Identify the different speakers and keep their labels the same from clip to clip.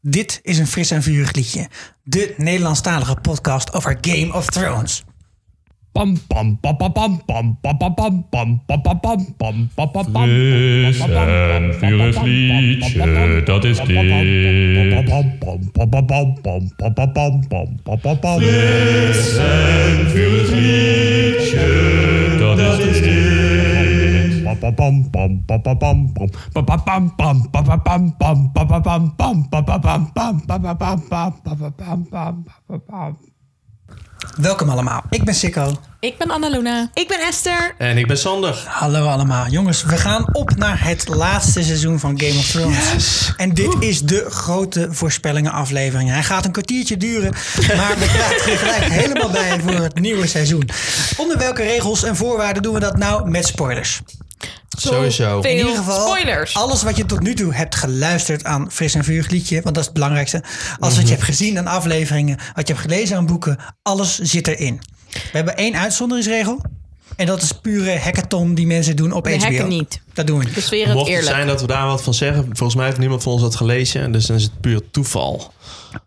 Speaker 1: Dit is een fris en vurig liedje. De Nederlandstalige podcast over Game of Thrones.
Speaker 2: Pam pam pam pam pam pam pam pam pam pam pam pam pam pam pam pam pam.
Speaker 3: Fris en vurig liedje, dat is dit. Fris en vurig liedje, dat is dit.
Speaker 1: Welkom allemaal. Ik ben Sikko.
Speaker 4: Ik ben Annalona.
Speaker 5: Ik ben Esther.
Speaker 6: En ik ben Sander.
Speaker 1: Hallo allemaal. Jongens, we gaan op naar het laatste seizoen van Game of Thrones. En dit is de grote voorspellingen aflevering. Hij gaat een kwartiertje duren, maar we praten er gelijk helemaal bij voor het nieuwe seizoen. Onder welke regels en voorwaarden doen we dat nou? Met spoilers.
Speaker 6: Sowieso.
Speaker 4: Veel
Speaker 6: In
Speaker 1: In ieder geval,
Speaker 4: spoilers.
Speaker 1: alles wat je tot nu toe hebt geluisterd aan Fris en Vuurig liedje, want dat is het belangrijkste. Alles wat je hebt gezien aan afleveringen, wat je hebt gelezen aan boeken, alles zit erin. We hebben één uitzonderingsregel. En dat is pure hackathon die mensen doen op
Speaker 4: We
Speaker 1: HBO.
Speaker 4: hacken niet.
Speaker 1: Dat doen we niet.
Speaker 4: Dus weer het
Speaker 6: Mocht het
Speaker 4: eerlijk.
Speaker 6: zijn dat we daar wat van zeggen, volgens mij heeft niemand van ons dat gelezen. Dus dan is het puur toeval.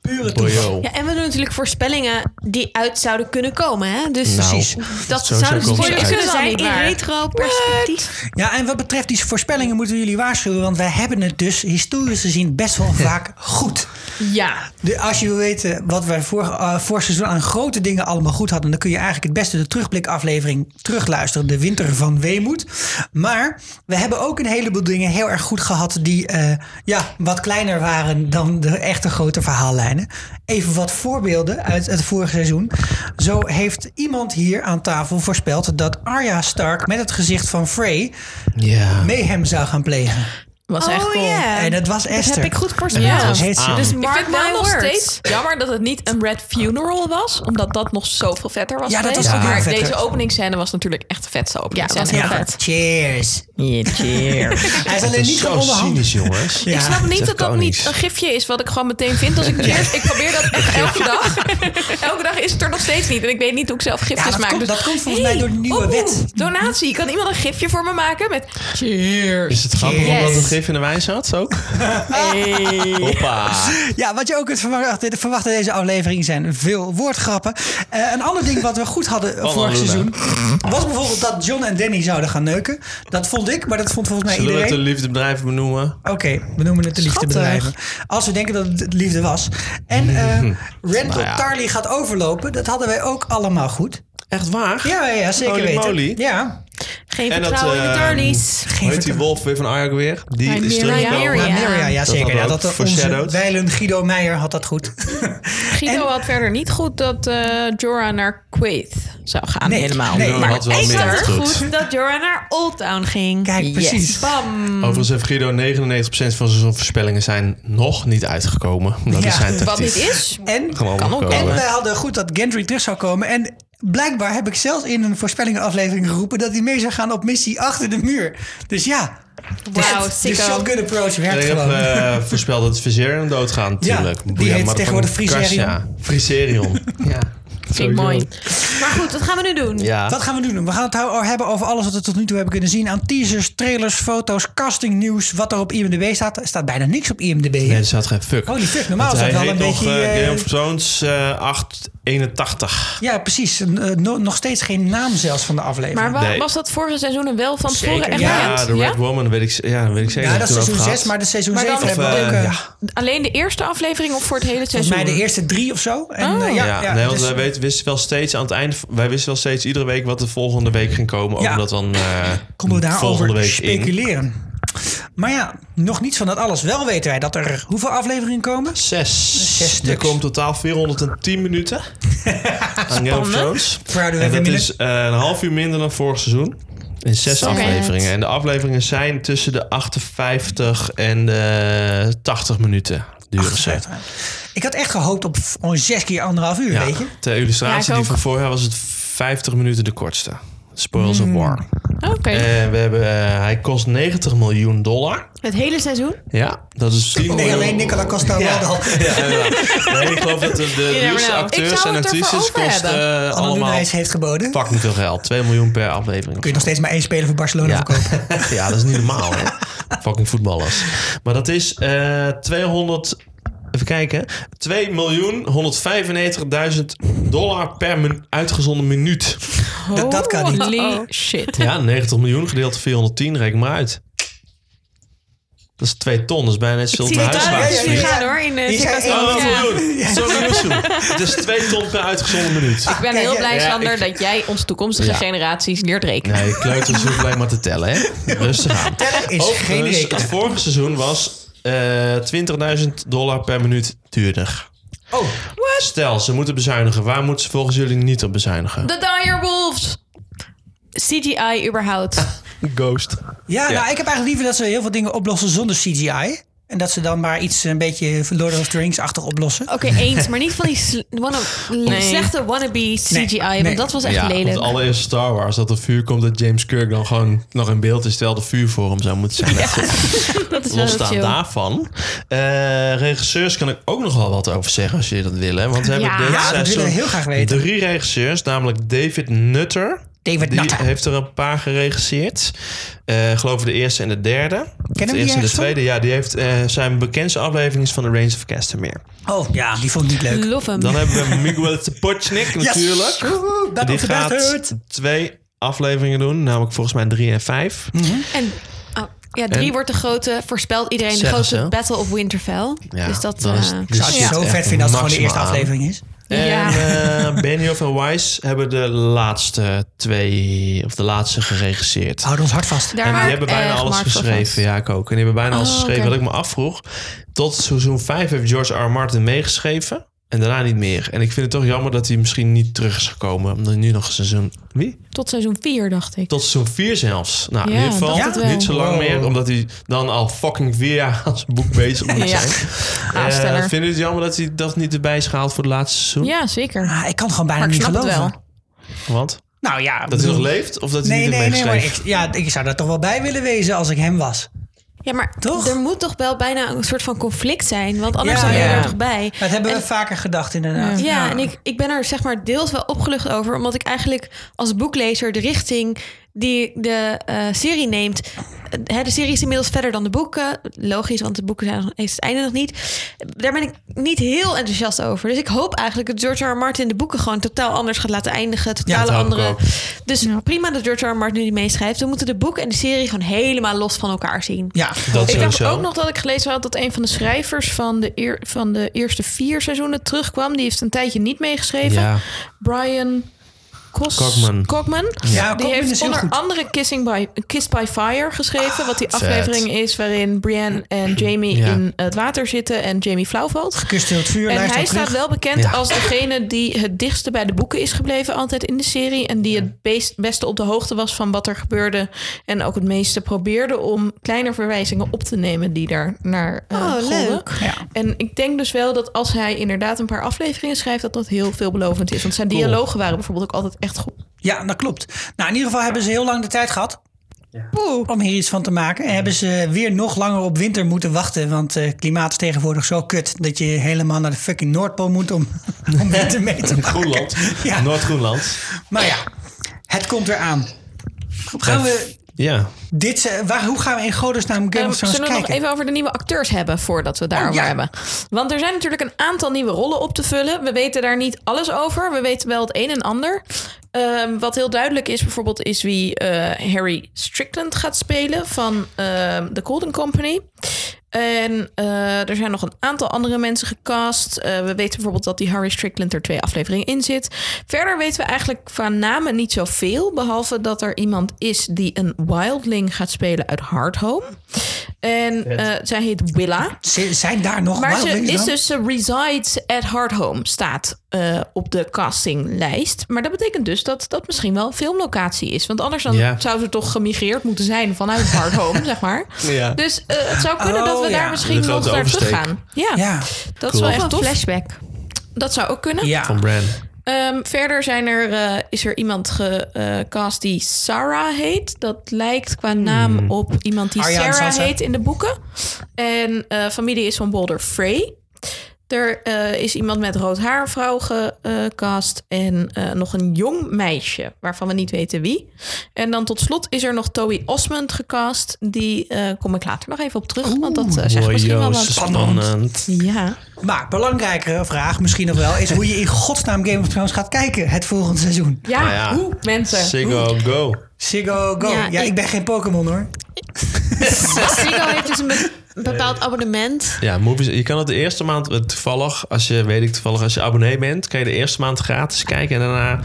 Speaker 1: Pure
Speaker 6: Bojo.
Speaker 5: Ja, en we doen natuurlijk voorspellingen die uit zouden kunnen komen. Hè? Dus
Speaker 6: Nou,
Speaker 1: precies.
Speaker 5: dat
Speaker 6: sowieso
Speaker 5: zouden
Speaker 6: komt
Speaker 5: spoilers
Speaker 6: het
Speaker 4: uit.
Speaker 5: kunnen
Speaker 4: Dat is al
Speaker 5: zijn
Speaker 4: niet
Speaker 5: in
Speaker 4: waar.
Speaker 5: retro perspectief.
Speaker 1: Ja, en wat betreft die voorspellingen moeten we jullie waarschuwen, want wij hebben het dus historisch gezien best wel vaak goed.
Speaker 4: Ja.
Speaker 1: De- als je wil weten wat wij vorig, eh, vorig seizoen aan grote dingen allemaal goed hadden, dan kun je eigenlijk het beste de terugblikaflevering terugluisteren. De winter van Weemoed. Maar we hebben ook een heleboel dingen heel erg goed gehad die eh, ja, wat kleiner waren dan de echte grote verhaallijnen. Even wat voorbeelden uit het vorige seizoen. Zo heeft iemand hier aan tafel voorspeld dat Arya Stark met het gezicht van Frey
Speaker 6: Ja.
Speaker 1: mayhem zou gaan plegen.
Speaker 4: Was
Speaker 5: Oh,
Speaker 4: echt cool.
Speaker 5: ja.
Speaker 1: En dat was
Speaker 5: Dat
Speaker 1: Esther.
Speaker 5: heb ik goed voorspeld.
Speaker 4: Ja.
Speaker 1: Dat heet ze.
Speaker 5: Dus
Speaker 4: Ik
Speaker 5: mark
Speaker 4: vind
Speaker 5: my
Speaker 4: wel nog
Speaker 5: words.
Speaker 4: steeds jammer dat het niet een Red Funeral was. Omdat dat nog zoveel vetter was
Speaker 1: Ja, dat was
Speaker 4: geweest.
Speaker 1: ook heel
Speaker 4: Maar
Speaker 1: vet.
Speaker 4: deze openingsscène was natuurlijk echt de vetste openingsscène.
Speaker 5: was heel
Speaker 1: Ja, cheers. Hij is alleen
Speaker 6: Het
Speaker 1: niet
Speaker 6: is
Speaker 1: gaan
Speaker 6: zo
Speaker 1: onderhandelen.
Speaker 6: cynisch, jongens.
Speaker 1: Ja.
Speaker 4: Ik snap niet dat dat
Speaker 6: kan
Speaker 4: niet
Speaker 6: niks.
Speaker 4: een gifje is wat ik gewoon meteen vind als ik cheers. Ik probeer dat echt elke dag. Elke dag is het er nog steeds niet. En ik weet niet hoe ik zelf gifjes
Speaker 1: Ja, dat
Speaker 4: maak.
Speaker 1: komt-
Speaker 4: Dus-
Speaker 1: dat komt volgens mij door de nieuwe
Speaker 4: oeh,
Speaker 1: wet.
Speaker 4: Donatie. Kan iemand een gifje voor me maken met cheers?
Speaker 6: Is het grappig
Speaker 1: Yes.
Speaker 6: omdat het gif in de wijs had ook?
Speaker 4: Ah.
Speaker 6: Hoppa.
Speaker 1: Ja, wat je ook kunt verwachten, verwachten deze aflevering zijn veel woordgrappen. Eh, een ander ding wat we goed hadden vorig
Speaker 6: Luna.
Speaker 1: seizoen... was bijvoorbeeld dat John en Danny zouden gaan neuken. Dat vond ik, maar dat vond volgens mij
Speaker 6: Zullen we het een
Speaker 1: iedereen.
Speaker 6: liefdebedrijf benoemen?
Speaker 1: Oké, we noemen het de liefdebedrijven. Als we denken dat het liefde was. En eh Randall
Speaker 6: Nou ja.
Speaker 1: Tarly gaat overlopen. Dat hadden wij ook allemaal goed.
Speaker 6: Echt waar?
Speaker 1: Ja, ja, ja zeker
Speaker 6: Holy
Speaker 1: weten.
Speaker 6: moly.
Speaker 1: Ja,
Speaker 5: Geen
Speaker 6: En dat,
Speaker 5: vertrouwen in de
Speaker 6: ehm,
Speaker 5: Tarnies.
Speaker 6: Hoe heet die wolf weer van Ark weer? Die
Speaker 4: Hij
Speaker 6: is
Speaker 4: meer-
Speaker 6: teruggekomen.
Speaker 5: Nymeria.
Speaker 1: Nymeria, ja,
Speaker 6: Dat
Speaker 1: zeker.
Speaker 6: hadden
Speaker 1: Ja,
Speaker 6: we
Speaker 1: dat eh,
Speaker 6: ook
Speaker 1: onze
Speaker 6: foreshadowed.
Speaker 1: wijlen Guido Meijer had dat goed.
Speaker 4: Guido
Speaker 1: En-
Speaker 4: had verder niet goed dat eh, Jorah naar Quaith zou gaan
Speaker 1: Nee,
Speaker 4: helemaal.
Speaker 1: nee.
Speaker 6: Guido
Speaker 4: maar
Speaker 6: had wel
Speaker 5: Ik
Speaker 6: meer
Speaker 5: had het
Speaker 6: goed.
Speaker 5: goed dat Jorah naar Old Town ging.
Speaker 1: Kijk,
Speaker 4: Yes.
Speaker 1: precies.
Speaker 5: Bam.
Speaker 6: Overigens heeft Guido 99% van zijn voorspellingen zijn nog niet uitgekomen. Dat
Speaker 1: Ja.
Speaker 6: is zijn
Speaker 4: wat niet
Speaker 6: tactiek.
Speaker 4: is.
Speaker 1: En
Speaker 6: Gewoon
Speaker 4: Kan ook,
Speaker 6: opkomen.
Speaker 1: En
Speaker 4: hè?
Speaker 1: wij eh, hadden goed dat Gendry terug zou komen. En blijkbaar heb ik zelfs in een voorspellingenaflevering geroepen... dat hij mee zou gaan op missie achter de muur. Dus ja,
Speaker 5: Wauw,
Speaker 1: de
Speaker 5: sicko.
Speaker 1: shotgun approach
Speaker 6: Ik
Speaker 1: werkt
Speaker 6: heb
Speaker 1: gewoon.
Speaker 6: eh, voorspeld dat Viserion doodgaat natuurlijk.
Speaker 1: die
Speaker 6: Boeien,
Speaker 1: heet
Speaker 6: maar
Speaker 1: tegenwoordig
Speaker 6: van
Speaker 1: Friserion.
Speaker 6: Cassia. Friserion. ja.
Speaker 4: Vind ik mooi.
Speaker 5: Maar goed, wat gaan we nu doen?
Speaker 6: Ja.
Speaker 1: Wat gaan we nu doen? We gaan het hou- hebben over alles wat we tot nu toe hebben kunnen zien. Aan teasers, trailers, foto's, casting nieuws. Wat er op IMDb staat. Er staat bijna niks op IMDb.
Speaker 6: Nee, er staat geen fuck.
Speaker 1: Holy fuck, Oh, normaal
Speaker 6: Want
Speaker 1: is dat
Speaker 6: hij
Speaker 1: wel
Speaker 6: heet
Speaker 1: een
Speaker 6: nog,
Speaker 1: beetje,
Speaker 6: eh,
Speaker 1: eh,
Speaker 6: Game of Thrones eh, 881.
Speaker 1: Ja, precies. Een, eh, no- nog steeds geen naam zelfs van de aflevering.
Speaker 4: Maar wa-
Speaker 6: Nee.
Speaker 4: was dat vorige seizoen wel van tevoren
Speaker 6: Zeker.
Speaker 4: echt
Speaker 6: Ja,
Speaker 4: bekend?
Speaker 6: de Red Woman weet ik, ja, weet ik zeker.
Speaker 1: ja,
Speaker 6: heb
Speaker 1: dat is
Speaker 6: ik het
Speaker 1: seizoen 6,
Speaker 6: over gehad.
Speaker 1: maar de seizoen
Speaker 4: Maar
Speaker 1: 7
Speaker 4: dan-
Speaker 1: hebben we
Speaker 6: Of,
Speaker 1: ook...
Speaker 6: eh,
Speaker 1: eh,
Speaker 6: ja.
Speaker 4: Alleen de eerste aflevering of voor het hele
Speaker 1: Volgens
Speaker 4: seizoen?
Speaker 1: mij de eerste drie of zo. En, eh, ja,
Speaker 6: Ja,
Speaker 1: ja,
Speaker 6: nee, want
Speaker 1: dus-
Speaker 6: wij weten, wisten wel steeds aan het eind. Wij wisten wel steeds iedere week wat de volgende week ging komen.
Speaker 1: Ja.
Speaker 6: Ja. Omdat dan eh
Speaker 1: konden we daarover
Speaker 6: volgende week in.
Speaker 1: speculeren. Maar ja, nog niet van dat alles. Wel weten wij dat er hoeveel afleveringen komen. Zes
Speaker 6: Zes. Er
Speaker 1: stuks.
Speaker 6: komt totaal 410 minuten aan Game of Thrones.
Speaker 1: Prouden we
Speaker 6: En
Speaker 1: even
Speaker 6: dat
Speaker 1: minder.
Speaker 6: is eh, een half uur minder dan vorig seizoen. In zes
Speaker 4: Oké.
Speaker 6: afleveringen. En de afleveringen zijn tussen de 58 en de 80 minuten. Duren ze.
Speaker 1: Ik had echt gehoopt op gewoon zes keer anderhalf uur,
Speaker 6: Ja,
Speaker 1: weet je.
Speaker 6: ter illustratie
Speaker 4: Ja, ik
Speaker 6: die
Speaker 4: ook.
Speaker 6: van vorig jaar was het 50 minuten de kortste. Spoils of War.
Speaker 4: Oké.
Speaker 6: En we hebben, eh, hij kost 90 miljoen dollar.
Speaker 5: Het hele seizoen?
Speaker 6: Ja, dat is 10
Speaker 1: Nee,
Speaker 6: miljoen.
Speaker 1: alleen Nicola Costa Waldal.
Speaker 6: Oh. Ja, Eh, ja. Nee, ik geloof dat de, de
Speaker 4: never
Speaker 6: liefste
Speaker 4: know.
Speaker 5: Ik
Speaker 6: acteurs
Speaker 5: zou
Speaker 6: en
Speaker 5: het ervoor
Speaker 6: actrices
Speaker 5: over
Speaker 6: kosten eh,
Speaker 1: Anna Luna
Speaker 6: allemaal
Speaker 1: eens heeft geboden. Kun
Speaker 6: fucking veel geld. 2 miljoen per aflevering.
Speaker 1: je nog steeds maar één speler voor Barcelona
Speaker 6: ja.
Speaker 1: verkopen.
Speaker 6: ja, dat is niet normaal. Hè? Fucking voetballers. Maar dat is eh 240 Even kijken. 2.195.000 dollar per min- uitgezonden minuut.
Speaker 1: Dat- dat kan niet.
Speaker 4: Oh.
Speaker 5: Holy shit.
Speaker 6: Ja, 90 miljoen gedeeld door 410. Reken maar uit. Dat is 2 ton. Dat is bijna net zoveel
Speaker 5: Zie
Speaker 6: als
Speaker 5: je
Speaker 6: mijn
Speaker 5: daar
Speaker 1: huisbaas-
Speaker 5: weer
Speaker 6: huiswaarts.
Speaker 5: Ah, gaan hoor? In de
Speaker 1: Die zijn
Speaker 5: circus-
Speaker 1: één-
Speaker 6: Oh,
Speaker 5: Ja.
Speaker 6: miljoen. Zo miljoen. Dus 2 ton per uitgezonden minuut.
Speaker 4: Ik ben heel blij,
Speaker 6: Ja,
Speaker 4: Sander,
Speaker 6: ik-
Speaker 4: dat jij ons toekomstige
Speaker 6: Ja.
Speaker 4: generaties leert rekenen.
Speaker 6: Nee, kleuters hoeven alleen maar te tellen, hè? Rustig aan.
Speaker 1: Tellen is geen
Speaker 6: Overigens,
Speaker 1: rekening.
Speaker 6: het vorige seizoen was eh 20.000 dollar per minuut duurder.
Speaker 1: Oh,
Speaker 6: Stel, ze moeten bezuinigen. Waar moeten ze volgens jullie niet op bezuinigen?
Speaker 4: De Dire Wolves!
Speaker 5: CGI überhaupt.
Speaker 6: Ghost.
Speaker 1: ja,
Speaker 6: Ja.
Speaker 1: nou, ik heb eigenlijk liever dat ze heel veel dingen oplossen zonder CGI. En dat ze dan maar iets eh, een beetje Lord of the Rings-achtig oplossen.
Speaker 5: Oké, eens. Maar niet van die sl- wanna- slechte wannabe CGI.
Speaker 1: nee.
Speaker 5: Want dat was echt
Speaker 6: Ja, want
Speaker 5: lelijk.
Speaker 6: het allereerste Star Wars, dat er vuur komt... dat James Kirk dan gewoon nog in beeld is... terwijl de vuur voor hem zou moeten zijn.
Speaker 5: Dat is wel heel
Speaker 6: Losstaan
Speaker 5: chill.
Speaker 6: daarvan. Eh, regisseurs kan ik ook nog wel wat over zeggen als je dat wil. Hè? Want we hebben
Speaker 5: Ja.
Speaker 6: dit
Speaker 5: Ja,
Speaker 1: dat willen we
Speaker 6: seizoen
Speaker 1: heel graag weten.
Speaker 6: drie regisseurs, namelijk David Nutter.
Speaker 1: David
Speaker 6: die
Speaker 1: Nutter.
Speaker 6: heeft er een paar geregisseerd. Eh, geloof ik de eerste en de derde.
Speaker 1: hem
Speaker 6: de
Speaker 1: die
Speaker 6: eerste en de
Speaker 1: ergens van?
Speaker 6: tweede. Ja, die heeft eh, zijn bekendste aflevering is van The Reigns of Castamere.
Speaker 1: Oh, ja, die vond ik niet leuk.
Speaker 5: Love hem.
Speaker 6: Dan hebben we Miguel Tepotchnik
Speaker 1: Yes!
Speaker 6: natuurlijk.
Speaker 1: Woehoe, Dat
Speaker 6: Die
Speaker 1: op de
Speaker 6: gaat twee afleveringen doen, namelijk volgens mij drie en vijf.
Speaker 1: Hm.
Speaker 5: En oh, ja, drie
Speaker 6: En-
Speaker 5: wordt de grote, voorspelt iedereen, de
Speaker 6: Zeggen
Speaker 5: grote
Speaker 6: ze.
Speaker 5: Battle of Winterfell. dus dat,
Speaker 6: dan is
Speaker 5: eh,
Speaker 6: de
Speaker 1: Zou je
Speaker 6: shit
Speaker 1: het zo
Speaker 6: echt
Speaker 1: vet vinden als het gewoon de eerste
Speaker 6: maximaal aan.
Speaker 1: aflevering is?
Speaker 6: En
Speaker 5: Ja.
Speaker 6: eh Benioff en Wise hebben de laatste twee, of de laatste geregisseerd.
Speaker 5: Oh,
Speaker 1: Houd ons hard vast.
Speaker 5: daar
Speaker 6: en
Speaker 5: maak
Speaker 6: die
Speaker 5: ik
Speaker 6: hebben bijna
Speaker 5: echt
Speaker 6: alles
Speaker 5: Mark van
Speaker 6: geschreven. Ja, ik ook. En die hebben bijna alles
Speaker 5: Oh,
Speaker 6: geschreven.
Speaker 5: oké.
Speaker 6: Wat ik me afvroeg, tot seizoen 5 heeft George R. R. Martin meegeschreven. En daarna niet meer. En ik vind het toch jammer dat hij misschien niet terug is gekomen. Omdat hij nu nog seizoen... Wie?
Speaker 5: Tot seizoen 4, dacht ik.
Speaker 6: Tot seizoen 4 zelfs. Nou,
Speaker 5: Ja,
Speaker 6: in ieder
Speaker 5: dat
Speaker 6: geval
Speaker 5: het wel.
Speaker 6: niet zo lang
Speaker 1: Wow.
Speaker 6: meer. Omdat hij dan al fucking vier jaar aan zijn boek bezig moet
Speaker 4: Ja.
Speaker 6: zijn.
Speaker 4: Aansteller.
Speaker 6: Eh, vind je het jammer dat hij dat niet erbij is gehaald voor het laatste seizoen?
Speaker 5: Ja, zeker.
Speaker 1: Ah, ik kan het gewoon bijna
Speaker 4: Maar ik
Speaker 1: niet
Speaker 4: snap het
Speaker 1: geloven.
Speaker 4: wel.
Speaker 6: Want?
Speaker 1: Nou ja.
Speaker 6: Dat hij
Speaker 1: bedoel-
Speaker 6: nog leeft? Of dat hij
Speaker 1: Nee,
Speaker 6: niet
Speaker 1: nee,
Speaker 6: heeft
Speaker 1: nee. Maar ik,
Speaker 6: meegeschreven?
Speaker 1: ja, ik zou daar toch wel bij willen wezen als ik hem was.
Speaker 5: Ja, maar
Speaker 1: Toch?
Speaker 5: er moet toch wel bijna een soort van conflict zijn. Want anders
Speaker 1: Ja,
Speaker 5: zijn we
Speaker 1: ja.
Speaker 5: er toch bij.
Speaker 1: Dat hebben we vaker gedacht, inderdaad.
Speaker 5: Ja, en ik, ik ben er zeg maar deels wel opgelucht over. Omdat ik eigenlijk als boeklezer de richting die de eh, serie neemt. eh, hè, de serie is inmiddels verder dan de boeken. Logisch, want de boeken zijn nog, heeft het einde nog niet. Daar ben ik niet heel enthousiast over. Dus ik hoop eigenlijk dat George R. R. Martin de boeken gewoon totaal anders gaat laten eindigen. Totaal
Speaker 6: dat hoop ik
Speaker 5: andere.
Speaker 6: ook.
Speaker 5: Dus prima dat George R. R. Martin die meeschrijft. We moeten de boeken en de serie gewoon helemaal los van elkaar zien.
Speaker 1: Ja.
Speaker 6: Dat
Speaker 4: Ik dacht
Speaker 6: sowieso.
Speaker 4: ook nog dat ik gelezen had dat een van de schrijvers van de, eer- van de eerste vier seizoenen terugkwam. Die heeft een tijdje niet meegeschreven.
Speaker 6: Ja.
Speaker 4: Brian Kos-
Speaker 6: Cogman.
Speaker 1: Ja,
Speaker 4: die
Speaker 1: Cogman is
Speaker 4: heeft
Speaker 1: heel
Speaker 4: onder
Speaker 1: goed.
Speaker 4: andere Kissing by, Kiss by Fire geschreven. wat die
Speaker 6: vet.
Speaker 4: aflevering is waarin Brienne en Jamie
Speaker 6: Ja.
Speaker 4: in het water zitten en Jamie flauw valt.
Speaker 1: Kust heel het vuur,
Speaker 4: En
Speaker 1: lijst
Speaker 4: hij
Speaker 1: al terug.
Speaker 4: staat wel bekend
Speaker 6: Ja.
Speaker 4: als degene die het dichtste bij de boeken is gebleven altijd in de serie. En die het beest- beste op de hoogte was van wat er gebeurde. En ook het meeste probeerde om kleine verwijzingen op te nemen die daar naar eh
Speaker 5: Oh,
Speaker 4: golden.
Speaker 5: leuk.
Speaker 1: Ja.
Speaker 4: En ik denk dus wel dat als hij inderdaad een paar afleveringen schrijft... dat dat heel veelbelovend is. Want zijn dialogen waren bijvoorbeeld ook altijd echt goed.
Speaker 1: Ja, dat klopt. Nou, in ieder geval hebben ze heel lang de tijd gehad. Om hier iets van te maken. En hebben ze weer nog langer op winter moeten wachten. Want eh klimaat is tegenwoordig zo kut. Dat je helemaal naar de fucking Noordpool moet om, om winter mee te maken.
Speaker 6: Groenland.
Speaker 1: Ja.
Speaker 6: Noord-Groenland.
Speaker 1: Maar ja, het komt eraan. Gaan we
Speaker 6: Ja.
Speaker 1: dit, eh, waar, hoe gaan we in godesnaam Game
Speaker 4: Ehm,
Speaker 1: of Thrones
Speaker 4: zullen we
Speaker 1: kijken?
Speaker 4: nog even over de nieuwe acteurs hebben voordat we daarover
Speaker 1: ja.
Speaker 4: hebben? Want er zijn natuurlijk een aantal nieuwe rollen op te vullen. We weten daar niet alles over. We weten wel het een en ander. Ehm, wat heel duidelijk is bijvoorbeeld is wie eh, Harry Strickland gaat spelen van ehm, The Golden Company. En eh, er zijn nog een aantal andere mensen gecast. Eh, we weten bijvoorbeeld dat die Harry Strickland er twee afleveringen in zit. Verder weten we eigenlijk qua namen niet zoveel. Behalve dat er iemand is die een wildling gaat spelen uit Hardhome. En eh, zij heet Willa.
Speaker 1: Z- Zijn daar nog
Speaker 4: Maar ze
Speaker 1: wildlings
Speaker 4: is
Speaker 1: dan?
Speaker 4: dus ze resides at Hardhome staat eh, op de castinglijst. Maar dat betekent dus dat dat misschien wel een filmlocatie is. Want anders dan
Speaker 6: Ja.
Speaker 4: zou ze toch gemigreerd moeten zijn vanuit Hardhome, zeg maar.
Speaker 6: Ja.
Speaker 4: Dus eh, het zou kunnen dat
Speaker 1: Oh,
Speaker 4: we
Speaker 1: ja.
Speaker 4: daar misschien
Speaker 6: De
Speaker 4: nog
Speaker 6: grote
Speaker 4: naar
Speaker 6: oversteek.
Speaker 4: terug gaan. Ja,
Speaker 1: Ja.
Speaker 4: dat is wel echt
Speaker 5: Echt een
Speaker 4: tof.
Speaker 5: flashback.
Speaker 4: Dat zou ook kunnen.
Speaker 1: Ja.
Speaker 6: Van Bran.
Speaker 4: Ehm, verder zijn er, eh, is er iemand gecast die Sarah heet. Dat lijkt qua
Speaker 6: Hmm.
Speaker 4: naam op iemand die
Speaker 1: Arjan
Speaker 4: Sarah
Speaker 1: Sansa.
Speaker 4: heet in de boeken. En eh, familie is van Boulder Frey. Er eh, is iemand met rood haar een vrouw gecast. en eh, nog een jong meisje, waarvan we niet weten wie. En dan tot slot is er nog Toby Osmond gecast. Die eh, kom ik later nog even op terug. want dat eh zegt
Speaker 6: Mooi,
Speaker 4: misschien wel
Speaker 6: joh,
Speaker 4: wat.
Speaker 6: spannend.
Speaker 4: Ja.
Speaker 1: Maar belangrijkere vraag misschien nog wel is hoe je in godsnaam Game of Thrones gaat kijken het volgende seizoen.
Speaker 4: Ja,
Speaker 6: Nou ja.
Speaker 4: hoe mensen.
Speaker 6: Ziggo, go.
Speaker 1: Ziggo Go. Ja,
Speaker 5: Ja,
Speaker 1: ik
Speaker 5: ik-
Speaker 1: ben geen Pokémon hoor.
Speaker 5: Ziggo heeft dus een be- bepaald abonnement.
Speaker 6: Ja, movies, je kan het de eerste maand eh, toevallig, als je, weet ik toevallig, als je abonnee bent, kan je de eerste maand gratis kijken en daarna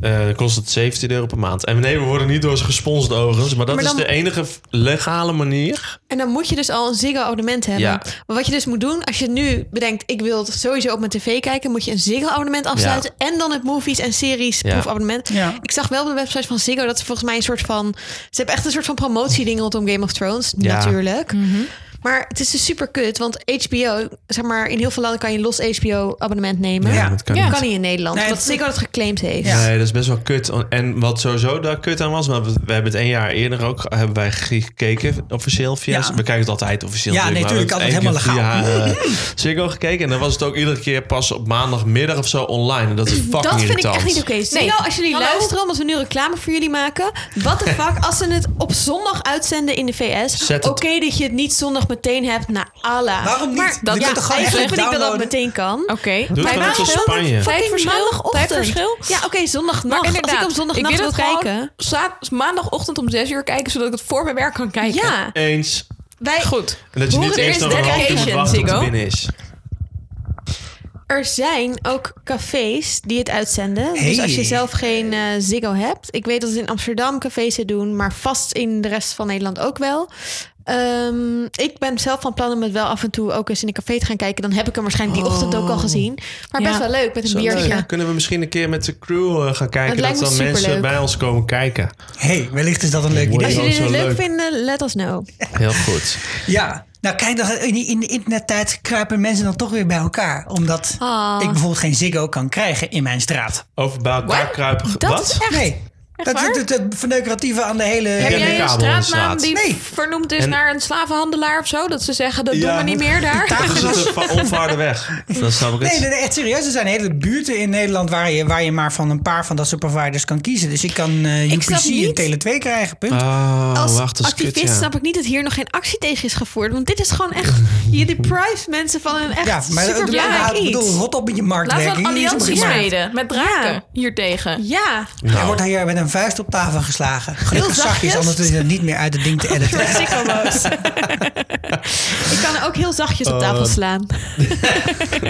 Speaker 6: eh, kost het 17 euro per maand. En nee, we worden niet door ze gesponsord overigens, maar dat
Speaker 5: Maar dan-
Speaker 6: is de enige f- legale manier.
Speaker 5: En dan moet je dus al een Ziggo abonnement hebben.
Speaker 6: Ja.
Speaker 5: Maar wat je dus moet doen, als je nu bedenkt... ik wil het sowieso op mijn tv kijken... moet je een Ziggo abonnement afsluiten... en dan het movies en series
Speaker 6: Ja.
Speaker 5: proefabonnement.
Speaker 1: Ja.
Speaker 5: Ik zag wel op de website van Ziggo... dat ze volgens mij een soort van... ze hebben echt een soort van promotieding rondom Game of Thrones.
Speaker 6: Ja.
Speaker 5: Natuurlijk.
Speaker 1: Mhm.
Speaker 5: Maar het is dus super kut, want HBO... zeg maar, in heel veel landen kan je een los HBO abonnement nemen.
Speaker 1: Ja.
Speaker 6: dat kan
Speaker 5: Dat
Speaker 6: niet.
Speaker 5: kan niet in Nederland,
Speaker 1: Nee,
Speaker 5: want
Speaker 1: het-
Speaker 5: Ziggo dat geclaimd heeft.
Speaker 1: Ja.
Speaker 6: Nee, dat is best wel kut. En wat sowieso daar kut aan was, maar we, we hebben het één jaar eerder ook hebben wij gekeken, officieel via.
Speaker 1: Ja.
Speaker 6: We kijken het altijd officieel.
Speaker 1: Ja,
Speaker 6: natuurlijk,
Speaker 1: nee,
Speaker 6: maar we
Speaker 1: tuurlijk,
Speaker 6: hebben
Speaker 1: altijd
Speaker 6: het één keer Via, eh, Ziggo gekeken en dan was het ook iedere keer pas op maandagmiddag of zo online. En dat is fucking
Speaker 5: Dat vind ik
Speaker 6: irritant.
Speaker 5: echt niet oké. Ziggo,
Speaker 4: Nee.
Speaker 5: als jullie
Speaker 4: Hallo?
Speaker 5: luisteren, omdat we nu reclame voor jullie maken. What the fuck, als ze het op zondag uitzenden in de VS.
Speaker 6: Zet
Speaker 5: Oké
Speaker 6: het-
Speaker 5: dat je het niet zondag meteen hebt, na Allah.
Speaker 1: Waarom niet?
Speaker 5: Maar
Speaker 1: Je
Speaker 5: dat,
Speaker 1: kunt
Speaker 5: ja,
Speaker 1: toch gewoon
Speaker 5: eigenlijk
Speaker 1: even
Speaker 5: vind ik dat
Speaker 1: downloaden?
Speaker 5: dat meteen kan.
Speaker 4: Oké.
Speaker 6: Doe het
Speaker 5: Maar
Speaker 6: gewoon net als
Speaker 5: waarom
Speaker 6: Spanje.
Speaker 4: Tijdverschil?
Speaker 5: Maandagochtend.
Speaker 4: Tijdverschil?
Speaker 5: Ja, oké,
Speaker 4: Maar
Speaker 5: zondagnacht. Als ik
Speaker 4: inderdaad,
Speaker 5: op zondagnacht
Speaker 4: wil
Speaker 5: wil
Speaker 4: het gewoon
Speaker 5: kijken.
Speaker 4: za- maandagochtend om 6 uur kijken, zodat ik het voor mijn werk kan kijken.
Speaker 5: Ja,
Speaker 6: Eens.
Speaker 5: wij,
Speaker 4: Goed.
Speaker 6: En dat je
Speaker 5: Hoe
Speaker 6: niet
Speaker 5: er
Speaker 6: eerst
Speaker 5: is
Speaker 6: nog een half uur moet
Speaker 5: dedication,
Speaker 6: wachten tot het
Speaker 4: Ziggo.
Speaker 6: binnen is.
Speaker 5: er zijn ook cafés die het uitzenden. Dus
Speaker 1: Hey.
Speaker 5: als je zelf geen eh, Ziggo hebt. Ik weet dat het in Amsterdam cafés het doen, maar vast in de rest van Nederland ook wel. Ehm, ik ben zelf van plan om het wel af en toe ook eens in een café te gaan kijken. Dan heb ik hem waarschijnlijk die ochtend ook al gezien. Maar
Speaker 4: Ja.
Speaker 5: best wel leuk met
Speaker 6: Oh.
Speaker 5: een
Speaker 6: Zo
Speaker 5: biertje.
Speaker 6: leuk. Kunnen we misschien een keer met de crew eh, gaan kijken
Speaker 5: Het
Speaker 6: dat
Speaker 5: lijkt
Speaker 6: dan
Speaker 5: me
Speaker 6: mensen
Speaker 5: superleuk.
Speaker 6: bij ons komen kijken.
Speaker 1: hey, wellicht is dat een leuk
Speaker 6: Mooi.
Speaker 1: idee.
Speaker 5: Als
Speaker 6: ook
Speaker 5: jullie
Speaker 6: zo
Speaker 5: het leuk,
Speaker 6: leuk.
Speaker 5: vinden, let us know.
Speaker 6: Heel goed.
Speaker 1: Ja. Nou, kijk, dat in, die- in de internettijd kruipen mensen dan toch weer bij elkaar. Omdat
Speaker 5: Ah.
Speaker 1: ik bijvoorbeeld geen Ziggo kan krijgen in mijn straat.
Speaker 6: Over bij elkaar kruipen. ge-
Speaker 5: Dat
Speaker 6: Wat? Oh,
Speaker 5: is echt...
Speaker 1: Nee. dat is
Speaker 4: waar?
Speaker 1: het, het verneukeratieve aan de hele...
Speaker 4: Heb
Speaker 6: heb
Speaker 4: jij
Speaker 6: een
Speaker 4: een
Speaker 6: kabel in de
Speaker 4: straatnaam die
Speaker 1: straat. Nee.
Speaker 4: vernoemd is
Speaker 6: En-
Speaker 4: naar een slavenhandelaar of zo? Dat ze zeggen, dat
Speaker 6: Ja.
Speaker 4: doen we niet meer daar.
Speaker 6: Dat is het een va- onvaarde weg. Dan snap ik het.
Speaker 1: Nee, nee, nee, echt serieus. Er zijn hele buurten in Nederland waar je, waar je maar van een paar van dat soort providers kan kiezen. Dus ik kan eh,
Speaker 5: Ik snap
Speaker 1: UPC en
Speaker 5: niet-
Speaker 1: Tele2 krijgen, punt.
Speaker 6: Oh,
Speaker 5: Als
Speaker 6: wacht, dat is
Speaker 5: activist
Speaker 6: kut, ja.
Speaker 5: snap ik niet dat hier nog geen actie tegen is gevoerd. Want dit is gewoon echt... Je deprives mensen van een echt
Speaker 1: ja, maar dat-
Speaker 5: superbelangrijk
Speaker 1: ja, ik
Speaker 5: iets.
Speaker 1: bedoel, rot op met je
Speaker 4: Laten we
Speaker 1: marktwerking.
Speaker 4: een
Speaker 1: Hier is op
Speaker 4: alliantie
Speaker 1: gemaakt.
Speaker 4: smeden met draken
Speaker 5: Ja.
Speaker 4: hiertegen.
Speaker 5: Ja,
Speaker 1: Hij wordt hier met een vuist op tafel geslagen. Gelukkig
Speaker 5: Heel
Speaker 1: zachtjes,
Speaker 5: zachtjes.
Speaker 1: anders is het niet meer uit het ding te editen.
Speaker 5: ik kan er ook heel zachtjes op tafel
Speaker 1: Oh.
Speaker 5: slaan.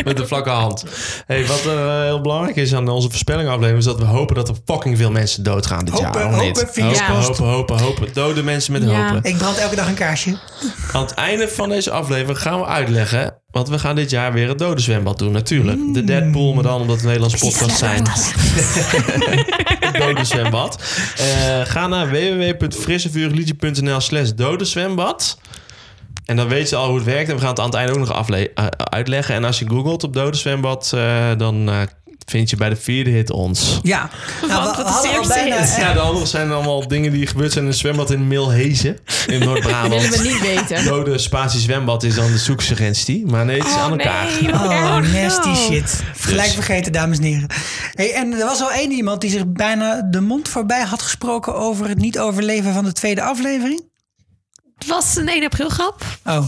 Speaker 6: Met een vlakke hand. Hey, wat eh, heel belangrijk is aan onze voorspellingaflevering... is dat we hopen dat er fucking veel mensen doodgaan dit
Speaker 1: Hopen,
Speaker 6: jaar. Of niet?
Speaker 1: hopen, vingers
Speaker 6: hopen,
Speaker 1: crossed.
Speaker 6: hopen, hopen, hopen. Dode mensen met
Speaker 4: Ja.
Speaker 6: hopen.
Speaker 1: Ik brand elke dag een kaarsje.
Speaker 6: Aan het einde van deze aflevering gaan we uitleggen... want we gaan dit jaar weer het dode zwembad doen, natuurlijk.
Speaker 4: Hmm.
Speaker 6: De Deadpool, maar dan omdat het een Nederlands podcast zijn. Het dode zwembad. Eh, ga naar www.frissevuurliedje.nl slash dode zwembad. En dan weet je al hoe het werkt. En we gaan het aan het einde ook nog afle- eh, uitleggen. En als je googelt op dode zwembad... eh, dan eh, vind je bij de vierde hit ons.
Speaker 1: Ja. Nou, we, we hadden al bijna... eh,
Speaker 6: Ja, de andere zijn allemaal dingen die gebeurd zijn in het zwembad in Milhezen. In
Speaker 4: Dat willen we
Speaker 6: Noord-Brabant.
Speaker 4: niet weten.
Speaker 6: Dode spatie zwembad is dan de zoeksuggestie. Maar nee, het is aan elkaar.
Speaker 4: nee. wat
Speaker 1: Oh,
Speaker 4: erg.
Speaker 1: nasty
Speaker 4: Nou.
Speaker 1: shit. Gelijk vergeten, dames en heren. Hey, en er was al één iemand die zich bijna de mond voorbij had gesproken... over het niet overleven van de tweede aflevering.
Speaker 5: Het was een 1 april grap,
Speaker 1: Oh,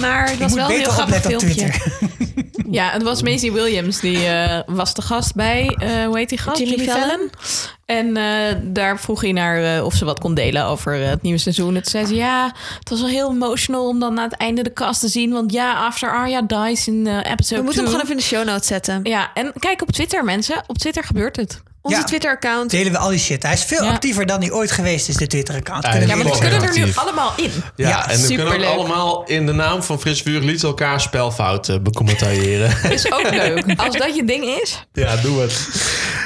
Speaker 5: maar het
Speaker 1: ik
Speaker 5: was
Speaker 1: moet
Speaker 5: wel een heel
Speaker 1: beter
Speaker 5: grappig
Speaker 1: opletten op
Speaker 5: filmpje.
Speaker 1: Twitter.
Speaker 4: Ja, het was Maisie Williams. Die eh, was de gast bij, eh, hoe heet die gast?
Speaker 5: Jimmy Fallon.
Speaker 4: En eh, daar vroeg hij naar eh, of ze wat kon delen over eh, het nieuwe seizoen. Het zei ze, ja, het was wel heel emotional om dan na het einde de kast te zien. Want ja, After Arya dies in eh, episode
Speaker 5: We moeten hem
Speaker 4: 2.
Speaker 5: gewoon even in de show notes zetten.
Speaker 4: Ja, en kijk op Twitter mensen. Op Twitter gebeurt het.
Speaker 5: Onze
Speaker 1: Ja.
Speaker 5: Twitter-account.
Speaker 1: delen we al die shit. Hij is veel
Speaker 4: Ja.
Speaker 1: actiever dan hij ooit geweest is, de Twitter-account.
Speaker 6: Ja,
Speaker 1: Kunnen
Speaker 6: ja,
Speaker 1: we
Speaker 4: Ja, maar we
Speaker 1: eerlijk
Speaker 6: Volgens
Speaker 4: kunnen
Speaker 1: zeggen.
Speaker 4: er nu
Speaker 6: actief.
Speaker 4: allemaal in.
Speaker 6: Ja, en we kunnen ook
Speaker 4: superleuk.
Speaker 6: allemaal in de naam van Frits Vuur lied elkaar spelfouten becommentariëren.
Speaker 4: Is ook leuk. Als dat je ding is.
Speaker 6: ja, doe het.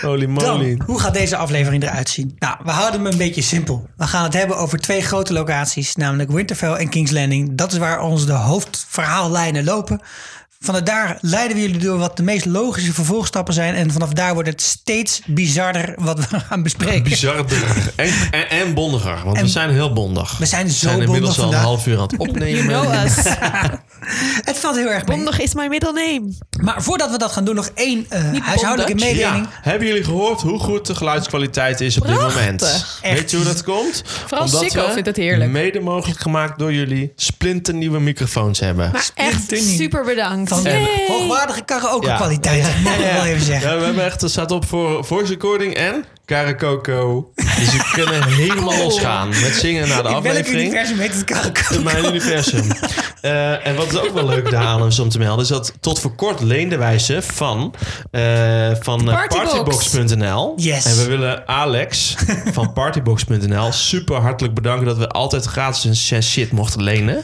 Speaker 6: Holy moly.
Speaker 1: Dan, hoe gaat deze aflevering eruit zien? Nou, we houden hem een beetje simpel. We gaan het hebben over twee grote locaties, namelijk Winterfell en King's Landing. Dat is waar onze de hoofdverhaallijnen lopen. Vanaf daar leiden we jullie door wat de meest logische vervolgstappen zijn. En vanaf daar wordt het steeds bizarder wat we gaan bespreken.
Speaker 6: Bizarder. En, en, en bondiger, want we zijn heel bondig.
Speaker 1: We zijn zo
Speaker 6: zijn
Speaker 1: bondig
Speaker 6: inmiddels al
Speaker 1: vandaag.
Speaker 6: een half uur aan het opnemen.
Speaker 5: know us.
Speaker 1: Het valt heel erg mee.
Speaker 5: Bondig is my middle name.
Speaker 1: Maar voordat we dat gaan doen, nog één eh, huishoudelijke
Speaker 4: bondig.
Speaker 1: mededeling.
Speaker 6: Ja, hebben jullie gehoord hoe goed de geluidskwaliteit is op dit moment? Weet je hoe dat komt?
Speaker 4: Vooral Sikko
Speaker 6: we
Speaker 4: vindt het heerlijk.
Speaker 6: mede mogelijk gemaakt door jullie splinternieuwe microfoons hebben.
Speaker 5: Maar echt
Speaker 1: Splinter niet.
Speaker 5: super bedankt.
Speaker 1: Van
Speaker 6: En-
Speaker 1: hoogwaardige karaoke
Speaker 6: Ja.
Speaker 1: kwaliteit, dat mag ik wel even zeggen.
Speaker 6: Ja, we hebben echt, het staat op voor voice recording en karakoko. Dus we kunnen helemaal losgaan met zingen naar de
Speaker 1: In welk
Speaker 6: aflevering.
Speaker 1: universum heet het
Speaker 6: In
Speaker 1: karaoke?
Speaker 6: mijn universum. Eh, en wat ook wel leuk daaraan is om te melden, is dat tot voor kort leenden wij ze van, eh, van eh,
Speaker 5: Partybox.
Speaker 6: partybox.nl.
Speaker 1: Yes.
Speaker 6: En we willen Alex van partybox.nl super hartelijk bedanken dat we altijd gratis een zes shit mochten lenen.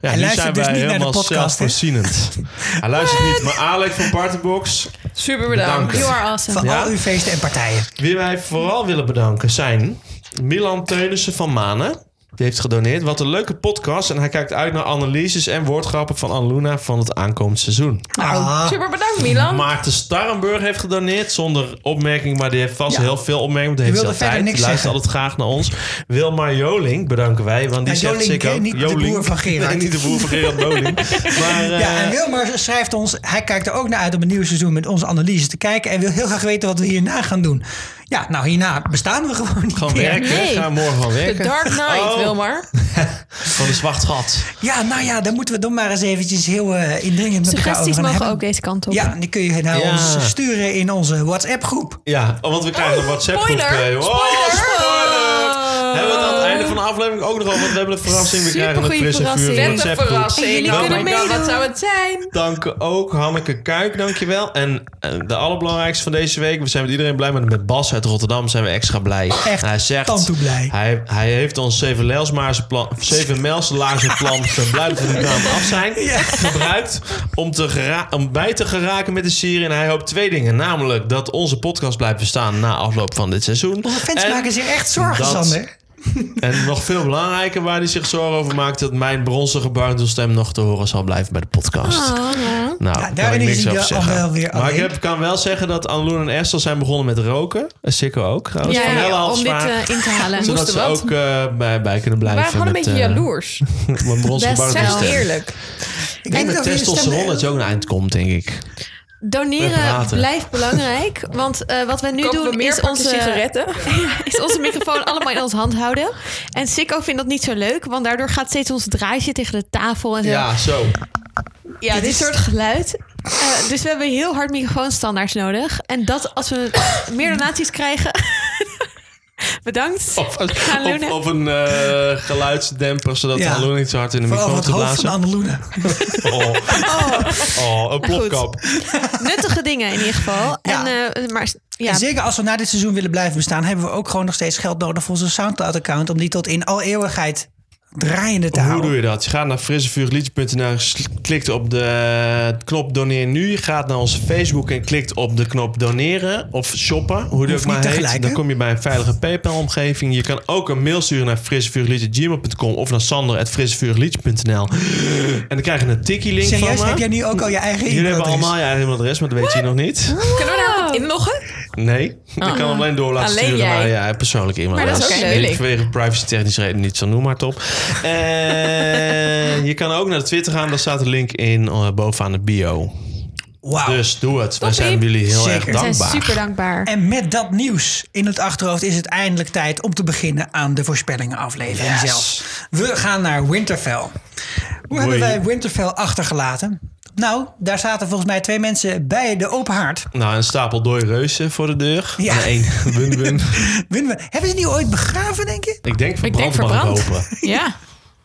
Speaker 6: Ja, nu
Speaker 1: luistert
Speaker 6: zijn
Speaker 1: dus
Speaker 6: wij
Speaker 1: niet naar de
Speaker 6: helemaal
Speaker 1: podcast, hè?
Speaker 6: zelfvoorzienend. Hij luistert niet, maar Alex van Partybox,
Speaker 4: Super
Speaker 6: bedankt.
Speaker 4: bedankt.
Speaker 5: You are awesome.
Speaker 1: Van
Speaker 6: Ja.
Speaker 1: al uw feesten en partijen.
Speaker 6: Wie wij vooral willen bedanken zijn Milan Teunissen van Manen. Die heeft gedoneerd. Wat een leuke podcast. En hij kijkt uit naar analyses en woordgrappen van Anluna van het aankomend seizoen.
Speaker 1: Ah.
Speaker 4: Super bedankt, Milan.
Speaker 6: Maarten Starrenburg heeft gedoneerd. Zonder opmerking, maar die heeft vast
Speaker 1: Ja.
Speaker 6: heel veel opmerkingen. Want die heeft
Speaker 1: wilde
Speaker 6: veel tijd.
Speaker 1: verder
Speaker 6: Die
Speaker 1: niks
Speaker 6: luistert
Speaker 1: zeggen.
Speaker 6: altijd graag naar ons. Wilmar Joling bedanken wij. Want die
Speaker 1: Ja,
Speaker 6: zegt
Speaker 1: Jolink,
Speaker 6: zeker
Speaker 1: hè?
Speaker 6: ook...
Speaker 1: Niet de broer van Gerard.
Speaker 6: Nee, niet de broer van Gerard Joling. Maar, eh,
Speaker 1: Ja, en Wilmar schrijft ons, hij kijkt er ook naar uit om een nieuw seizoen met onze analyses te kijken. En wil heel graag weten wat we hierna gaan doen. Ja, nou hierna bestaan we gewoon niet
Speaker 6: Gaan
Speaker 1: meer.
Speaker 6: werken.
Speaker 4: Nee.
Speaker 6: Gaan morgen gewoon
Speaker 4: The
Speaker 6: werken.
Speaker 4: Dark Knight,
Speaker 6: Oh.
Speaker 4: Wilmar.
Speaker 6: Van de zwart gat.
Speaker 1: Ja, nou ja, dan moeten we dan maar eens eventjes heel eh, indringend met elkaar over
Speaker 5: Suggesties
Speaker 1: gaan
Speaker 5: mogen
Speaker 1: hebben.
Speaker 5: ook deze kant op.
Speaker 1: Ja, die kun je naar
Speaker 6: Ja.
Speaker 1: ons sturen in onze WhatsApp groep.
Speaker 6: Ja, oh, want we krijgen een WhatsApp groep.
Speaker 4: spoiler.
Speaker 6: Oh, spoiler! Hebben we het aan het einde van de aflevering ook nog over? Want we hebben een verrassing. We krijgen een
Speaker 5: Supergoeie
Speaker 6: frisse vuur
Speaker 5: verrassing.
Speaker 4: Wat een
Speaker 6: WhatsApp groep.
Speaker 4: verrassing.
Speaker 5: En jullie
Speaker 4: oh
Speaker 5: kunnen
Speaker 4: my god,
Speaker 5: meedoen.
Speaker 4: wat zou het zijn?
Speaker 6: Dank ook Hanneke Kuik, dankjewel. En eh, de allerbelangrijkste van deze week. We zijn met iedereen blij, maar met Bas uit Rotterdam zijn we extra blij.
Speaker 1: Echt
Speaker 6: hij zegt,
Speaker 1: tandtoe blij.
Speaker 6: Hij, hij heeft ons zeven mijlsmaarse plan, zeven mijlslaarse plan, ik ben blij dat we die naam af zijn, gebruikt om, te gera- om bij te geraken met de serie. En hij hoopt twee dingen. Namelijk dat onze podcast blijft bestaan na afloop van dit seizoen.
Speaker 1: Onze fans
Speaker 6: En-
Speaker 1: maken zich echt zorgen,
Speaker 6: dat-
Speaker 1: Sander.
Speaker 6: en nog veel belangrijker, waar hij zich zorgen over maakt, dat mijn bronzige baritonstem nog te horen zal blijven bij de podcast.
Speaker 5: Oh,
Speaker 6: Nou, daar kan ik
Speaker 1: daarin is
Speaker 6: niks
Speaker 1: hij
Speaker 6: over
Speaker 1: wel- al
Speaker 6: zeggen.
Speaker 1: wel weer
Speaker 6: maar ik
Speaker 1: alleen.
Speaker 6: heb, kan wel zeggen dat Anloen en Esther zijn begonnen met roken. En Sikko ook. Trouwens.
Speaker 5: Ja,
Speaker 6: Van
Speaker 5: ja,
Speaker 6: Helle had
Speaker 5: om dit
Speaker 6: zwaar,
Speaker 5: eh, in te halen.
Speaker 6: zodat
Speaker 4: moesten
Speaker 6: ze
Speaker 4: wat.
Speaker 6: ook eh, bij, bij kunnen blijven.
Speaker 4: We waren gewoon een beetje
Speaker 6: met, eh,
Speaker 4: jaloers.
Speaker 6: Mijn bronzige
Speaker 5: Best
Speaker 4: Zeg
Speaker 5: zelf.
Speaker 6: baritonstem.
Speaker 4: eerlijk.
Speaker 1: Ik denk
Speaker 6: En de
Speaker 1: dat we hier
Speaker 6: testosteron
Speaker 1: stemmen-
Speaker 6: dat je ook naar eind komt, denk ik.
Speaker 5: Doneren
Speaker 6: Praten.
Speaker 5: blijft belangrijk. Want eh, wat we nu
Speaker 4: Kopen
Speaker 5: doen
Speaker 4: we meer
Speaker 5: is
Speaker 4: pakjes
Speaker 5: onze,
Speaker 4: sigaretten?
Speaker 5: is onze microfoon allemaal in onze hand houden. En Sikko vindt dat niet zo leuk. Want daardoor gaat steeds ons draaitje tegen de tafel. En zo.
Speaker 6: Ja, zo.
Speaker 5: Ja, dit soort geluid. Eh, dus we hebben heel hard microfoonstandaards nodig. En dat als we meer donaties krijgen. Bedankt.
Speaker 6: Of,
Speaker 5: Gaan
Speaker 6: of,
Speaker 5: Loenen.
Speaker 6: of een eh, geluidsdemper, zodat
Speaker 1: Ja.
Speaker 6: Anloen niet zo hard in de
Speaker 1: Vooral
Speaker 6: microfoon
Speaker 1: het
Speaker 6: te
Speaker 1: hoofd van
Speaker 6: blazen.
Speaker 1: Anneloene.
Speaker 6: Oh. oh, een plopkap.
Speaker 4: Oh.
Speaker 5: Nuttige dingen in ieder geval.
Speaker 1: Ja.
Speaker 5: En, eh, maar ja,
Speaker 1: En zeker als we na dit seizoen willen blijven bestaan... hebben we ook gewoon nog steeds geld nodig voor onze Soundcloud-account... om die tot in al eeuwigheid draaiende te
Speaker 6: Hoe
Speaker 1: houden.
Speaker 6: doe je dat? Je gaat naar frissevuurliedje.nl, sl- klikt op de knop doneer nu. Je gaat naar onze Facebook en klikt op de knop doneren of shoppen. Hoe je
Speaker 1: Hoeft
Speaker 6: ook maar
Speaker 1: niet
Speaker 6: heet.
Speaker 1: tegelijk, hè?
Speaker 6: Dan kom je bij een veilige PayPal-omgeving. Je kan ook een mail sturen naar frissevuurliedje.gmail.com of naar sander.frissevuurliedje.nl. En dan krijg je een tikkie-link van
Speaker 1: Serieus, heb jij
Speaker 6: me.
Speaker 1: nu ook al je eigen
Speaker 6: Jullie hebben
Speaker 1: e-mailadres?
Speaker 6: allemaal je eigen adres, maar dat weet je nog niet.
Speaker 4: Kunnen we daar wat inloggen?
Speaker 6: Nee, ik kan hem alleen door laten
Speaker 4: Alleen
Speaker 6: sturen
Speaker 4: jij.
Speaker 6: naar ja, persoonlijk iemand.
Speaker 4: Maar dat is ook
Speaker 6: ik
Speaker 4: leuk.
Speaker 6: vanwege privacy technische reden niet zo noem maar het op. en je kan ook naar de Twitter gaan, daar staat de link in eh, bovenaan de bio.
Speaker 1: Wauw.
Speaker 6: Dus doe het. Wij zijn
Speaker 5: Toppie.
Speaker 6: jullie heel
Speaker 1: Zeker.
Speaker 6: erg
Speaker 1: We zijn
Speaker 5: we
Speaker 6: dankbaar.
Speaker 5: zijn super dankbaar.
Speaker 1: En met dat nieuws in het achterhoofd is het eindelijk tijd om te beginnen aan de voorspellingenaflevering
Speaker 6: Yes.
Speaker 1: zelf. We gaan naar Winterfell. Hoe hebben wij Winterfell achtergelaten? Nou, daar zaten volgens mij twee mensen bij de open haard.
Speaker 6: Nou, een stapel dooi reuzen voor de deur.
Speaker 1: Ja.
Speaker 6: Ja. één win-win.
Speaker 1: Winnen we- Hebben ze die ooit begraven, denk je?
Speaker 6: Ik denk
Speaker 4: Ik denk
Speaker 6: verbrand mag ik
Speaker 4: verbrand.
Speaker 6: hopen.
Speaker 4: Ja.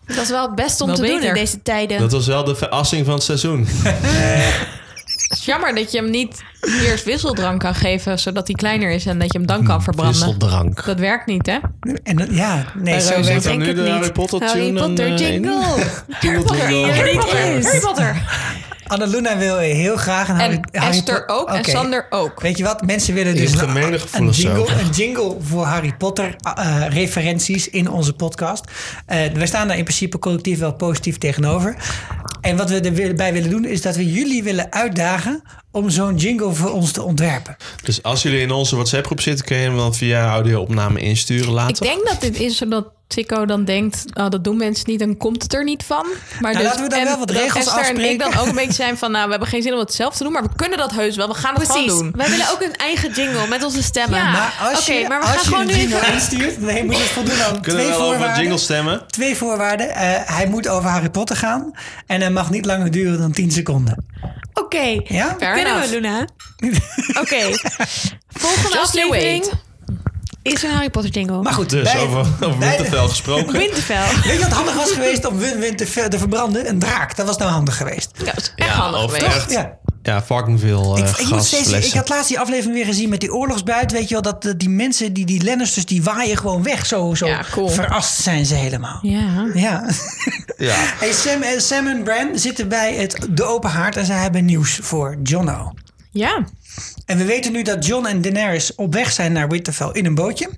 Speaker 5: Dat is wel het beste om
Speaker 4: Wel
Speaker 5: te doen in
Speaker 4: beter.
Speaker 5: deze tijden.
Speaker 6: Dat was wel de verassing van het seizoen.
Speaker 4: Het is jammer dat je hem niet eerst wisseldrank kan geven, zodat hij kleiner is en dat je hem
Speaker 1: Hmm,
Speaker 4: dan kan verbranden.
Speaker 6: Wisseldrank.
Speaker 4: Dat werkt niet, hè?
Speaker 1: En, dan- ja, nee,
Speaker 4: Bij
Speaker 1: zo
Speaker 4: Rosa.
Speaker 1: werkt
Speaker 6: Moet dan
Speaker 5: denk
Speaker 6: nu
Speaker 5: het
Speaker 6: de
Speaker 5: niet.
Speaker 6: Harry Potter
Speaker 5: Harry
Speaker 6: tune eh, en,
Speaker 5: Potter
Speaker 6: eh, in?
Speaker 5: jingle.
Speaker 6: Jingle, jingle.
Speaker 5: Harry Potter. Harry Potter.
Speaker 1: Annaluna wil heel graag. En,
Speaker 4: En
Speaker 1: Harry- Harry
Speaker 4: Esther
Speaker 1: Po-
Speaker 4: ook en
Speaker 1: Oké.
Speaker 4: Sander ook.
Speaker 1: Weet je wat? Mensen willen dus
Speaker 6: heb
Speaker 1: een,
Speaker 6: gemene
Speaker 1: een,
Speaker 6: gevoelens
Speaker 1: jingle,
Speaker 6: over.
Speaker 1: een jingle voor Harry Potter eh, eh, referenties in onze podcast. Eh, we staan daar in principe collectief wel positief tegenover. En wat we erbij willen doen is dat we jullie willen uitdagen om zo'n jingle voor ons te ontwerpen.
Speaker 6: Dus als jullie in onze WhatsApp-groep zitten, kun je hem dan via audio-opname insturen
Speaker 1: Ah,
Speaker 4: Ik
Speaker 6: later.
Speaker 4: denk dat dit is zodat Tico dan denkt, oh, dat doen mensen niet, dan komt het er niet van. Maar
Speaker 1: Nou,
Speaker 4: dus,
Speaker 1: laten we dan
Speaker 4: en
Speaker 1: wel wat
Speaker 4: dat
Speaker 1: regels
Speaker 4: Esther en ik
Speaker 1: afspreken.
Speaker 4: dan ook een beetje zijn van, nou, we hebben geen zin om het zelf te doen, maar we kunnen dat heus wel. We gaan het
Speaker 5: Precies.
Speaker 4: gewoon doen.
Speaker 5: Wij willen ook een eigen jingle met onze stemmen.
Speaker 4: Ja.
Speaker 1: Maar als
Speaker 5: Oké,
Speaker 1: je,
Speaker 5: maar we
Speaker 1: als
Speaker 5: gaan
Speaker 1: je
Speaker 5: gewoon
Speaker 1: een
Speaker 5: nu
Speaker 1: jingle
Speaker 5: even-
Speaker 1: instuurt, nee, moet je het voldoen aan
Speaker 6: Kunnen
Speaker 1: twee
Speaker 6: we wel over een
Speaker 1: voorwaarden.
Speaker 6: jingle stemmen?
Speaker 1: Twee voorwaarden. Eh, hij moet over Harry Potter gaan. En hij mag niet langer duren dan 10 seconden.
Speaker 5: Oké.
Speaker 1: Ja?
Speaker 4: Fair
Speaker 5: Kunnen
Speaker 4: enough.
Speaker 5: we, Luna? Oké. Volgende
Speaker 4: Just you
Speaker 5: aflevering is een Harry Potter jingle.
Speaker 1: Maar goed,
Speaker 6: Dus
Speaker 1: bij-
Speaker 6: over, over
Speaker 1: bij-
Speaker 6: Winterfell gesproken.
Speaker 5: Winterfell.
Speaker 1: Weet je wat handig was geweest om Win Win te, ver- te verbranden? Een draak, dat was nou handig geweest.
Speaker 4: Ja, dat is echt
Speaker 6: Ja,
Speaker 4: handig
Speaker 6: over
Speaker 4: geweest.
Speaker 6: echt.
Speaker 1: Ja.
Speaker 6: Ja, fucking veel eh
Speaker 1: Ik, ik, moet steeds, ik
Speaker 6: gasflessen.
Speaker 1: had laatst die aflevering weer gezien met die oorlogsbuit. Weet je wel, dat eh, die mensen, die, die Lannisters, die waaien gewoon weg. Zo, zo
Speaker 4: Ja, cool.
Speaker 1: verrast zijn ze helemaal.
Speaker 4: Ja.
Speaker 1: Ja.
Speaker 6: Ja.
Speaker 1: Hey, Sam, en- Sam en Bran zitten bij het, de open haard en zij hebben nieuws voor Jono.
Speaker 4: Ja.
Speaker 1: En we weten nu dat John en Daenerys op weg zijn naar Winterfell in een bootje.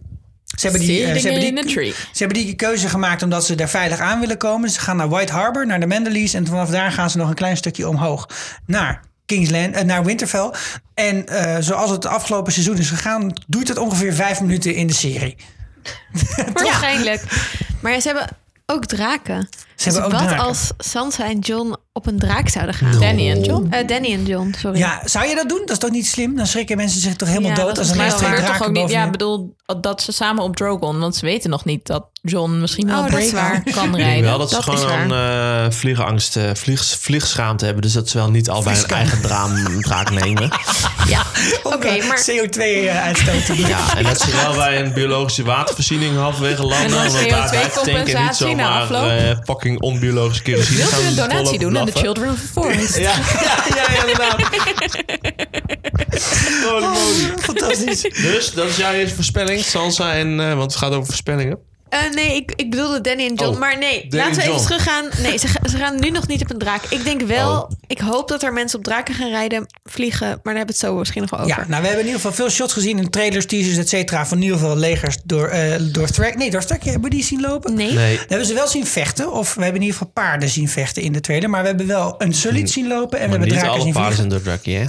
Speaker 1: Ze hebben, die, eh, ze,
Speaker 4: Sailing
Speaker 1: hebben
Speaker 4: in a
Speaker 1: die,
Speaker 4: tree.
Speaker 6: Oh.
Speaker 1: ze hebben die keuze gemaakt omdat ze daar veilig aan willen komen. Ze gaan naar White Harbor, naar de Manderleys. En vanaf daar gaan ze nog een klein stukje omhoog naar, Kingsland, eh, naar Winterfell. En eh, zoals het afgelopen seizoen is gegaan, duurt het ongeveer vijf minuten in de serie.
Speaker 5: Waarschijnlijk. Maar ja, ze hebben ook draken.
Speaker 1: Ze hebben
Speaker 5: dus
Speaker 1: ook
Speaker 5: wat
Speaker 1: draken.
Speaker 5: als Sansa en John op een draak zouden gaan?
Speaker 4: Danny en John.
Speaker 5: Eh, Danny en John, sorry.
Speaker 1: Ja, zou je dat doen? Dat is toch niet slim? Dan schrikken mensen zich toch helemaal
Speaker 5: Ja,
Speaker 1: dood
Speaker 5: dat
Speaker 1: als er
Speaker 5: is
Speaker 1: maar
Speaker 4: Maar
Speaker 5: mij
Speaker 1: twee
Speaker 4: dat
Speaker 5: wel.
Speaker 1: draken
Speaker 4: gebeurt toch ook niet.
Speaker 1: boven
Speaker 4: Ja,
Speaker 1: je-
Speaker 4: ik bedoel dat ze samen op Drogon, want ze weten nog niet dat John misschien wel
Speaker 5: Oh, dat is
Speaker 4: Braver
Speaker 5: waar.
Speaker 4: kan
Speaker 6: Ik
Speaker 4: rijden.
Speaker 6: denk wel dat ze
Speaker 4: is
Speaker 6: gewoon
Speaker 4: waar.
Speaker 6: een eh, vliegenangst, eh, vliegs, vliegschaamte hebben. Dus dat ze wel niet al bij hun eigen draam, draak nemen.
Speaker 5: Ja. Oké, maar
Speaker 1: CO2-uitstoot te doen.
Speaker 6: Ja, en dat ze wel bij een biologische watervoorziening halverwege
Speaker 4: En
Speaker 6: landen.
Speaker 4: dan
Speaker 6: omdat daar bij te tanken niet
Speaker 4: CO2-compensatie na
Speaker 6: zomaar
Speaker 4: afloop.
Speaker 6: eh, fucking onbiologische kerosine
Speaker 4: Wilt u een
Speaker 6: gaan
Speaker 4: donatie
Speaker 6: volop
Speaker 4: doen aan de
Speaker 6: blaffen.
Speaker 4: Children of the Forest?
Speaker 6: Ja, ja, ja, ja, inderdaad. Holy moly.
Speaker 1: Fantastisch.
Speaker 6: Dus dat is jouw eerste voorspelling, Sansa en... eh, want het gaat over voorspellingen.
Speaker 5: eh, nee, ik, ik bedoelde Danny en John.
Speaker 6: Oh,
Speaker 5: maar nee,
Speaker 6: Danny
Speaker 5: laten we
Speaker 6: en
Speaker 5: even
Speaker 6: John.
Speaker 5: teruggaan. Nee, ze, ga- ze gaan nu nog niet op een draak. Ik denk wel,
Speaker 6: Oh.
Speaker 5: ik hoop dat er mensen op draken gaan rijden, vliegen. Maar daar hebben we het zo misschien nog wel over.
Speaker 1: Ja, nou, we hebben in ieder geval veel shots gezien in trailers, teasers, et cetera. Van in ieder geval legers door, eh door Thrak. Nee, door Thrak hebben we die zien lopen.
Speaker 5: Nee.
Speaker 6: Nee.
Speaker 1: We hebben ze wel zien vechten, of we hebben in ieder geval paarden zien vechten in de trailer. Maar we hebben wel een Sully zien lopen en we
Speaker 6: Hm. Maar
Speaker 1: hebben
Speaker 6: niet
Speaker 1: draken
Speaker 6: alle
Speaker 1: zien
Speaker 6: paarden
Speaker 1: vliegen.
Speaker 6: zijn doordrakkie, hè?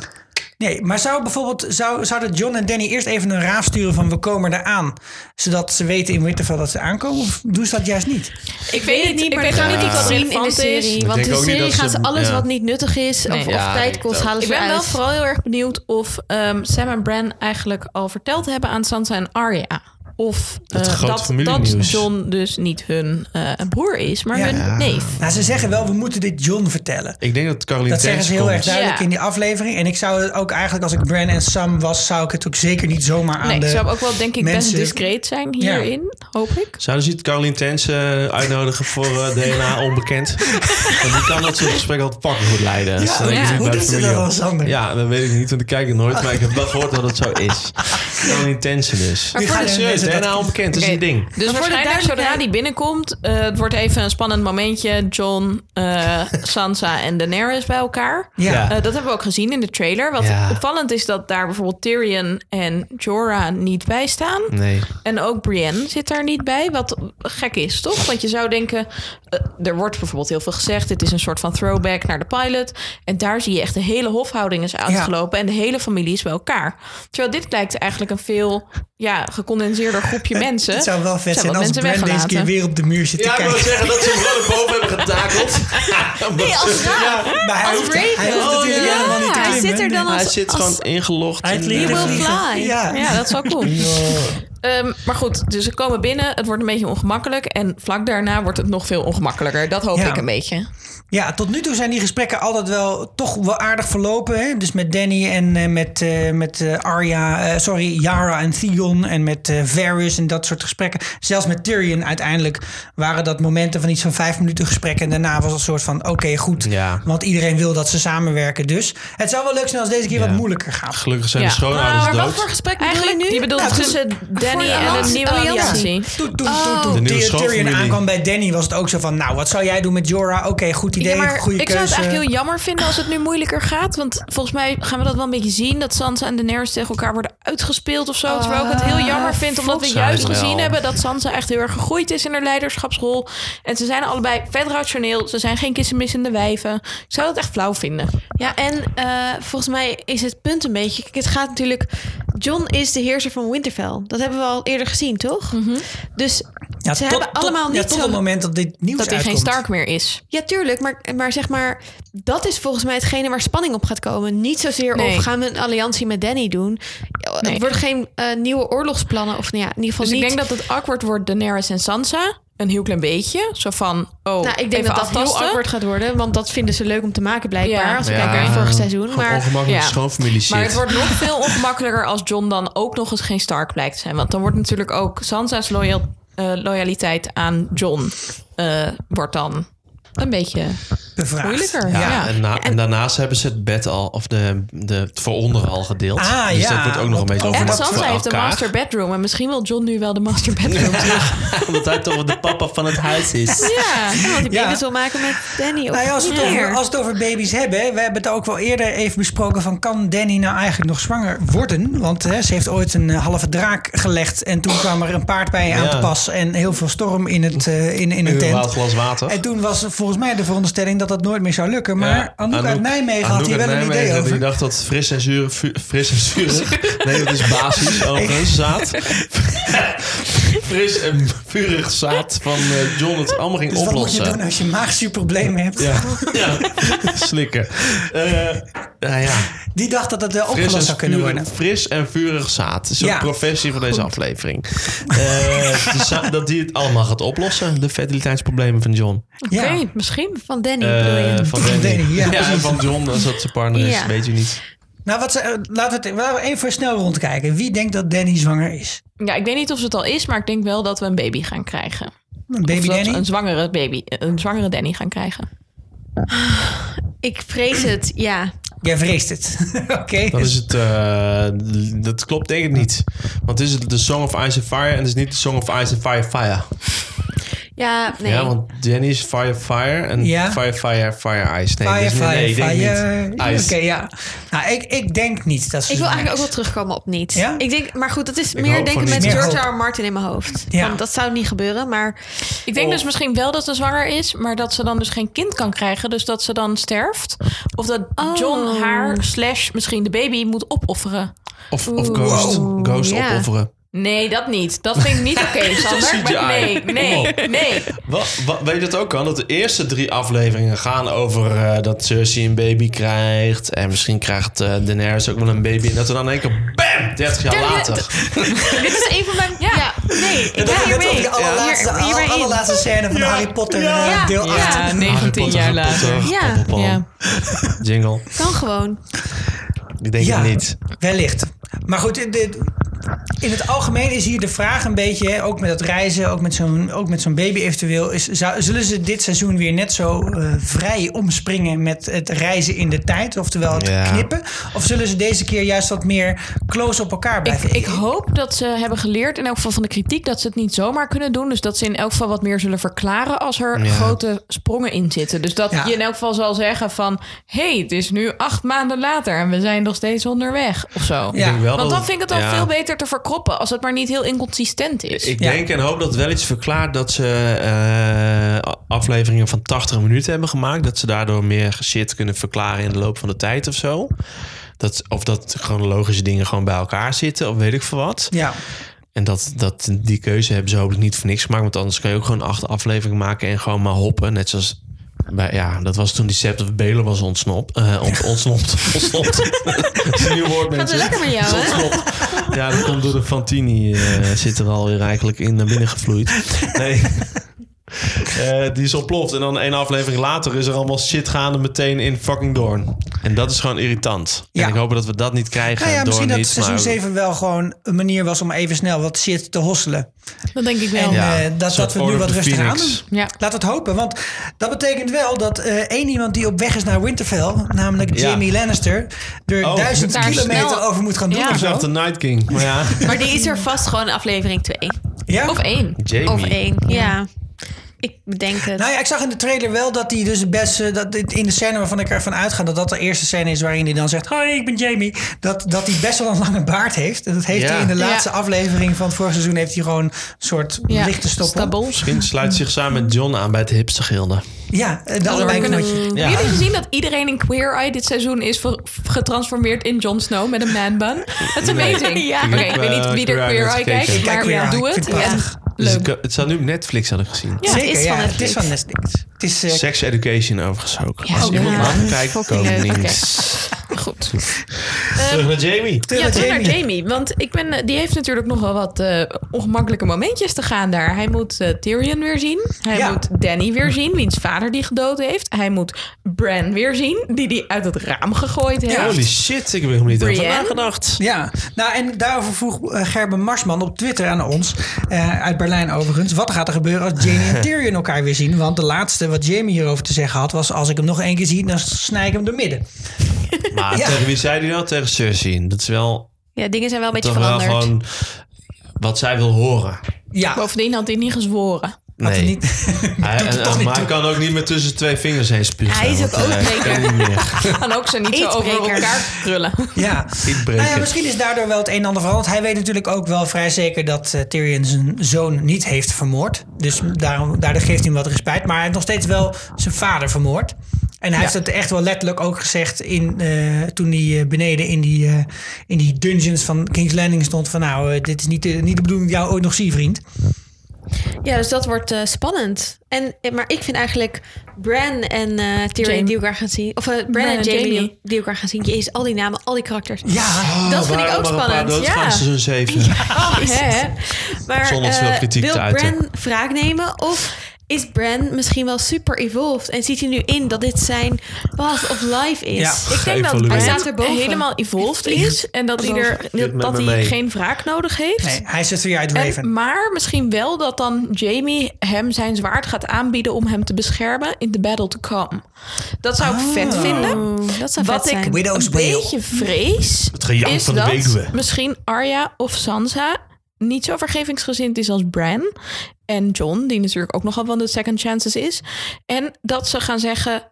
Speaker 1: Nee, maar zou bijvoorbeeld, zou, zouden John en Danny eerst even een raaf sturen van we komen eraan, zodat ze weten in Winterfell dat ze aankomen? Of doen ze dat juist niet?
Speaker 4: Ik weet het niet, maar ik weet ook
Speaker 5: ga
Speaker 4: niet of
Speaker 5: niet
Speaker 4: dat
Speaker 5: zien in de
Speaker 4: relevant is.
Speaker 5: serie.
Speaker 6: Ik
Speaker 5: Want
Speaker 6: denk
Speaker 5: in de
Speaker 6: ook niet
Speaker 5: serie
Speaker 6: dat
Speaker 5: gaan
Speaker 6: ze-
Speaker 5: ze alles
Speaker 6: ja.
Speaker 5: wat niet nuttig is of,
Speaker 4: Nee.
Speaker 5: of
Speaker 6: Ja,
Speaker 5: tijd
Speaker 6: ik
Speaker 5: kost,
Speaker 6: ook.
Speaker 5: halen ze
Speaker 4: Ik ben wel
Speaker 5: eruit.
Speaker 4: vooral heel erg benieuwd of ehm, Sam en Bran eigenlijk al verteld hebben aan Sansa en Arya. Of eh,
Speaker 6: grote
Speaker 4: dat, dat
Speaker 6: familienieuws.
Speaker 4: John dus niet hun eh, broer is, maar
Speaker 1: Ja.
Speaker 4: hun
Speaker 1: Ja.
Speaker 4: neef.
Speaker 1: Nou, ze zeggen wel, we moeten dit John vertellen.
Speaker 6: Ik denk dat Caroline
Speaker 1: Dat zeggen ze heel erg
Speaker 6: tegenkomt.
Speaker 1: duidelijk
Speaker 4: Ja.
Speaker 1: in die aflevering. En ik zou het ook eigenlijk, als ik Bran en Sam was, zou ik het ook zeker niet zomaar aan
Speaker 4: Nee,
Speaker 1: de
Speaker 4: ik zou ook wel denk ik best
Speaker 1: mensen-
Speaker 4: discreet zijn hierin, hoop ik.
Speaker 6: Zouden ze niet Caroline Tens eh, uitnodigen voor eh, DNA onbekend? Want die kan dat soort gesprekken altijd pakken goed leiden. Dus dan
Speaker 1: hoe-
Speaker 6: denk ik,
Speaker 1: hoe
Speaker 6: bij
Speaker 1: doen
Speaker 6: de
Speaker 1: ze
Speaker 6: familie
Speaker 1: dat
Speaker 6: ook.
Speaker 1: dan, Sander?
Speaker 6: Ja, dat weet ik niet, want ik kijk het nooit. Maar ik heb wel gehoord dat het zo is. Caroline Tensen dus.
Speaker 1: Nu gaan
Speaker 6: Ja,
Speaker 1: de
Speaker 6: serieus,
Speaker 1: mensen dat-
Speaker 6: DNA onbekend, dat is een
Speaker 4: Oké,
Speaker 6: ding.
Speaker 4: Dus
Speaker 5: Maar voor de
Speaker 4: waarschijnlijk zodra
Speaker 5: duidelijkheid-
Speaker 4: die binnenkomt, eh, het wordt even een spannend momentje. John, eh, Sansa en Daenerys bij elkaar.
Speaker 1: Ja.
Speaker 6: Ja.
Speaker 4: Eh, dat hebben we ook gezien in de trailer. Wat
Speaker 6: Ja.
Speaker 4: opvallend is dat daar bijvoorbeeld Tyrion en Jorah niet bij staan.
Speaker 6: Nee.
Speaker 4: En ook Brienne zit daar niet bij. Wat gek is, toch? Want je zou denken, eh, er wordt bijvoorbeeld heel veel gezegd. Het is een soort van throwback naar de pilot. En daar zie je echt de hele hofhouding is uitgelopen. En de hele familie is bij elkaar. Terwijl dit lijkt eigenlijk een veel ja, gecondenseerder groepje mensen.
Speaker 1: Het zou wel vet zijn als
Speaker 4: mensen
Speaker 1: Bran deze keer weer op de muur zit te
Speaker 6: Ja, ik wil
Speaker 1: kijken.
Speaker 6: zeggen dat ze hem wel naar boven hebben getakeld. nee, als
Speaker 1: Maar hij
Speaker 5: Als
Speaker 1: hoeft, hij
Speaker 5: Raven.
Speaker 1: hoeft
Speaker 6: Oh,
Speaker 1: natuurlijk
Speaker 6: ja.
Speaker 1: helemaal niet te
Speaker 5: Hij
Speaker 1: klimmen.
Speaker 5: zit er dan
Speaker 1: Nee.
Speaker 5: als...
Speaker 6: Hij zit
Speaker 5: als-
Speaker 6: gewoon ingelogd.
Speaker 1: Hij
Speaker 6: in,
Speaker 1: heeft leren
Speaker 6: eh,
Speaker 5: will
Speaker 1: vliegen.
Speaker 5: fly.
Speaker 1: Ja.
Speaker 4: Ja, dat is wel cool. Ehm, maar goed, dus ze komen binnen. Het wordt een beetje ongemakkelijk. En vlak daarna wordt het nog veel ongemakkelijker. Dat hoop
Speaker 1: Ja.
Speaker 4: ik een beetje.
Speaker 1: Ja, tot nu toe zijn die gesprekken altijd wel toch wel aardig verlopen. Hè? Dus met Danny en eh, met, eh, met eh, Arya, eh, sorry, Yara en Theon en met eh Varys en dat soort gesprekken. Zelfs met Tyrion uiteindelijk waren dat momenten van iets van vijf minuten gesprekken. En daarna was het een soort van oké, goed.
Speaker 6: Ja.
Speaker 1: Want iedereen wil dat ze samenwerken. Dus het zou wel leuk zijn als deze keer
Speaker 6: Ja.
Speaker 1: wat moeilijker gaat.
Speaker 6: Gelukkig zijn
Speaker 4: Ja.
Speaker 6: de schoonouders
Speaker 5: Nou, maar wat
Speaker 6: dood.
Speaker 5: voor gesprek bedoel je
Speaker 4: Eigenlijk
Speaker 5: nu?
Speaker 4: Je bedoelt
Speaker 1: Nou,
Speaker 4: tussen
Speaker 5: voor
Speaker 4: Danny
Speaker 5: de
Speaker 4: en een
Speaker 5: alliantie.
Speaker 4: nieuwe
Speaker 5: Alliantie.
Speaker 4: alliantie.
Speaker 1: Toen, toen,
Speaker 5: Oh.
Speaker 1: toen, toen
Speaker 6: De nieuwe
Speaker 1: Tyr- Tyrion
Speaker 6: schoonfamilie.
Speaker 1: aankwam bij Danny was het ook zo van... Nou, wat zou jij doen met Jorah? Oké, goed idee,
Speaker 4: Ja, maar
Speaker 1: goede
Speaker 4: ik
Speaker 1: keuze.
Speaker 4: zou het eigenlijk heel jammer vinden als het nu moeilijker gaat. Want volgens mij gaan we dat wel een beetje zien. Dat Sansa en Daenerys tegen elkaar worden uitgespeeld of zo. terwijl ik het
Speaker 5: Ah,
Speaker 4: heel jammer vind. Omdat we
Speaker 6: Zij
Speaker 4: juist
Speaker 6: wel.
Speaker 4: gezien hebben dat Sansa echt heel erg gegroeid is in haar leiderschapsrol. En ze zijn allebei vet rationeel. Ze zijn geen kissenmissende wijven. Ik zou dat echt flauw vinden.
Speaker 5: Ja, en eh, volgens mij is het punt een beetje. Kijk, het gaat natuurlijk. John is de heerser van Winterfell. Dat hebben we al eerder gezien, toch? Dus
Speaker 1: Ja,
Speaker 5: ze hebben
Speaker 1: ja,
Speaker 5: allemaal niet
Speaker 1: tot
Speaker 5: zo-
Speaker 1: het moment dat dit nieuws
Speaker 4: Dat hij geen
Speaker 1: uitkomt.
Speaker 4: Stark meer is.
Speaker 5: ja, tuurlijk. Maar, maar zeg maar, dat is volgens mij hetgene waar spanning op gaat komen. Niet zozeer
Speaker 4: Nee.
Speaker 5: of gaan we een alliantie met Danny doen. Ja,
Speaker 4: Nee.
Speaker 5: Er worden geen eh, nieuwe oorlogsplannen. Of nou ja, in ieder geval
Speaker 4: Dus
Speaker 5: niet.
Speaker 4: ik denk dat het awkward wordt Daenerys en Sansa. Een heel klein beetje. Zo van, oh,
Speaker 5: nou, ik denk dat dat heel awkward gaat worden. Want dat vinden ze leuk om te maken, blijkbaar.
Speaker 4: Ja.
Speaker 5: Als we
Speaker 6: Ja.
Speaker 5: kijken naar vorig seizoen.
Speaker 6: Gewoon
Speaker 5: Maar
Speaker 6: ongemakkelijk
Speaker 4: ja.
Speaker 6: schoonfamilie shit.
Speaker 4: Maar het wordt nog veel ongemakkelijker als John dan ook nog eens geen Stark blijkt te zijn. Want dan wordt natuurlijk ook Sansa's loyal, eh, loyaliteit aan John eh, wordt dan een beetje
Speaker 1: Bevraagd.
Speaker 4: moeilijker.
Speaker 6: Ja,
Speaker 4: Ja,
Speaker 6: En, na- en daarnaast hebben ze het bed al, of de, de, het vooronder al gedeeld.
Speaker 1: Ah,
Speaker 6: dus
Speaker 1: ja.
Speaker 6: dat wordt ook nog een
Speaker 1: Want-
Speaker 6: beetje
Speaker 1: en
Speaker 4: En
Speaker 6: overlap voor
Speaker 4: Sansa heeft een
Speaker 6: elkaar.
Speaker 4: master bedroom. En misschien wil John nu wel de master bedroom terug.
Speaker 6: Omdat hij toch de papa van het huis is.
Speaker 4: Ja.
Speaker 5: want die
Speaker 1: Ja.
Speaker 5: baby's wil maken met Danny. Of
Speaker 1: Nou ja, als, we het
Speaker 5: meer.
Speaker 1: over, als we het over baby's hebben, hè, we hebben het ook wel eerder even besproken van kan Danny nou eigenlijk nog zwanger worden? Want hè, ze heeft ooit een eh, halve draak gelegd en toen kwam er een paard bij aan
Speaker 6: Ja.
Speaker 1: te pas en heel veel storm in het eh, in, in
Speaker 6: Een
Speaker 1: een
Speaker 6: bepaald
Speaker 1: tent.
Speaker 6: glas water.
Speaker 1: En toen was volgens mij de veronderstelling dat dat nooit meer zou lukken. Maar
Speaker 6: Ja,
Speaker 1: Anouk, uit Nijmegen had
Speaker 6: Anouk
Speaker 1: hier
Speaker 6: uit
Speaker 1: wel een
Speaker 6: Nijmegen,
Speaker 1: idee
Speaker 6: die
Speaker 1: over.
Speaker 6: dacht dat fris en zuur, vu- fris en zuurig. nee, dat is basis overigens, zaad. fris en vurig zaad van eh, John het allemaal ging
Speaker 1: Dus wat moet je
Speaker 6: oplossen.
Speaker 1: doen als je maagzuurproblemen hebt?
Speaker 6: ja, ja, slikken. Eh nou ja,
Speaker 1: Die dacht dat het wel
Speaker 6: fris
Speaker 1: opgelost
Speaker 6: en,
Speaker 1: zou kunnen
Speaker 6: vurig-
Speaker 1: worden.
Speaker 6: fris en vurig zaad. is
Speaker 1: Ja.
Speaker 6: een professie van deze aflevering. Eh, de za- dat die het allemaal gaat oplossen. De fertiliteitsproblemen van John.
Speaker 1: Ja.
Speaker 4: Oké, misschien.
Speaker 5: Van Danny,
Speaker 6: Eh,
Speaker 5: bedoel je?
Speaker 6: van
Speaker 1: Van
Speaker 6: Danny.
Speaker 1: Danny, ja,
Speaker 6: Ja,
Speaker 1: precies.
Speaker 6: en van John, als dat zijn partner is,
Speaker 5: Ja.
Speaker 6: weet je niet.
Speaker 1: Nou, wat ze, eh, laten we het laten we even snel rondkijken. Wie denkt dat Danny zwanger is?
Speaker 4: Ja, ik weet niet of het al is, maar ik denk wel dat we een baby gaan krijgen.
Speaker 1: Een Baby
Speaker 4: of dat we
Speaker 1: Danny?
Speaker 4: een zwangere baby, een zwangere Danny gaan krijgen.
Speaker 5: Ik vrees het, ja.
Speaker 1: Jij vreest het. Oké.
Speaker 6: Dan is het, eh, dat klopt denk ik niet. Want het is de Song of Ice and Fire en het is niet de Song of Ice and Fire Fire.
Speaker 5: Ja, nee.
Speaker 6: Ja, want Danny is Fire Fire en
Speaker 1: Ja.
Speaker 6: Fire Fire Fire Ice. Nee,
Speaker 1: Fire,
Speaker 6: dus-
Speaker 1: fire,
Speaker 6: nee, ik denk
Speaker 1: fire.
Speaker 6: niet.
Speaker 1: Oké,
Speaker 6: Ice.
Speaker 1: ja. Nou, ik, ik denk niet dat ze
Speaker 5: ik wil
Speaker 1: zwanger
Speaker 5: eigenlijk ook
Speaker 1: is.
Speaker 5: wel terugkomen op niet.
Speaker 1: Ja?
Speaker 5: Ik denk, maar goed, dat is
Speaker 6: hoop
Speaker 5: meer denken
Speaker 6: van
Speaker 5: met
Speaker 1: niet. Meer
Speaker 5: George
Speaker 1: hoop.
Speaker 5: R. R. Martin in mijn hoofd.
Speaker 1: Ja.
Speaker 5: Van, dat zou niet gebeuren, maar
Speaker 4: Ik denk
Speaker 6: Of-
Speaker 4: dus misschien wel dat ze zwanger is, maar dat ze dan dus geen kind kan krijgen. Dus dat ze dan sterft. Of dat John
Speaker 5: Oh.
Speaker 4: haar slash misschien de baby moet opofferen.
Speaker 6: Of, of Ghost. Ghost
Speaker 5: ja.
Speaker 6: opofferen.
Speaker 4: Nee, dat niet. Dat vind ik niet oké, Sander.
Speaker 6: CGI.
Speaker 4: Maar nee,
Speaker 6: Kom
Speaker 4: nee,
Speaker 6: op.
Speaker 4: nee.
Speaker 6: Wat, wat, weet je dat ook kan? Dat de eerste drie afleveringen gaan over eh, dat Cersei een baby krijgt. En misschien krijgt eh Daenerys ook wel een baby. En dat er dan in één keer bam, 30 jaar later.
Speaker 5: dit is een van mijn... Ja, nee, ik
Speaker 1: Dat
Speaker 5: ga
Speaker 1: is net
Speaker 5: hiermee.
Speaker 1: als die allerlaatste,
Speaker 5: Hier- hierbij in.
Speaker 1: allerlaatste scène van
Speaker 6: Ja.
Speaker 1: Harry Potter
Speaker 6: Ja.
Speaker 1: eh, deel 8.
Speaker 4: Ja, 19 jaar
Speaker 6: Harry Potter,
Speaker 4: later.
Speaker 6: Harry
Speaker 5: Ja.
Speaker 6: Potter, Potter,
Speaker 4: Ja.
Speaker 6: Jingle.
Speaker 5: Kan gewoon.
Speaker 6: Ik denk
Speaker 1: Ja.
Speaker 6: het niet.
Speaker 1: Wellicht. Maar goed, dit- dit- in het algemeen is hier de vraag een beetje, hè, ook met het reizen, ook met zo'n ook met zo'n baby eventueel, is, zou- zullen ze dit seizoen weer net zo eh, vrij omspringen met het reizen in de tijd, oftewel het
Speaker 6: Ja.
Speaker 1: knippen? Of zullen ze deze keer juist wat meer close op elkaar
Speaker 4: Ik,
Speaker 1: blijven?
Speaker 4: ik hoop dat ze hebben geleerd, in elk geval van de kritiek, dat ze het niet zomaar kunnen doen. Dus dat ze in elk geval wat meer zullen verklaren als er
Speaker 6: Ja.
Speaker 4: grote sprongen in zitten. Dus dat
Speaker 1: Ja.
Speaker 4: je in elk geval zal zeggen van, hé, hey, het is nu acht maanden later en we zijn nog steeds onderweg of zo.
Speaker 1: Ja.
Speaker 6: denk wel
Speaker 4: Want
Speaker 6: dat
Speaker 4: dan
Speaker 6: het-
Speaker 4: vind ik het al
Speaker 6: ja.
Speaker 4: veel beter te verkroppen als het maar niet heel inconsistent is.
Speaker 6: Ik
Speaker 1: Ja.
Speaker 6: denk en hoop dat wel iets verklaart dat ze eh, afleveringen van 80 minuten hebben gemaakt. Dat ze daardoor meer shit kunnen verklaren in de loop van de tijd of zo. Dat, of dat chronologische dingen gewoon bij elkaar zitten of weet ik veel wat.
Speaker 1: Ja,
Speaker 6: En dat, dat, die keuze hebben ze hopelijk niet voor niks gemaakt. Want anders kun je ook gewoon acht afleveringen maken en gewoon maar hoppen. Net zoals... Bij, ja, dat was toen die Sept of Belen was ontsnopt. eh ont, ontsnopt. Ontsnopt. dat is een nieuw woord,
Speaker 5: Gaat het
Speaker 6: mensen.
Speaker 5: lekker met jou, hè?
Speaker 6: Klopt. Ja, dat komt door de Fantini. eh, zit er alweer eigenlijk in naar binnen gevloeid. Nee. Eh, die is ontploft. En dan één aflevering later is er allemaal shit gaande meteen in fucking Doorn. En dat is gewoon irritant.
Speaker 1: Ja.
Speaker 6: En ik hoop dat we dat niet krijgen.
Speaker 1: Nou ja,
Speaker 6: door
Speaker 1: misschien dat
Speaker 6: niet,
Speaker 1: seizoen
Speaker 6: maar-
Speaker 1: 7 wel gewoon een manier was om even snel wat shit te hosselen.
Speaker 4: Dat denk ik wel.
Speaker 1: En
Speaker 4: Ja.
Speaker 6: Ja,
Speaker 1: eh, dat, dat
Speaker 6: soort
Speaker 1: we nu
Speaker 6: Order of
Speaker 1: wat
Speaker 6: the
Speaker 1: rustig aan
Speaker 6: Phoenix.
Speaker 1: doen. Laten we het hopen, want dat betekent wel dat eh, één iemand die op weg is naar Winterfell, namelijk
Speaker 6: Ja.
Speaker 1: Jamie Lannister, er
Speaker 6: Oh,
Speaker 1: duizend
Speaker 5: daar
Speaker 1: kilometer
Speaker 5: snel-
Speaker 1: over moet gaan doen.
Speaker 4: Ja.
Speaker 1: of
Speaker 6: Ik
Speaker 1: zo.
Speaker 6: zag de Night King. Maar ja,
Speaker 5: Maar die is er vast gewoon in aflevering 2.
Speaker 1: Ja?
Speaker 5: Of 1.
Speaker 6: Jamie.
Speaker 5: Of 1, ja. Ik denk het.
Speaker 1: Nou ja, ik zag in de trailer wel dat hij dus best... eh, dat dit- in de scène waarvan ik ervan uitga dat dat de eerste scène is waarin hij dan zegt... Hoi, ik ben Jamie. Dat, dat hij best wel een lange baard heeft. En dat heeft
Speaker 6: Ja.
Speaker 1: hij in de
Speaker 4: Ja.
Speaker 1: laatste aflevering van het vorige seizoen... heeft hij gewoon een soort
Speaker 4: Ja.
Speaker 1: lichte stoppel.
Speaker 4: Stabbel.
Speaker 6: misschien sluit zich samen met John aan bij het hipstergilde.
Speaker 1: Ja, eh, de allebei
Speaker 4: Hebben
Speaker 1: knotje.
Speaker 6: Ja.
Speaker 4: jullie gezien dat iedereen in Queer Eye dit seizoen is ver- getransformeerd in Jon Snow met een man bun? Dat is
Speaker 6: Nee.
Speaker 4: amazing.
Speaker 5: Ja.
Speaker 4: Oké, ik weet niet wie er
Speaker 6: Ik heb, eh, Queer Eye
Speaker 4: Queer
Speaker 6: net gekeken.
Speaker 4: Eye kijkt,
Speaker 6: Ik
Speaker 1: kijk
Speaker 4: maar
Speaker 1: Queer Eye.
Speaker 4: doe
Speaker 1: Ik
Speaker 4: het.
Speaker 1: vind het
Speaker 4: Ja.
Speaker 1: prachtig.
Speaker 6: Dus
Speaker 4: Leuk.
Speaker 6: ik- het staat nu op Netflix, had ik gezien.
Speaker 5: Ja,
Speaker 1: Zeker,
Speaker 5: het is
Speaker 1: ja.
Speaker 5: van
Speaker 1: Het is
Speaker 5: Netflix.
Speaker 1: van Netflix. Het is... eh,
Speaker 6: Sex Education overigens ook.
Speaker 4: Ja,
Speaker 6: Als
Speaker 4: oh,
Speaker 6: iemand
Speaker 4: ja.
Speaker 6: mag kijken,
Speaker 5: Fucking
Speaker 6: komen
Speaker 5: leuk, Ehm,
Speaker 6: links.
Speaker 4: Goed.
Speaker 6: Terug naar Jamie.
Speaker 1: terug
Speaker 4: Ja,
Speaker 1: naar
Speaker 4: terug
Speaker 1: Jamie.
Speaker 4: naar Jamie. Want ik ben, eh, die heeft natuurlijk nogal wat eh, ongemakkelijke momentjes te gaan daar. Hij moet eh, Tyrion weer zien. Hij
Speaker 1: Ja.
Speaker 4: moet Danny weer zien, wiens vader die gedood heeft. Hij moet Bran weer zien, die die uit het raam gegooid heeft.
Speaker 6: Holy shit, ik heb er helemaal niet over
Speaker 4: Brienne?
Speaker 6: nagedacht.
Speaker 1: Ja, nou en daarover vroeg eh, Gerben Marsman op Twitter aan ons, eh, uit Berlijn overigens, wat gaat er gebeuren als Jamie en Tyrion elkaar weer zien? Want de laatste wat Jamie hierover te zeggen had was, als ik hem nog één keer zie, dan snij ik hem door midden.
Speaker 6: Maar
Speaker 1: Ja.
Speaker 6: tegen wie zei hij nou? Tegen Cersei. Dat is wel,
Speaker 5: Ja, dingen zijn wel een
Speaker 6: toch
Speaker 5: beetje
Speaker 6: wel
Speaker 5: veranderd.
Speaker 6: gewoon wat zij wil horen.
Speaker 1: Ja, had
Speaker 4: Bovendien had hij niet gezworen.
Speaker 1: hij
Speaker 6: Nee.
Speaker 1: niet.
Speaker 6: Hij,
Speaker 1: het
Speaker 6: en-
Speaker 1: toch niet
Speaker 6: maar hij
Speaker 1: toe.
Speaker 6: kan ook niet meer tussen twee vingers heen spugen.
Speaker 5: Hij is
Speaker 6: want,
Speaker 5: ook
Speaker 6: eh,
Speaker 5: oogbreker.
Speaker 6: kan niet meer.
Speaker 4: En ook ze niet zo over
Speaker 5: Eetbreker.
Speaker 4: elkaar krullen.
Speaker 1: ja.
Speaker 6: Eetbreker.
Speaker 1: Nou ja, misschien is daardoor wel het een en ander veranderd. Hij weet natuurlijk ook wel vrij zeker dat eh, Tyrion zijn zoon niet heeft vermoord. Dus daarom, daardoor geeft hij hem wat respijt. Maar hij heeft nog steeds wel zijn vader vermoord. En hij heeft het echt wel letterlijk ook gezegd in, eh, toen hij eh, beneden in die, eh, in die dungeons van King's Landing stond. Van nou, eh, dit is niet de, niet de bedoeling dat ik jou ooit nog zie, vriend.
Speaker 5: Ja, dus dat wordt eh, spannend. En, eh, maar ik vind eigenlijk Bran en eh, Tyrion
Speaker 4: Jamie.
Speaker 5: die elkaar gaan zien. Of eh, Bran
Speaker 4: Nee,
Speaker 5: en Jamie,
Speaker 4: Jamie.
Speaker 5: die elkaar gaan zien. Jezus, al die namen, al die karakters.
Speaker 1: Ja,
Speaker 5: dat vind ik
Speaker 6: Waarom
Speaker 5: ook
Speaker 6: er een paar
Speaker 5: spannend.
Speaker 6: doodgaan
Speaker 5: Ja. Ah,
Speaker 6: in seizoen 7?
Speaker 5: Hè? Maar,
Speaker 6: Zonder
Speaker 5: eh,
Speaker 6: veel kritiek
Speaker 5: wil
Speaker 6: te uiten.
Speaker 5: Bran wraak nemen of is Bran misschien wel super evolved en ziet hij nu in dat dit zijn path of life is?
Speaker 1: Ja.
Speaker 5: Ik denk dat
Speaker 6: Geëvolueerd.
Speaker 5: hij
Speaker 4: Hij
Speaker 5: staat erboven.
Speaker 4: helemaal evolved is. En dat hij, er,
Speaker 6: Dit met
Speaker 4: dat
Speaker 6: me
Speaker 4: hij
Speaker 6: mee.
Speaker 4: geen wraak nodig heeft.
Speaker 1: nee, hij zit weer uit
Speaker 4: En-
Speaker 1: Raven.
Speaker 4: maar misschien wel dat dan Jamie hem zijn zwaard gaat aanbieden om hem te beschermen in The Battle to Come. Dat zou
Speaker 6: Ah.
Speaker 4: ik vet
Speaker 6: Oh,
Speaker 4: vinden.
Speaker 5: Oeh, dat zou vet
Speaker 4: Wat ik
Speaker 5: zijn.
Speaker 1: With- Widow's
Speaker 4: een
Speaker 1: Wail.
Speaker 4: beetje vrees
Speaker 6: Het gejank
Speaker 4: is
Speaker 6: van de
Speaker 4: dat
Speaker 6: weduwe.
Speaker 4: misschien Arya of Sansa niet zo vergevingsgezind is als Bran en John, die natuurlijk ook nogal van de second chances is. En dat ze gaan zeggen,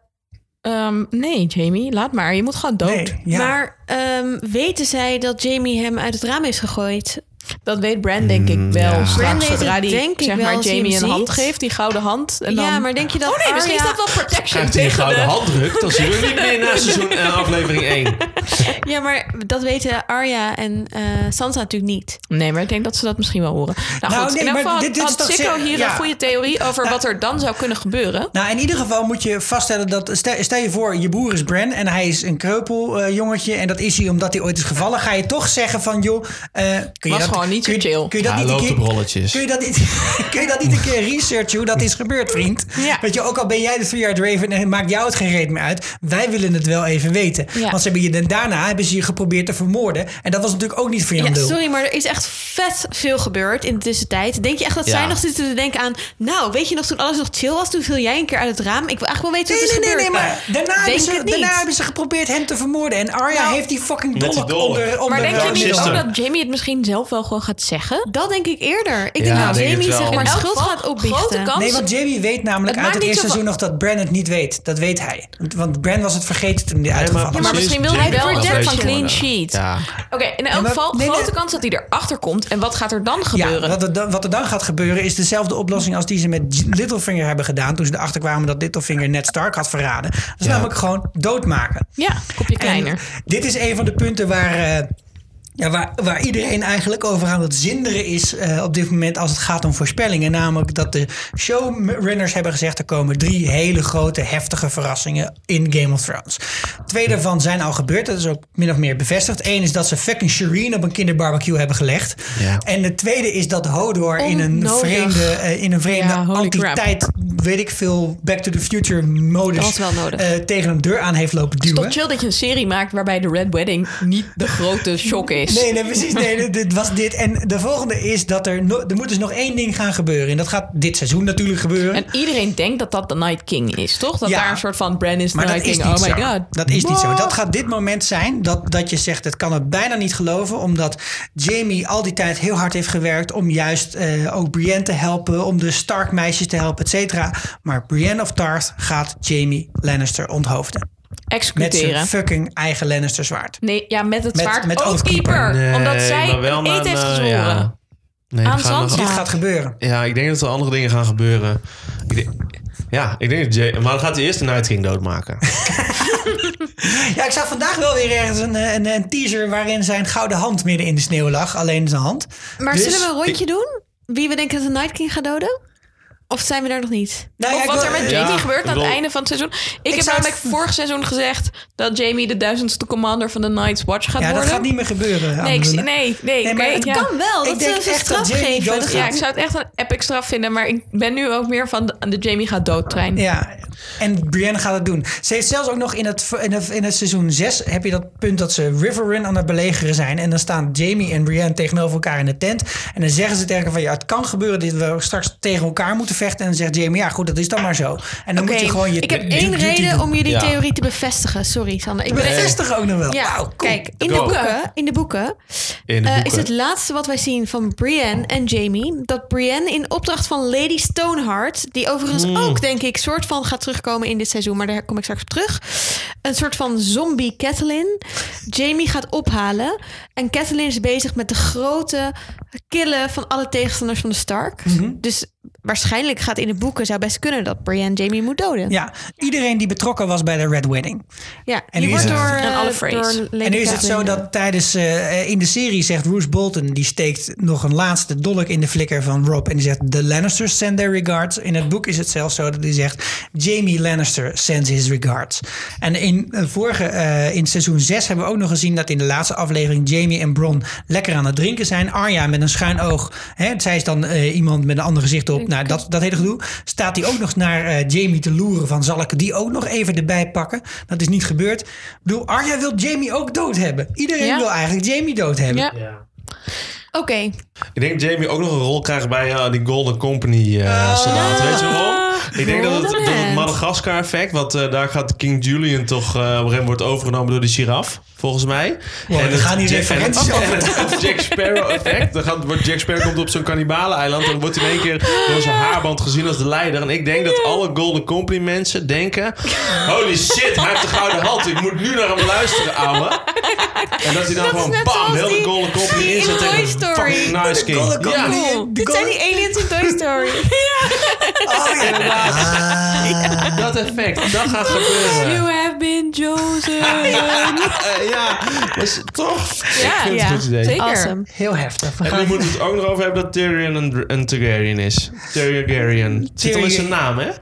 Speaker 4: ehm, nee Jamie, laat maar, je moet gewoon dood.
Speaker 1: Nee, ja.
Speaker 5: Maar ehm, weten zij dat Jamie hem uit het raam heeft gegooid?
Speaker 4: Dat weet Bran denk ik wel.
Speaker 6: Mm, ja.
Speaker 4: straks,
Speaker 5: Bran weet het,
Speaker 4: zodra die,
Speaker 5: denk ik
Speaker 4: zeg
Speaker 5: wel,
Speaker 4: maar,
Speaker 5: als hij
Speaker 4: Jamie
Speaker 5: hem
Speaker 4: een hand
Speaker 5: ziet.
Speaker 4: geeft, die gouden hand. En
Speaker 5: ja,
Speaker 4: dan...
Speaker 5: maar denk je dat
Speaker 4: Oh nee, misschien is
Speaker 5: Arya-
Speaker 4: dat wel protection
Speaker 6: Krijgt hij een
Speaker 4: tegen
Speaker 6: gouden
Speaker 4: de...
Speaker 6: handdruk? Dan zien we hem niet meer na seizoen en aflevering 1.
Speaker 5: Ja, maar dat weten Arya en eh, Sansa natuurlijk niet.
Speaker 4: Nee, maar ik denk dat ze dat misschien wel horen. Nou,
Speaker 1: Nou,
Speaker 4: goed,
Speaker 1: nee,
Speaker 4: in ieder
Speaker 1: maar
Speaker 4: geval
Speaker 1: dit- dit is
Speaker 4: had
Speaker 1: toch
Speaker 4: Sikko
Speaker 1: zeer-
Speaker 4: hier
Speaker 1: ja.
Speaker 4: een goede theorie over wat er dan zou kunnen gebeuren.
Speaker 1: Nou, in ieder geval moet je vaststellen dat. Stel, stel je voor, je broer is Bran en hij is een kreupel eh, jongetje. En dat is hij omdat hij ooit is gevallen. Ga je toch zeggen van, joh. eh kun je
Speaker 4: Was
Speaker 1: dat,
Speaker 4: gewoon niet zo
Speaker 1: kun je-
Speaker 4: chill.
Speaker 1: Kun je dat
Speaker 6: Hij
Speaker 1: niet een
Speaker 6: loopt
Speaker 1: keer-
Speaker 6: op rolletjes.
Speaker 1: Kun je dat niet, kun je dat niet een keer researchen hoe dat is gebeurd, vriend?
Speaker 4: Ja.
Speaker 1: Weet je, ook al ben jij de three-eyed raven en maakt jou het geen reet meer uit. Wij willen het wel even weten.
Speaker 4: Ja.
Speaker 1: Want ze hebben je, daarna hebben ze je geprobeerd te vermoorden. En dat was natuurlijk ook niet voor jou
Speaker 5: Ja,
Speaker 1: een lul.
Speaker 5: sorry, maar er is echt vet veel gebeurd in de tussentijd. Denk je echt dat
Speaker 6: Ja.
Speaker 5: zij nog zitten te denken aan... Nou, weet je nog toen alles nog chill was? Toen viel jij een keer uit het raam. Ik wil eigenlijk wel weten
Speaker 1: Nee,
Speaker 5: wat
Speaker 1: nee,
Speaker 5: er is
Speaker 1: nee, nee,
Speaker 5: gebeurd.
Speaker 1: maar daarna hebben,
Speaker 5: Denk
Speaker 1: ze,
Speaker 5: het niet.
Speaker 1: daarna hebben ze geprobeerd hem te vermoorden. En Arya
Speaker 4: Nou,
Speaker 1: heeft die fucking
Speaker 6: Met die
Speaker 1: dolk
Speaker 6: dolk.
Speaker 1: onder, onder
Speaker 4: Maar denk je
Speaker 6: Dark
Speaker 4: niet ook
Speaker 6: Sister.
Speaker 4: dat Jamie het misschien zelf wel gewoon gaat zeggen?
Speaker 5: Dat denk ik eerder. Ik
Speaker 6: Ja,
Speaker 5: denk dat
Speaker 6: denk het
Speaker 5: Jamie
Speaker 6: wel.
Speaker 5: zeg maar
Speaker 6: In
Speaker 4: elk
Speaker 5: schuld
Speaker 4: geval
Speaker 5: gaat opbiechten.
Speaker 4: grote kans.
Speaker 1: Nee, want Jamie weet namelijk uit
Speaker 4: Het maakt
Speaker 1: het
Speaker 4: niet
Speaker 1: eerste
Speaker 4: zoveel-
Speaker 1: seizoen nog dat Bran het niet weet. Dat weet hij. Want Bran was het vergeten toen hij uitgevallen
Speaker 4: maar
Speaker 1: was.
Speaker 6: precies,
Speaker 4: misschien wil
Speaker 6: Jamie
Speaker 4: hij wel
Speaker 6: was
Speaker 4: een
Speaker 6: deze
Speaker 4: van clean
Speaker 6: geworden.
Speaker 4: sheet.
Speaker 6: Ja.
Speaker 4: Oké, in elk
Speaker 1: Ja, maar-
Speaker 4: geval
Speaker 1: nee,
Speaker 4: grote
Speaker 1: nee.
Speaker 4: kans dat hij erachter komt. En wat gaat er dan
Speaker 1: Ja,
Speaker 4: gebeuren?
Speaker 1: wat er, dan, wat er dan gaat gebeuren is dezelfde oplossing als die ze met J- Littlefinger hebben gedaan. Toen ze erachter kwamen dat Littlefinger Ned Stark had verraden. Dat is namelijk gewoon doodmaken.
Speaker 4: Ja, kopje kleiner.
Speaker 1: En dit is een van de punten waar eh, Ja, waar, waar iedereen eigenlijk over aan het zinderen is eh, op dit moment als het gaat om voorspellingen. Namelijk dat de showrunners hebben gezegd er komen drie hele grote heftige verrassingen in Game of Thrones. Twee daarvan zijn al gebeurd, dat is ook min of meer bevestigd. Eén is dat ze fucking Shireen op een kinderbarbecue hebben gelegd.
Speaker 6: Ja.
Speaker 1: En de tweede is dat Hodor in een
Speaker 5: Onnodig.
Speaker 1: vreemde, eh, in een vreemde
Speaker 4: Ja, holy crap.
Speaker 1: antiteit, weet ik veel, Back to the Future modus
Speaker 5: Dat was wel nodig.
Speaker 1: eh, tegen een deur aan heeft lopen
Speaker 4: Het is
Speaker 1: duwen.
Speaker 4: toch chill dat je een serie maakt waarbij de Red Wedding niet de grote shock is.
Speaker 1: Nee, nee, precies. Nee, dit- dit was dit. En de volgende is dat er, no- er moet dus nog één ding gaan gebeuren. En dat gaat dit seizoen natuurlijk gebeuren.
Speaker 4: En iedereen denkt dat dat de Night King is, toch? Dat
Speaker 1: Ja.
Speaker 4: daar een soort van Bran is de
Speaker 1: maar
Speaker 4: Night
Speaker 1: dat is
Speaker 4: King.
Speaker 1: niet
Speaker 4: Oh
Speaker 1: zo.
Speaker 4: my god.
Speaker 1: Dat is niet zo.
Speaker 4: What?
Speaker 1: Dat gaat dit moment zijn dat, dat je zegt, het kan het bijna niet geloven. Omdat Jamie al die tijd heel hard heeft gewerkt om juist eh, ook Brienne te helpen. Om de Stark meisjes te helpen, et cetera. Maar Brienne of Tarth gaat Jamie Lannister onthoofden. Met zijn
Speaker 4: Executeren.
Speaker 1: fucking eigen Lannister zwaard.
Speaker 4: Nee, ja, met het
Speaker 1: Met-
Speaker 4: zwaard
Speaker 1: met
Speaker 4: Oathkeeper.
Speaker 6: Nee,
Speaker 4: Omdat zij
Speaker 6: maar wel
Speaker 4: een eet
Speaker 6: na-
Speaker 4: heeft
Speaker 6: na-
Speaker 4: gezworen.
Speaker 6: ja. Nee, er
Speaker 4: Aan
Speaker 6: gaan nog-
Speaker 4: Zanzibar.
Speaker 1: Dit
Speaker 4: Ja.
Speaker 1: gaat gebeuren.
Speaker 6: Ja, ik denk dat er andere dingen gaan gebeuren. Ik denk- ja, ik denk dat Jay... Maar dan gaat hij eerst de Night King doodmaken.
Speaker 1: Ja, ik zag vandaag wel weer ergens een, eh, een, een teaser waarin zijn gouden hand midden in de sneeuw lag. Alleen zijn hand.
Speaker 5: Maar
Speaker 1: Dus-
Speaker 5: zullen we een rondje doen? Wie we denken dat de Night King gaat doden? Of zijn we daar nog niet?
Speaker 1: Nou, ja,
Speaker 4: Of
Speaker 1: ik
Speaker 4: wat
Speaker 1: wil-
Speaker 4: er met
Speaker 6: Ja,
Speaker 4: Jamie gebeurt
Speaker 6: ik
Speaker 4: aan het
Speaker 6: bedoel-
Speaker 4: einde van het seizoen. Ik, heb
Speaker 1: zou-
Speaker 4: namelijk vorig seizoen gezegd dat Jamie de duizendste commander van de Night's Watch gaat
Speaker 1: ja,
Speaker 4: worden.
Speaker 1: dat gaat niet meer gebeuren.
Speaker 4: Nee, ik zie-
Speaker 1: Amanda.
Speaker 4: nee, nee.
Speaker 1: maar
Speaker 4: oké,
Speaker 1: het
Speaker 4: ja.
Speaker 5: Kan wel,
Speaker 1: Ik
Speaker 5: dat
Speaker 1: denk
Speaker 5: ze ze
Speaker 1: echt
Speaker 5: straf
Speaker 1: dat Jamie
Speaker 5: geven.
Speaker 1: doodgaat.
Speaker 4: Ja, ik zou het echt een epic straf vinden, maar ik ben nu ook meer van de, de Jamie gaat doodtrein.
Speaker 1: Ja, en Brienne gaat het doen. Ze heeft zelfs ook nog in het, in het, in het seizoen 6 heb je dat punt dat ze Riverrun aan het belegeren zijn. En dan staan Jamie en Brienne tegenover elkaar in de tent. En dan zeggen ze tegen elkaar van ja, het kan gebeuren dat we straks tegen elkaar moeten vechten. En dan zegt Jamie, ja goed, dat is dan maar zo. En dan moet je gewoon je
Speaker 5: ik heb
Speaker 1: duty
Speaker 5: één reden
Speaker 1: doen.
Speaker 5: om jullie
Speaker 6: Ja.
Speaker 5: theorie te bevestigen. Sorry, Sander. Ik
Speaker 1: Ik ben
Speaker 5: ben echt...
Speaker 1: 60 ook nog wel.
Speaker 5: Ja,
Speaker 1: Wauw, cool.
Speaker 5: kijk, in de
Speaker 6: Go.
Speaker 5: boeken, in de boeken,
Speaker 6: In de
Speaker 5: eh,
Speaker 6: boeken.
Speaker 5: is het laatste wat wij zien van Brienne en Jamie... dat Brienne in opdracht van Lady Stoneheart... die overigens
Speaker 6: Hmm.
Speaker 5: ook, denk ik, soort van gaat terugkomen in dit seizoen... maar daar kom ik straks op terug... een soort van zombie Catelyn... Jamie gaat ophalen... en Catelyn is bezig met de grote killen van alle tegenstanders van de Stark.
Speaker 6: Mhm.
Speaker 5: Dus waarschijnlijk gaat in de boeken... zou best kunnen dat Brienne Jamie moet doden.
Speaker 1: Ja, iedereen die betrokken was bij de Red Wedding.
Speaker 5: Ja,
Speaker 1: En
Speaker 5: en
Speaker 1: nu
Speaker 5: die
Speaker 1: is
Speaker 5: wordt
Speaker 1: het-
Speaker 5: door,
Speaker 4: En alle
Speaker 5: eh,
Speaker 4: phrase.
Speaker 5: door Lady
Speaker 1: en nu is het zo
Speaker 5: Catelyn,
Speaker 1: dat tijdens eh, eh, in de serie zegt Roose Bolton, die steekt nog een laatste dolk in de flikker van Rob en die zegt: The Lannisters send their regards. In het boek is het zelfs zo dat hij zegt: Jamie Lannister sends his regards. En in eh, vorige eh, in seizoen 6 hebben we ook nog gezien dat in de laatste aflevering Jamie en Bron lekker aan het drinken zijn. Arya met een schuin oog, hè, zij is dan eh, iemand met een ander gezicht op. Nou, dat, dat hele gedoe. Staat hij ook nog naar eh, Jamie te loeren van zal ik die ook nog even erbij pakken? Dat is niet gebeurd. Ik bedoel, Arya wil Jamie ook dood hebben. Iedereen
Speaker 4: Ja.
Speaker 1: wil eigenlijk Jamie dood hebben.
Speaker 4: Ja.
Speaker 5: Oké,
Speaker 6: Ik denk dat Jamie ook nog een rol krijgt bij eh, die Golden Company eh
Speaker 5: Oh,
Speaker 6: soldaat. Weet je waarom? Ik denk dat het, dat het
Speaker 5: Golden.
Speaker 6: Madagaskar effect, want eh, daar gaat King Julian toch eh, op een gegeven moment wordt overgenomen door de giraf, volgens mij.
Speaker 1: Wow, we
Speaker 6: het
Speaker 1: gaan hier
Speaker 6: Jack-
Speaker 1: referenties
Speaker 6: en het- en het Jack Sparrow effect. Dan gaat, wordt Jack Sparrow komt op zo'n kannibaleneiland en dan wordt hij in één keer door zijn haarband gezien als de leider. En ik denk dat alle Golden Company mensen denken, holy shit, hij heeft de gouden hand. Ik moet nu naar hem luisteren, ouwe. En dat hij dan gewoon
Speaker 5: net
Speaker 6: bam,
Speaker 5: zoals
Speaker 6: heel de
Speaker 5: die-
Speaker 6: Golden Company
Speaker 5: die
Speaker 6: inzet
Speaker 5: in Toy
Speaker 6: tegen
Speaker 5: Story.
Speaker 6: fucking Nice King.
Speaker 1: Golden
Speaker 6: Ja.
Speaker 1: Company.
Speaker 5: cool.
Speaker 1: De
Speaker 5: Dit zijn
Speaker 1: Golden-
Speaker 5: die aliens in Toy Story.
Speaker 1: Oh, ja. Ah.
Speaker 6: Dat effect, dat gaat gebeuren.
Speaker 5: you have been chosen.
Speaker 6: Eh, ja, dus toch? ik vind het
Speaker 5: ja,
Speaker 6: een goed idee.
Speaker 4: zeker.
Speaker 5: Awesome.
Speaker 1: Heel heftig. We
Speaker 6: En nu
Speaker 1: gaan...
Speaker 6: moeten we het ook nog over hebben dat Tyrion een, een Targaryen is. Targaryen. Het Zit al in zijn naam, hè?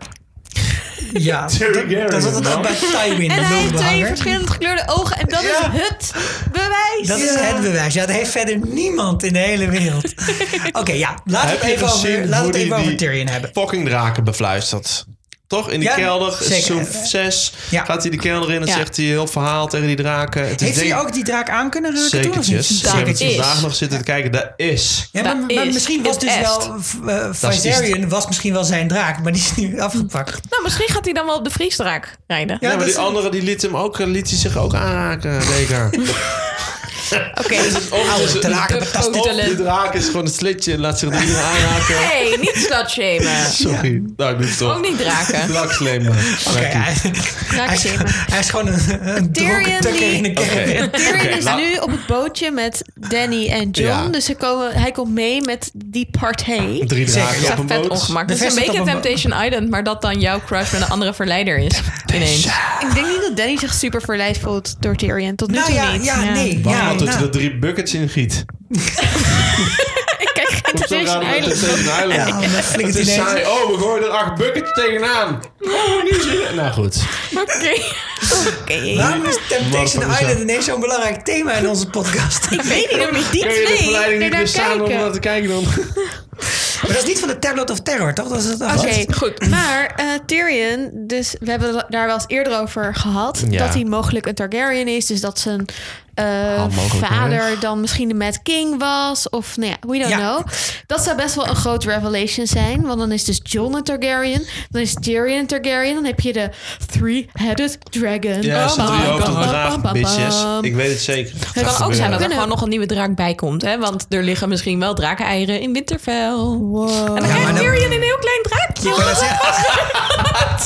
Speaker 1: Ja,
Speaker 6: Targaryen,
Speaker 1: dat dat zat
Speaker 6: man.
Speaker 1: ook bij Tywin.
Speaker 5: En
Speaker 1: dat
Speaker 5: hij heeft twee
Speaker 1: lulbehanger.
Speaker 5: verschillende gekleurde ogen. En dat
Speaker 6: Ja.
Speaker 5: is het bewijs.
Speaker 1: Dat is het bewijs. Ja, dat heeft verder niemand in de hele wereld. Oké, ja. Laten we
Speaker 6: Heb
Speaker 1: het
Speaker 6: je
Speaker 1: even, over,
Speaker 6: gezien
Speaker 1: laten
Speaker 6: hoe
Speaker 1: we het
Speaker 6: die-
Speaker 1: even over
Speaker 6: die-
Speaker 1: Tyrion hebben.
Speaker 6: Fucking draken befluistert. Toch? In die
Speaker 1: Ja,
Speaker 6: kelder,
Speaker 1: zeker.
Speaker 6: seizoen 6,
Speaker 1: Ja.
Speaker 6: gaat hij de kelder in en
Speaker 4: Ja.
Speaker 6: zegt hij heel verhaal tegen die draken. Het is
Speaker 1: Heeft hij
Speaker 6: denk-
Speaker 1: ook die draak aan kunnen raken toen? of niet?
Speaker 6: Zekertjes. Ik heb het
Speaker 4: is.
Speaker 6: vandaag nog zitten te kijken. Dat is.
Speaker 1: Ja, maar,
Speaker 4: Dat
Speaker 1: maar
Speaker 4: is
Speaker 1: misschien was dus
Speaker 4: best.
Speaker 1: wel... eh Viserion was misschien wel zijn draak, maar die is nu afgepakt.
Speaker 4: Nou, misschien gaat hij dan wel op de vriesdraak rijden.
Speaker 1: Ja,
Speaker 6: Ja, maar
Speaker 1: dat
Speaker 6: die
Speaker 1: is-
Speaker 6: andere die liet, hem ook, liet hij zich ook aanraken, zeker.
Speaker 4: Oké.
Speaker 6: Of
Speaker 1: Oude
Speaker 6: dus-
Speaker 1: draken,
Speaker 6: of
Speaker 4: fantastisch.
Speaker 6: die draak is gewoon een slitje en laat zich er niet meer aanraken.
Speaker 4: Hey, niet slutshamen.
Speaker 6: Sorry. Nou, ik doe het toch.
Speaker 4: Ook niet draken.
Speaker 6: Drak slim.
Speaker 1: Oké, hij, hij, is-
Speaker 5: Raakzemen.
Speaker 1: hij is gewoon een, een
Speaker 5: Tyrion
Speaker 1: dronken tukker
Speaker 5: die-
Speaker 1: in een Nou caravan.
Speaker 6: Oké.
Speaker 5: Tyrion
Speaker 6: Oké,
Speaker 5: is
Speaker 6: la-
Speaker 5: nu op het bootje met Danny en John.
Speaker 6: Ja.
Speaker 5: Dus ze komen, hij komt mee met die partij.
Speaker 6: Drie
Speaker 1: Zeker.
Speaker 6: draken
Speaker 1: Ja,
Speaker 6: op een
Speaker 4: Vet
Speaker 6: boot.
Speaker 4: ongemak. Het is een
Speaker 1: vestigt
Speaker 4: beetje
Speaker 1: op een bo-
Speaker 4: Temptation Island, maar dat dan jouw crush met een andere verleider is. Ineens.
Speaker 5: Ik denk niet dat Danny zich super verleid voelt door Tyrion. Tot nu
Speaker 1: Nou
Speaker 5: toe
Speaker 1: ja,
Speaker 5: niet.
Speaker 1: ja, nee. Ja,
Speaker 6: hand
Speaker 1: Nee,
Speaker 6: dat je
Speaker 1: nou.
Speaker 6: er drie buckets in giet.
Speaker 5: Ik kijk geen
Speaker 6: Zo
Speaker 5: Temptation
Speaker 6: raar dat
Speaker 5: Island.
Speaker 6: het tegen Island.
Speaker 1: Ja, dan flikkert
Speaker 6: Het
Speaker 1: hij
Speaker 6: is
Speaker 1: ineens.
Speaker 6: saai. Oh, we gooien er acht buckets tegenaan. Oh, nu is het- Nou goed.
Speaker 5: Oké.
Speaker 6: Nou,
Speaker 1: Waarom is Temptation
Speaker 6: Motherfucker,
Speaker 1: Island
Speaker 6: zo.
Speaker 1: ineens zo'n belangrijk thema in onze podcast?
Speaker 5: Ik weet niet of die
Speaker 6: Kun je de
Speaker 5: twee
Speaker 6: verleiding niet
Speaker 5: ernaar
Speaker 6: bestaan om
Speaker 5: kijken.
Speaker 6: dat te kijken dan?
Speaker 1: Maar dat is niet van de Tablet of Terror, toch? Dat is het
Speaker 5: Oké,
Speaker 1: Wat?
Speaker 5: goed. Maar eh, Tyrion, dus we hebben het daar wel eens eerder over gehad.
Speaker 6: Ja.
Speaker 5: Dat hij mogelijk een Targaryen is. Dus dat zijn eh,
Speaker 6: Ah, mogelijk, hè?
Speaker 5: vader dan misschien de Mad King was. Of nou ja, we don't
Speaker 1: Ja.
Speaker 5: know. Dat zou best wel een grote revelation zijn. Want dan is dus Jon een Targaryen. Dan is Tyrion een Targaryen. Dan heb je de Three-Headed Dragon.
Speaker 6: Ja, ze
Speaker 5: Bam,
Speaker 6: drie
Speaker 5: bam,
Speaker 6: hoofden
Speaker 5: bam,
Speaker 6: draag,
Speaker 5: bam, bam,
Speaker 6: bitches.
Speaker 5: bam.
Speaker 6: Ik weet het zeker.
Speaker 4: Het kan ook zijn dat er
Speaker 5: Kunnen.
Speaker 4: gewoon nog een nieuwe draak bij komt. Hè? Want er liggen misschien wel drakeneieren in Winterfell. En dan
Speaker 1: Ja, maar
Speaker 4: krijgt
Speaker 1: dan-
Speaker 4: Tyrion een heel klein draakje.
Speaker 1: Ik wou net zeggen,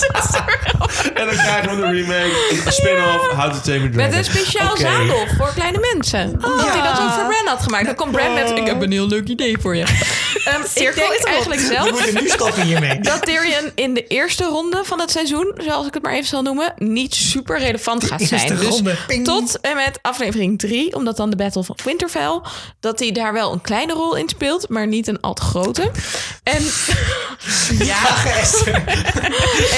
Speaker 6: En dan krijgen we een remake, een spin-off, How to Tame a Dragon.
Speaker 4: Met een speciaal
Speaker 6: Oké.
Speaker 4: zadel voor kleine mensen. Omdat hij dat ook voor Bran Oh, had gemaakt. Dan komt Bran met... Ik heb een heel leuk idee voor je. Ehm,
Speaker 5: Cirkel
Speaker 4: ik
Speaker 5: is
Speaker 4: denk
Speaker 5: rond.
Speaker 4: eigenlijk
Speaker 1: We
Speaker 4: zelf...
Speaker 1: moeten nu stoppen hiermee.
Speaker 4: dat Tyrion in de eerste ronde van het seizoen... zoals ik het maar even zal noemen... niet super relevant gaat
Speaker 1: eerste
Speaker 4: zijn. Dus
Speaker 1: ronde, ping.
Speaker 4: tot en met aflevering 3... omdat dan de Battle van Winterfell... dat hij daar wel een kleine rol in speelt... maar niet een al te grote. En... ja,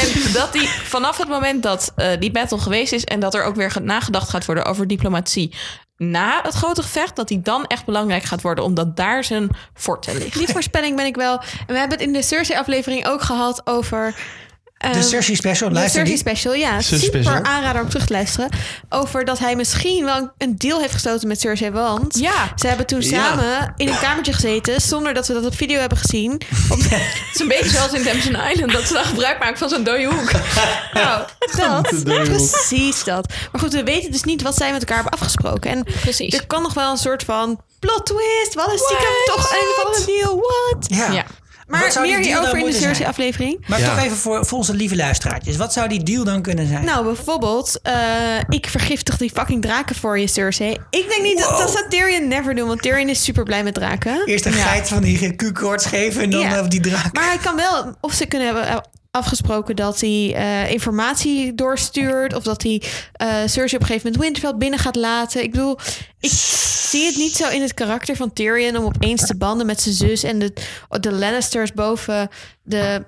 Speaker 4: en dat die vanaf het moment dat eh, die battle geweest is en dat er ook weer ge- nagedacht gaat worden over diplomatie na het grote gevecht, dat die dan echt belangrijk gaat worden, omdat daar zijn forte ligt.
Speaker 5: Die voorspelling ben ik wel. En we hebben het in de Cersei-aflevering ook gehad over... eh,
Speaker 1: De Cersei Special,
Speaker 5: De
Speaker 1: luister
Speaker 5: Cersei
Speaker 1: die.
Speaker 5: Special, ja.
Speaker 6: Cersei
Speaker 5: super
Speaker 6: Special.
Speaker 5: aanrader om terug te luisteren. Over dat hij misschien wel een deal heeft gesloten met Cersei. Want
Speaker 4: Ja.
Speaker 5: ze hebben toen samen in een kamertje gezeten. Zonder dat we dat op video hebben gezien.
Speaker 4: Het is een beetje zoals in Temptation Island, dat ze dan gebruik maken van zo'n dode hoek.
Speaker 5: Nou, dat.
Speaker 6: deal.
Speaker 5: Precies dat. Maar goed, we weten dus niet wat zij met elkaar hebben afgesproken. En
Speaker 4: Precies.
Speaker 5: er kan nog wel een soort van plot twist. Wat is stiekem
Speaker 4: What?
Speaker 5: toch een van een deal? What?
Speaker 1: Ja.
Speaker 4: Ja.
Speaker 5: Maar
Speaker 1: Wat zou die
Speaker 5: meer
Speaker 1: deal dan
Speaker 5: hierover in de
Speaker 1: moeten zijn?
Speaker 5: Cersei-aflevering.
Speaker 1: Maar
Speaker 6: Ja.
Speaker 1: toch even voor, voor onze lieve luisteraartjes. Wat zou die deal dan kunnen zijn?
Speaker 5: Nou, bijvoorbeeld, eh, ik vergiftig die fucking draken voor je, Cersei. Ik denk niet dat dat zou Tyrion never doen, want Tyrion is super blij met draken.
Speaker 1: Eerst een geit van die Q-koorts geven en dan
Speaker 5: Ja.
Speaker 1: eh, die draak.
Speaker 5: Maar hij kan wel, of ze kunnen hebben afgesproken dat hij eh, informatie doorstuurt, of dat hij eh, Cersei op een gegeven moment Winterfell binnen gaat laten. Ik bedoel, ik zie het niet zo in het karakter van Tyrion om opeens te banden met zijn zus en de, de Lannisters boven de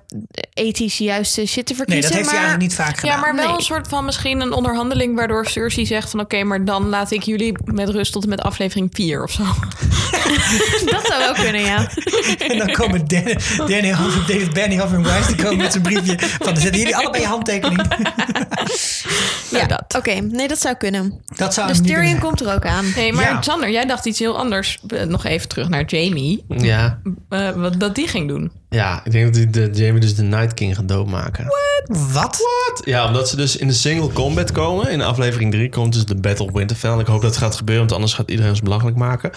Speaker 5: ethisch juiste shit te
Speaker 1: nee,
Speaker 5: verkiezen.
Speaker 1: dat heeft hij
Speaker 5: maar-
Speaker 1: eigenlijk niet vaak gedaan.
Speaker 4: Ja, maar wel
Speaker 5: Nee.
Speaker 4: een soort van misschien een onderhandeling waardoor Cersei zegt van oké, maar dan laat ik jullie met rust tot en met aflevering 4 of zo.
Speaker 5: Dat zou wel kunnen, ja.
Speaker 1: En dan komen Dan, Danny Hoff
Speaker 4: Oh.
Speaker 1: en David Benioff en Rice die komen met zijn briefje van zetten jullie allebei je handtekening.
Speaker 4: Nou,
Speaker 5: ja.
Speaker 4: dat.
Speaker 5: Oké, nee, dat zou kunnen.
Speaker 1: Dat zou
Speaker 5: Dus
Speaker 1: hem niet kunnen
Speaker 5: Tyrion
Speaker 1: zijn.
Speaker 5: komt er ook aan.
Speaker 4: Nee, maar
Speaker 1: Ja.
Speaker 4: Sander, jij dacht iets heel anders. Eh, Nog even terug naar Jamie.
Speaker 6: Ja.
Speaker 4: eh, wat dat die ging doen.
Speaker 6: ja, ik denk dat die de, Jamie dus de Night King gaat doodmaken.
Speaker 1: Wat?
Speaker 6: Ja, omdat ze dus in de single combat komen. In aflevering 3 komt dus de Battle of Winterfell. En ik hoop dat het gaat gebeuren, want anders gaat iedereen ons belachelijk maken.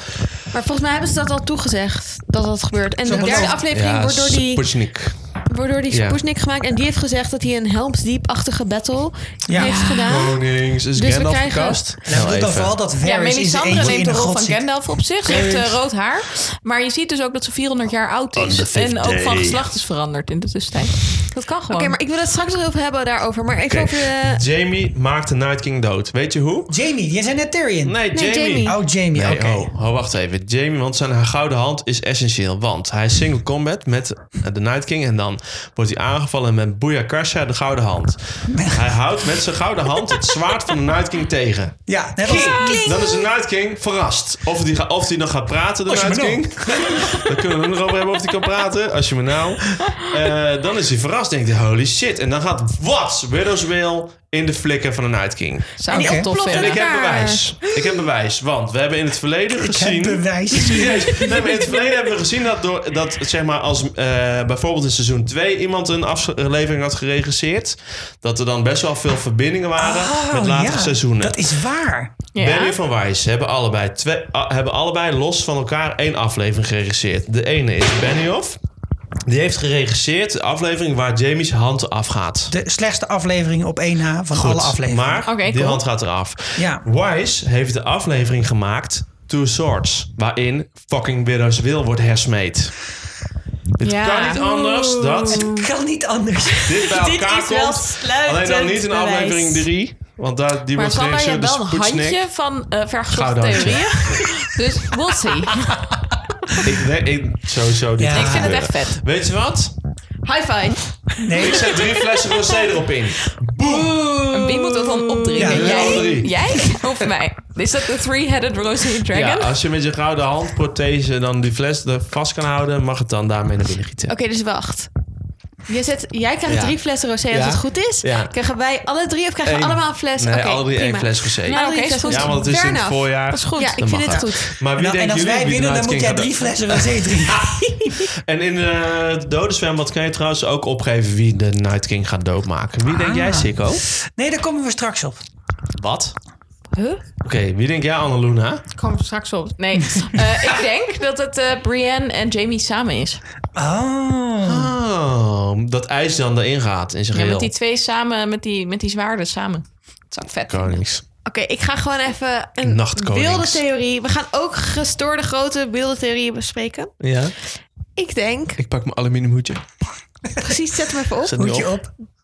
Speaker 5: Maar volgens mij hebben ze dat al toegezegd, dat dat gebeurt. En de
Speaker 1: Zo
Speaker 5: derde
Speaker 1: beloofd.
Speaker 5: aflevering wordt, door die,
Speaker 6: Sputnik.
Speaker 5: wordt door die
Speaker 6: Ja.
Speaker 5: Sputnik gemaakt. En die heeft gezegd dat hij een Helm's Deep-achtige battle
Speaker 1: Ja.
Speaker 5: heeft gedaan.
Speaker 6: Konings is
Speaker 5: Dus we
Speaker 6: Gandalf
Speaker 5: krijgen-
Speaker 6: verkast.
Speaker 1: Nou, ik
Speaker 6: Heel
Speaker 1: bedoel dan
Speaker 6: even.
Speaker 1: vooral dat
Speaker 4: Ja,
Speaker 1: Varys in zijn
Speaker 4: Melisandre
Speaker 1: eentje
Speaker 4: neemt
Speaker 1: in
Speaker 4: de
Speaker 1: de
Speaker 4: rol
Speaker 1: grot
Speaker 4: van
Speaker 1: zit.
Speaker 4: Gandalf op zich. Ze heeft eh, rood haar. Maar je ziet dus ook dat ze 400 jaar oud is. En ook van geslacht is veranderd in de tussentijd. Dat kan gewoon.
Speaker 5: Oké, maar ik wil het straks nog heel veel hebben daarover. Maar
Speaker 6: Oké.
Speaker 5: even over de...
Speaker 6: Jamie maakt de Night King dood. Weet je hoe?
Speaker 1: Jamie, jij zei net Tyrion.
Speaker 6: Nee,
Speaker 5: Nee,
Speaker 6: Jamie.
Speaker 5: Jamie.
Speaker 1: Oh, Jamie,
Speaker 6: Nee,
Speaker 1: oké.
Speaker 6: oh, oh, wacht even. Jamie, want zijn gouden hand is essentieel. Want hij is single combat met eh, de Night King. En dan wordt hij aangevallen met Booyakasha, de gouden hand. Hij houdt met zijn gouden hand het zwaard van de Night King tegen.
Speaker 1: Ja, net als...
Speaker 6: Dan is de Night King verrast. Of hij die, of die nog gaat praten, de
Speaker 1: Als je
Speaker 6: Night
Speaker 1: me nou.
Speaker 6: King. Daar kunnen we het nog over hebben of hij kan praten. Als je me nou. Eh, dan is hij verrast. Denkt hij, holy shit. En dan gaat wat? Widow's Will in de flikken van de Night King.
Speaker 4: Zou ik
Speaker 1: Oké.
Speaker 4: wel tof
Speaker 5: Ontploft
Speaker 6: En ik
Speaker 4: vinden.
Speaker 6: heb
Speaker 5: Daar.
Speaker 6: bewijs. Ik heb bewijs. Want we hebben in het verleden
Speaker 1: Ik
Speaker 6: gezien...
Speaker 1: heb bewijs.
Speaker 6: Serieus. Nee, maar in het verleden hebben we gezien dat, door, dat zeg maar als eh, bijvoorbeeld in seizoen 2 iemand een aflevering had geregisseerd, dat er dan best wel veel verbindingen waren met
Speaker 1: Oh,
Speaker 6: latere
Speaker 1: ja.
Speaker 6: seizoenen.
Speaker 1: Dat is waar.
Speaker 4: Ja.
Speaker 6: Barry van Wijs hebben allebei, twee, a- hebben allebei los van elkaar één aflevering geregisseerd. De ene is Benioff. Die heeft geregisseerd de aflevering waar Jamie's hand afgaat.
Speaker 1: De slechtste aflevering op 1H van alle afleveringen.
Speaker 6: maar
Speaker 4: Oké,
Speaker 6: die
Speaker 4: cool.
Speaker 6: hand gaat eraf.
Speaker 1: Ja.
Speaker 6: Wise heeft de aflevering gemaakt Two Swords, waarin fucking Widow's Will wordt hersmeed. Het
Speaker 4: Ja.
Speaker 6: kan niet anders dat
Speaker 1: Kan niet anders.
Speaker 6: dit bij elkaar
Speaker 5: is wel
Speaker 6: komt. Alleen dan niet in
Speaker 5: sluitend bewijs.
Speaker 6: aflevering 3, Want daar, die
Speaker 4: Maar
Speaker 6: wordt
Speaker 4: Sanne, je
Speaker 6: geregisseerd
Speaker 4: hebt
Speaker 6: door
Speaker 4: wel een
Speaker 6: Sputnik.
Speaker 4: handje van eh vergezochte
Speaker 6: eh, Gouden handje.
Speaker 4: theorieën. dus we'll see.
Speaker 6: Ik, nee, ik, sowieso dit
Speaker 1: Ja.
Speaker 6: gaat
Speaker 1: Ik vind
Speaker 4: het
Speaker 6: gebeuren.
Speaker 4: echt vet.
Speaker 6: Weet je wat?
Speaker 4: High five.
Speaker 1: Nee,
Speaker 6: Ik zet drie flessen rosé erop in.
Speaker 4: En wie moet dat dan opdrinken?
Speaker 1: Ja,
Speaker 6: alle
Speaker 4: jij?
Speaker 6: drie.
Speaker 4: Jij of mij? Is dat de three-headed rosé dragon?
Speaker 6: Ja,
Speaker 4: Oké,
Speaker 6: als je met je gouden handprothese dan die fles er vast kan houden, mag het dan daarmee naar binnen gieten.
Speaker 5: dus wacht. Je zet, jij krijgt
Speaker 6: Ja.
Speaker 5: drie flessen rosé als
Speaker 6: Ja.
Speaker 5: het goed is.
Speaker 6: Ja.
Speaker 5: Krijgen wij alle drie of krijgen
Speaker 6: Eén.
Speaker 5: we allemaal een fles?
Speaker 6: Nee,
Speaker 5: Oké,
Speaker 6: alle drie één
Speaker 5: prima.
Speaker 6: fles rosé.
Speaker 5: Ja,
Speaker 4: Nou, oké,
Speaker 5: oké,
Speaker 4: is
Speaker 5: is
Speaker 4: goed.
Speaker 5: goed.
Speaker 6: Ja, want het is
Speaker 5: Fair
Speaker 6: in het
Speaker 5: enough.
Speaker 6: voorjaar.
Speaker 4: Dat is goed.
Speaker 5: Ja, ik
Speaker 6: Dan
Speaker 5: vind
Speaker 6: mag
Speaker 5: het
Speaker 6: dat.
Speaker 5: goed.
Speaker 6: Maar wie
Speaker 1: nou, en
Speaker 6: denken
Speaker 1: als
Speaker 6: jullie
Speaker 1: wij
Speaker 6: wie de
Speaker 1: winnen, dan
Speaker 6: Night
Speaker 1: moet
Speaker 6: King
Speaker 1: jij
Speaker 6: gaat-
Speaker 1: drie flessen rosé drinken.
Speaker 6: En in eh, het dode zwembad kan je trouwens ook opgeven wie de Night King gaat doodmaken. Wie denk
Speaker 5: Ah.
Speaker 6: jij, Sikko?
Speaker 1: Nee, daar komen we straks op.
Speaker 6: Wat?
Speaker 4: Huh?
Speaker 6: Oké, wie denk jij, Annaluna?
Speaker 4: ik kom er straks op. Nee, Eh, ik denk dat het eh, Brienne en Jamie samen is.
Speaker 6: Ah.
Speaker 1: Oh.
Speaker 6: Oh, dat ijs dan erin gaat in zijn
Speaker 4: Ja, met
Speaker 6: geheel.
Speaker 4: die twee samen, met die, met die zwaarden samen. Dat zou ik vet vinden.
Speaker 6: Konings.
Speaker 5: Oké, ik ga gewoon even een
Speaker 6: Nachtkonings.
Speaker 5: wilde theorie. We gaan ook gestoorde grote wilde theorieën bespreken.
Speaker 6: Ja,
Speaker 5: Ik denk,
Speaker 6: ik pak mijn aluminiumhoedje.
Speaker 5: precies, zet hem even op.
Speaker 6: Zet die
Speaker 1: Moet je
Speaker 6: op.
Speaker 1: op.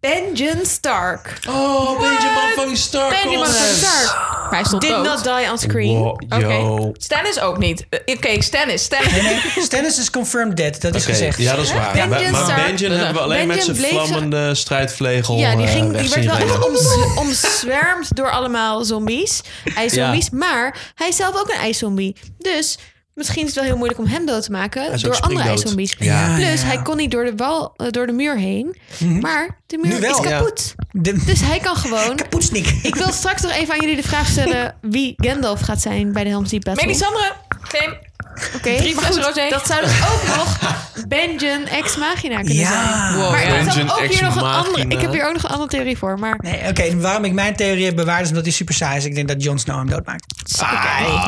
Speaker 5: Benjen Stark.
Speaker 6: Oh, Benjamin van Stark.
Speaker 5: Benjamin
Speaker 6: Collins.
Speaker 5: Stark.
Speaker 4: Maar hij stond
Speaker 5: Did
Speaker 6: Oh.
Speaker 4: dood.
Speaker 5: not die on screen.
Speaker 6: Wow,
Speaker 4: Oké.
Speaker 6: yo.
Speaker 4: Stannis ook niet. Eh, Oké, Stannis. Stannis.
Speaker 1: Nee, nee, Stannis is confirmed dead, dat is
Speaker 6: Oké,
Speaker 1: gezegd.
Speaker 6: Ja, dat is waar.
Speaker 5: Benjen
Speaker 6: maar maar
Speaker 5: Stark-
Speaker 6: Benjen hebben we alleen
Speaker 5: Benjen
Speaker 6: met zijn
Speaker 5: bleef zo-
Speaker 6: vlammende strijdvlegel
Speaker 5: Ja, die,
Speaker 6: eh,
Speaker 5: ging,
Speaker 6: weg
Speaker 5: die
Speaker 6: zien
Speaker 5: werd wel echt
Speaker 6: rennen.
Speaker 5: omz- omzwermd door allemaal zombies. IJszombies. Maar hij is zelf ook een ijszombie. Dus misschien is het wel heel moeilijk om hem dood te
Speaker 6: is
Speaker 5: maken...
Speaker 6: ook
Speaker 5: door andere
Speaker 6: springdood.
Speaker 5: ijszombies.
Speaker 6: Ja. Mhm.
Speaker 5: Plus,
Speaker 1: Ja.
Speaker 5: hij kon niet door de, wal, eh, door de muur heen. Maar de
Speaker 1: Nu
Speaker 5: muur
Speaker 1: wel.
Speaker 5: is
Speaker 1: Ja.
Speaker 5: kapot.
Speaker 1: De
Speaker 5: Dus hij kan gewoon...
Speaker 1: poetsnik.
Speaker 5: Ik wil straks nog even aan jullie de vraag stellen... wie Gandalf gaat zijn bij de Helm's Deep Battle.
Speaker 4: Melisandre. Claim.
Speaker 5: Oké,
Speaker 4: Drie
Speaker 5: maar
Speaker 4: flessen
Speaker 5: goed,
Speaker 4: rosé.
Speaker 5: Dat zou dus ook nog Benjen ex machina kunnen zijn.
Speaker 1: Ja.
Speaker 4: Wow.
Speaker 5: Maar
Speaker 4: Ja.
Speaker 5: ik zat
Speaker 6: Benjen
Speaker 5: ook
Speaker 6: ex
Speaker 5: hier nog een andere.
Speaker 6: machina.
Speaker 5: Ik heb hier ook nog een andere theorie voor, maar
Speaker 1: Nee, Oké, en waarom ik mijn theorie heb bewaard is omdat hij super saai is. Ik denk dat Jon Snow hem doodmaakt.
Speaker 6: Ah,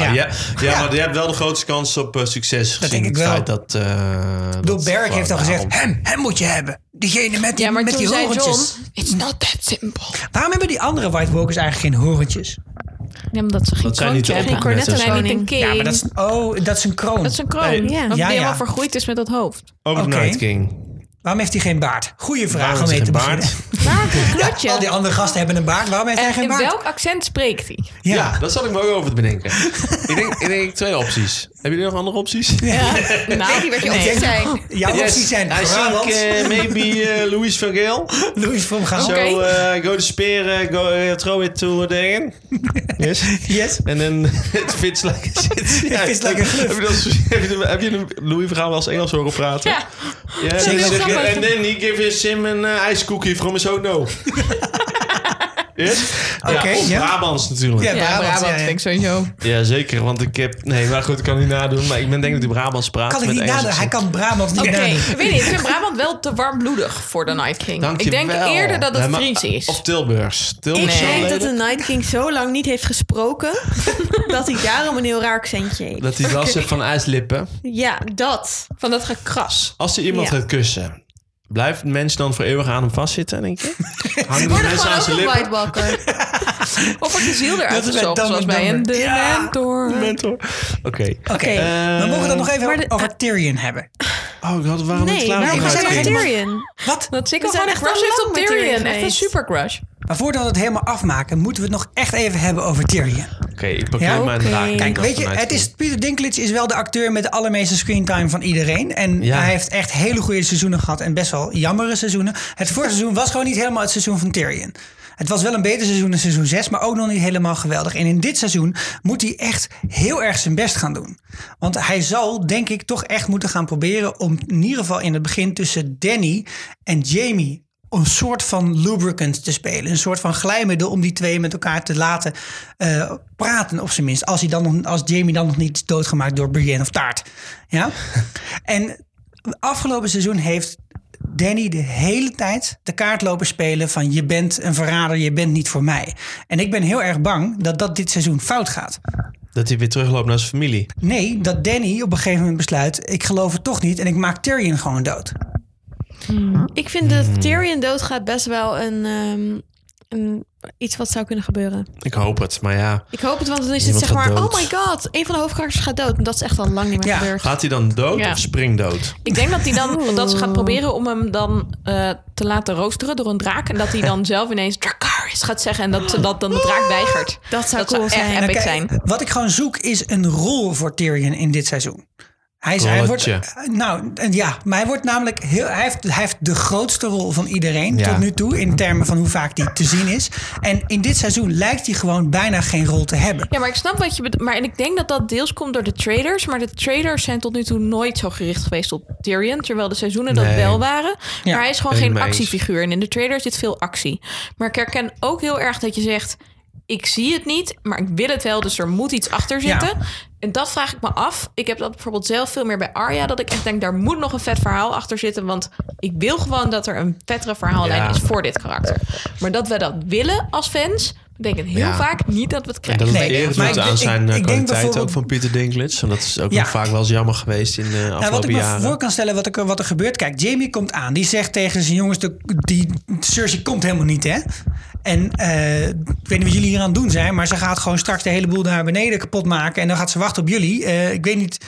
Speaker 6: ja.
Speaker 1: Ja.
Speaker 6: Ja, maar je hebt wel de grootste kans op eh, succes. gezien
Speaker 1: denk ik
Speaker 6: het
Speaker 1: wel.
Speaker 6: feit dat, eh,
Speaker 1: Door
Speaker 6: dat
Speaker 1: Barrick heeft al
Speaker 6: gewoon
Speaker 1: gezegd,
Speaker 6: daarom-
Speaker 1: hem, hem moet je hebben. Diegene met die,
Speaker 4: Ja, maar
Speaker 1: met
Speaker 4: toen
Speaker 1: die
Speaker 4: zei
Speaker 1: horentjes.
Speaker 4: John... It's not that simple.
Speaker 1: Waarom hebben die andere White Walkers eigenlijk geen horentjes?
Speaker 4: Ja, omdat ze geen
Speaker 6: Dat zijn niet de
Speaker 4: kroontje hebben.
Speaker 6: opperknetters.
Speaker 5: Cornetto
Speaker 4: Ze zijn niet een
Speaker 5: Koning.
Speaker 4: king.
Speaker 1: Ja, maar dat is, oh, dat is een kroon.
Speaker 4: Dat is een kroon.
Speaker 6: Nee.
Speaker 5: Ja.
Speaker 1: Ja,
Speaker 4: Want die
Speaker 1: ja.
Speaker 4: helemaal vergroeid is met dat hoofd.
Speaker 6: Over
Speaker 1: Oké.
Speaker 6: Oh, Night King.
Speaker 1: Waarom heeft hij geen baard? Goeie vraag
Speaker 6: Waarom
Speaker 1: om
Speaker 6: Nou, is
Speaker 1: mee
Speaker 6: er
Speaker 1: te
Speaker 6: geen baard?
Speaker 1: beginnen.
Speaker 5: waar een knotje?
Speaker 1: Al die andere gasten hebben een baard. Waarom heeft hij geen
Speaker 4: in
Speaker 1: baard?
Speaker 4: welk accent spreekt hij?
Speaker 1: Ja.
Speaker 6: Ja, dat zat ik me ook over te bedenken. ik, denk, ik denk twee opties. Hebben jullie nog andere opties?
Speaker 4: Nou, die werd je
Speaker 1: Ik denk-
Speaker 5: zijn.
Speaker 1: Jouw
Speaker 6: Yes,
Speaker 1: opties zijn
Speaker 6: I
Speaker 1: Brabant,
Speaker 6: think eh, maybe eh Louis van Gaal.
Speaker 1: Louis van Gaal.
Speaker 6: So eh, go to spear, eh, go eh, throw it to the end. Yes.
Speaker 1: Yes.
Speaker 6: En dan het fits like a shit. Ja,
Speaker 1: fits like a glove.
Speaker 6: Heb je, dat, heb je, heb je een Louis Verhaal wel eens Engels horen praten?
Speaker 4: Ja.
Speaker 6: Ja,
Speaker 1: Zeker.
Speaker 6: dan zeg je,
Speaker 4: Grappig.
Speaker 6: En then he gives him een eh, ice cookie from his own no. yes?
Speaker 1: Oké,
Speaker 6: ja, of
Speaker 1: ja.
Speaker 6: Brabants natuurlijk.
Speaker 1: Ja,
Speaker 6: Ja.
Speaker 1: Brabant, ja, ja.
Speaker 4: sowieso.
Speaker 6: zeker. Want ik heb... Nee, maar goed, ik kan niet nadoen. Maar ik ben denk dat hij Brabants praat.
Speaker 1: Kan ik
Speaker 6: met
Speaker 1: niet
Speaker 6: Engels
Speaker 1: nadenken. Hij
Speaker 6: accent.
Speaker 1: kan Brabant niet
Speaker 4: Oké,
Speaker 1: nadenken.
Speaker 4: ik weet niet. Ik vind Brabant wel te warmbloedig voor de Night King.
Speaker 6: Dank
Speaker 4: ik
Speaker 6: je
Speaker 4: denk
Speaker 6: wel.
Speaker 4: eerder dat
Speaker 6: Nee,
Speaker 4: het
Speaker 6: maar-
Speaker 4: Fries is.
Speaker 6: Of Tilburgs.
Speaker 5: Ik
Speaker 6: Tilburgs
Speaker 5: denk
Speaker 6: dat,
Speaker 5: dat de Night King zo lang niet heeft gesproken dat hij daarom een heel raar accentje heeft.
Speaker 6: dat hij last heeft van ijslippen.
Speaker 5: Ja, dat.
Speaker 4: van dat gekras.
Speaker 6: Als hij iemand
Speaker 5: Ja.
Speaker 6: gaat kussen, blijft mensen dan voor eeuwig aan hem vastzitten, denk je? Hangen de
Speaker 5: Wordt
Speaker 6: mensen
Speaker 5: gewoon
Speaker 6: aan
Speaker 5: ook
Speaker 6: zijn
Speaker 5: een White
Speaker 6: lippen?
Speaker 5: Walker.
Speaker 4: Of wordt de ziel eruit
Speaker 1: Dat is bij
Speaker 4: gezogen,
Speaker 1: Dumb
Speaker 4: zoals
Speaker 1: and
Speaker 4: bij een
Speaker 1: Dumber. Ja.
Speaker 4: dementor.
Speaker 6: Mentor. Oké.
Speaker 1: Oké,
Speaker 6: Eh,
Speaker 1: we mogen het nog even
Speaker 5: maar de-
Speaker 1: over Tyrion hebben.
Speaker 6: Oh, ik had het waarom
Speaker 5: Nee,
Speaker 6: klaar
Speaker 5: waarom
Speaker 1: Night
Speaker 5: zijn we
Speaker 1: King.
Speaker 5: Tyrion?
Speaker 1: Wat?
Speaker 4: Dat ik
Speaker 5: We
Speaker 4: al
Speaker 5: zijn
Speaker 4: van een
Speaker 5: echt al
Speaker 4: crush heeft
Speaker 5: lang
Speaker 4: op
Speaker 5: met Tyrion
Speaker 4: Tyrion. Echt een
Speaker 5: geweest.
Speaker 4: super crush.
Speaker 1: Maar voordat we het helemaal afmaken, moeten we het nog echt even hebben over Tyrion.
Speaker 6: Oké, ik pak ja,
Speaker 1: Ja,
Speaker 6: mijn
Speaker 5: oké.
Speaker 6: draak.
Speaker 1: Kijk, weet je, het is, Peter Dinklage is wel de acteur met de allermeeste screentime van iedereen. En
Speaker 6: Ja.
Speaker 1: hij heeft echt hele goede seizoenen gehad en best wel jammere seizoenen. Het vorige seizoen was gewoon niet helemaal het seizoen van Tyrion. Het was wel een beter seizoen dan seizoen 6, maar ook nog niet helemaal geweldig. En in dit seizoen moet hij echt heel erg zijn best gaan doen. Want hij zal, denk ik, toch echt moeten gaan proberen om in ieder geval in het begin tussen Danny en Jamie een soort van lubricant te spelen. Een soort van glijmiddel om die twee met elkaar te laten eh, praten, op zijn minst. Als, hij dan nog, als Jamie dan nog niet is doodgemaakt door Brienne of Taart. Ja? en afgelopen seizoen heeft Danny de hele tijd de kaart lopen spelen van... je bent een verrader, je bent niet voor mij. En ik ben heel erg bang dat dat dit seizoen fout gaat.
Speaker 6: Dat hij weer terugloopt naar zijn familie.
Speaker 1: Nee, dat Danny op een gegeven moment besluit... ik geloof het toch niet en ik maak Tyrion gewoon dood.
Speaker 6: Hmm.
Speaker 5: Ik vind dat Tyrion doodgaat best wel een, ehm, een iets wat zou kunnen gebeuren.
Speaker 6: Ik hoop het, maar ja.
Speaker 5: Ik hoop het, want dan is het
Speaker 6: Iemand
Speaker 5: zeg maar...
Speaker 6: gaat dood.
Speaker 5: Oh my god, een van de hoofdkarakters gaat dood. En dat is echt al lang niet meer
Speaker 1: Ja.
Speaker 5: gebeurd.
Speaker 6: Gaat hij dan dood
Speaker 4: Ja.
Speaker 6: of springdood?
Speaker 4: Ik denk dat hij
Speaker 5: Oh.
Speaker 4: dan dat ze gaat proberen om hem dan eh, te laten roosteren door een draak. En dat hij dan zelf ineens Dracarys gaat zeggen. En dat, ze dat dan de draak weigert.
Speaker 5: Dat zou
Speaker 4: dat
Speaker 5: cool
Speaker 4: zou echt
Speaker 5: zijn.
Speaker 4: epic
Speaker 1: Nou,
Speaker 4: zijn.
Speaker 1: kijk, Wat ik gewoon zoek is een rol voor Tyrion in dit seizoen. Hij, is, hij wordt,
Speaker 6: Rolletje.
Speaker 1: eh, nou eh, ja, maar hij wordt namelijk heel. Hij heeft, hij heeft de grootste rol van iedereen
Speaker 6: Ja.
Speaker 1: tot nu toe. In termen van hoe vaak die te zien is. En in dit seizoen lijkt hij gewoon bijna geen rol te hebben.
Speaker 4: Ja, maar ik snap wat je bedoelt. Maar en ik denk dat dat deels komt door de traders. Maar de traders zijn tot nu toe nooit zo gericht geweest op Tyrion. Terwijl de seizoenen dat
Speaker 6: Nee.
Speaker 4: wel waren.
Speaker 1: Ja.
Speaker 4: Maar hij is gewoon
Speaker 6: Ben ik
Speaker 4: geen
Speaker 6: mee eens.
Speaker 4: actiefiguur. En in de traders zit veel actie. Maar ik herken ook heel erg dat je zegt... Ik zie het niet, maar ik wil het wel. Dus er moet iets achter
Speaker 1: Ja.
Speaker 4: zitten. En dat vraag ik me af. Ik heb dat bijvoorbeeld zelf veel meer bij Arya. Dat ik echt denk, daar moet nog een vet verhaal achter zitten. Want ik wil gewoon dat er een vettere verhaallijn
Speaker 6: Ja.
Speaker 4: is voor dit karakter. Maar dat we dat willen als fans... betekent heel
Speaker 6: Ja.
Speaker 4: vaak niet dat we het
Speaker 6: En
Speaker 4: krijgen.
Speaker 6: dat het
Speaker 1: Nee,
Speaker 6: eerder
Speaker 1: maar
Speaker 6: doet
Speaker 1: ik-
Speaker 6: aan
Speaker 1: ik-
Speaker 6: zijn
Speaker 1: ik
Speaker 6: eh,
Speaker 1: denk
Speaker 6: kwaliteit
Speaker 1: bijvoorbeeld-
Speaker 6: ook van Peter Dinklage. En dat is ook
Speaker 1: Ja.
Speaker 6: nog vaak wel eens jammer geweest in de
Speaker 1: Nou, wat ik
Speaker 6: afgelopen
Speaker 1: me
Speaker 6: jaren.
Speaker 1: voor kan stellen, wat, ik, wat er gebeurt. Kijk, Jamie komt aan. Die zegt tegen zijn jongens, de, die Cersei komt helemaal niet, hè? En eh, ik weet niet wat jullie hier aan het doen zijn, maar ze gaat gewoon straks de hele boel naar beneden kapot maken. En dan gaat ze wachten op jullie. Eh, ik weet niet.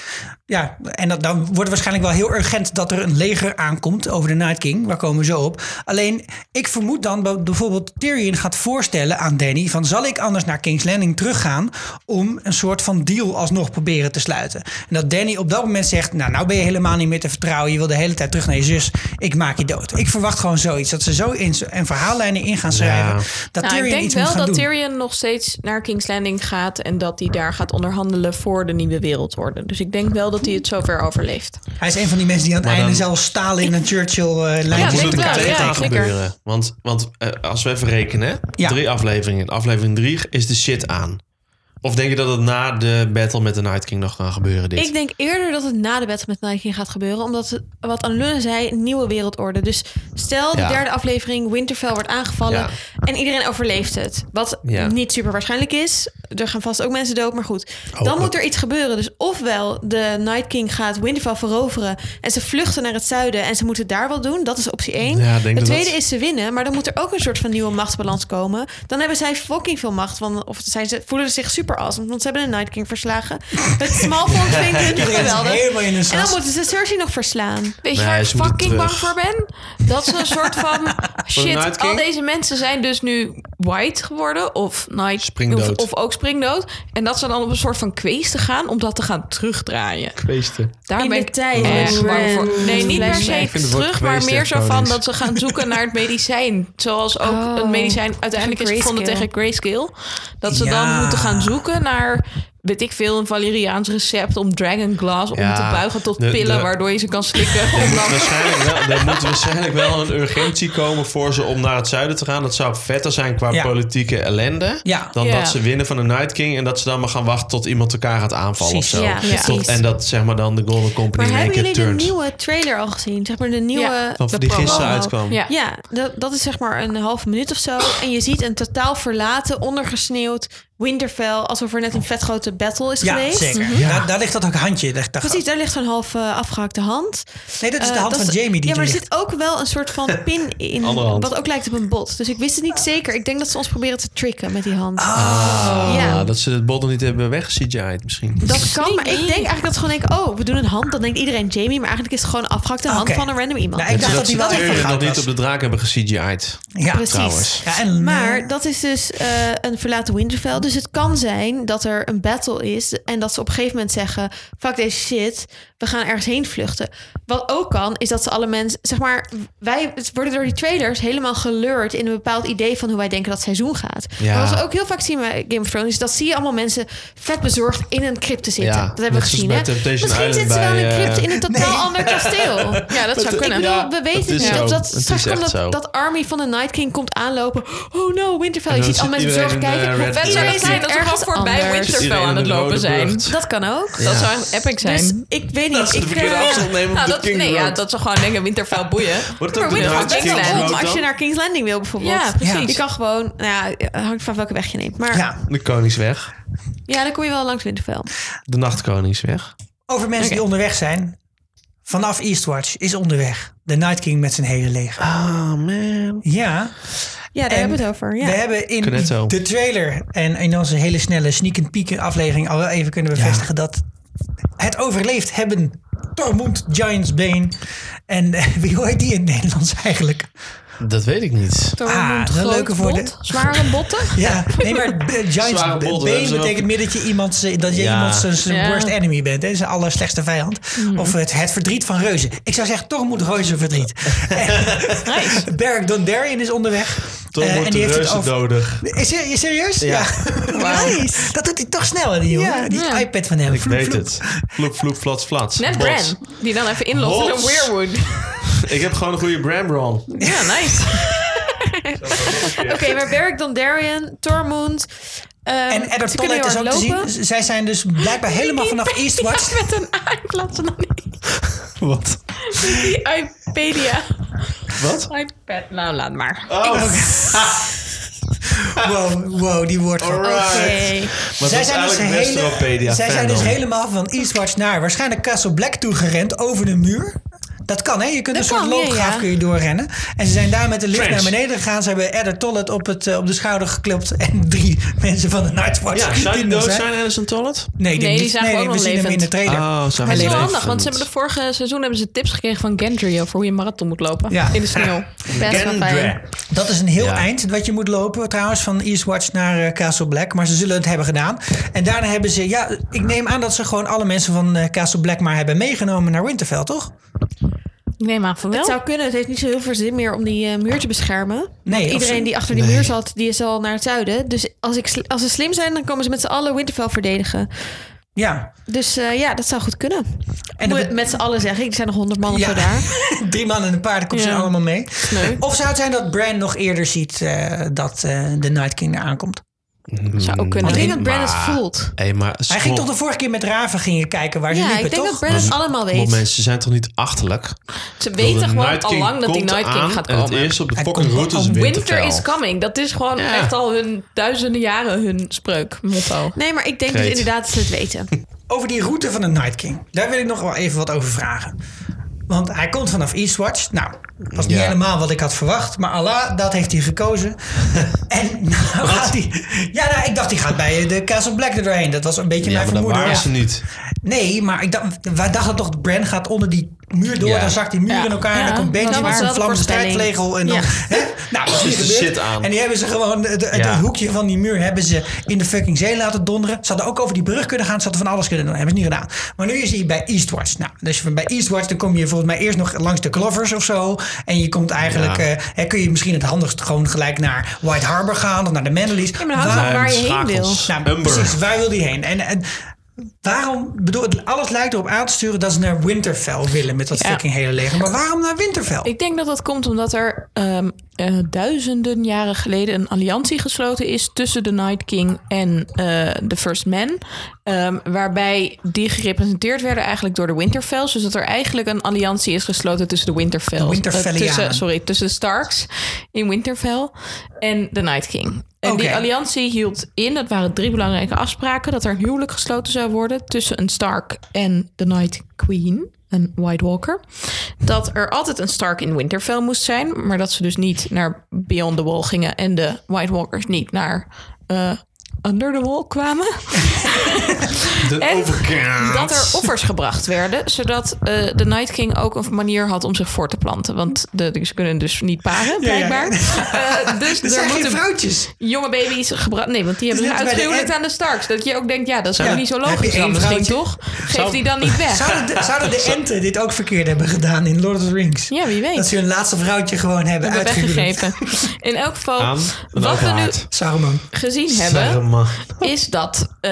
Speaker 1: Ja, en dat, dan wordt het waarschijnlijk wel heel urgent dat er een leger aankomt over de Night King. Waar komen we zo op? Alleen, ik vermoed dan dat bijvoorbeeld Tyrion gaat voorstellen aan Danny: van zal ik anders naar King's Landing teruggaan om een soort van deal alsnog proberen te sluiten? En dat Danny op dat moment zegt: Nou, nou ben je helemaal niet meer te vertrouwen. Je wil de hele tijd terug naar je zus. Ik maak je dood. Ik verwacht gewoon zoiets. Dat ze zo in en verhaallijnen in gaan schrijven. Dat
Speaker 4: Nou,
Speaker 1: Tyrion
Speaker 4: ik denk
Speaker 1: iets
Speaker 4: wel
Speaker 1: moet gaan
Speaker 4: dat
Speaker 1: doen.
Speaker 4: Tyrion nog steeds naar King's Landing gaat en dat hij daar gaat onderhandelen voor de nieuwe wereldorde. Dus ik denk wel dat hij het zover overleeft.
Speaker 1: Hij is een van die mensen die aan het
Speaker 6: Maar
Speaker 1: einde
Speaker 6: dan-
Speaker 1: zelfs Stalin en Churchill eh
Speaker 6: Maar
Speaker 1: lijnen
Speaker 6: moet
Speaker 4: denk
Speaker 1: zitten
Speaker 6: het
Speaker 1: kaarten
Speaker 4: ik wel,
Speaker 6: meteen
Speaker 4: ja.
Speaker 6: gaan
Speaker 1: tekenen.
Speaker 4: zeker.
Speaker 6: gebeuren. Want, want eh, als we even rekenen, hè,
Speaker 1: Ja.
Speaker 6: drie afleveringen. Aflevering drie is de shit aan. Of denk je dat het na de battle met de Night King nog gaat gebeuren? Dit?
Speaker 5: Ik denk eerder dat het na de Battle met Night King gaat gebeuren. Omdat, het- wat Anne-Lune zei, een nieuwe wereldorde. Dus stel de
Speaker 6: Ja.
Speaker 5: derde aflevering Winterfell wordt aangevallen.
Speaker 6: Ja.
Speaker 5: En iedereen overleeft het. Wat
Speaker 6: Ja.
Speaker 5: niet super waarschijnlijk is. Er gaan vast ook mensen dood, maar goed. Dan
Speaker 6: Hopelijk.
Speaker 5: moet er iets gebeuren. Dus ofwel de Night King gaat Winterfell veroveren. En ze vluchten naar het zuiden. En ze moeten daar wat doen. Dat is optie 1.
Speaker 6: Ja, ik denk
Speaker 5: de
Speaker 6: dat
Speaker 5: tweede
Speaker 6: dat-
Speaker 5: is ze winnen. Maar dan moet er ook een soort van nieuwe machtsbalans komen. Dan hebben zij fucking veel macht. Want, of zijn ze, voelen ze zich super awesome. Want ze hebben de Night King verslagen. Het Smallfold vindt het
Speaker 1: Iedereen is
Speaker 5: geweldig.
Speaker 1: helemaal in een
Speaker 5: En dan
Speaker 1: sas.
Speaker 5: moeten ze Cersei nog verslaan.
Speaker 4: Weet je
Speaker 6: Nee,
Speaker 4: waar ik
Speaker 6: ze moeten
Speaker 4: fucking
Speaker 6: terug.
Speaker 4: bang voor ben? Dat ze een soort van
Speaker 6: Night
Speaker 4: shit.
Speaker 6: King?
Speaker 4: Al deze mensen zijn dus nu white geworden of night
Speaker 6: Springdood.
Speaker 4: Of, of ook springdood. En dat ze dan op een soort van te gaan om dat te gaan terugdraaien.
Speaker 6: Beesten.
Speaker 4: Daar
Speaker 5: In
Speaker 4: ben
Speaker 5: de
Speaker 4: ik
Speaker 5: tijd.
Speaker 4: echt
Speaker 5: Brand.
Speaker 4: bang voor. Nee, niet per se
Speaker 5: Ik
Speaker 6: vind het woord
Speaker 4: terug, maar
Speaker 6: geweest
Speaker 4: meer
Speaker 6: echt
Speaker 4: zo van
Speaker 6: chronisch.
Speaker 4: dat ze gaan zoeken naar het medicijn. Zoals ook
Speaker 5: Oh,
Speaker 4: een medicijn uiteindelijk is gevonden tegen
Speaker 5: grayscale.
Speaker 4: grayscale. Dat ze
Speaker 1: Ja.
Speaker 4: dan moeten gaan zoeken naar, weet ik veel, een Valeriaans recept om dragon glass om
Speaker 6: Ja,
Speaker 4: te buigen tot
Speaker 6: de-
Speaker 4: pillen
Speaker 6: de-
Speaker 4: waardoor je ze kan slikken. om dan-
Speaker 6: Waarschijnlijk wel, er moet waarschijnlijk wel een urgentie komen voor ze om naar het zuiden te gaan. Dat zou vetter zijn qua
Speaker 1: Ja.
Speaker 6: politieke ellende.
Speaker 1: Ja.
Speaker 6: Dan
Speaker 4: Ja.
Speaker 6: dat ze winnen van de Night King. En dat ze dan maar gaan wachten tot iemand elkaar gaat aanvallen
Speaker 1: Precies.
Speaker 6: of zo.
Speaker 5: Ja, precies.
Speaker 6: Tot- en dat zeg maar dan de Golden Company
Speaker 5: Maar
Speaker 6: in één keer
Speaker 5: hebben jullie de
Speaker 6: turnt.
Speaker 5: nieuwe trailer al gezien? Zeg maar de nieuwe...
Speaker 4: Ja.
Speaker 6: Van
Speaker 4: de
Speaker 6: die
Speaker 4: promo?
Speaker 6: gisteren uitkwam.
Speaker 4: Ja.
Speaker 5: Ja, dat, dat is zeg maar een halve minuut of zo. En je ziet een totaal verlaten, ondergesneeuwd Winterfell. Alsof er net een vet grote battle is
Speaker 1: Ja,
Speaker 5: geweest.
Speaker 1: zeker. Daar, daar ligt dat ook handje. Daar, daar-
Speaker 5: Precies, daar ligt zo'n half eh, afgehakte hand.
Speaker 1: Nee, dat is Dus de
Speaker 5: Eh,
Speaker 1: hand
Speaker 5: dat
Speaker 1: van
Speaker 5: is-
Speaker 1: Jamie die
Speaker 5: Ja,
Speaker 1: er
Speaker 5: maar er
Speaker 1: ligt.
Speaker 5: zit ook wel een soort van pin in.
Speaker 6: Andere hand.
Speaker 5: Wat ook lijkt op een bot. Dus ik wist het niet
Speaker 1: Ah.
Speaker 5: zeker. Ik denk dat ze ons proberen te tricken met die hand.
Speaker 6: Ah,
Speaker 5: Ja.
Speaker 6: Dat ze het bottle niet hebben weg-CGI'd misschien.
Speaker 5: Dat kan, maar ik denk eigenlijk dat ze gewoon denken... oh, we doen een hand, dan denkt iedereen Jamie... maar eigenlijk is het gewoon een afgehakte hand
Speaker 1: Oké.
Speaker 5: van een random iemand.
Speaker 1: Nou, ik
Speaker 6: Dus Dat
Speaker 1: dacht
Speaker 6: ze
Speaker 1: dat hij wel
Speaker 6: dat
Speaker 1: echt van
Speaker 6: Tyrion nog
Speaker 1: goud
Speaker 6: niet
Speaker 1: was.
Speaker 6: op de draak hebben ge-CGI'd.
Speaker 1: Ja,
Speaker 5: Precies.
Speaker 6: trouwens.
Speaker 1: Ja, en, eh,
Speaker 5: Maar dat is dus eh, een verlaten Winterfell. Dus het kan zijn dat er een battle is... en dat ze op een gegeven moment zeggen... fuck deze shit, we gaan ergens heen vluchten. Wat ook kan, is dat ze alle mensen... zeg maar, wij worden door die trailers helemaal gelurd... in een bepaald idee van hoe wij denken dat het seizoen gaat.
Speaker 6: Ja.
Speaker 5: Maar wat we ook heel vaak zien bij Game of Thrones... is dat zie je allemaal mensen vet bezorgd in een crypte zitten.
Speaker 6: Ja,
Speaker 5: dat hebben
Speaker 6: net
Speaker 5: we
Speaker 6: zoals
Speaker 5: gezien,
Speaker 6: bij
Speaker 5: hè?
Speaker 6: Temptation
Speaker 5: Misschien
Speaker 6: Island
Speaker 5: zitten ze wel in
Speaker 6: bij,
Speaker 5: een crypte
Speaker 6: eh,
Speaker 5: in een totaal ander kasteel.
Speaker 4: Ja, dat zou kunnen.
Speaker 5: Ik bedoel, we
Speaker 6: dat
Speaker 5: weten
Speaker 6: is
Speaker 5: niet
Speaker 6: zo.
Speaker 5: of dat
Speaker 6: Het
Speaker 5: straks
Speaker 6: is echt
Speaker 5: komt
Speaker 6: zo.
Speaker 5: dat, dat army van de Night King komt aanlopen. Oh no, Winterfell.
Speaker 6: En
Speaker 5: Je
Speaker 6: dan
Speaker 5: ziet al
Speaker 6: zit
Speaker 5: mensen zorg
Speaker 6: iedereen, eh,
Speaker 5: kijken.
Speaker 6: red-
Speaker 5: Vet
Speaker 4: Het
Speaker 6: red
Speaker 4: zou
Speaker 5: iedereen
Speaker 6: team.
Speaker 4: zijn dat ze gewoon voorbij
Speaker 5: anders.
Speaker 4: Winterfell
Speaker 6: Iedereen
Speaker 4: aan
Speaker 6: met
Speaker 4: het
Speaker 6: een rode
Speaker 4: lopen zijn.
Speaker 6: burcht.
Speaker 5: Dat kan ook.
Speaker 4: Dat zou echt epic zijn.
Speaker 5: Dus ik weet niet.
Speaker 6: Dat ze
Speaker 5: ik,
Speaker 6: de verkeerde
Speaker 5: eh,
Speaker 6: afstand nemen op
Speaker 4: nou,
Speaker 6: de
Speaker 4: dat,
Speaker 6: King
Speaker 4: nee, ja,
Speaker 6: Road.
Speaker 4: dat ze gewoon denken Winterfell boeien.
Speaker 6: Wordt
Speaker 5: Maar
Speaker 6: het ook de
Speaker 5: Winterfell
Speaker 6: Night
Speaker 5: best
Speaker 6: King
Speaker 4: King's
Speaker 5: wel
Speaker 4: Landing
Speaker 5: om
Speaker 6: Road
Speaker 5: als je
Speaker 6: dan?
Speaker 5: naar King's Landing wil bijvoorbeeld.
Speaker 4: Ja, precies.
Speaker 5: Je kan gewoon, nou ja, hangt van welke weg je neemt. Maar ja.
Speaker 1: ja.
Speaker 6: De Koningsweg.
Speaker 5: dan kom je wel langs Winterfell.
Speaker 6: De Nachtkoningsweg.
Speaker 1: Over mensen die onderweg zijn. Vanaf Eastwatch is onderweg. De Night King met zijn hele leger.
Speaker 6: Ah, man.
Speaker 1: Ja,
Speaker 5: Ja, daar
Speaker 1: En
Speaker 5: hebben we het over. Ja.
Speaker 1: We hebben in
Speaker 6: Cornetto.
Speaker 1: de trailer en in onze hele snelle sneak and peek aflevering al wel even kunnen bevestigen dat het overleefd hebben Tormund Giantsbane. En eh, wie hoort die in het Nederlands eigenlijk?
Speaker 6: Dat weet ik niet.
Speaker 1: Ah, een leuke voor de-
Speaker 4: bot, zware botten.
Speaker 1: Ja, nee, maar eh,
Speaker 6: Zware
Speaker 1: Giantsbane
Speaker 6: bol, dat hebben ze wel.
Speaker 1: betekent meer dat je iemand, z'n- dat je
Speaker 6: Ja.
Speaker 1: iemand zijn, zijn
Speaker 4: Ja.
Speaker 1: worst enemy bent. Hè? Zijn allerslechtste vijand. Of het, het verdriet van reuzen. Ik zou zeggen, Tormund reuzen verdriet. nice. Beric Dondarrion is onderweg.
Speaker 6: Toch
Speaker 1: Eh, en
Speaker 6: wordt
Speaker 1: die
Speaker 6: de
Speaker 1: heeft het
Speaker 6: reuze
Speaker 1: over-
Speaker 6: nodig.
Speaker 1: Is er, is serieus?
Speaker 6: Ja.
Speaker 1: Nice. Dat doet hij toch snel, hè, die jongen. die
Speaker 4: Ja.
Speaker 1: iPad van hem.
Speaker 6: Ik
Speaker 1: Vloep,
Speaker 6: weet
Speaker 1: vloep.
Speaker 6: het. Vloep, vloep, flats, flats.
Speaker 4: Net
Speaker 6: Bots.
Speaker 4: Bran, die dan even inlogt in een
Speaker 6: Bots.
Speaker 4: weirwood.
Speaker 6: Ik heb gewoon een goede Brambron.
Speaker 4: Ja, nice.
Speaker 5: Oké, maar Beric Dondarrion, Tormund. ehm,
Speaker 1: En Eddard
Speaker 5: ze kunnen
Speaker 1: Tollet is
Speaker 5: heel
Speaker 1: ook
Speaker 5: hard
Speaker 1: te
Speaker 5: lopen.
Speaker 1: zien. Z- Zij zijn dus blijkbaar helemaal vanaf Eastwatch.
Speaker 5: Met een A in plaats van een I.
Speaker 6: Wat?
Speaker 5: Die Ipedia.
Speaker 6: Wat?
Speaker 5: iPad. Nou, laat maar. Oké.
Speaker 6: Oh,
Speaker 1: Wow, wow, die wordt gewoon...
Speaker 6: alright.
Speaker 1: Zij
Speaker 6: Maar dat is
Speaker 1: zijn, dus,
Speaker 6: eigenlijk
Speaker 1: hele,
Speaker 6: Westerlopedia
Speaker 1: zij zijn dus
Speaker 6: fandom.
Speaker 1: helemaal van Eastwatch naar waarschijnlijk Castle Black toe gerend over de muur. Dat kan, hè? Je kunt
Speaker 5: Dat
Speaker 1: een soort
Speaker 5: kan, ja,
Speaker 1: loopgraaf
Speaker 5: ja.
Speaker 1: kun je doorrennen. En ze zijn daar met de lift
Speaker 6: Trench.
Speaker 1: naar beneden gegaan. Ze hebben Eddard Tollet op, het, eh, op de schouder geklopt. En drie mensen van de Nightwatch.
Speaker 6: Ja, zou die
Speaker 1: er nog
Speaker 6: dood zijn, Alison Tollet?
Speaker 1: Nee, die,
Speaker 4: Nee, die
Speaker 1: niet.
Speaker 4: zagen we
Speaker 1: nee,
Speaker 4: ook
Speaker 1: we
Speaker 4: nog
Speaker 1: zien hem in
Speaker 4: levend.
Speaker 1: de trailer.
Speaker 6: Oh, zijn
Speaker 4: Het
Speaker 1: Alleen
Speaker 4: is wel
Speaker 1: dat-
Speaker 4: handig, want ze hebben de vorige seizoen hebben ze tips gekregen van Gendry over hoe je een marathon moet lopen.
Speaker 1: Ja.
Speaker 4: In de sneeuw.
Speaker 5: Best wel fijn.
Speaker 1: Dat is een heel
Speaker 6: Ja.
Speaker 1: eind wat je moet lopen trouwens van Eastwatch naar eh, Castle Black. Maar ze zullen het hebben gedaan. En daarna hebben ze... Ja, ik neem aan dat ze gewoon alle mensen van eh, Castle Black maar hebben meegenomen naar Winterfell, toch?
Speaker 4: Ik neem aan van wel.
Speaker 5: Het zou kunnen. Het heeft niet zo heel veel zin meer om die eh, muur te beschermen.
Speaker 1: Nee,
Speaker 5: Want
Speaker 1: of
Speaker 5: iedereen
Speaker 1: ze-
Speaker 5: die achter die muur zat, die is al naar het zuiden. Dus als, ik, sli- als ze slim zijn, dan komen ze met z'n allen Winterfell verdedigen.
Speaker 1: Ja.
Speaker 5: Dus eh, ja, dat zou goed kunnen.
Speaker 1: En
Speaker 5: En
Speaker 1: dat-
Speaker 5: met z'n allen zeg ik. Er zijn nog honderd man of
Speaker 1: Ja.
Speaker 5: zo daar.
Speaker 1: Drie mannen en een paard, komt ze
Speaker 4: Ja.
Speaker 1: allemaal mee.
Speaker 4: Sneu.
Speaker 1: Of zou het zijn dat Bran nog eerder ziet eh, dat eh, de Night King eraan komt?
Speaker 4: Zou
Speaker 6: Hmm.
Speaker 4: ook
Speaker 5: Ik
Speaker 4: kunnen.
Speaker 5: denk dat Bran het
Speaker 6: maar-
Speaker 5: voelt.
Speaker 6: Hé, maar
Speaker 1: Hij ging toch de vorige keer met raven gingen kijken waar ze
Speaker 5: Ja,
Speaker 1: liepen,
Speaker 5: ik denk
Speaker 1: toch?
Speaker 5: dat Bran het allemaal weet.
Speaker 6: mensen zijn toch niet achterlijk?
Speaker 4: Ze
Speaker 6: Ik bedoel,
Speaker 4: weten
Speaker 6: de
Speaker 4: gewoon
Speaker 6: Night
Speaker 4: al
Speaker 6: King
Speaker 4: lang dat die
Speaker 6: komt
Speaker 4: Night King
Speaker 6: aan
Speaker 4: gaat
Speaker 6: en
Speaker 4: komen.
Speaker 6: Het eerste op de
Speaker 1: Hij
Speaker 6: fucking
Speaker 1: komt
Speaker 6: route is
Speaker 1: al-
Speaker 4: Winter
Speaker 6: Winterfell.
Speaker 4: is coming. Dat is gewoon
Speaker 6: Ja.
Speaker 4: echt al hun duizenden jaren hun spreuk, motto.
Speaker 5: Nee, maar ik denk
Speaker 6: Greet.
Speaker 5: dus inderdaad dat ze het weten.
Speaker 1: Over die route van de Night King. Daar wil ik nog wel even wat over vragen. Want hij komt vanaf Eastwatch. Nou, dat was niet
Speaker 6: Ja.
Speaker 1: helemaal wat ik had verwacht. Maar Allah, dat heeft hij gekozen. en nou gaat hij... Ja, nou, ik dacht hij gaat bij de Castle Black er doorheen. Dat was een beetje
Speaker 6: Ja,
Speaker 1: mijn
Speaker 6: maar dat
Speaker 1: vermoeden.
Speaker 6: waren ze niet.
Speaker 1: Nee, maar ik dacht, wij dachten toch... Bran gaat onder die muur door.
Speaker 6: Ja.
Speaker 1: Dan zakt die muur
Speaker 4: Ja.
Speaker 1: in elkaar. en
Speaker 4: Ja,
Speaker 1: dan komt Benji
Speaker 4: dat
Speaker 1: met
Speaker 4: was
Speaker 1: zijn
Speaker 4: wel de
Speaker 1: vlammende
Speaker 4: voorspelling.
Speaker 1: strijdvlegel. En dan...
Speaker 5: Ja.
Speaker 1: Hè? Nou, dat is
Speaker 6: de
Speaker 1: gebeurd.
Speaker 6: shit aan.
Speaker 1: En die hebben ze gewoon... de- de- Het
Speaker 6: Ja.
Speaker 1: hoekje van die muur hebben ze in de fucking zee laten donderen. Ze hadden ook over die brug kunnen gaan. Ze hadden van alles kunnen doen. Hebben ze niet gedaan. Maar nu is hij bij Eastwatch. Nou, dus van bij Eastwatch dan kom je volgens mij eerst nog langs de Clovers of zo. En je komt eigenlijk...
Speaker 6: Ja.
Speaker 1: eh, hè, kun je misschien het handigst gewoon gelijk naar White Harbor gaan. Of naar de Manderleys.
Speaker 5: maar dan hangt
Speaker 1: Waar-
Speaker 5: het waar je heen
Speaker 6: Schakels.
Speaker 1: nou,
Speaker 6: Umber.
Speaker 1: precies, waar wil die heen? En, en waarom, bedoel, het- alles lijkt erop aan te sturen dat ze naar Winterfell willen met dat
Speaker 4: Ja.
Speaker 1: fucking hele leger. Maar waarom naar Winterfell?
Speaker 4: Ik denk dat dat komt omdat er ehm, eh, duizenden jaren geleden een alliantie gesloten is tussen de Night King en eh, de First Man. Ehm, waarbij die gerepresenteerd werden eigenlijk door de Winterfells. Dus dat er eigenlijk een alliantie is gesloten tussen de Winterfells.
Speaker 1: De
Speaker 4: eh,
Speaker 1: Winterfellianen.
Speaker 4: tussen, sorry, tussen de Starks in Winterfell en de Night King. En
Speaker 1: Oké.
Speaker 4: die alliantie hield in, dat waren drie belangrijke afspraken, dat er een huwelijk gesloten zou worden tussen een Stark en de Night Queen, een White Walker. Dat er altijd een Stark in Winterfell moest zijn, maar dat ze dus niet naar Beyond the Wall gingen en de White Walkers niet naar eh, Under the Wall kwamen.
Speaker 6: De
Speaker 4: En
Speaker 6: overkant.
Speaker 4: Dat er offers gebracht werden, zodat eh, de Night King ook een manier had om zich voor te planten. Want de, ze kunnen dus niet paren,
Speaker 1: Ja, ja.
Speaker 4: blijkbaar. Eh, dus
Speaker 1: er zijn
Speaker 4: er
Speaker 1: geen
Speaker 4: moeten
Speaker 1: vrouwtjes.
Speaker 4: jonge baby's gebracht. Nee, want die hebben
Speaker 1: Dus
Speaker 4: ze
Speaker 1: net bij de
Speaker 4: uitgehuwelijkd
Speaker 1: Ed-
Speaker 4: aan de Starks. Dat je ook denkt, ja, dat is
Speaker 1: Ja.
Speaker 4: ook niet zo
Speaker 1: Heb je
Speaker 4: logisch
Speaker 1: één
Speaker 4: dan misschien,
Speaker 1: vrouwtje?
Speaker 4: toch? Geef die dan niet weg.
Speaker 1: Zouden de, zouden de enten dit ook verkeerd hebben gedaan in Lord of the Rings?
Speaker 4: Ja, wie weet.
Speaker 1: Dat ze hun laatste vrouwtje gewoon hebben
Speaker 4: Hebben
Speaker 1: uitgegeven.
Speaker 4: weggegeven. In elk geval,
Speaker 6: Aan een
Speaker 4: wat we nu
Speaker 6: overhaard.
Speaker 1: Saruman.
Speaker 4: gezien hebben,
Speaker 6: Saruman.
Speaker 4: is dat eh,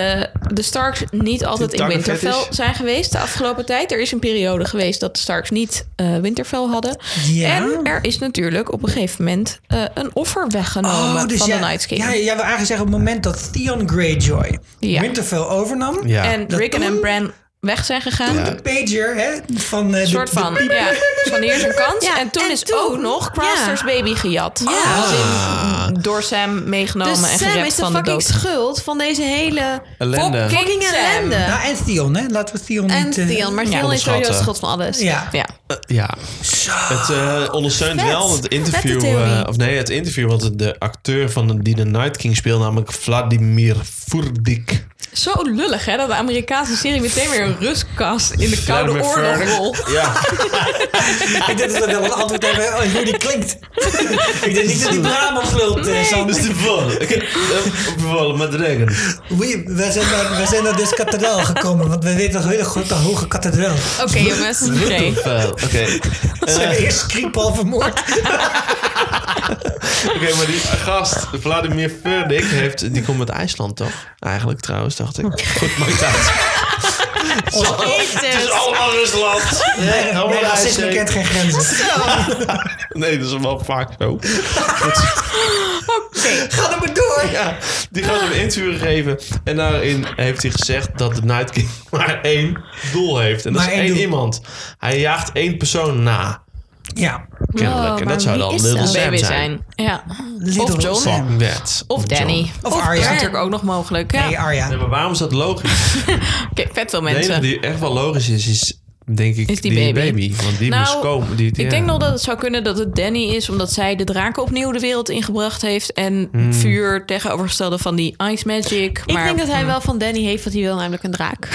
Speaker 4: de Starks niet altijd in
Speaker 6: takken
Speaker 4: Winterfell
Speaker 6: fetish?
Speaker 4: zijn geweest de afgelopen tijd. Er is een periode geweest dat de Starks niet eh, Winterfell hadden.
Speaker 1: Ja.
Speaker 4: En er is natuurlijk op een gegeven moment eh, een offer
Speaker 1: Oh,
Speaker 4: weggenomen
Speaker 1: dus
Speaker 4: van
Speaker 1: jij,
Speaker 4: de Night King.
Speaker 1: Ja, jij wil eigenlijk zeggen op het moment dat Theon Greyjoy
Speaker 4: Ja.
Speaker 1: Winterfell overnam...
Speaker 6: Ja.
Speaker 4: En
Speaker 1: Dat
Speaker 4: Rickon
Speaker 1: toen-
Speaker 4: en Bran weg zijn gegaan.
Speaker 6: Ja.
Speaker 4: Een
Speaker 1: De pager, hè? Van, eh, de-
Speaker 4: soort
Speaker 1: de
Speaker 4: van,
Speaker 1: piep.
Speaker 4: ja. Van hier is een kans.
Speaker 5: Ja,
Speaker 4: en toen
Speaker 5: en
Speaker 4: is
Speaker 5: toen-
Speaker 4: ook nog Craster's
Speaker 5: Ja.
Speaker 4: baby gejat. Als in, door Sam meegenomen
Speaker 5: Dus
Speaker 4: en
Speaker 5: Sam
Speaker 4: gered
Speaker 5: is de
Speaker 4: van de
Speaker 5: fucking
Speaker 4: dood.
Speaker 5: schuld van deze hele
Speaker 6: Ellende.
Speaker 4: Fucking
Speaker 5: fucking
Speaker 4: Sam.
Speaker 5: ellende.
Speaker 1: Nou, en Theon, hè? Laten we Theon
Speaker 5: En
Speaker 1: niet... eh,
Speaker 5: Theon, maar
Speaker 4: ja,
Speaker 5: Theon is sowieso
Speaker 6: onderschatten.
Speaker 5: de schuld van alles.
Speaker 1: Ja.
Speaker 4: Ja.
Speaker 6: Eh, Ja. Het eh, ondersteunt
Speaker 5: Vet.
Speaker 6: wel het interview.
Speaker 5: Vette theorie.
Speaker 6: eh, of nee, het interview wat de acteur van de, die de Night King speelt, namelijk Vladimir Furdik.
Speaker 4: Zo lullig, hè? Dat de Amerikaanse serie meteen weer een rustkast in de Koude
Speaker 6: Vladimir
Speaker 4: Oorlog
Speaker 6: Furdik.
Speaker 4: rol.
Speaker 6: Ja,
Speaker 1: Ik denk dat we wel een antwoord hebben oh, hoe die klinkt. Ik denk niet dat die Brabant lult, eh,
Speaker 6: dat
Speaker 1: Sander.
Speaker 6: is de vol. Ik heb eh, bevallen met regen.
Speaker 1: We, we, zijn naar, we zijn naar deze kathedraal gekomen, want we weten nog heel goed de hoge kathedraal.
Speaker 4: Oké, jongens. Oké.
Speaker 6: Vuil. Oké,
Speaker 1: Ze hebben eerst Skripal vermoord.
Speaker 6: Eh, Oké, maar die gast, Vladimir Furdik, heeft, die komt uit IJsland, toch? Eigenlijk trouwens, dacht ik. Goed, maakt uit. Het is allemaal Rusland. Nee,
Speaker 1: Oh. Nee, racisme kent geen grenzen.
Speaker 6: Nee, dat is wel vaak zo. Goed.
Speaker 1: Ga er maar door.
Speaker 6: Ja, die gaat een interview geven. En daarin heeft hij gezegd dat de Night King maar één doel heeft. En dat
Speaker 1: Maar
Speaker 6: is
Speaker 1: één
Speaker 6: één
Speaker 1: doel.
Speaker 6: iemand. Hij jaagt één persoon na.
Speaker 1: Ja,
Speaker 6: Kennelijk. en
Speaker 4: Oh,
Speaker 5: maar
Speaker 6: dat zou
Speaker 5: wie
Speaker 6: dan
Speaker 5: is
Speaker 6: Little
Speaker 5: dat?
Speaker 6: Sam
Speaker 4: Baby
Speaker 6: zijn.
Speaker 4: zijn. Ja.
Speaker 1: Little
Speaker 4: of John.
Speaker 1: Sam.
Speaker 6: Fucking that.
Speaker 4: Of Danny.
Speaker 6: John.
Speaker 1: Of Arya.
Speaker 4: Dat is natuurlijk ook nog mogelijk. Ja.
Speaker 1: Nee,
Speaker 6: Nee,
Speaker 1: Arya.
Speaker 6: maar waarom is dat logisch?
Speaker 4: Oké, vet veel
Speaker 6: De enige
Speaker 4: mensen.
Speaker 6: die echt wel logisch is, is denk ik
Speaker 4: Is die baby.
Speaker 6: Want die
Speaker 4: Nou,
Speaker 6: moest komen. Die,
Speaker 4: Ik denk nog dat het zou kunnen dat het Danny is, omdat zij de draken opnieuw de wereld ingebracht heeft. En
Speaker 6: Hmm.
Speaker 4: vuur tegenovergestelde van die Ice Magic.
Speaker 5: Ik
Speaker 4: maar
Speaker 5: denk dat hij wel van Danny heeft wat hij wil, namelijk een draak.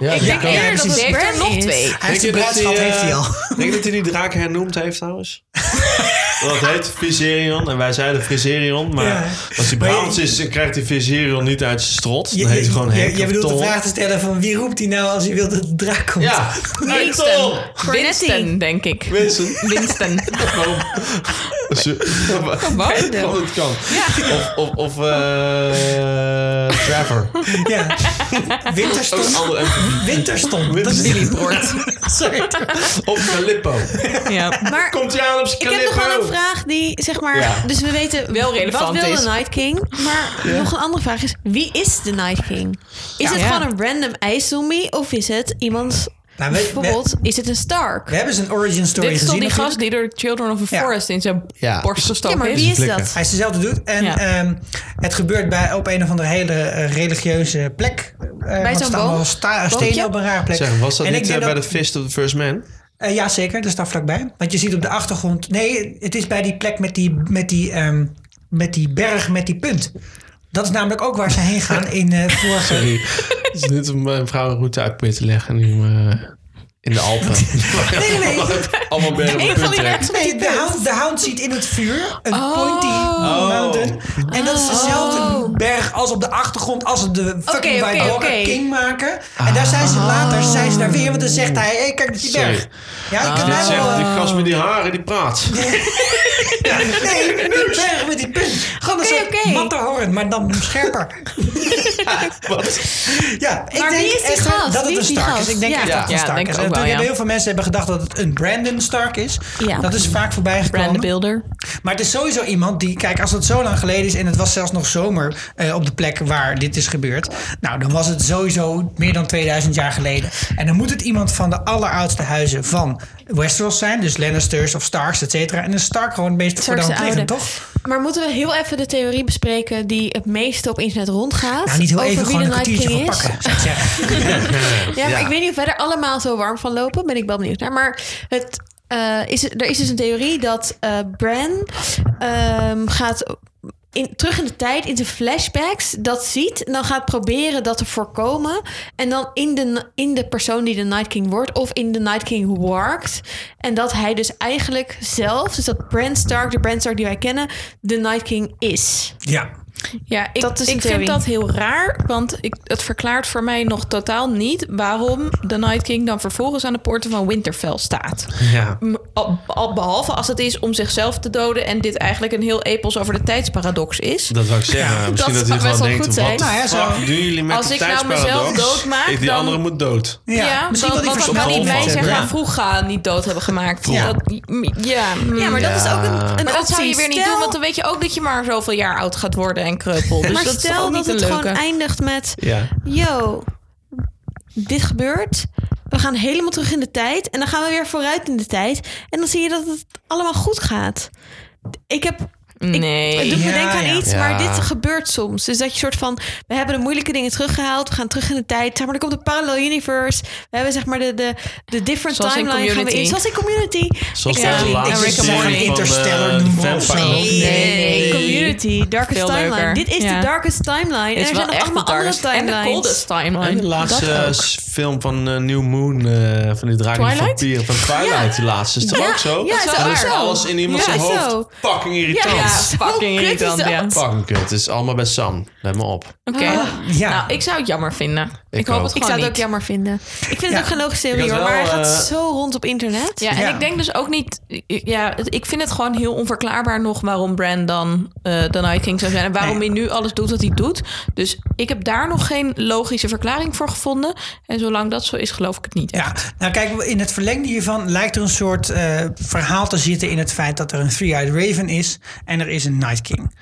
Speaker 6: ja,
Speaker 4: ik
Speaker 6: die
Speaker 4: denk
Speaker 6: kan.
Speaker 4: eerder
Speaker 1: Ja,
Speaker 4: dat
Speaker 1: precies.
Speaker 4: dus het heeft er
Speaker 5: Bran
Speaker 4: nog
Speaker 5: is.
Speaker 4: twee.
Speaker 1: Hij heeft
Speaker 6: Denk je
Speaker 1: zijn
Speaker 6: dat
Speaker 1: bruidsschat,
Speaker 6: hij,
Speaker 1: heeft hij
Speaker 6: eh,
Speaker 1: al.
Speaker 6: Denk je dat hij die draak hernoemd heeft trouwens? Dat heet Viserion en wij zeiden Viserion, maar
Speaker 1: Ja.
Speaker 6: als hij
Speaker 1: Maar je-
Speaker 6: Brabants is, dan krijgt hij Viserion niet uit zijn strot.
Speaker 1: Je,
Speaker 6: Dan heet hij gewoon
Speaker 1: je-
Speaker 6: Henk
Speaker 1: je
Speaker 6: of
Speaker 1: bedoelt de
Speaker 6: Tol.
Speaker 1: vraag te stellen van wie roept hij nou als hij wil dat de draak komt?
Speaker 6: Ja, hey, Tol!
Speaker 4: Winston. Winston, denk ik.
Speaker 6: Winston.
Speaker 4: Winston.
Speaker 6: Waarom? Gewoon.
Speaker 4: Random.
Speaker 6: het kan. Of, of, of eh, Trevor.
Speaker 1: Ja.
Speaker 6: Ook een
Speaker 1: Winterston.
Speaker 6: ander MP.
Speaker 1: Winterston. Dat is
Speaker 6: Winterston.
Speaker 1: Sorry.
Speaker 6: Of Calippo.
Speaker 4: Ja.
Speaker 5: Maar
Speaker 6: Komt hij aan op
Speaker 5: ik heb nog wel een
Speaker 6: Calippo?
Speaker 5: vraag die, zeg maar...
Speaker 6: Ja.
Speaker 5: Dus we weten
Speaker 4: Wel relevant
Speaker 5: wat wil
Speaker 4: is.
Speaker 5: de Night King. Maar nog een andere vraag is, wie is de Night King? Is het
Speaker 4: Ja.
Speaker 5: gewoon een random ijszombie of is het iemand...
Speaker 1: Nou, we- we-
Speaker 5: bijvoorbeeld, is het een Stark?
Speaker 1: We hebben zijn origin story
Speaker 4: Dit is toch
Speaker 1: gezien.
Speaker 4: die
Speaker 1: natuurlijk.
Speaker 4: gast die door Children of a
Speaker 1: Ja.
Speaker 4: Forest in zijn
Speaker 6: Ja.
Speaker 4: borst
Speaker 5: Ja,
Speaker 4: gestoken
Speaker 5: maar
Speaker 4: is.
Speaker 5: wie is
Speaker 6: Flikker.
Speaker 5: dat?
Speaker 1: Hij is dezelfde doet. En
Speaker 4: Ja.
Speaker 1: ehm, het gebeurt bij, op een of andere hele eh, religieuze plek. Eh, want er
Speaker 5: zo'n
Speaker 1: staan allemaal
Speaker 5: boom?
Speaker 1: sta- stenen
Speaker 5: Boompje?
Speaker 1: op een raar plek.
Speaker 6: Zeg, was dat
Speaker 1: en ik
Speaker 6: niet eh,
Speaker 1: denk
Speaker 6: bij
Speaker 1: dat-
Speaker 6: de Fist of the First Man?
Speaker 1: Eh, Jazeker, dat staat vlakbij. Want je ziet op de achtergrond... Nee, het is bij die plek met die, met die, ehm, met die berg, met die punt. Dat is namelijk ook waar ze heen gaan in eh vorige...
Speaker 6: Sorry. Het Dus is niet om mijn vrouw een route uit meer te leggen nu maar in de Alpen.
Speaker 1: Nee, nee, nee.
Speaker 6: Allemaal bergen
Speaker 4: Eén
Speaker 6: op
Speaker 4: van die
Speaker 6: punten.
Speaker 4: werkt
Speaker 1: Nee, de hound, de hound ziet in het vuur een
Speaker 5: Oh.
Speaker 1: pointy
Speaker 4: Oh.
Speaker 1: mountain. En dat is dezelfde berg als op de achtergrond als op de fucking
Speaker 5: Oh. Oké, oké,
Speaker 1: White Walker
Speaker 5: oké. Ah.
Speaker 1: King maken. En daar zijn ze later, zijn ze daar weer, want dan zegt hij, hey, kijk naar die
Speaker 6: Sorry.
Speaker 1: berg.
Speaker 4: Ah.
Speaker 1: Ja, ik kan
Speaker 6: Dit
Speaker 1: mij wel...
Speaker 6: zegt die
Speaker 1: eh,
Speaker 6: gast met die haren, die praat.
Speaker 1: Nee, die berg met die punt. Gewoon een
Speaker 5: Oké,
Speaker 1: soort
Speaker 5: oké.
Speaker 1: Matterhorn, maar dan scherper. Ja, ik
Speaker 5: Maar
Speaker 1: denk
Speaker 5: wie is die
Speaker 1: echt
Speaker 5: gast?
Speaker 1: dat het
Speaker 5: Wie
Speaker 1: een
Speaker 5: is die
Speaker 1: Stark is.
Speaker 5: gast?
Speaker 1: Ik denk
Speaker 5: Ja.
Speaker 1: echt dat het een
Speaker 4: Ja,
Speaker 1: Stark
Speaker 4: denk
Speaker 1: is.
Speaker 4: ik ook
Speaker 1: En
Speaker 4: wel,
Speaker 1: natuurlijk
Speaker 4: ja.
Speaker 1: Heel veel mensen hebben gedacht dat het een Brandon Stark is.
Speaker 5: Ja.
Speaker 1: Dat is vaak voorbij
Speaker 4: Brand
Speaker 1: gekomen.
Speaker 4: the Builder.
Speaker 1: Maar het is sowieso iemand die, kijk, als het zo lang geleden is en het was zelfs nog zomer eh, op de plek waar dit is gebeurd, nou dan was het sowieso meer dan 2000 jaar geleden. En dan moet het iemand van de alleroudste huizen van Westeros zijn, dus Lannisters of Starks, et cetera. En een Stark gewoon het meest voor
Speaker 5: Starks
Speaker 1: de hand
Speaker 5: de
Speaker 1: liggend,
Speaker 5: oude.
Speaker 1: toch?
Speaker 5: Maar moeten we heel even de theorie bespreken die het meeste op internet rondgaat?
Speaker 1: Nou, niet heel
Speaker 5: over
Speaker 1: even,
Speaker 5: wie
Speaker 1: gewoon
Speaker 5: de
Speaker 1: een
Speaker 5: Night
Speaker 1: kwartiertje
Speaker 5: King
Speaker 1: voor pakken,
Speaker 5: is?
Speaker 1: zou ik zeggen.
Speaker 5: Ja,
Speaker 6: Ja.
Speaker 5: maar ik weet niet of wij er allemaal zo warm van lopen. Ben ik wel benieuwd naar. Maar het, eh, is, er is dus een theorie dat eh, Bran ehm, gaat in, terug in de tijd, in zijn flashbacks, dat ziet. En dan gaat proberen dat te voorkomen. En dan in de, in de persoon die de Night King wordt of in de Night King workt. En dat hij dus eigenlijk zelf, dus dat Bran Stark, de Bran Stark die wij kennen, de Night King is.
Speaker 1: Ja.
Speaker 4: Ja, ik,
Speaker 5: Dat is
Speaker 4: ik
Speaker 5: een
Speaker 4: vind
Speaker 5: theorie.
Speaker 4: dat heel raar. Want ik, het verklaart voor mij nog totaal niet waarom de Night King dan vervolgens aan de poorten van Winterfell staat.
Speaker 6: Ja.
Speaker 4: M- Al, al behalve als het is om zichzelf te doden en dit eigenlijk een heel epos over de tijdsparadox is.
Speaker 6: Dat wou ik zeggen. Misschien dat,
Speaker 4: zou
Speaker 6: hij
Speaker 4: best
Speaker 6: gewoon
Speaker 4: wel
Speaker 6: denkt,
Speaker 4: goed
Speaker 6: wat
Speaker 4: zijn.
Speaker 6: de
Speaker 1: Nou ja, zo.
Speaker 6: fuck doen jullie met
Speaker 4: Als
Speaker 6: de
Speaker 4: ik nou
Speaker 6: tijdsparadox?
Speaker 4: mezelf doodmaak,
Speaker 6: Ik- die
Speaker 4: dan-
Speaker 6: andere moet dood.
Speaker 1: Ja, misschien
Speaker 4: want
Speaker 1: wat ik
Speaker 4: wat
Speaker 6: verstopt
Speaker 4: nou niet
Speaker 6: had.
Speaker 4: wij zeg
Speaker 6: Ja.
Speaker 4: maar vroeger niet dood hebben gemaakt.
Speaker 1: Ja.
Speaker 4: Dat, ja, mm.
Speaker 5: Ja, maar dat is ook
Speaker 6: Ah,
Speaker 5: een, een
Speaker 4: Maar dat zou je
Speaker 5: optie.
Speaker 4: weer niet
Speaker 5: Stel-
Speaker 4: doen, want dan weet je ook dat je maar zoveel jaar oud gaat worden en kreupel. Dus
Speaker 5: maar
Speaker 4: dat is toch
Speaker 5: stel
Speaker 4: ook
Speaker 5: dat
Speaker 4: niet
Speaker 5: het
Speaker 4: een
Speaker 5: gewoon
Speaker 4: leuke.
Speaker 5: eindigt met...
Speaker 6: Ja.
Speaker 5: Yo, dit gebeurt. We gaan helemaal terug in de tijd. En dan gaan we weer vooruit in de tijd. En dan zie je dat het allemaal goed gaat. Ik heb
Speaker 4: Nee.
Speaker 5: het doet me
Speaker 1: Ja,
Speaker 5: denken aan
Speaker 1: ja.
Speaker 5: iets,
Speaker 6: Ja.
Speaker 5: maar dit gebeurt soms. Dus dat je soort van, we hebben de moeilijke dingen teruggehaald, we gaan terug in de tijd. Zeg maar, er komt een parallel universe. We hebben zeg maar de, de, de different
Speaker 4: Zoals in
Speaker 5: timeline. gaan we
Speaker 4: Community.
Speaker 5: in. zoals in community.
Speaker 6: Zoals
Speaker 5: Ik-
Speaker 6: deze
Speaker 5: ja,
Speaker 6: laatste
Speaker 4: Rick and
Speaker 6: serie
Speaker 4: Morty.
Speaker 6: van, eh,
Speaker 1: Interstellar noemen we of
Speaker 6: Vampire
Speaker 1: zo.
Speaker 6: Diaries.
Speaker 4: Nee, nee.
Speaker 5: Community, Darkest
Speaker 4: Veel
Speaker 5: Timeline.
Speaker 4: leuker.
Speaker 5: Dit is
Speaker 4: Ja.
Speaker 5: de Darkest Timeline. en
Speaker 4: Is
Speaker 5: er
Speaker 4: wel
Speaker 5: zijn nog
Speaker 4: echt
Speaker 5: allemaal
Speaker 4: de
Speaker 5: andere
Speaker 4: darkest en
Speaker 5: timelines.
Speaker 4: de coldest timeline.
Speaker 6: En de
Speaker 4: Dat
Speaker 6: laatste eh,
Speaker 4: ook.
Speaker 6: s- film van eh, New Moon, eh, van die draak die
Speaker 4: Twilight?
Speaker 6: vampieren van Twilight, die laatste. Is toch
Speaker 5: Ja,
Speaker 6: ook zo?
Speaker 5: ja, is
Speaker 6: Dan
Speaker 5: ook
Speaker 6: is
Speaker 5: zo.
Speaker 6: alles in iemands
Speaker 5: Ja, is
Speaker 6: hoofd
Speaker 5: zo.
Speaker 6: fucking irritant.
Speaker 4: Ja,
Speaker 5: Hoe
Speaker 4: Ah, fucking
Speaker 5: kut is
Speaker 4: irritant,
Speaker 5: dat?
Speaker 4: ja.
Speaker 6: Fucking kut. Het is allemaal bij Sam. Let me op.
Speaker 4: Oké.
Speaker 1: Ja.
Speaker 4: Nou, ik zou het jammer vinden. Ik, hoop
Speaker 6: ook.
Speaker 4: het
Speaker 5: Ah, Ik
Speaker 4: gewoon
Speaker 5: zou het ook
Speaker 4: niet.
Speaker 5: jammer vinden. Ik vind
Speaker 1: Ja.
Speaker 5: het ook geen logische
Speaker 6: had
Speaker 5: theorie hoor,
Speaker 6: wel,
Speaker 5: maar hij gaat
Speaker 6: eh,
Speaker 5: zo rond op internet.
Speaker 4: Ja, en
Speaker 1: Ja.
Speaker 4: ik denk dus ook niet... Ja, het- ik vind het gewoon heel onverklaarbaar nog... waarom Brand dan eh The Night King zou zijn. En waarom
Speaker 1: Nee.
Speaker 4: hij nu alles doet wat hij doet. Dus ik heb daar nog geen logische verklaring voor gevonden. En zolang dat zo is, geloof ik het niet.
Speaker 1: Ja, nou kijk, in het verlengde hiervan lijkt er een soort eh, verhaal te zitten in het feit dat er een Three-Eyed Raven is en er is een Night King.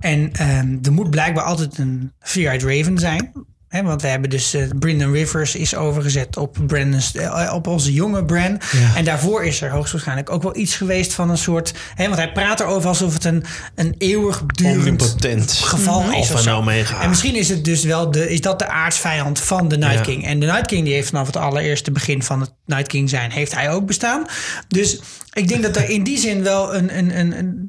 Speaker 1: En ehm, er moet blijkbaar altijd een Three-Eyed Raven zijn. Hè, want we hebben dus eh Brendan Rivers is overgezet op, Brandon's, eh, op onze jonge Bran. En daarvoor is er hoogstwaarschijnlijk ook wel iets geweest van een soort. Hè, want hij praat erover alsof het een, een eeuwigdurend
Speaker 6: Omnipotent.
Speaker 1: geval is.
Speaker 6: Alpha
Speaker 1: Mm-hmm. Of nou
Speaker 6: en
Speaker 1: zo.
Speaker 6: Omega.
Speaker 1: En misschien is het dus wel de, is dat de aardsvijand van de Night
Speaker 6: Ja.
Speaker 1: King. En de Night King die heeft vanaf het allereerste begin van het Night King zijn, heeft hij ook bestaan. Dus ik denk dat er in die zin wel een, een, een, een,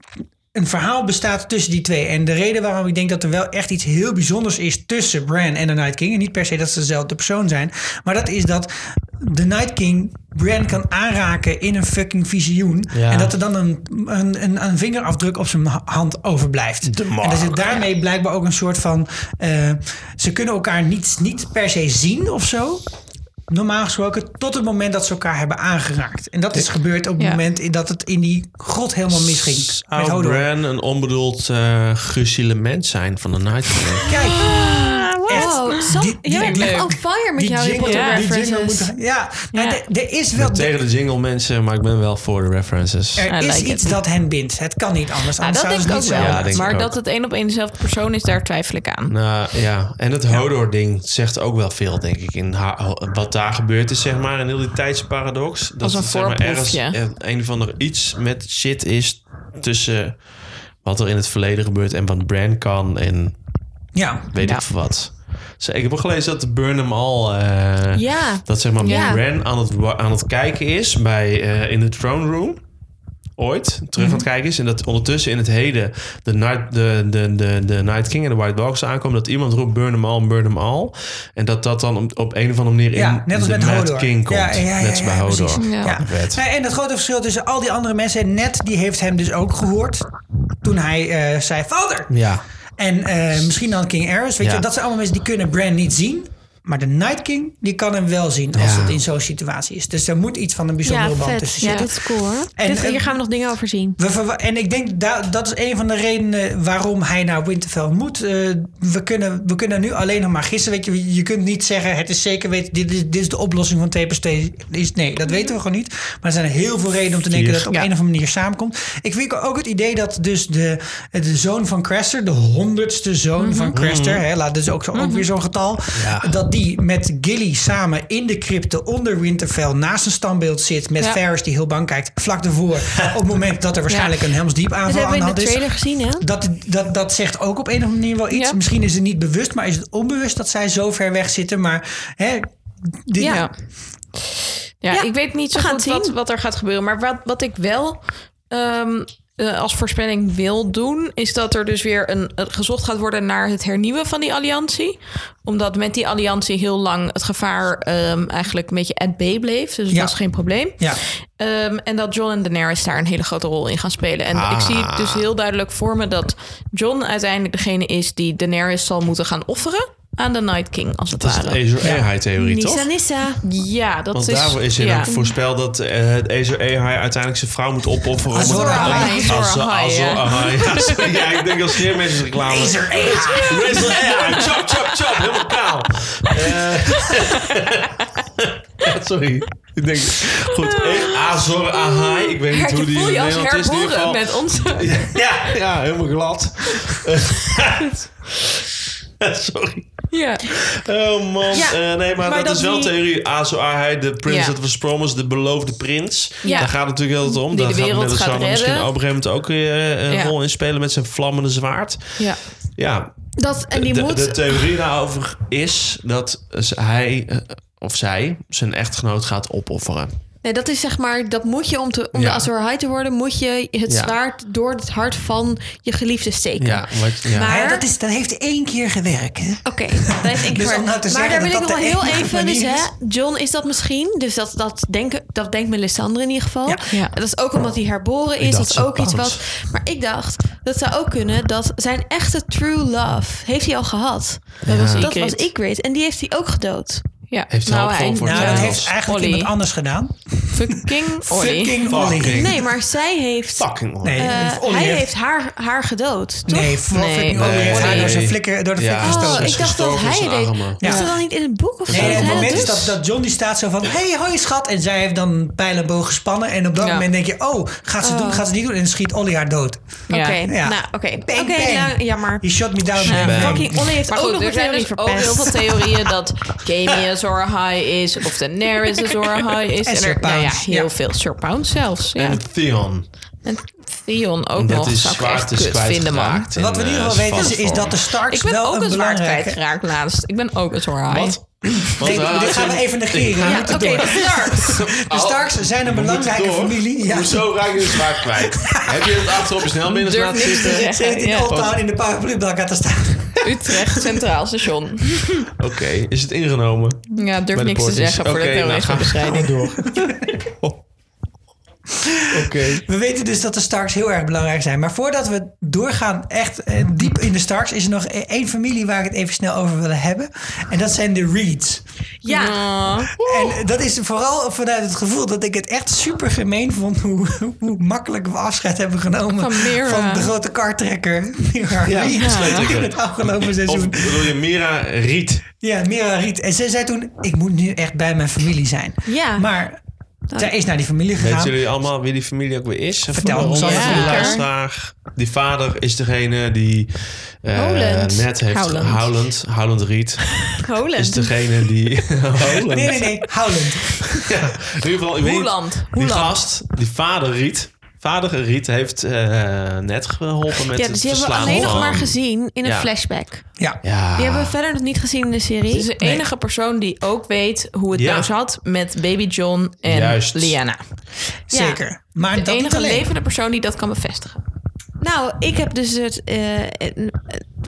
Speaker 1: een verhaal bestaat tussen die twee. En de reden waarom ik denk dat er wel echt iets heel bijzonders is tussen Bran en de Night King. En niet per se dat ze dezelfde persoon zijn. Maar dat is dat de Night King Bran kan aanraken in een fucking visioen.
Speaker 6: Ja.
Speaker 1: En dat er dan een, een, een, een vingerafdruk op zijn ha- hand overblijft.
Speaker 6: De
Speaker 1: En dat
Speaker 6: mark.
Speaker 1: is daarmee blijkbaar ook een soort van. eh, ze kunnen elkaar niet, niet per se zien of zo. Normaal gesproken, tot het moment dat ze elkaar hebben aangeraakt. En dat is gebeurd op het
Speaker 4: Ja.
Speaker 1: moment in dat het in die grot helemaal misging. Met
Speaker 6: Zou
Speaker 1: Hodor.
Speaker 6: Bran een onbedoeld eh gruzilement zijn van de Night King?
Speaker 1: Kijk,
Speaker 4: Ah,
Speaker 5: Wow, Ah, Sam,
Speaker 1: Die- die-
Speaker 5: jij bent echt
Speaker 4: leuk.
Speaker 5: on fire met
Speaker 1: die
Speaker 5: jouw Harry
Speaker 1: jingle,
Speaker 5: Potter
Speaker 1: die
Speaker 5: references.
Speaker 1: jingle moet... Ja, nou,
Speaker 4: Ja.
Speaker 1: de- er is wel...
Speaker 6: Tegen de jingle mensen, maar ik ben wel voor de references.
Speaker 1: Er
Speaker 4: I
Speaker 1: is
Speaker 4: like
Speaker 1: iets
Speaker 4: it.
Speaker 1: dat hen bindt. Het kan niet anders.
Speaker 4: Nou,
Speaker 1: anders
Speaker 4: dat denk ik
Speaker 1: zouden
Speaker 4: ook
Speaker 1: ze het
Speaker 4: wel.
Speaker 1: niet
Speaker 6: Ja, denk ik
Speaker 4: maar
Speaker 6: ook.
Speaker 4: dat het een op een dezelfde persoon is, daar twijfel ik aan.
Speaker 6: Nou ja, en het Hodor-ding zegt ook wel veel, denk ik. In ha- wat daar gebeurd is, zeg maar, in heel die tijdsparadox. Dat
Speaker 4: Als een
Speaker 6: het, zeg maar, ergens
Speaker 4: voorproefje.
Speaker 6: een- een of ander iets met shit is tussen wat er in het verleden gebeurt en wat Bran kan en
Speaker 1: Ja,
Speaker 6: weet
Speaker 4: Ja.
Speaker 6: ik veel wat. Dus ik heb ook gelezen dat Burnham al... eh,
Speaker 5: Ja.
Speaker 6: Dat zeg maar
Speaker 5: Ja.
Speaker 6: Bran aan het, wa- aan het kijken is bij, eh, in de throne room. Ooit terug aan
Speaker 4: Mhm.
Speaker 6: het kijken is. En dat ondertussen in het heden de Night, de, de, de, de Night King en de White Walkers aankomen. Dat iemand roept burn them all, burn them all. En dat dat dan op, op een of andere manier
Speaker 1: Ja,
Speaker 6: in
Speaker 1: net als
Speaker 6: de
Speaker 1: met
Speaker 6: Mad
Speaker 1: Hodor.
Speaker 6: King komt.
Speaker 1: Ja, ja, ja,
Speaker 6: net als bij
Speaker 1: ja, ja,
Speaker 6: Hodor.
Speaker 1: precies.
Speaker 4: Ja.
Speaker 1: Ja.
Speaker 6: Fucking vet.
Speaker 1: Nee, en dat grote verschil tussen al die andere mensen. Net die heeft hem dus ook gehoord. Toen hij eh, zei: Vader!
Speaker 6: Ja.
Speaker 1: En eh, misschien dan King Ares. Weet
Speaker 6: Ja.
Speaker 1: je, dat zijn allemaal mensen die kunnen Bran niet zien. Maar de Night King, die kan hem wel zien als
Speaker 6: Ja.
Speaker 1: het in zo'n situatie is. Dus er moet iets van een bijzondere
Speaker 5: Ja,
Speaker 1: band
Speaker 5: vet.
Speaker 1: tussen
Speaker 5: Ja,
Speaker 1: zitten.
Speaker 5: dat is cool hoor.
Speaker 1: En-
Speaker 5: Dit- hier
Speaker 1: en-
Speaker 5: gaan we nog dingen over zien.
Speaker 1: We verwa- en ik denk dat dat is een van de redenen waarom hij naar Winterfell moet. Eh, we, kunnen, we kunnen nu alleen nog maar gissen. Weet je, je kunt niet zeggen, het is zeker weten, dit, is- dit is de oplossing van TPST. Is, nee, dat weten we gewoon niet. Maar er zijn heel veel redenen om te denken dat het op
Speaker 4: Ja.
Speaker 1: een of andere manier samenkomt. Ik vind ook het idee dat dus de, de zoon van Craster, de honderdste zoon
Speaker 5: Mhm.
Speaker 1: van Craster, hè, laat dus ook, zo- ook weer zo'n getal,
Speaker 6: Ja.
Speaker 1: dat die met Gilly samen in de crypte onder Winterfell naast een standbeeld zit met
Speaker 4: Ja.
Speaker 1: Ferris die heel bang kijkt, vlak ervoor. op het moment dat er waarschijnlijk een Helms Diep
Speaker 5: Dat
Speaker 1: aanval aan
Speaker 5: hebben
Speaker 1: de
Speaker 5: we in
Speaker 1: hand
Speaker 5: de
Speaker 1: is.
Speaker 5: trailer gezien hè?
Speaker 1: Dat, dat, dat zegt ook op een of andere manier wel iets.
Speaker 4: Ja.
Speaker 1: Misschien is het niet bewust, maar is het onbewust dat zij zo ver weg zitten. Maar hè, dit,
Speaker 4: Ja. Ja.
Speaker 5: Ja,
Speaker 4: ik weet niet zo
Speaker 5: we gaan
Speaker 4: goed
Speaker 5: het
Speaker 4: wat,
Speaker 5: zien.
Speaker 4: wat er gaat gebeuren. Maar wat, wat ik wel ehm, eh, als voorspelling wil doen... is dat er dus weer een, eh, gezocht gaat worden naar het hernieuwen van die alliantie. Omdat met die alliantie heel lang het gevaar ehm, eigenlijk een beetje at bay bleef. Dus het
Speaker 1: Ja.
Speaker 4: was geen probleem.
Speaker 1: Ja.
Speaker 4: Ehm, en dat John en Daenerys daar een hele grote rol in gaan spelen. En ik zie het dus heel duidelijk voor me dat John uiteindelijk degene is... die Daenerys zal moeten gaan offeren aan de Night King, als het
Speaker 6: Dat is
Speaker 4: ware.
Speaker 6: de Azor Ahai theorie,
Speaker 5: Nissa
Speaker 6: toch?
Speaker 5: Nissa.
Speaker 4: Ja, dat
Speaker 6: Want
Speaker 4: is...
Speaker 6: daarvoor is er
Speaker 4: dus- ja.
Speaker 6: ook voorspeld dat eh, het Azor Ahai uiteindelijk zijn vrouw moet opofferen.
Speaker 1: Azor Ahai.
Speaker 6: Azor
Speaker 4: Azor Ahai,
Speaker 6: Azor
Speaker 4: ja.
Speaker 6: Ahai. Ja, sorry, Ja, ik denk dat sneermensjes reclame.
Speaker 1: Laser AI.
Speaker 6: Razzle Ahai. Chop, chop, chop. Helemaal kaal. Eh, sorry. Ik denk, goed, eh, Azor Ahai. Ik weet niet
Speaker 4: Kijk,
Speaker 6: hoe
Speaker 4: je
Speaker 6: die
Speaker 4: voel
Speaker 6: in
Speaker 4: je als
Speaker 6: Nederland is. in ieder
Speaker 4: herboren
Speaker 6: geval.
Speaker 4: met ons.
Speaker 6: Ja, ja, helemaal glad. Sorry.
Speaker 4: Ja.
Speaker 6: Oh man.
Speaker 4: Ja,
Speaker 6: Eh, nee, maar,
Speaker 4: maar
Speaker 6: dat,
Speaker 4: dat
Speaker 6: is wel
Speaker 4: die-
Speaker 6: theorie. A.S.O.A. hij, de prins
Speaker 4: Ja.
Speaker 6: dat was promised, de beloofde prins.
Speaker 4: Ja.
Speaker 6: Daar gaat het natuurlijk heel om.
Speaker 4: Die
Speaker 6: Daar
Speaker 4: de wereld
Speaker 6: Menno
Speaker 4: gaat
Speaker 6: Sander
Speaker 4: redden.
Speaker 6: misschien op een gegeven moment ook eh, een
Speaker 4: Ja.
Speaker 6: rol in spelen met zijn vlammende zwaard.
Speaker 4: ja.
Speaker 6: Ja,
Speaker 5: Dat, en die
Speaker 6: de,
Speaker 5: moet...
Speaker 6: de theorie daarover is dat z- hij eh, of zij zijn echtgenoot gaat opofferen.
Speaker 5: Nee, dat is zeg maar, dat moet je om, te, om
Speaker 6: Ja.
Speaker 5: de Azor High te worden, moet je het
Speaker 6: Ja.
Speaker 5: zwaard door het hart van je geliefde steken.
Speaker 6: Ja, wat, ja.
Speaker 5: Maar-
Speaker 1: Maar ja, dat, is, dat heeft één keer gewerkt. Hè?
Speaker 5: Oké, dat is één keer
Speaker 1: Dus
Speaker 5: waar.
Speaker 1: om nou te
Speaker 5: maar
Speaker 1: zeggen
Speaker 5: daar
Speaker 1: dat
Speaker 5: wil ik nog
Speaker 1: dat
Speaker 5: wel
Speaker 1: de
Speaker 5: heel
Speaker 1: enige
Speaker 5: even. Dus,
Speaker 1: manier
Speaker 5: hè,
Speaker 1: is.
Speaker 5: John is dat misschien. Dus dat, dat, denken, dat denkt Melisandre in ieder geval.
Speaker 1: Ja.
Speaker 4: Ja.
Speaker 5: Dat is ook omdat hij herboren is.
Speaker 6: dacht
Speaker 5: Dat is
Speaker 6: ze
Speaker 5: ook iets
Speaker 6: pakt.
Speaker 5: wat. Maar ik dacht, dat zou ook kunnen dat zijn echte true love heeft hij al gehad.
Speaker 4: Dat was
Speaker 5: Dat was
Speaker 4: Ygritte.
Speaker 5: Ygritte. En die heeft hij ook gedood.
Speaker 4: Ja.
Speaker 6: Heeft hij ook gewoon voor
Speaker 1: Nou,
Speaker 6: Ja,
Speaker 1: dat
Speaker 6: dat
Speaker 1: heeft
Speaker 6: was
Speaker 1: eigenlijk
Speaker 4: Ollie.
Speaker 1: iemand anders gedaan.
Speaker 4: Fucking Ollie.
Speaker 1: Fucking Ollie.
Speaker 6: Fucking.
Speaker 5: Nee, maar zij heeft.
Speaker 6: Fucking man.
Speaker 1: Nee,
Speaker 5: eh,
Speaker 1: Ollie
Speaker 5: hij
Speaker 1: heeft-
Speaker 5: heeft haar, haar gedood. Toch?
Speaker 1: Nee, voor
Speaker 4: Nee.
Speaker 1: fucking Ollie heeft haar
Speaker 6: Nee.
Speaker 1: door, zijn flikker, door de
Speaker 6: Ja.
Speaker 1: flikker
Speaker 5: Oh,
Speaker 1: gestoken.
Speaker 6: Ze is
Speaker 5: ik dacht dat
Speaker 6: gestoken
Speaker 5: hij
Speaker 6: in zijn
Speaker 5: deed.
Speaker 6: armen.
Speaker 5: Was
Speaker 1: Ja.
Speaker 5: dat dan niet in het boek of zo?
Speaker 1: Nee,
Speaker 5: Dat
Speaker 1: op het
Speaker 5: hij
Speaker 1: moment
Speaker 5: dat
Speaker 1: is
Speaker 5: dus? doet?
Speaker 1: dat, dat John die staat zo van... hey, hoi schat. En zij heeft dan pijl en boog gespannen. En op dat
Speaker 4: Ja.
Speaker 1: moment denk je... Oh, gaat ze het doen, gaat ze het niet doen? En dan schiet Ollie haar dood.
Speaker 5: Oké,
Speaker 1: Ja.
Speaker 5: nou oké. Oké,
Speaker 1: Bang, bang.
Speaker 5: nou, jammer.
Speaker 1: He shot me down.
Speaker 6: Bam.
Speaker 1: Ehm,
Speaker 5: Fucking Ollie heeft
Speaker 4: Maar
Speaker 5: ook
Speaker 4: goed,
Speaker 5: nog
Speaker 4: er
Speaker 5: een
Speaker 4: zijn
Speaker 5: theorie
Speaker 4: dus ook
Speaker 5: verpest.
Speaker 4: heel veel theorieën dat Jamie Azor High is. Of Daenerys Azor High is.
Speaker 1: En Sir
Speaker 4: er, nou ja,
Speaker 1: Pounce,
Speaker 4: heel
Speaker 1: ja.
Speaker 4: veel. Sir Pounce zelfs. Ja.
Speaker 6: En Theon.
Speaker 4: En Theon ook
Speaker 6: Dat
Speaker 4: nog.
Speaker 6: is
Speaker 4: Zou ik echt
Speaker 6: zwaard is
Speaker 4: kut vinden, man.
Speaker 6: kwijtgeraakt.
Speaker 1: Wat we in ieder geval
Speaker 6: eh,
Speaker 1: weten is, is
Speaker 6: Svalford.
Speaker 1: dat de Starks
Speaker 4: Ik ben
Speaker 1: wel
Speaker 4: ook
Speaker 1: een
Speaker 4: een zwaard
Speaker 1: belangrijke...
Speaker 4: kwijtgeraakt laatst. Ik ben ook Azor High.
Speaker 6: Wat? Want,
Speaker 1: Nee,
Speaker 6: eh,
Speaker 1: dit gaan we even negeren. We
Speaker 4: Ja,
Speaker 1: moeten
Speaker 4: oké,
Speaker 1: door.
Speaker 4: de Starks.
Speaker 1: De Starks zijn een
Speaker 6: We moeten
Speaker 1: belangrijke
Speaker 6: door.
Speaker 1: familie. Ja.
Speaker 6: Hoezo raak je de zwaard kwijt? Heb je het achterop je snelmiddels
Speaker 4: Durf
Speaker 6: laten
Speaker 4: niks te
Speaker 6: zitten?
Speaker 4: zeggen.
Speaker 1: Ze heeft in
Speaker 4: Ja.
Speaker 1: Old Town in de paraplubak aan te staan.
Speaker 4: Utrecht Centraal Station.
Speaker 6: Oké, is het ingenomen?
Speaker 4: Ja, durf
Speaker 6: Bij de
Speaker 4: niks te
Speaker 6: poortjes.
Speaker 4: zeggen voor
Speaker 6: Oké,
Speaker 4: de E
Speaker 6: nou, gaan we-
Speaker 4: terrorismebestrijding.
Speaker 6: Oké.
Speaker 1: We weten dus dat de Starks heel erg belangrijk zijn. Maar voordat we doorgaan echt eh, diep in de Starks... is er nog e- één familie waar ik het even snel over wil hebben. En dat zijn de Reeds.
Speaker 5: Ja,
Speaker 4: Ah.
Speaker 1: En eh, dat is vooral vanuit het gevoel dat ik het echt super gemeen vond... hoe, hoe makkelijk we afscheid hebben genomen
Speaker 4: Van Mira.
Speaker 1: van de grote kartrekker. Mira Reed
Speaker 6: zeker.
Speaker 1: in het afgelopen seizoen.
Speaker 6: Of bedoel je Mira Riet?
Speaker 1: Ja, Mira Riet. En zij zei toen, ik moet nu echt bij mijn familie zijn.
Speaker 5: Ja.
Speaker 1: Maar zij is naar die familie
Speaker 6: Weten
Speaker 1: gegaan.
Speaker 6: jullie allemaal wie die familie ook weer is? Even
Speaker 1: Vertel
Speaker 6: voor de
Speaker 1: ons
Speaker 6: ronde
Speaker 4: alles.
Speaker 6: van de
Speaker 4: Ja.
Speaker 6: luisteraar. Die vader is degene die eh,
Speaker 4: Howland.
Speaker 6: net heeft...
Speaker 4: Howland.
Speaker 6: Howland. Howland Riet is
Speaker 5: Holland.
Speaker 6: degene die... Howland.
Speaker 1: Nee, nee, nee. Howland.
Speaker 6: Ja, in ieder geval, ik weet niet-
Speaker 4: Hoeland,
Speaker 6: Die
Speaker 4: Hoeland.
Speaker 6: gast, die vader Riet... Vader Riet heeft eh, net geholpen met
Speaker 5: Ja,
Speaker 6: het
Speaker 5: dus die hebben we
Speaker 6: verslaan
Speaker 5: alleen nog
Speaker 6: van-
Speaker 5: maar gezien in een
Speaker 6: Ja.
Speaker 5: flashback. Die
Speaker 1: Ja.
Speaker 6: Ja.
Speaker 5: hebben we verder nog niet gezien in de
Speaker 4: Het is
Speaker 5: serie.
Speaker 4: de enige persoon die ook weet hoe het
Speaker 6: Ja.
Speaker 4: nou zat met baby John en
Speaker 6: Juist.
Speaker 4: Liana.
Speaker 1: zeker. Maar
Speaker 4: De
Speaker 1: dat niet
Speaker 4: enige
Speaker 1: alleen.
Speaker 4: levende persoon die dat kan bevestigen.
Speaker 5: Nou, ik heb dus het, eh, eh,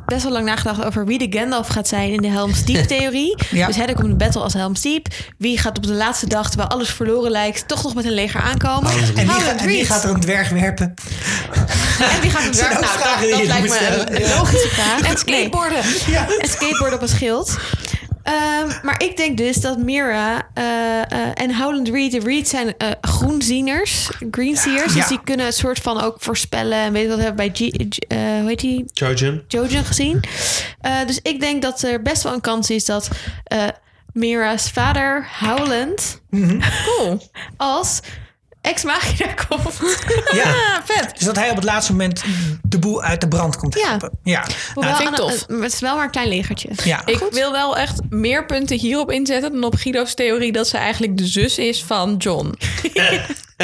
Speaker 5: best wel lang nagedacht over wie de Gandalf gaat zijn in de Helm's Deep-theorie.
Speaker 1: Ja.
Speaker 5: Dus hij komt de battle als Helm's Deep. Wie gaat op de laatste dag, terwijl alles verloren lijkt, toch nog met een leger aankomen?
Speaker 6: Howland
Speaker 1: En wie,
Speaker 5: Howland
Speaker 1: ga- en wie
Speaker 5: Reed.
Speaker 1: gaat er een dwerg werpen?
Speaker 5: En wie gaat het
Speaker 1: Zijn
Speaker 5: werk?
Speaker 1: ook
Speaker 5: Nou,
Speaker 1: vragen die
Speaker 5: dat, dat
Speaker 1: je
Speaker 5: lijkt
Speaker 1: moet
Speaker 5: me
Speaker 1: stellen.
Speaker 5: een logische vraag. En skateboarden.
Speaker 1: Ja.
Speaker 5: En skateboarden op een schild. Ehm, maar ik denk dus dat Mira eh, eh, en Howland Reed... de Reed zijn eh, groenzieners, greenseers.
Speaker 1: Ja.
Speaker 5: Dus die kunnen het soort van ook voorspellen. En weet je wat we hebben bij G, G- eh, hoe heet die?
Speaker 6: Trojan.
Speaker 5: Jojen gezien. Eh, dus ik denk dat er best wel een kans is dat eh, Mira's vader Howland...
Speaker 1: Mhm.
Speaker 4: Cool.
Speaker 5: als ex-magina komt.
Speaker 4: Ah,
Speaker 1: Ja.
Speaker 5: Vet.
Speaker 1: Dus dat hij op het laatste moment de boel uit de brand komt
Speaker 5: Ja.
Speaker 1: helpen. Ja. Nou,
Speaker 5: Hoewel,
Speaker 4: vind ik
Speaker 5: aan-
Speaker 4: tof.
Speaker 5: eh, het is wel maar een klein legertje.
Speaker 1: ja.
Speaker 4: Ik wil wel echt meer punten hierop inzetten dan op Guido's theorie dat ze eigenlijk de zus is van John.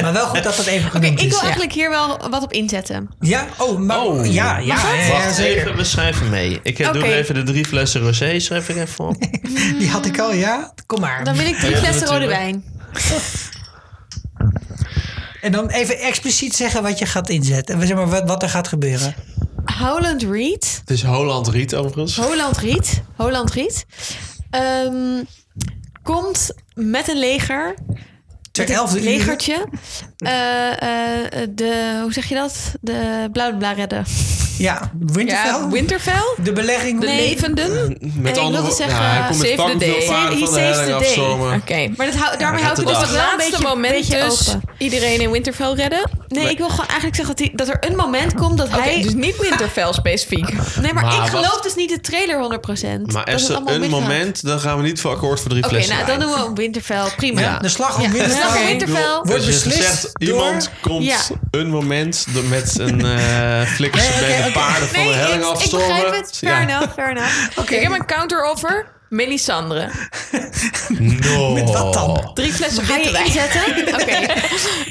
Speaker 1: Maar wel goed dat dat even genoemd
Speaker 5: Ik wil
Speaker 1: is.
Speaker 5: eigenlijk hier wel wat op inzetten.
Speaker 1: Ja? Oh, maar,
Speaker 6: Oh.
Speaker 1: ja, ja, ja, ja,
Speaker 6: Wacht
Speaker 1: zeker.
Speaker 6: even, we schrijven mee. Ik heb, doe
Speaker 5: Oké.
Speaker 6: even de drie flessen rosé, schrijf ik even op.
Speaker 1: Die had ik al, ja? Kom maar.
Speaker 5: Dan wil ik drie
Speaker 6: Ja,
Speaker 5: flessen rode
Speaker 6: natuurlijk.
Speaker 5: wijn.
Speaker 1: En dan even expliciet zeggen wat je gaat inzetten. Zeg maar, wat, wat er gaat gebeuren.
Speaker 5: Holland Reed.
Speaker 6: Het is Holland Riet overigens.
Speaker 5: Holland Reed. Holland Reed. Ehm, komt met een leger.
Speaker 1: Ter
Speaker 5: met
Speaker 1: elfde
Speaker 5: een
Speaker 1: uur.
Speaker 5: legertje. Eh, eh, de, hoe zeg je dat? De bla bla bla redden.
Speaker 1: Ja, Winterfell.
Speaker 4: Ja, Winterfell?
Speaker 1: de belegging.
Speaker 4: De levenden?
Speaker 6: Met
Speaker 5: ik
Speaker 6: andere
Speaker 5: wilde
Speaker 6: wo-
Speaker 5: zeggen,
Speaker 6: ja, hij komt met
Speaker 4: save
Speaker 6: fucking
Speaker 4: the
Speaker 6: veel
Speaker 4: day.
Speaker 6: paarden
Speaker 5: He
Speaker 6: van de
Speaker 5: saves
Speaker 6: helling
Speaker 5: the day.
Speaker 6: afzommen.
Speaker 4: Oké.
Speaker 5: Maar dat hou, daarmee
Speaker 6: gaat
Speaker 5: houdt
Speaker 6: het
Speaker 5: het dus
Speaker 6: af.
Speaker 5: nog
Speaker 4: Het
Speaker 5: wel een
Speaker 4: laatste
Speaker 5: beetje,
Speaker 4: moment
Speaker 5: beetje
Speaker 4: dus
Speaker 5: open.
Speaker 4: iedereen in Winterfell redden?
Speaker 5: Nee, ik wil gewoon eigenlijk zeggen dat, die, dat er een moment komt dat
Speaker 4: Oké,
Speaker 5: hij...
Speaker 4: dus niet Winterfell specifiek.
Speaker 5: nee, maar,
Speaker 6: Maar
Speaker 5: ik geloof
Speaker 6: wacht.
Speaker 5: dus niet de trailer 100%.
Speaker 6: Maar
Speaker 5: Dat
Speaker 6: is
Speaker 5: het
Speaker 6: er
Speaker 5: allemaal
Speaker 6: een
Speaker 5: misgaat.
Speaker 6: moment, dan gaan we niet voor akkoord voor drie
Speaker 5: Oké,
Speaker 6: flessen
Speaker 5: nou
Speaker 6: wijn.
Speaker 5: dan doen we op Winterfell. Prima.
Speaker 1: Ja, de slag om
Speaker 5: De
Speaker 1: Winterfell.
Speaker 5: slag om
Speaker 4: Oké.
Speaker 5: Winterfell.
Speaker 1: Wordt
Speaker 6: Er is
Speaker 1: beslist
Speaker 6: gezegd,
Speaker 1: door-
Speaker 6: dus iemand komt
Speaker 5: Ja.
Speaker 6: een moment de- met een eh flikkerse
Speaker 1: Nee, oké,
Speaker 6: bende de paarden van de helling
Speaker 5: ik, ik
Speaker 6: afstormen.
Speaker 5: begrijp het. eh,
Speaker 6: Ja.
Speaker 5: Fair enough, fair enough.
Speaker 1: Oké.
Speaker 4: Ik heb een counteroffer. Melisandre.
Speaker 6: No.
Speaker 1: Met wat dan?
Speaker 4: Drie flessen
Speaker 5: Ga
Speaker 4: witte
Speaker 5: je
Speaker 4: wijn.
Speaker 5: inzetten?
Speaker 4: Oké.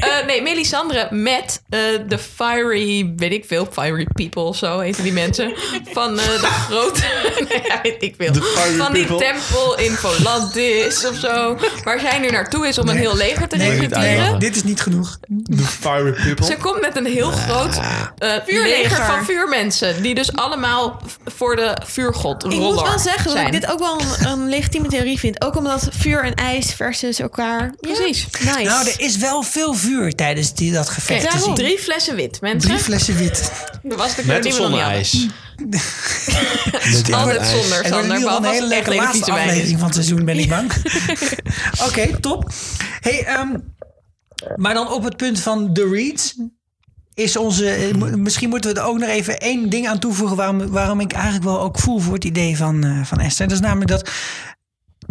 Speaker 4: Eh, nee, Melisandre met eh, de Fiery, weet ik veel, Fiery People, zo heten die mensen. Van eh, de grote, nee, ja, weet ik veel.
Speaker 6: De Fiery
Speaker 4: Van die
Speaker 6: People.
Speaker 4: tempel in Volantis of zo. Waar zij nu naartoe is om een
Speaker 1: Nee.
Speaker 4: heel leger te
Speaker 1: Nee,
Speaker 4: recruteren.
Speaker 1: nee, dit is niet genoeg.
Speaker 6: The fiery people.
Speaker 4: Ze komt met een heel groot eh, leger
Speaker 5: Vuurleger.
Speaker 4: van vuurmensen. Die dus allemaal v- voor de vuurgod
Speaker 5: Ik
Speaker 4: roller
Speaker 5: moet wel zeggen dat
Speaker 4: zijn.
Speaker 5: ik dit ook wel een, een legitieme theorie vind. Ook omdat vuur en ijs versus elkaar.
Speaker 4: Precies.
Speaker 5: Nice.
Speaker 1: Nou, er is wel veel vuur tijdens die, dat gevecht
Speaker 4: Kijk,
Speaker 1: te zien.
Speaker 4: drie flessen wit, mensen.
Speaker 1: Drie flessen wit.
Speaker 4: Dat was de kleur
Speaker 6: Met
Speaker 4: die
Speaker 6: of
Speaker 4: we nog
Speaker 6: zonder
Speaker 4: niet hadden.
Speaker 6: ijs? Met
Speaker 4: Altijd
Speaker 6: ijs.
Speaker 4: zonder.
Speaker 1: Het wordt in
Speaker 4: Sander,
Speaker 1: ieder geval een
Speaker 4: behalve
Speaker 1: hele
Speaker 4: als het
Speaker 1: leuke
Speaker 4: echt hele
Speaker 1: laatste
Speaker 4: vieze wijn is.
Speaker 1: aflevering van het seizoen, ben ik bang. Oké, top. Hey, ehm, maar dan op het punt van The Reads. Is onze, eh, mo- misschien moeten we er ook nog even één ding aan toevoegen... waarom, waarom ik eigenlijk wel ook voel voor het idee van, eh, van Esther. Dat is namelijk dat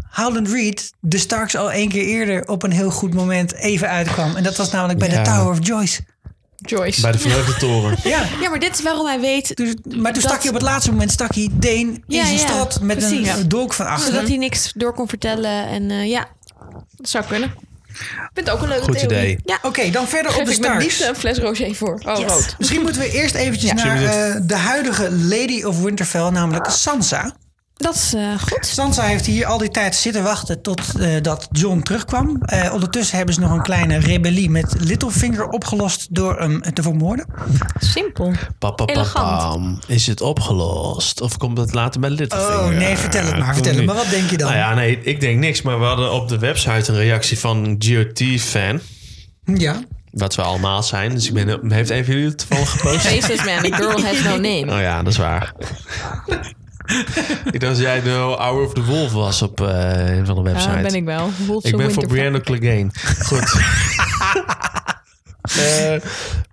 Speaker 1: Howland Reed de Starks al één keer eerder... op een heel goed moment even uitkwam. En dat was namelijk bij
Speaker 6: Ja.
Speaker 1: de Tower of Joyce.
Speaker 4: Joyce.
Speaker 6: Bij de verheugde toren.
Speaker 1: Ja,
Speaker 5: Ja, maar dit is waarom hij weet
Speaker 1: dus- maar toen stak
Speaker 5: Dat-
Speaker 1: hij op het laatste moment stak hij Deen in
Speaker 5: Ja,
Speaker 1: zijn
Speaker 5: ja,
Speaker 1: stad... met
Speaker 5: precies.
Speaker 1: een dolk van achteren.
Speaker 5: zodat hij niks door kon vertellen. En eh, ja.
Speaker 4: Dat zou kunnen. Ik vind het ook een leuke
Speaker 6: Goed
Speaker 4: theorie.
Speaker 6: idee.
Speaker 1: Oké, dan verder op
Speaker 4: Geef
Speaker 1: de
Speaker 4: ik mijn
Speaker 1: Starks.
Speaker 4: liefste een fles rosé voor. Oh,
Speaker 5: Yes.
Speaker 4: rood.
Speaker 1: Misschien moeten we eerst eventjes naar eh, de huidige Lady of Winterfell, namelijk
Speaker 4: Ah.
Speaker 1: Sansa.
Speaker 5: Dat is eh, goed.
Speaker 1: Sansa heeft hier al die tijd zitten wachten totdat dat John terugkwam. Eh, ondertussen hebben ze nog een kleine rebellie met Littlefinger opgelost door hem te vermoorden.
Speaker 4: Simpel.
Speaker 6: Pa, pa, pa,
Speaker 4: Elegant.
Speaker 6: pam. Is het opgelost? Of komt dat later bij Littlefinger?
Speaker 1: Oh nee, vertel het maar, vertel het maar. Wat denk je dan?
Speaker 6: Nou ja, nee, ik denk niks. Maar we hadden op de website een reactie van een GOT-fan.
Speaker 1: Ja.
Speaker 6: Wat we allemaal zijn. Dus ik ben... Heeft een van jullie het toevallig gepost?
Speaker 4: Faces man, the girl has no name.
Speaker 6: Oh ja, dat is waar. ik dacht dat jij de Hour of the Wolf was op eh, een van de websites.
Speaker 4: Ja, Ah, ben ik wel. Wolves
Speaker 6: Ik
Speaker 4: of
Speaker 6: ben voor
Speaker 4: Winterfell.
Speaker 6: Brianna Clegane. Goed. Eh,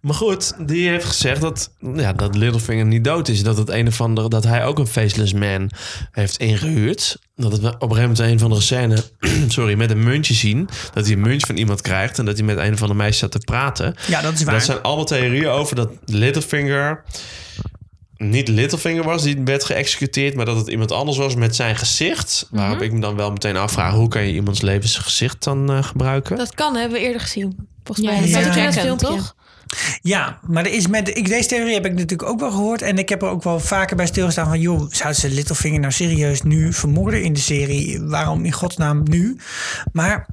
Speaker 6: maar goed, die heeft gezegd dat, ja, dat Littlefinger niet dood is. Dat het een of andere, dat hij ook een faceless man heeft ingehuurd. Dat het op een gegeven moment een van de scène, sorry, met een muntje zien. Dat hij een muntje van iemand krijgt en dat hij met een van de meisjes staat te praten.
Speaker 1: Ja, dat is waar.
Speaker 6: Dat zijn allemaal theorieën over dat Littlefinger niet Littlefinger was die werd geëxecuteerd, maar dat het iemand anders was met zijn gezicht. Waarop ik me dan wel meteen afvraag: hoe kan je iemands levensgezicht dan eh, gebruiken?
Speaker 5: Dat kan, hebben we eerder gezien. Volgens
Speaker 4: Ja,
Speaker 5: mij.
Speaker 4: dat
Speaker 5: Bij
Speaker 1: is
Speaker 5: het
Speaker 4: herkend,
Speaker 5: filmpje.
Speaker 4: toch?
Speaker 1: Ja, maar er is met, ik, deze theorie heb ik natuurlijk ook wel gehoord. En ik heb er ook wel vaker bij stilgestaan van... joh, zou ze Littlefinger nou serieus nu vermoorden in de serie? Waarom in godsnaam nu? Maar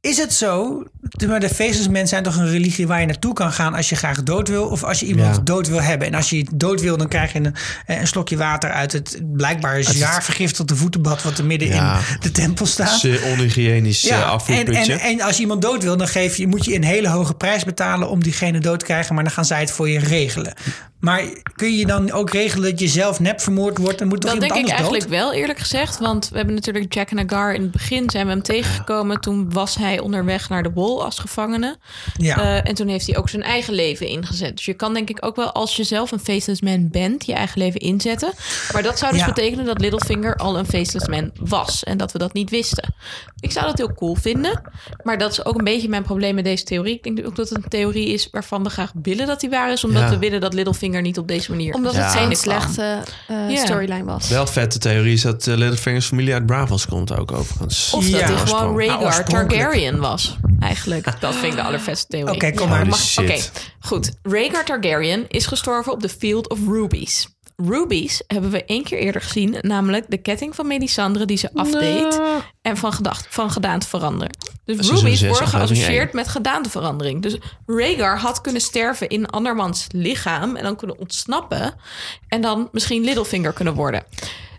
Speaker 1: is het zo... de- Maar de feestjesmensen zijn toch een religie waar je naartoe kan gaan... als je graag dood wil of als je iemand
Speaker 6: Ja.
Speaker 1: dood wil hebben. En als je dood wil, dan krijg je een, eh, een slokje water... uit het blijkbaar zwaar vergiftigde voetenbad... wat er midden
Speaker 6: Ja.
Speaker 1: in de tempel staat.
Speaker 6: Zeer onhygiënisch eh,
Speaker 1: en,
Speaker 6: afvoerputje.
Speaker 1: en, en als iemand dood wil, dan geef je, moet je een hele hoge prijs betalen om diegene dood te krijgen. Maar dan gaan zij het voor je regelen. Maar kun je dan ook regelen dat je zelf nep vermoord wordt en moet toch
Speaker 4: Dat denk
Speaker 1: iemand
Speaker 4: ik
Speaker 1: anders
Speaker 4: eigenlijk
Speaker 1: dood?
Speaker 4: wel, eerlijk gezegd. Want we hebben natuurlijk Jack Nagar in het begin zijn we hem tegengekomen. Toen was hij onderweg naar de Wol als gevangene.
Speaker 1: Ja.
Speaker 4: Eh, en toen heeft hij ook zijn eigen leven ingezet. Dus je kan denk ik ook wel, als je zelf een faceless man bent, je eigen leven inzetten. Maar dat zou dus
Speaker 1: Ja.
Speaker 4: betekenen dat Littlefinger al een faceless man was. En dat we dat niet wisten. Ik zou dat heel cool vinden. Maar dat is ook een beetje mijn probleem met deze theorie. Ik denk ook dat het een theorie is waarvan we graag willen dat die waar is. Omdat
Speaker 6: Ja.
Speaker 4: we willen dat Littlefinger niet op deze manier...
Speaker 5: Omdat
Speaker 6: Ja.
Speaker 5: het zo'n
Speaker 4: einde kwam.
Speaker 5: slechte eh,
Speaker 4: Ja.
Speaker 5: storyline was.
Speaker 6: Wel vette theorie is dat eh, Littlefingers familie uit Bravos komt ook overigens.
Speaker 4: Of dat
Speaker 1: Ja.
Speaker 4: hij gewoon
Speaker 6: Oorsprong.
Speaker 1: Ah,
Speaker 4: Rhaegar
Speaker 1: oorspronkelijk.
Speaker 4: Targaryen was. Eigenlijk, dat vind ik de allervetste theorie.
Speaker 1: Oké, kom maar.
Speaker 6: Holy
Speaker 4: Mag-
Speaker 6: shit.
Speaker 4: Oké, goed. Rhaegar Targaryen is gestorven op de Field of Rubies. Rubies hebben we één keer eerder gezien, namelijk de ketting van Melisandre die ze afdeed en van, gedacht, van gedaante veranderen. Dus
Speaker 6: Seizoen
Speaker 4: rubies
Speaker 6: zes,
Speaker 4: worden
Speaker 6: aflevering
Speaker 4: geassocieerd met gedaanteverandering. Dus Rhaegar had kunnen sterven in andermans lichaam en dan kunnen ontsnappen en dan misschien Littlefinger kunnen worden.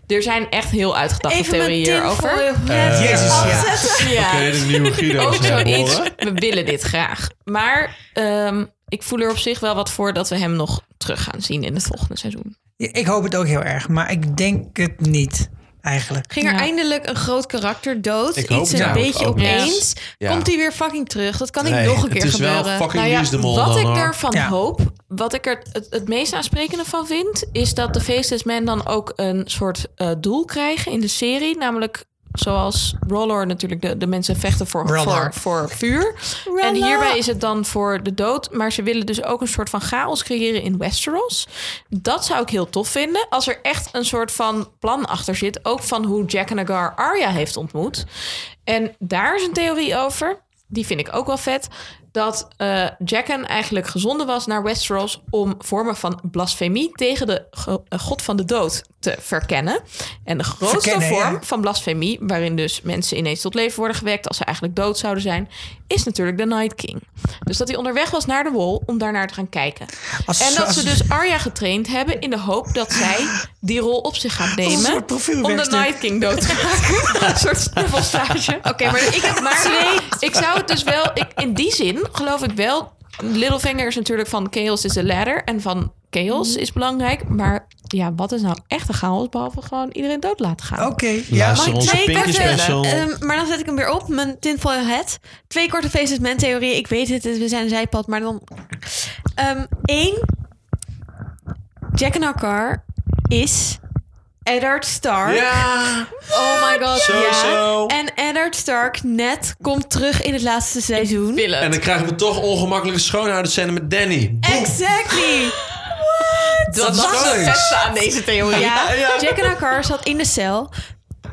Speaker 4: Er zijn echt heel uitgedachte
Speaker 5: Even mijn
Speaker 4: theorieën hierover.
Speaker 5: tinfoil
Speaker 6: Eh,
Speaker 5: hat
Speaker 1: Eh,
Speaker 4: Eh,
Speaker 1: Jezus, ja.
Speaker 5: afzetten.
Speaker 4: Ja.
Speaker 6: Kun je de nieuwe Guido
Speaker 4: Ook
Speaker 6: eens laten
Speaker 4: zoiets.
Speaker 6: horen?
Speaker 4: We willen dit graag. Maar ehm, ik voel er op zich wel wat voor dat we hem nog terug gaan zien in het volgende seizoen.
Speaker 1: Ja, Ik hoop het ook heel erg, maar ik denk het niet eigenlijk.
Speaker 5: Ging er
Speaker 4: Ja.
Speaker 5: eindelijk een groot karakter dood.
Speaker 6: Ik hoop
Speaker 5: iets
Speaker 6: het
Speaker 5: een
Speaker 6: namelijk
Speaker 5: beetje
Speaker 6: ook niet.
Speaker 5: opeens.
Speaker 6: Ja.
Speaker 5: Komt hij weer fucking terug. Dat kan
Speaker 6: Nee,
Speaker 5: niet nog een
Speaker 6: het
Speaker 5: keer
Speaker 6: is
Speaker 5: gebeuren. Nou
Speaker 6: wel fucking Wie is de Mol
Speaker 4: wat
Speaker 6: dan, eh?
Speaker 4: ik
Speaker 6: hoor.
Speaker 4: ervan
Speaker 1: Ja.
Speaker 4: hoop, wat ik er het, het meest aansprekende van vind, is dat de Faceless Men dan ook een soort eh, doel krijgen in de serie. Namelijk Zoals Roller natuurlijk, de, de mensen vechten voor,
Speaker 1: Roller.
Speaker 4: voor, voor vuur. En hierbij is het dan voor de dood. Maar ze willen dus ook een soort van chaos creëren in Westeros. Dat zou ik heel tof vinden. Als er echt een soort van plan achter zit. Ook van hoe Jack en Agar Arya heeft ontmoet. En daar is een theorie over. Die vind ik ook wel vet. Dat eh Jacken eigenlijk gezonden was naar Westeros om vormen van blasfemie tegen de go- eh, god van de dood te verkennen. En de grootste
Speaker 1: Verkennen, ja.
Speaker 4: vorm van blasfemie, waarin dus mensen ineens tot leven worden gewekt als ze eigenlijk dood zouden zijn, is natuurlijk de Night King. Dus dat hij onderweg was naar de Wall om daarnaar te gaan kijken.
Speaker 1: Als-
Speaker 4: en dat
Speaker 1: als-
Speaker 4: ze dus Arya getraind hebben in de hoop dat zij die rol op zich gaat
Speaker 1: een
Speaker 4: nemen
Speaker 1: soort
Speaker 4: om de
Speaker 1: profielwerkstuk.
Speaker 4: Night King dood te maken. een soort snuffelstage. Oké, maar ik heb maar twee. Ik zou het dus wel, ik, in die zin geloof ik wel. Littlefinger is natuurlijk van chaos is the ladder en van
Speaker 1: Mhm.
Speaker 4: chaos is belangrijk. Maar ja, wat is nou echt een chaos behalve gewoon iedereen dood laten gaan?
Speaker 1: Oké, ja.
Speaker 6: Luister onze
Speaker 5: twee
Speaker 6: Pinky
Speaker 5: korte-
Speaker 6: Special.
Speaker 5: Ehm, maar dan zet ik hem weer op, mijn tinfoil hat. Twee korte faces, mijn theorie. Ik weet het, we zijn een zijpad, maar dan... Eén, Jack en Hagar is Eddard Stark.
Speaker 6: Ja,
Speaker 5: Oh my god, ja.
Speaker 6: Sowieso.
Speaker 5: En Eddard Stark net komt terug in het laatste seizoen.
Speaker 6: en dan krijgen we toch ongemakkelijke schoonhouderscène met Danny.
Speaker 5: Exactly!
Speaker 4: dat
Speaker 6: is
Speaker 4: was het
Speaker 6: nice.
Speaker 4: beste aan deze theorie.
Speaker 5: Ja,
Speaker 6: ja.
Speaker 5: Jack en Hagar zat in de cel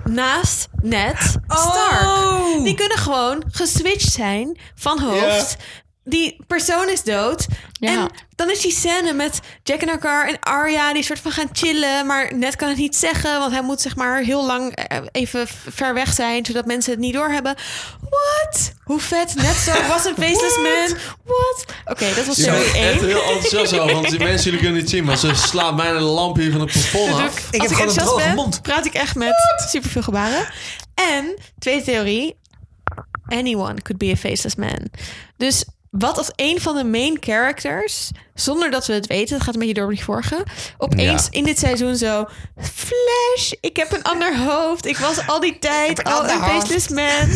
Speaker 5: naast Ned Stark. Die kunnen gewoon geswitcht zijn van hoofd. Die persoon is dood.
Speaker 4: Ja.
Speaker 5: En dan is die scène met Jack en Hagar en Arya die soort van gaan chillen. Maar Ned kan het niet zeggen, want hij moet zeg maar heel lang eh, even ver weg zijn. Zodat mensen het niet doorhebben. What? Hoe vet. Ned Stark was een faceless man. What? Oké, dat was
Speaker 6: Je
Speaker 5: theorie
Speaker 6: bent echt
Speaker 5: 1.
Speaker 6: heel enthousiast over, want die mensen jullie kunnen niet zien, maar ze slaat bijna de lamp hier van het plafond af.
Speaker 1: Ik heb
Speaker 5: Als ik
Speaker 1: gewoon een
Speaker 5: enthousiast
Speaker 1: droge
Speaker 5: ben,
Speaker 1: mond.
Speaker 5: praat ik echt met superveel gebaren. En, tweede theorie. Anyone could be a faceless man. Dus wat als een van de main characters, zonder dat we het weten, het gaat een beetje door op die vorige, opeens in dit seizoen zo, flash, ik heb een ander hoofd, ik was al die tijd al
Speaker 1: ander
Speaker 5: een
Speaker 1: hoofd."
Speaker 5: faceless man.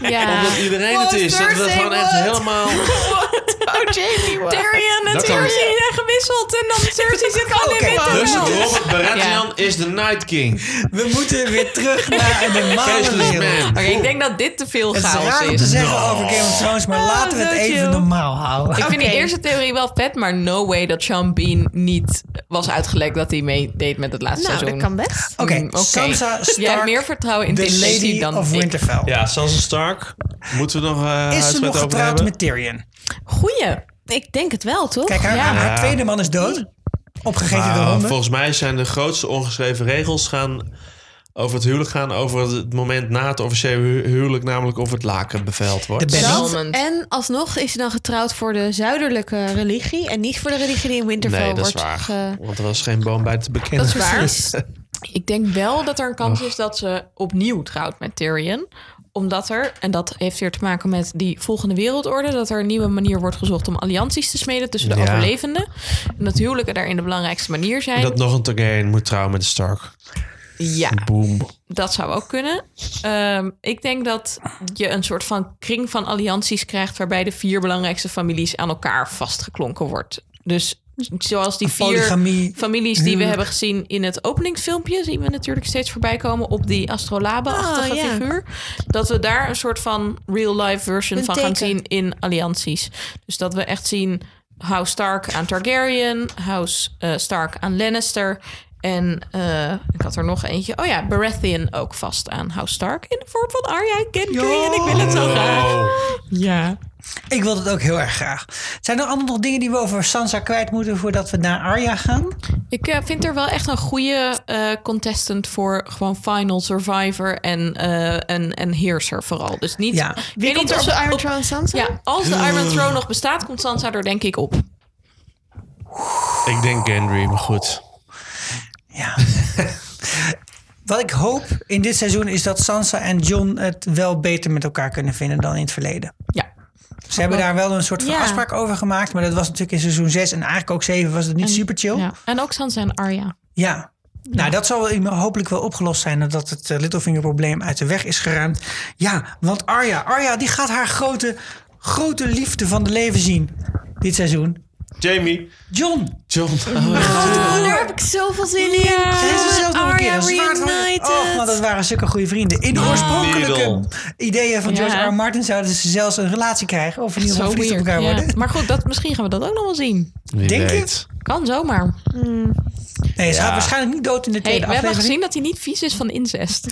Speaker 4: Ja.
Speaker 6: Dat iedereen het is, dat we
Speaker 5: Thursday,
Speaker 6: gewoon echt
Speaker 5: what?
Speaker 6: helemaal...
Speaker 5: Oh, Jamie, what?
Speaker 4: Tyrion en
Speaker 6: Dat kan.
Speaker 4: Cersei zijn gewisseld en dan Cersei zit al in
Speaker 1: Oké,
Speaker 6: Dus
Speaker 4: Winterfell.
Speaker 6: Robert Baratheon is de Night King.
Speaker 1: We moeten weer terug naar een normale
Speaker 6: Faceless
Speaker 1: wereld.
Speaker 6: man.
Speaker 4: Oké, ik denk dat dit te veel
Speaker 1: Het is
Speaker 4: chaos
Speaker 1: raar om
Speaker 4: is. Oh,
Speaker 1: te zeggen over Game of Thrones, maar laten we het
Speaker 5: zo
Speaker 1: even
Speaker 5: chill.
Speaker 1: normaal houden.
Speaker 4: Ik vind die eerste theorie wel vet, maar no way dat Sean Bean niet was uitgelekt dat hij meedeed met het laatste
Speaker 5: Nou, dat
Speaker 4: seizoen.
Speaker 5: kan best.
Speaker 1: Oké,
Speaker 4: Mm, oké.
Speaker 1: Sansa
Speaker 4: Jij hebt
Speaker 1: Stark,
Speaker 4: meer vertrouwen in
Speaker 1: De
Speaker 4: Tennessee
Speaker 1: Lady
Speaker 4: dan
Speaker 1: of
Speaker 4: ik.
Speaker 1: Winterfell.
Speaker 6: Ja, Sansa Stark. Moeten we nog eh
Speaker 1: Is ze
Speaker 6: huiswet
Speaker 1: nog
Speaker 6: over
Speaker 1: getrouwd
Speaker 6: hebben?
Speaker 1: met Tyrion?
Speaker 4: Goeie.
Speaker 5: Ik denk het wel, toch?
Speaker 1: Kijk, haar,
Speaker 4: Ja.
Speaker 1: haar tweede man is dood. Opgegeten
Speaker 6: Ah,
Speaker 1: door honden.
Speaker 6: volgens mij zijn de grootste ongeschreven regels gaan over het huwelijk gaan over het- het moment na het officiële hu- huwelijk, namelijk of het laken beveild wordt.
Speaker 1: De bed-
Speaker 5: Dat,
Speaker 4: Moment.
Speaker 5: en alsnog is ze dan getrouwd voor de zuidelijke religie en niet voor de religie die in Winterfell
Speaker 6: nee, dat is
Speaker 5: wordt
Speaker 6: waar.
Speaker 5: ge-
Speaker 6: Want er was geen boom bij te
Speaker 4: Dat
Speaker 6: bekennen.
Speaker 4: is waar. Ik denk wel dat er een
Speaker 6: Oh.
Speaker 4: kans is dat ze opnieuw trouwt met Tyrion. Omdat er, en dat heeft weer te maken met die volgende wereldorde... dat er een nieuwe manier wordt gezocht om allianties te smeden tussen de
Speaker 6: Ja.
Speaker 4: overlevenden. En dat huwelijken daarin de belangrijkste manier zijn.
Speaker 6: Dat nog een Targaryen moet trouwen met de Stark.
Speaker 4: ja.
Speaker 6: Boom.
Speaker 4: Dat zou ook kunnen. Ehm, ik denk dat je een soort van kring van allianties krijgt... waarbij de vier belangrijkste families aan elkaar vastgeklonken wordt. Dus zoals die vier
Speaker 1: Polygamie.
Speaker 4: families die we
Speaker 1: Huwelijk.
Speaker 4: hebben gezien in het openingsfilmpje... zien we natuurlijk steeds voorbij komen op die astrolabe-achtige
Speaker 5: Ah, ja.
Speaker 4: figuur. Dat we daar een soort van real-life version
Speaker 5: Een
Speaker 4: van gaan
Speaker 5: teken.
Speaker 4: zien in allianties. Dus dat we echt zien House Stark aan Targaryen... House eh, Stark aan Lannister... En eh, ik had er nog eentje. Oh ja, Baratheon ook vast aan House Stark. In de vorm van Arya en Gendry. En ik wil het zo graag.
Speaker 6: Oh.
Speaker 4: Ja.
Speaker 1: Ik wil dat ook heel erg graag. Zijn er allemaal nog dingen die we over Sansa kwijt moeten voordat we naar Arya gaan?
Speaker 4: Ik eh, vind er wel echt een goede eh, contestant voor gewoon final survivor en, eh en, en heerser vooral. Dus niet...
Speaker 1: Ja.
Speaker 4: ik weet
Speaker 5: Wie komt
Speaker 4: niet
Speaker 5: er op
Speaker 4: of-
Speaker 5: de Iron
Speaker 4: op-
Speaker 5: Throne Sansa?
Speaker 4: Ja, als de Iron Throne nog bestaat, komt Sansa er denk ik op.
Speaker 6: Ik denk Gendry, maar goed.
Speaker 1: Ja. Wat ik hoop in dit seizoen is dat Sansa en Jon het wel beter met elkaar kunnen vinden dan in het verleden.
Speaker 4: Ja.
Speaker 1: Ze hebben daar wel een soort van
Speaker 5: Ja.
Speaker 1: afspraak over gemaakt. Maar dat was natuurlijk in seizoen 6 en eigenlijk ook 7 was het niet super chill.
Speaker 4: ja. En ook Sansa en Arya.
Speaker 1: Ja. Nou, dat zal wel hopelijk wel opgelost zijn nadat het eh, Littlefinger-probleem uit de weg is geruimd. Ja, want Arya, Arya die gaat haar grote, grote liefde van de leven zien dit seizoen.
Speaker 6: Jamie.
Speaker 1: John.
Speaker 6: John.
Speaker 5: Oh, daar heb ik zoveel zin in.
Speaker 1: Lees het zelf nog
Speaker 4: Oh,
Speaker 1: een keer.
Speaker 5: Arya
Speaker 1: Ze waren gewoon- Och, maar dat
Speaker 5: reunited.
Speaker 1: waren zulke goede vrienden. In de oorspronkelijke
Speaker 6: Middel.
Speaker 1: ideeën van
Speaker 4: Ja.
Speaker 1: George R. R. Martin zouden ze zelfs een relatie krijgen. Of in ieder geval verliefd op elkaar
Speaker 4: ja.
Speaker 1: worden.
Speaker 4: Maar goed, dat, misschien gaan we dat ook nog wel zien.
Speaker 6: Wie
Speaker 1: Denk je?
Speaker 6: weet.
Speaker 4: Kan zomaar.
Speaker 1: Nee, ze gaat waarschijnlijk niet dood in de
Speaker 4: Hey,
Speaker 1: tweede
Speaker 4: we hebben
Speaker 1: aflevering.
Speaker 4: gezien dat hij niet vies is van incest.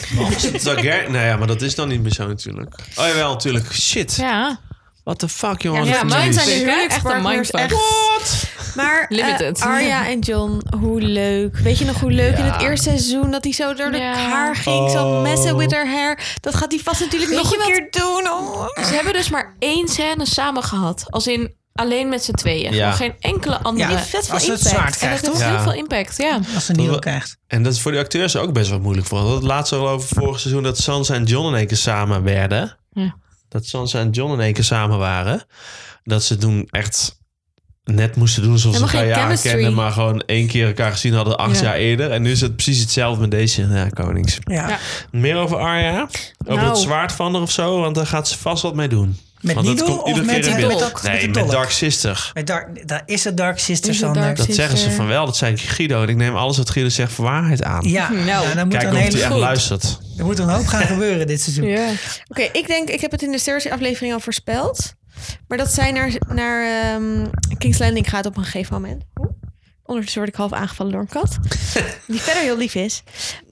Speaker 6: Targaryen. Nou ja, maar dat is dan niet meer zo natuurlijk. Oh jawel, natuurlijk. Shit.
Speaker 4: Ja,
Speaker 6: What the fuck, jongen.
Speaker 5: Ja,
Speaker 6: Wat
Speaker 5: ja,
Speaker 6: een
Speaker 5: mijn
Speaker 6: verlies.
Speaker 5: zijn die-
Speaker 4: echt een mindfuck.
Speaker 5: Echt. Maar eh,
Speaker 4: Limited.
Speaker 5: Arya en John, hoe leuk. Weet je nog hoe leuk in het eerste seizoen dat hij zo door de
Speaker 4: Ja.
Speaker 5: haar ging? Zo messen with her hair. Dat gaat hij vast natuurlijk nog
Speaker 4: je
Speaker 5: een
Speaker 4: wat-
Speaker 5: keer doen. Oh.
Speaker 4: Ze hebben dus maar één scène samen gehad. Als in alleen met z'n tweeën.
Speaker 6: Ja.
Speaker 4: Gewoon Geen enkele andere.
Speaker 1: Ja,
Speaker 4: En
Speaker 5: Vet
Speaker 1: Als
Speaker 5: veel
Speaker 1: ze het
Speaker 5: impact.
Speaker 1: zwaard
Speaker 4: dat
Speaker 1: krijgt,
Speaker 4: heeft
Speaker 1: toch?
Speaker 4: heel
Speaker 6: Ja.
Speaker 4: veel impact, ja.
Speaker 1: Als ze een nieuwe
Speaker 6: Dat-
Speaker 1: krijgt.
Speaker 6: En dat is voor de acteurs ook best wel moeilijk. voor. We hadden het laatst al over vorig seizoen dat Sansa en John in één keer samen werden.
Speaker 4: Ja.
Speaker 6: Dat Sansa en John in één keer samen waren. Dat ze toen echt net moesten doen zoals ze
Speaker 5: Helemaal
Speaker 6: elkaar
Speaker 5: geen
Speaker 6: jaren
Speaker 5: chemistry.
Speaker 6: kenden. Maar gewoon één keer elkaar gezien hadden acht
Speaker 4: Ja.
Speaker 6: jaar eerder. En nu is het precies hetzelfde met deze ja, konings.
Speaker 1: Ja.
Speaker 4: Ja.
Speaker 6: Meer over Arya? Over
Speaker 4: Nou.
Speaker 6: het zwaard van haar of zo? Want daar gaat ze vast wat mee doen.
Speaker 1: Met
Speaker 6: Want dat
Speaker 1: Nidal
Speaker 6: komt
Speaker 1: of
Speaker 6: iedere
Speaker 1: met
Speaker 6: keer
Speaker 1: die
Speaker 6: in beeld.
Speaker 1: dolk? Met
Speaker 6: Nee,
Speaker 1: die
Speaker 6: met
Speaker 1: dolk.
Speaker 6: Dark Sister.
Speaker 1: Met Dark, daar is het Dark Sister,
Speaker 4: Is het
Speaker 1: Sander.
Speaker 4: Dark
Speaker 6: Dat
Speaker 4: Sister.
Speaker 6: zeggen ze van wel. Dat zei ik Guido. En ik neem alles wat Guido zegt voor waarheid aan.
Speaker 1: Ja,
Speaker 4: Nou.
Speaker 1: ja, dan moet er
Speaker 6: Kijk
Speaker 1: een
Speaker 6: of hij
Speaker 1: hele
Speaker 6: echt
Speaker 1: goed.
Speaker 6: luistert.
Speaker 1: Er moet een hoop gaan gebeuren dit seizoen.
Speaker 5: Oké, ik denk, ik heb het in de Cersei aflevering al voorspeld. Maar dat zij naar, naar ehm, King's Landing gaat op een gegeven moment. Oeh. Ondertussen word ik half aangevallen door een kat. die verder heel lief is.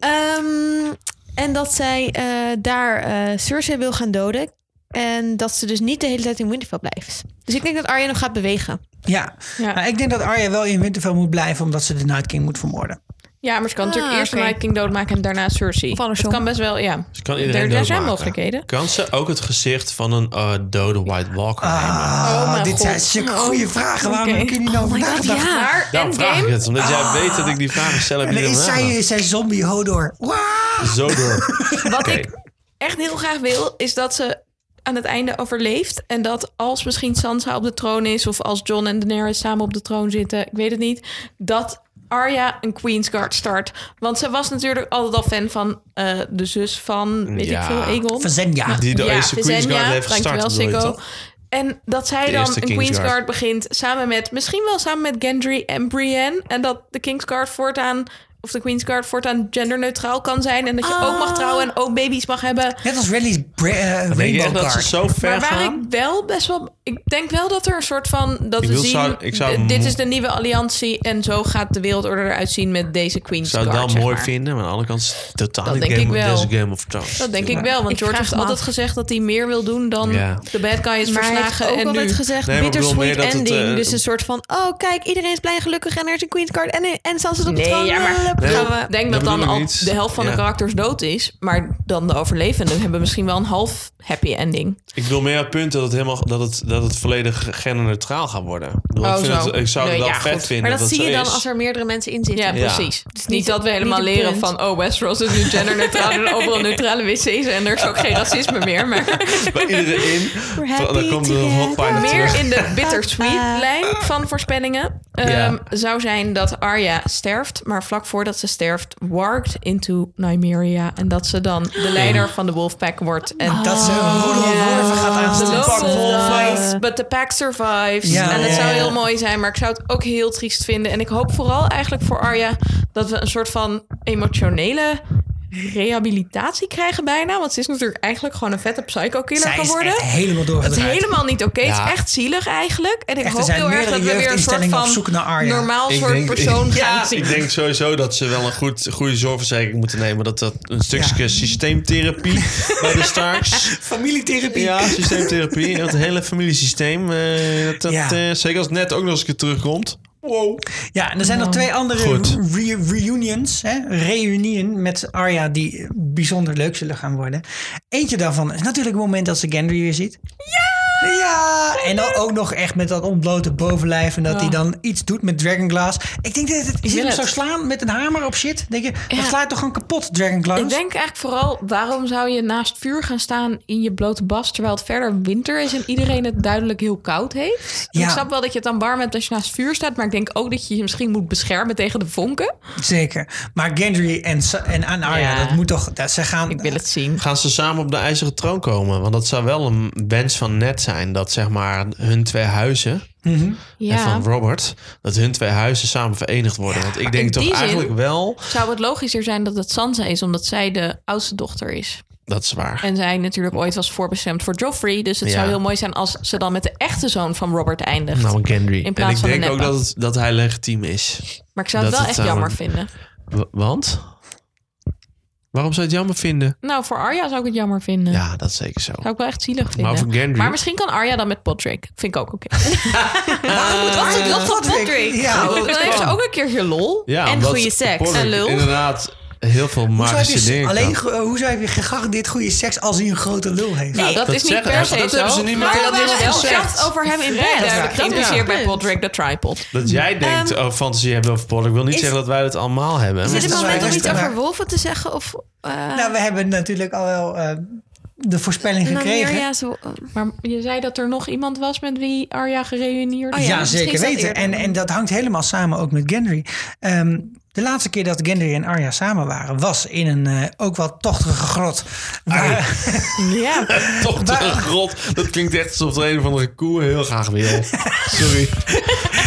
Speaker 5: Ehm, en dat zij eh, daar eh Cersei wil gaan doden. En dat ze dus niet de hele tijd in Winterfell blijft. Dus ik denk dat Arya nog gaat bewegen.
Speaker 1: Ja,
Speaker 4: Ja.
Speaker 1: Maar ik denk dat Arya wel in Winterfell moet blijven... omdat ze de Night King moet vermoorden. Oh,
Speaker 4: Ja, maar ze kan
Speaker 5: Ah,
Speaker 4: natuurlijk eerst
Speaker 5: oké.
Speaker 4: Night King doodmaken en daarna Cersei.
Speaker 5: Of andersom.
Speaker 4: Het kan best wel, ja.
Speaker 6: Ze kan
Speaker 4: Er-
Speaker 6: iedereen
Speaker 4: er zijn
Speaker 6: doodmaken.
Speaker 4: mogelijkheden.
Speaker 6: Kan ze ook het gezicht van een eh, dode White Walker nemen?
Speaker 1: Ah,
Speaker 4: Oh, mijn
Speaker 1: dit
Speaker 4: God.
Speaker 1: zijn zulke goede vragen. Waarom
Speaker 4: Oké. Oh
Speaker 1: heb ik er niet
Speaker 6: Oh
Speaker 1: over nagedacht?
Speaker 4: Maar
Speaker 6: Daarom vraag ik
Speaker 4: Endgame...
Speaker 6: het. Omdat jij weet dat ik die vragen stel. Heb
Speaker 1: En dan
Speaker 6: je
Speaker 1: is zij,
Speaker 6: zij...
Speaker 1: is zij zombie Hodor. Waaah!
Speaker 6: Zo door.
Speaker 4: Wat
Speaker 6: Oké.
Speaker 4: ik echt heel graag wil, is dat ze aan het einde overleeft. En dat als misschien Sansa op de troon is... of als Jon en Daenerys samen op de troon zitten, ik weet het niet... dat Arya een Queensguard start. Want ze was natuurlijk altijd al fan van eh, de zus van, weet
Speaker 6: Ja.
Speaker 4: ik veel, Aegon.
Speaker 1: Van Zenya.
Speaker 6: Die de eerste
Speaker 4: Visenya,
Speaker 6: Queensguard heeft
Speaker 4: dankjewel,
Speaker 6: gestart. bedoel je
Speaker 4: Sikko.
Speaker 6: toch?
Speaker 4: En dat zij
Speaker 6: De
Speaker 4: dan
Speaker 6: eerste
Speaker 4: een
Speaker 6: Kingsguard.
Speaker 4: Queensguard begint samen met, misschien wel samen met Gendry en Brienne. En dat de Kingsguard voortaan, of de Queensguard voortaan genderneutraal kan zijn. En dat je ook
Speaker 6: Ah.
Speaker 4: mag trouwen en ook baby's mag hebben.
Speaker 1: Net als Ridley's bra- eh,
Speaker 6: Denk je
Speaker 1: Rainbow
Speaker 6: echt dat ze
Speaker 1: Card.
Speaker 6: zo ver
Speaker 4: Maar waar ik
Speaker 6: gaan?
Speaker 4: wel best wel... Ik denk wel dat er een soort van... Dat
Speaker 6: Ik
Speaker 4: we
Speaker 6: wil-
Speaker 4: zien,
Speaker 6: zou- ik zou-
Speaker 4: d- dit is de nieuwe alliantie... en zo gaat de wereldorde eruit zien met deze
Speaker 6: Ik
Speaker 4: Queensguard.
Speaker 6: zou het wel
Speaker 4: zeg
Speaker 6: mooi
Speaker 4: maar.
Speaker 6: vinden, maar aan de andere kant is het totaal
Speaker 4: Dat
Speaker 6: niet
Speaker 4: denk
Speaker 6: game,
Speaker 4: ik wel.
Speaker 6: deze Game of Thrones.
Speaker 4: Dat denk ik wel, want
Speaker 5: Ik
Speaker 4: George
Speaker 5: vraag
Speaker 4: heeft
Speaker 5: me
Speaker 4: altijd
Speaker 5: af.
Speaker 4: gezegd dat hij meer wil doen dan
Speaker 6: Ja.
Speaker 4: de bad guy is
Speaker 5: Maar hij heeft
Speaker 4: verslagen.
Speaker 5: ook
Speaker 4: en
Speaker 5: altijd
Speaker 4: nu.
Speaker 5: gezegd,
Speaker 6: Nee, maar ik bedoel
Speaker 5: bittersweet
Speaker 6: meer dat het,
Speaker 5: ending.
Speaker 6: eh,
Speaker 5: dus een soort van, oh kijk, iedereen is blij en gelukkig... en er is een Queen's Card en, en Sansa is op de
Speaker 4: Nee,
Speaker 5: troon.
Speaker 4: ja, maar-
Speaker 5: Hup,
Speaker 6: Nee.
Speaker 5: gaan we.
Speaker 4: Ik denk
Speaker 6: Dat
Speaker 4: dat, dan
Speaker 6: bedoel ik
Speaker 4: al
Speaker 6: niet.
Speaker 4: de helft van
Speaker 6: Ja.
Speaker 4: de karakters dood is. Maar dan de overlevenden hebben misschien wel een half happy ending.
Speaker 6: Ik wil meer het punt dat het, helemaal, dat het, dat het volledig genderneutraal gaat worden. Ik, bedoel,
Speaker 4: Oh,
Speaker 6: ik, vind
Speaker 4: zo.
Speaker 6: het- ik zou
Speaker 4: Nee,
Speaker 6: het wel
Speaker 4: ja,
Speaker 6: vet
Speaker 4: goed.
Speaker 6: vinden
Speaker 5: Maar dat,
Speaker 6: dat
Speaker 5: zie
Speaker 6: zo
Speaker 5: je dan
Speaker 6: is.
Speaker 5: als er meerdere mensen in
Speaker 4: Ja,
Speaker 5: zitten.
Speaker 4: precies. Het is niet dat we helemaal
Speaker 5: niet het
Speaker 4: leren
Speaker 5: punt.
Speaker 4: van... oh, Westeros is nu genderneutraal en overal neutrale wc's... en er is ook geen racisme meer. Maar
Speaker 6: Bij iedereen in.
Speaker 5: We're
Speaker 6: van- Dan
Speaker 5: happy
Speaker 6: komt er een
Speaker 5: together.
Speaker 6: hotpijn terug.
Speaker 4: meer in de bittersweet-lijn
Speaker 1: Ah.
Speaker 4: van voorspellingen... ehm,
Speaker 6: Ja.
Speaker 4: zou zijn dat Arya sterft... maar vlak voordat ze sterft... wargt into Nymeria... en dat ze dan de leider van de Wolfpack wordt... en
Speaker 1: Dat ze een roedel
Speaker 4: Oh,
Speaker 1: wolven gaat
Speaker 4: The
Speaker 1: aanzetten.
Speaker 4: love
Speaker 1: Pak wolven.
Speaker 4: survives, but the pack survives.
Speaker 1: Ja.
Speaker 4: en dat
Speaker 1: Ja.
Speaker 4: zou heel mooi zijn, maar ik zou het ook heel triest vinden. En ik hoop vooral eigenlijk voor Arya dat we een soort van emotionele rehabilitatie krijgen bijna. Want ze is natuurlijk eigenlijk gewoon een vette psycho-killer
Speaker 1: Zij is
Speaker 4: geworden.
Speaker 1: echt helemaal
Speaker 4: Het is
Speaker 1: doorgedraaid.
Speaker 4: helemaal niet oké. Het
Speaker 6: Ja.
Speaker 4: is echt zielig eigenlijk. En ik
Speaker 1: Echt, er
Speaker 4: hoop
Speaker 1: zijn
Speaker 4: heel erg dat
Speaker 1: meerdere
Speaker 4: we weer een soort
Speaker 1: jeugdinstellingen op
Speaker 4: van
Speaker 1: zoek naar Arya.
Speaker 4: normaal
Speaker 6: Ik
Speaker 4: soort
Speaker 6: denk-
Speaker 4: persoon gaan zien.
Speaker 6: Ik denk sowieso dat ze wel een goed, goede zorgverzekering moeten nemen. Dat dat een stukje
Speaker 1: Ja.
Speaker 6: systeemtherapie bij de Starks.
Speaker 1: Familietherapie.
Speaker 6: Ja, systeemtherapie. Het hele familiesysteem. eh, dat, dat,
Speaker 1: Ja.
Speaker 6: eh, zeker als het net ook nog eens een keer terugkomt. Wow.
Speaker 1: Ja, en er zijn nog twee andere
Speaker 6: Goed.
Speaker 1: re- reunions, hè, reunieën met Arya die bijzonder leuk zullen gaan worden. Eentje daarvan is natuurlijk het moment dat ze Gendry weer ziet. Ja! Ja! En dan ook nog echt met dat ontblote bovenlijf en dat hij dan iets doet met Dragonglass. Ik denk dat het, is
Speaker 4: wil
Speaker 1: hem zo
Speaker 4: het.
Speaker 1: slaan met een hamer op shit. Denk je, dat slaat toch gewoon kapot, Dragonglass?
Speaker 4: Ik denk eigenlijk vooral, waarom zou je naast vuur gaan staan in je blote bas... terwijl het verder winter is en iedereen het duidelijk heel koud heeft? En
Speaker 1: Ja.
Speaker 4: Ik snap wel dat je het dan warm hebt als je naast vuur staat... maar ik denk ook dat je je misschien moet beschermen tegen de vonken.
Speaker 1: Zeker. Maar Gendry en, Sa- en, en Arya,
Speaker 4: Ja.
Speaker 1: dat moet toch... Dat, ze gaan...
Speaker 4: Ik wil het zien.
Speaker 6: Gaan ze samen op de ijzeren troon komen? Want dat zou wel een wens van Ned zijn dat zeg maar hun twee huizen en
Speaker 5: Ja,
Speaker 6: van Robert, dat hun twee huizen samen verenigd worden. Want ik denk
Speaker 4: in
Speaker 6: toch
Speaker 4: die zin-
Speaker 6: eigenlijk wel,
Speaker 4: Zou het logischer zijn dat het Sansa is, omdat zij de oudste dochter is?
Speaker 6: dat is waar.
Speaker 4: En zij natuurlijk ooit was voorbestemd voor Joffrey. Dus het
Speaker 6: Ja.
Speaker 4: zou heel mooi zijn als ze dan met de echte zoon van Robert eindigt.
Speaker 6: Nou, Gendry.
Speaker 4: Eh, In
Speaker 6: En
Speaker 4: plaats
Speaker 6: ik
Speaker 4: van
Speaker 6: denk
Speaker 4: een
Speaker 6: ook
Speaker 4: neppe.
Speaker 6: dat, het- dat hij legitiem is.
Speaker 4: maar ik zou het
Speaker 6: dat het
Speaker 4: wel
Speaker 6: eh,
Speaker 4: echt
Speaker 6: zou-
Speaker 4: jammer vinden.
Speaker 6: W- want? Waarom zou je het jammer vinden?
Speaker 4: Nou, voor Arya zou ik het jammer vinden.
Speaker 6: Ja, dat is zeker zo.
Speaker 4: Zou ik wel echt zielig vinden.
Speaker 6: Maar voor Gendry...
Speaker 4: Maar misschien kan Arya dan met Podrick. Vind ik ook oké.
Speaker 5: dat is het lot van
Speaker 1: Patrick,
Speaker 5: Patrick.
Speaker 1: ja.
Speaker 4: Dan heeft ze ook een keertje lol.
Speaker 6: ja,
Speaker 5: en
Speaker 6: omdat
Speaker 5: goede seks.
Speaker 6: Podrick
Speaker 5: En lul.
Speaker 6: Inderdaad, heel veel
Speaker 1: Hoe zou,
Speaker 6: magische
Speaker 1: je,
Speaker 6: dingen.
Speaker 1: alleen,
Speaker 6: kan.
Speaker 1: ge- eh, hoe zou je gegarandeerd goede seks als hij een grote lul heeft?
Speaker 4: Nou, dat,
Speaker 6: dat
Speaker 4: is niet
Speaker 6: zeggen-
Speaker 4: per
Speaker 6: dat
Speaker 4: se zo.
Speaker 6: hebben ze niet
Speaker 4: maar
Speaker 6: meteen
Speaker 4: dat is wel
Speaker 6: gezegd.
Speaker 4: zelfs
Speaker 5: over hem in bed.
Speaker 4: duidelijk
Speaker 5: Dat is het
Speaker 4: geïmpliceerd bij
Speaker 5: punt.
Speaker 4: Podrick de tripod.
Speaker 6: Dat jij denkt, oh, fantasie hebben over Podrick, wil niet
Speaker 5: is-
Speaker 6: zeggen dat wij dat allemaal hebben.
Speaker 5: oh, Is
Speaker 1: Dat
Speaker 5: dit een
Speaker 1: is
Speaker 5: moment
Speaker 1: waar,
Speaker 5: om
Speaker 1: dat
Speaker 5: iets
Speaker 1: is waar.
Speaker 5: over wolven te zeggen? Of eh
Speaker 1: Nou, we hebben natuurlijk al wel eh, de voorspelling gekregen.
Speaker 5: Namiria's wo- eh,
Speaker 4: Maar je zei dat er nog iemand was met wie Arya gereunieerd
Speaker 5: Oh
Speaker 1: ja,
Speaker 5: ja, misschien
Speaker 1: zeker
Speaker 5: is dat
Speaker 1: weten. En,
Speaker 5: eerder.
Speaker 1: en dat hangt helemaal samen ook met Gendry. Ehm, de laatste keer dat Gendry en Arya samen waren, was in een eh, ook wel tochtige grot. Waar,
Speaker 4: Ja,
Speaker 6: Toch de
Speaker 1: Maar-
Speaker 6: grot. Dat klinkt echt alsof de een of andere koe heel graag wil. Sorry.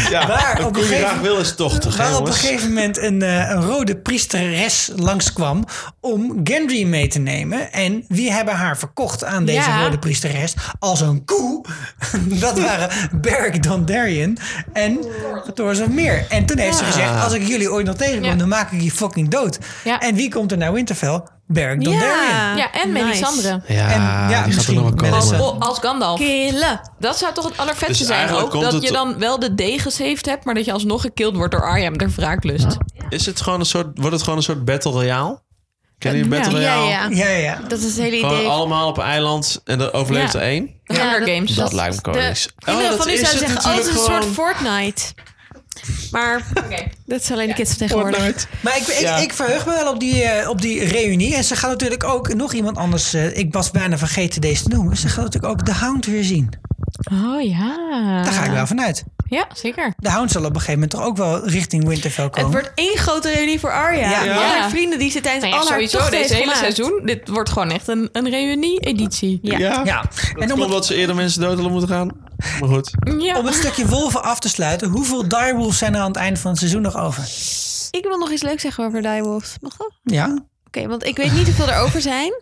Speaker 6: Ja,
Speaker 1: Maar
Speaker 6: een
Speaker 1: op een
Speaker 6: koe die
Speaker 1: gegeven-
Speaker 6: graag wil is tochtig, hè,
Speaker 1: waar op een
Speaker 6: jongens?
Speaker 1: gegeven moment een, eh, een rode priesteres langskwam om Gendry mee te nemen. En wie hebben haar verkocht aan deze
Speaker 4: Ja.
Speaker 1: rode priesteres? Als een koe. dat waren Beric Dondarrion en Thoros of Meer. En toen heeft ze gezegd, als ik jullie ooit nog tegenkom,
Speaker 4: Ja.
Speaker 1: dan maak ik je fucking dood.
Speaker 4: Ja.
Speaker 1: En wie komt er nou naar Winterfell? Beric Dondarrion.
Speaker 5: Ja.
Speaker 4: ja en
Speaker 5: Nice.
Speaker 4: Melisandre.
Speaker 6: Ja,
Speaker 1: En- ja,
Speaker 6: die gaat er
Speaker 1: misschien
Speaker 6: nog wel komen.
Speaker 1: wel
Speaker 4: Als,
Speaker 1: eens-
Speaker 4: oh, als Gandalf.
Speaker 5: killen.
Speaker 4: Dat zou toch het
Speaker 6: Dus
Speaker 4: allervetste zijn
Speaker 6: eigenlijk
Speaker 4: ook.
Speaker 6: komt
Speaker 4: Dat
Speaker 6: het-
Speaker 4: je dan wel de D gesaved hebt, maar dat je alsnog gekild wordt door Arya met haar wraaklust.
Speaker 6: Is het gewoon een soort, wordt het gewoon een soort battle royale? Ken je
Speaker 4: Ja.
Speaker 6: battle
Speaker 5: Ja,
Speaker 6: royale?
Speaker 5: ja.
Speaker 1: Ja, ja, ja.
Speaker 5: Dat is het hele
Speaker 6: Nou Gewoon
Speaker 5: idee.
Speaker 6: allemaal op een eiland en er overleeft
Speaker 4: Ja.
Speaker 6: er één?
Speaker 5: Ja,
Speaker 4: Hunger
Speaker 5: dat-
Speaker 4: Games.
Speaker 6: Dat, lijkt me
Speaker 5: de-
Speaker 6: konings.
Speaker 5: Kinderen van nu
Speaker 6: is
Speaker 5: zouden
Speaker 6: het
Speaker 5: zeggen, oh, het is een
Speaker 6: natuurlijk
Speaker 5: soort Fortnite. Maar dat is alleen de kids van
Speaker 6: gewoon.
Speaker 5: tegenwoordig.
Speaker 1: Maar ik, ik,
Speaker 6: Ja.
Speaker 1: ik verheug me wel op die, eh, op die reunie. En ze gaan natuurlijk ook nog iemand anders. eh, ik was bijna vergeten deze te noemen. Ze gaan natuurlijk ook de Hound weer zien.
Speaker 4: Oh ja.
Speaker 1: Daar ga
Speaker 5: Ah.
Speaker 1: ik wel vanuit.
Speaker 4: Ja, zeker.
Speaker 1: De Hound zal op een gegeven moment toch ook wel richting Winterfell komen.
Speaker 5: Het wordt één grote reunie voor Arya.
Speaker 1: Ja.
Speaker 5: En Al
Speaker 4: Ja.
Speaker 5: haar vrienden die ze tijdens
Speaker 4: Nou ja,
Speaker 5: al haar
Speaker 4: sowieso,
Speaker 5: tochten
Speaker 4: deze
Speaker 5: heeft
Speaker 4: hele
Speaker 5: gemaakt.
Speaker 4: seizoen. Dit wordt gewoon echt een, een reunie-editie.
Speaker 5: Ja.
Speaker 6: Ja.
Speaker 1: ja. En om
Speaker 6: Komt
Speaker 1: het,
Speaker 6: dat ze eerder mensen dood hadden moeten gaan? Maar goed.
Speaker 4: Ja.
Speaker 1: om het stukje wolven af te sluiten. Hoeveel direwolves zijn er aan het eind van het seizoen nog over?
Speaker 5: Ik wil nog iets leuks zeggen over Die Wolves. Mag dat? Oké,
Speaker 1: Ja.
Speaker 5: want ik weet niet hoeveel erover zijn.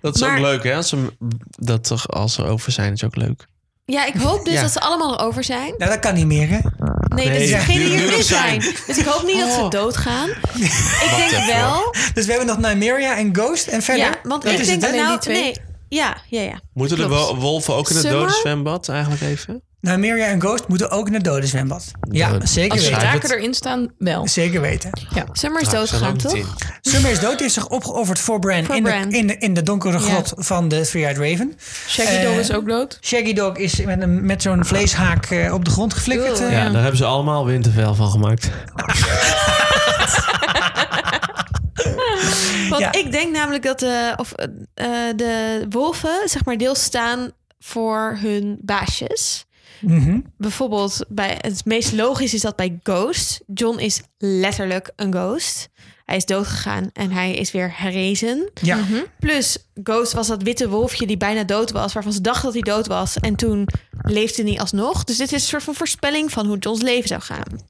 Speaker 6: Dat is
Speaker 5: Maar-
Speaker 6: ook leuk, hè? Als ze, dat toch, als ze over zijn, is ook leuk.
Speaker 5: Ja, ik hoop dus
Speaker 6: Ja.
Speaker 5: dat ze allemaal erover zijn.
Speaker 1: Nou, dat kan niet meer, hè?
Speaker 5: Nee,
Speaker 6: Nee,
Speaker 5: dat
Speaker 6: ja.
Speaker 5: is degene
Speaker 6: Die
Speaker 5: die
Speaker 6: er nu
Speaker 5: er
Speaker 6: nog
Speaker 5: nu zijn.
Speaker 6: zijn.
Speaker 5: Dus ik hoop niet dat ze
Speaker 6: Oh.
Speaker 5: doodgaan. Ik denk
Speaker 6: even,
Speaker 5: wel.
Speaker 1: Dus we hebben nog Nymeria en Ghost en verder.
Speaker 5: Ja, want
Speaker 1: Dat
Speaker 5: ik
Speaker 1: is
Speaker 5: denk
Speaker 1: het, hè?
Speaker 5: nou...
Speaker 4: die twee?
Speaker 5: Nee, ja, ja, ja.
Speaker 6: Moeten de
Speaker 5: Klopt.
Speaker 6: wo- wolven ook in het
Speaker 5: Summer?
Speaker 6: dode zwembad eigenlijk even?
Speaker 1: Nymeria en Ghost moeten ook naar dode zwembad. Ja,
Speaker 6: Dood.
Speaker 1: zeker
Speaker 4: Als de
Speaker 6: Schrijf
Speaker 1: weten.
Speaker 6: het.
Speaker 4: draken erin staan, wel.
Speaker 1: Zeker weten.
Speaker 5: Summer
Speaker 4: Ah,
Speaker 5: is
Speaker 6: Daar zijn we
Speaker 5: doodgegaan,
Speaker 6: ook niet
Speaker 5: toch?
Speaker 6: in.
Speaker 1: Summer is dood, heeft zich opgeofferd voor Bran,
Speaker 5: Voor
Speaker 1: in,
Speaker 5: Bran.
Speaker 1: De, in, de, in de donkere
Speaker 4: Ja.
Speaker 1: grot van de Three-Eyed Raven.
Speaker 4: Shaggy
Speaker 1: Eh,
Speaker 4: Dog is ook dood.
Speaker 1: Shaggy Dog is met, een- met zo'n vleeshaak eh, op de grond geflikkerd. eh.
Speaker 6: Ja, daar hebben ze allemaal Winterfell van gemaakt.
Speaker 5: Want
Speaker 1: Ja.
Speaker 5: ik denk namelijk dat de, of, eh, eh, de wolven zeg maar deels staan voor hun baasjes.
Speaker 1: Mhm.
Speaker 5: Bijvoorbeeld, bij, het meest logisch is dat bij Ghost. John is letterlijk een ghost. Hij is doodgegaan en hij is weer herrezen.
Speaker 1: Ja.
Speaker 5: Plus, Ghost was dat witte wolfje die bijna dood was, waarvan ze dacht dat hij dood was. En toen leefde hij alsnog. Dus dit is een soort van voorspelling van hoe John's leven zou gaan.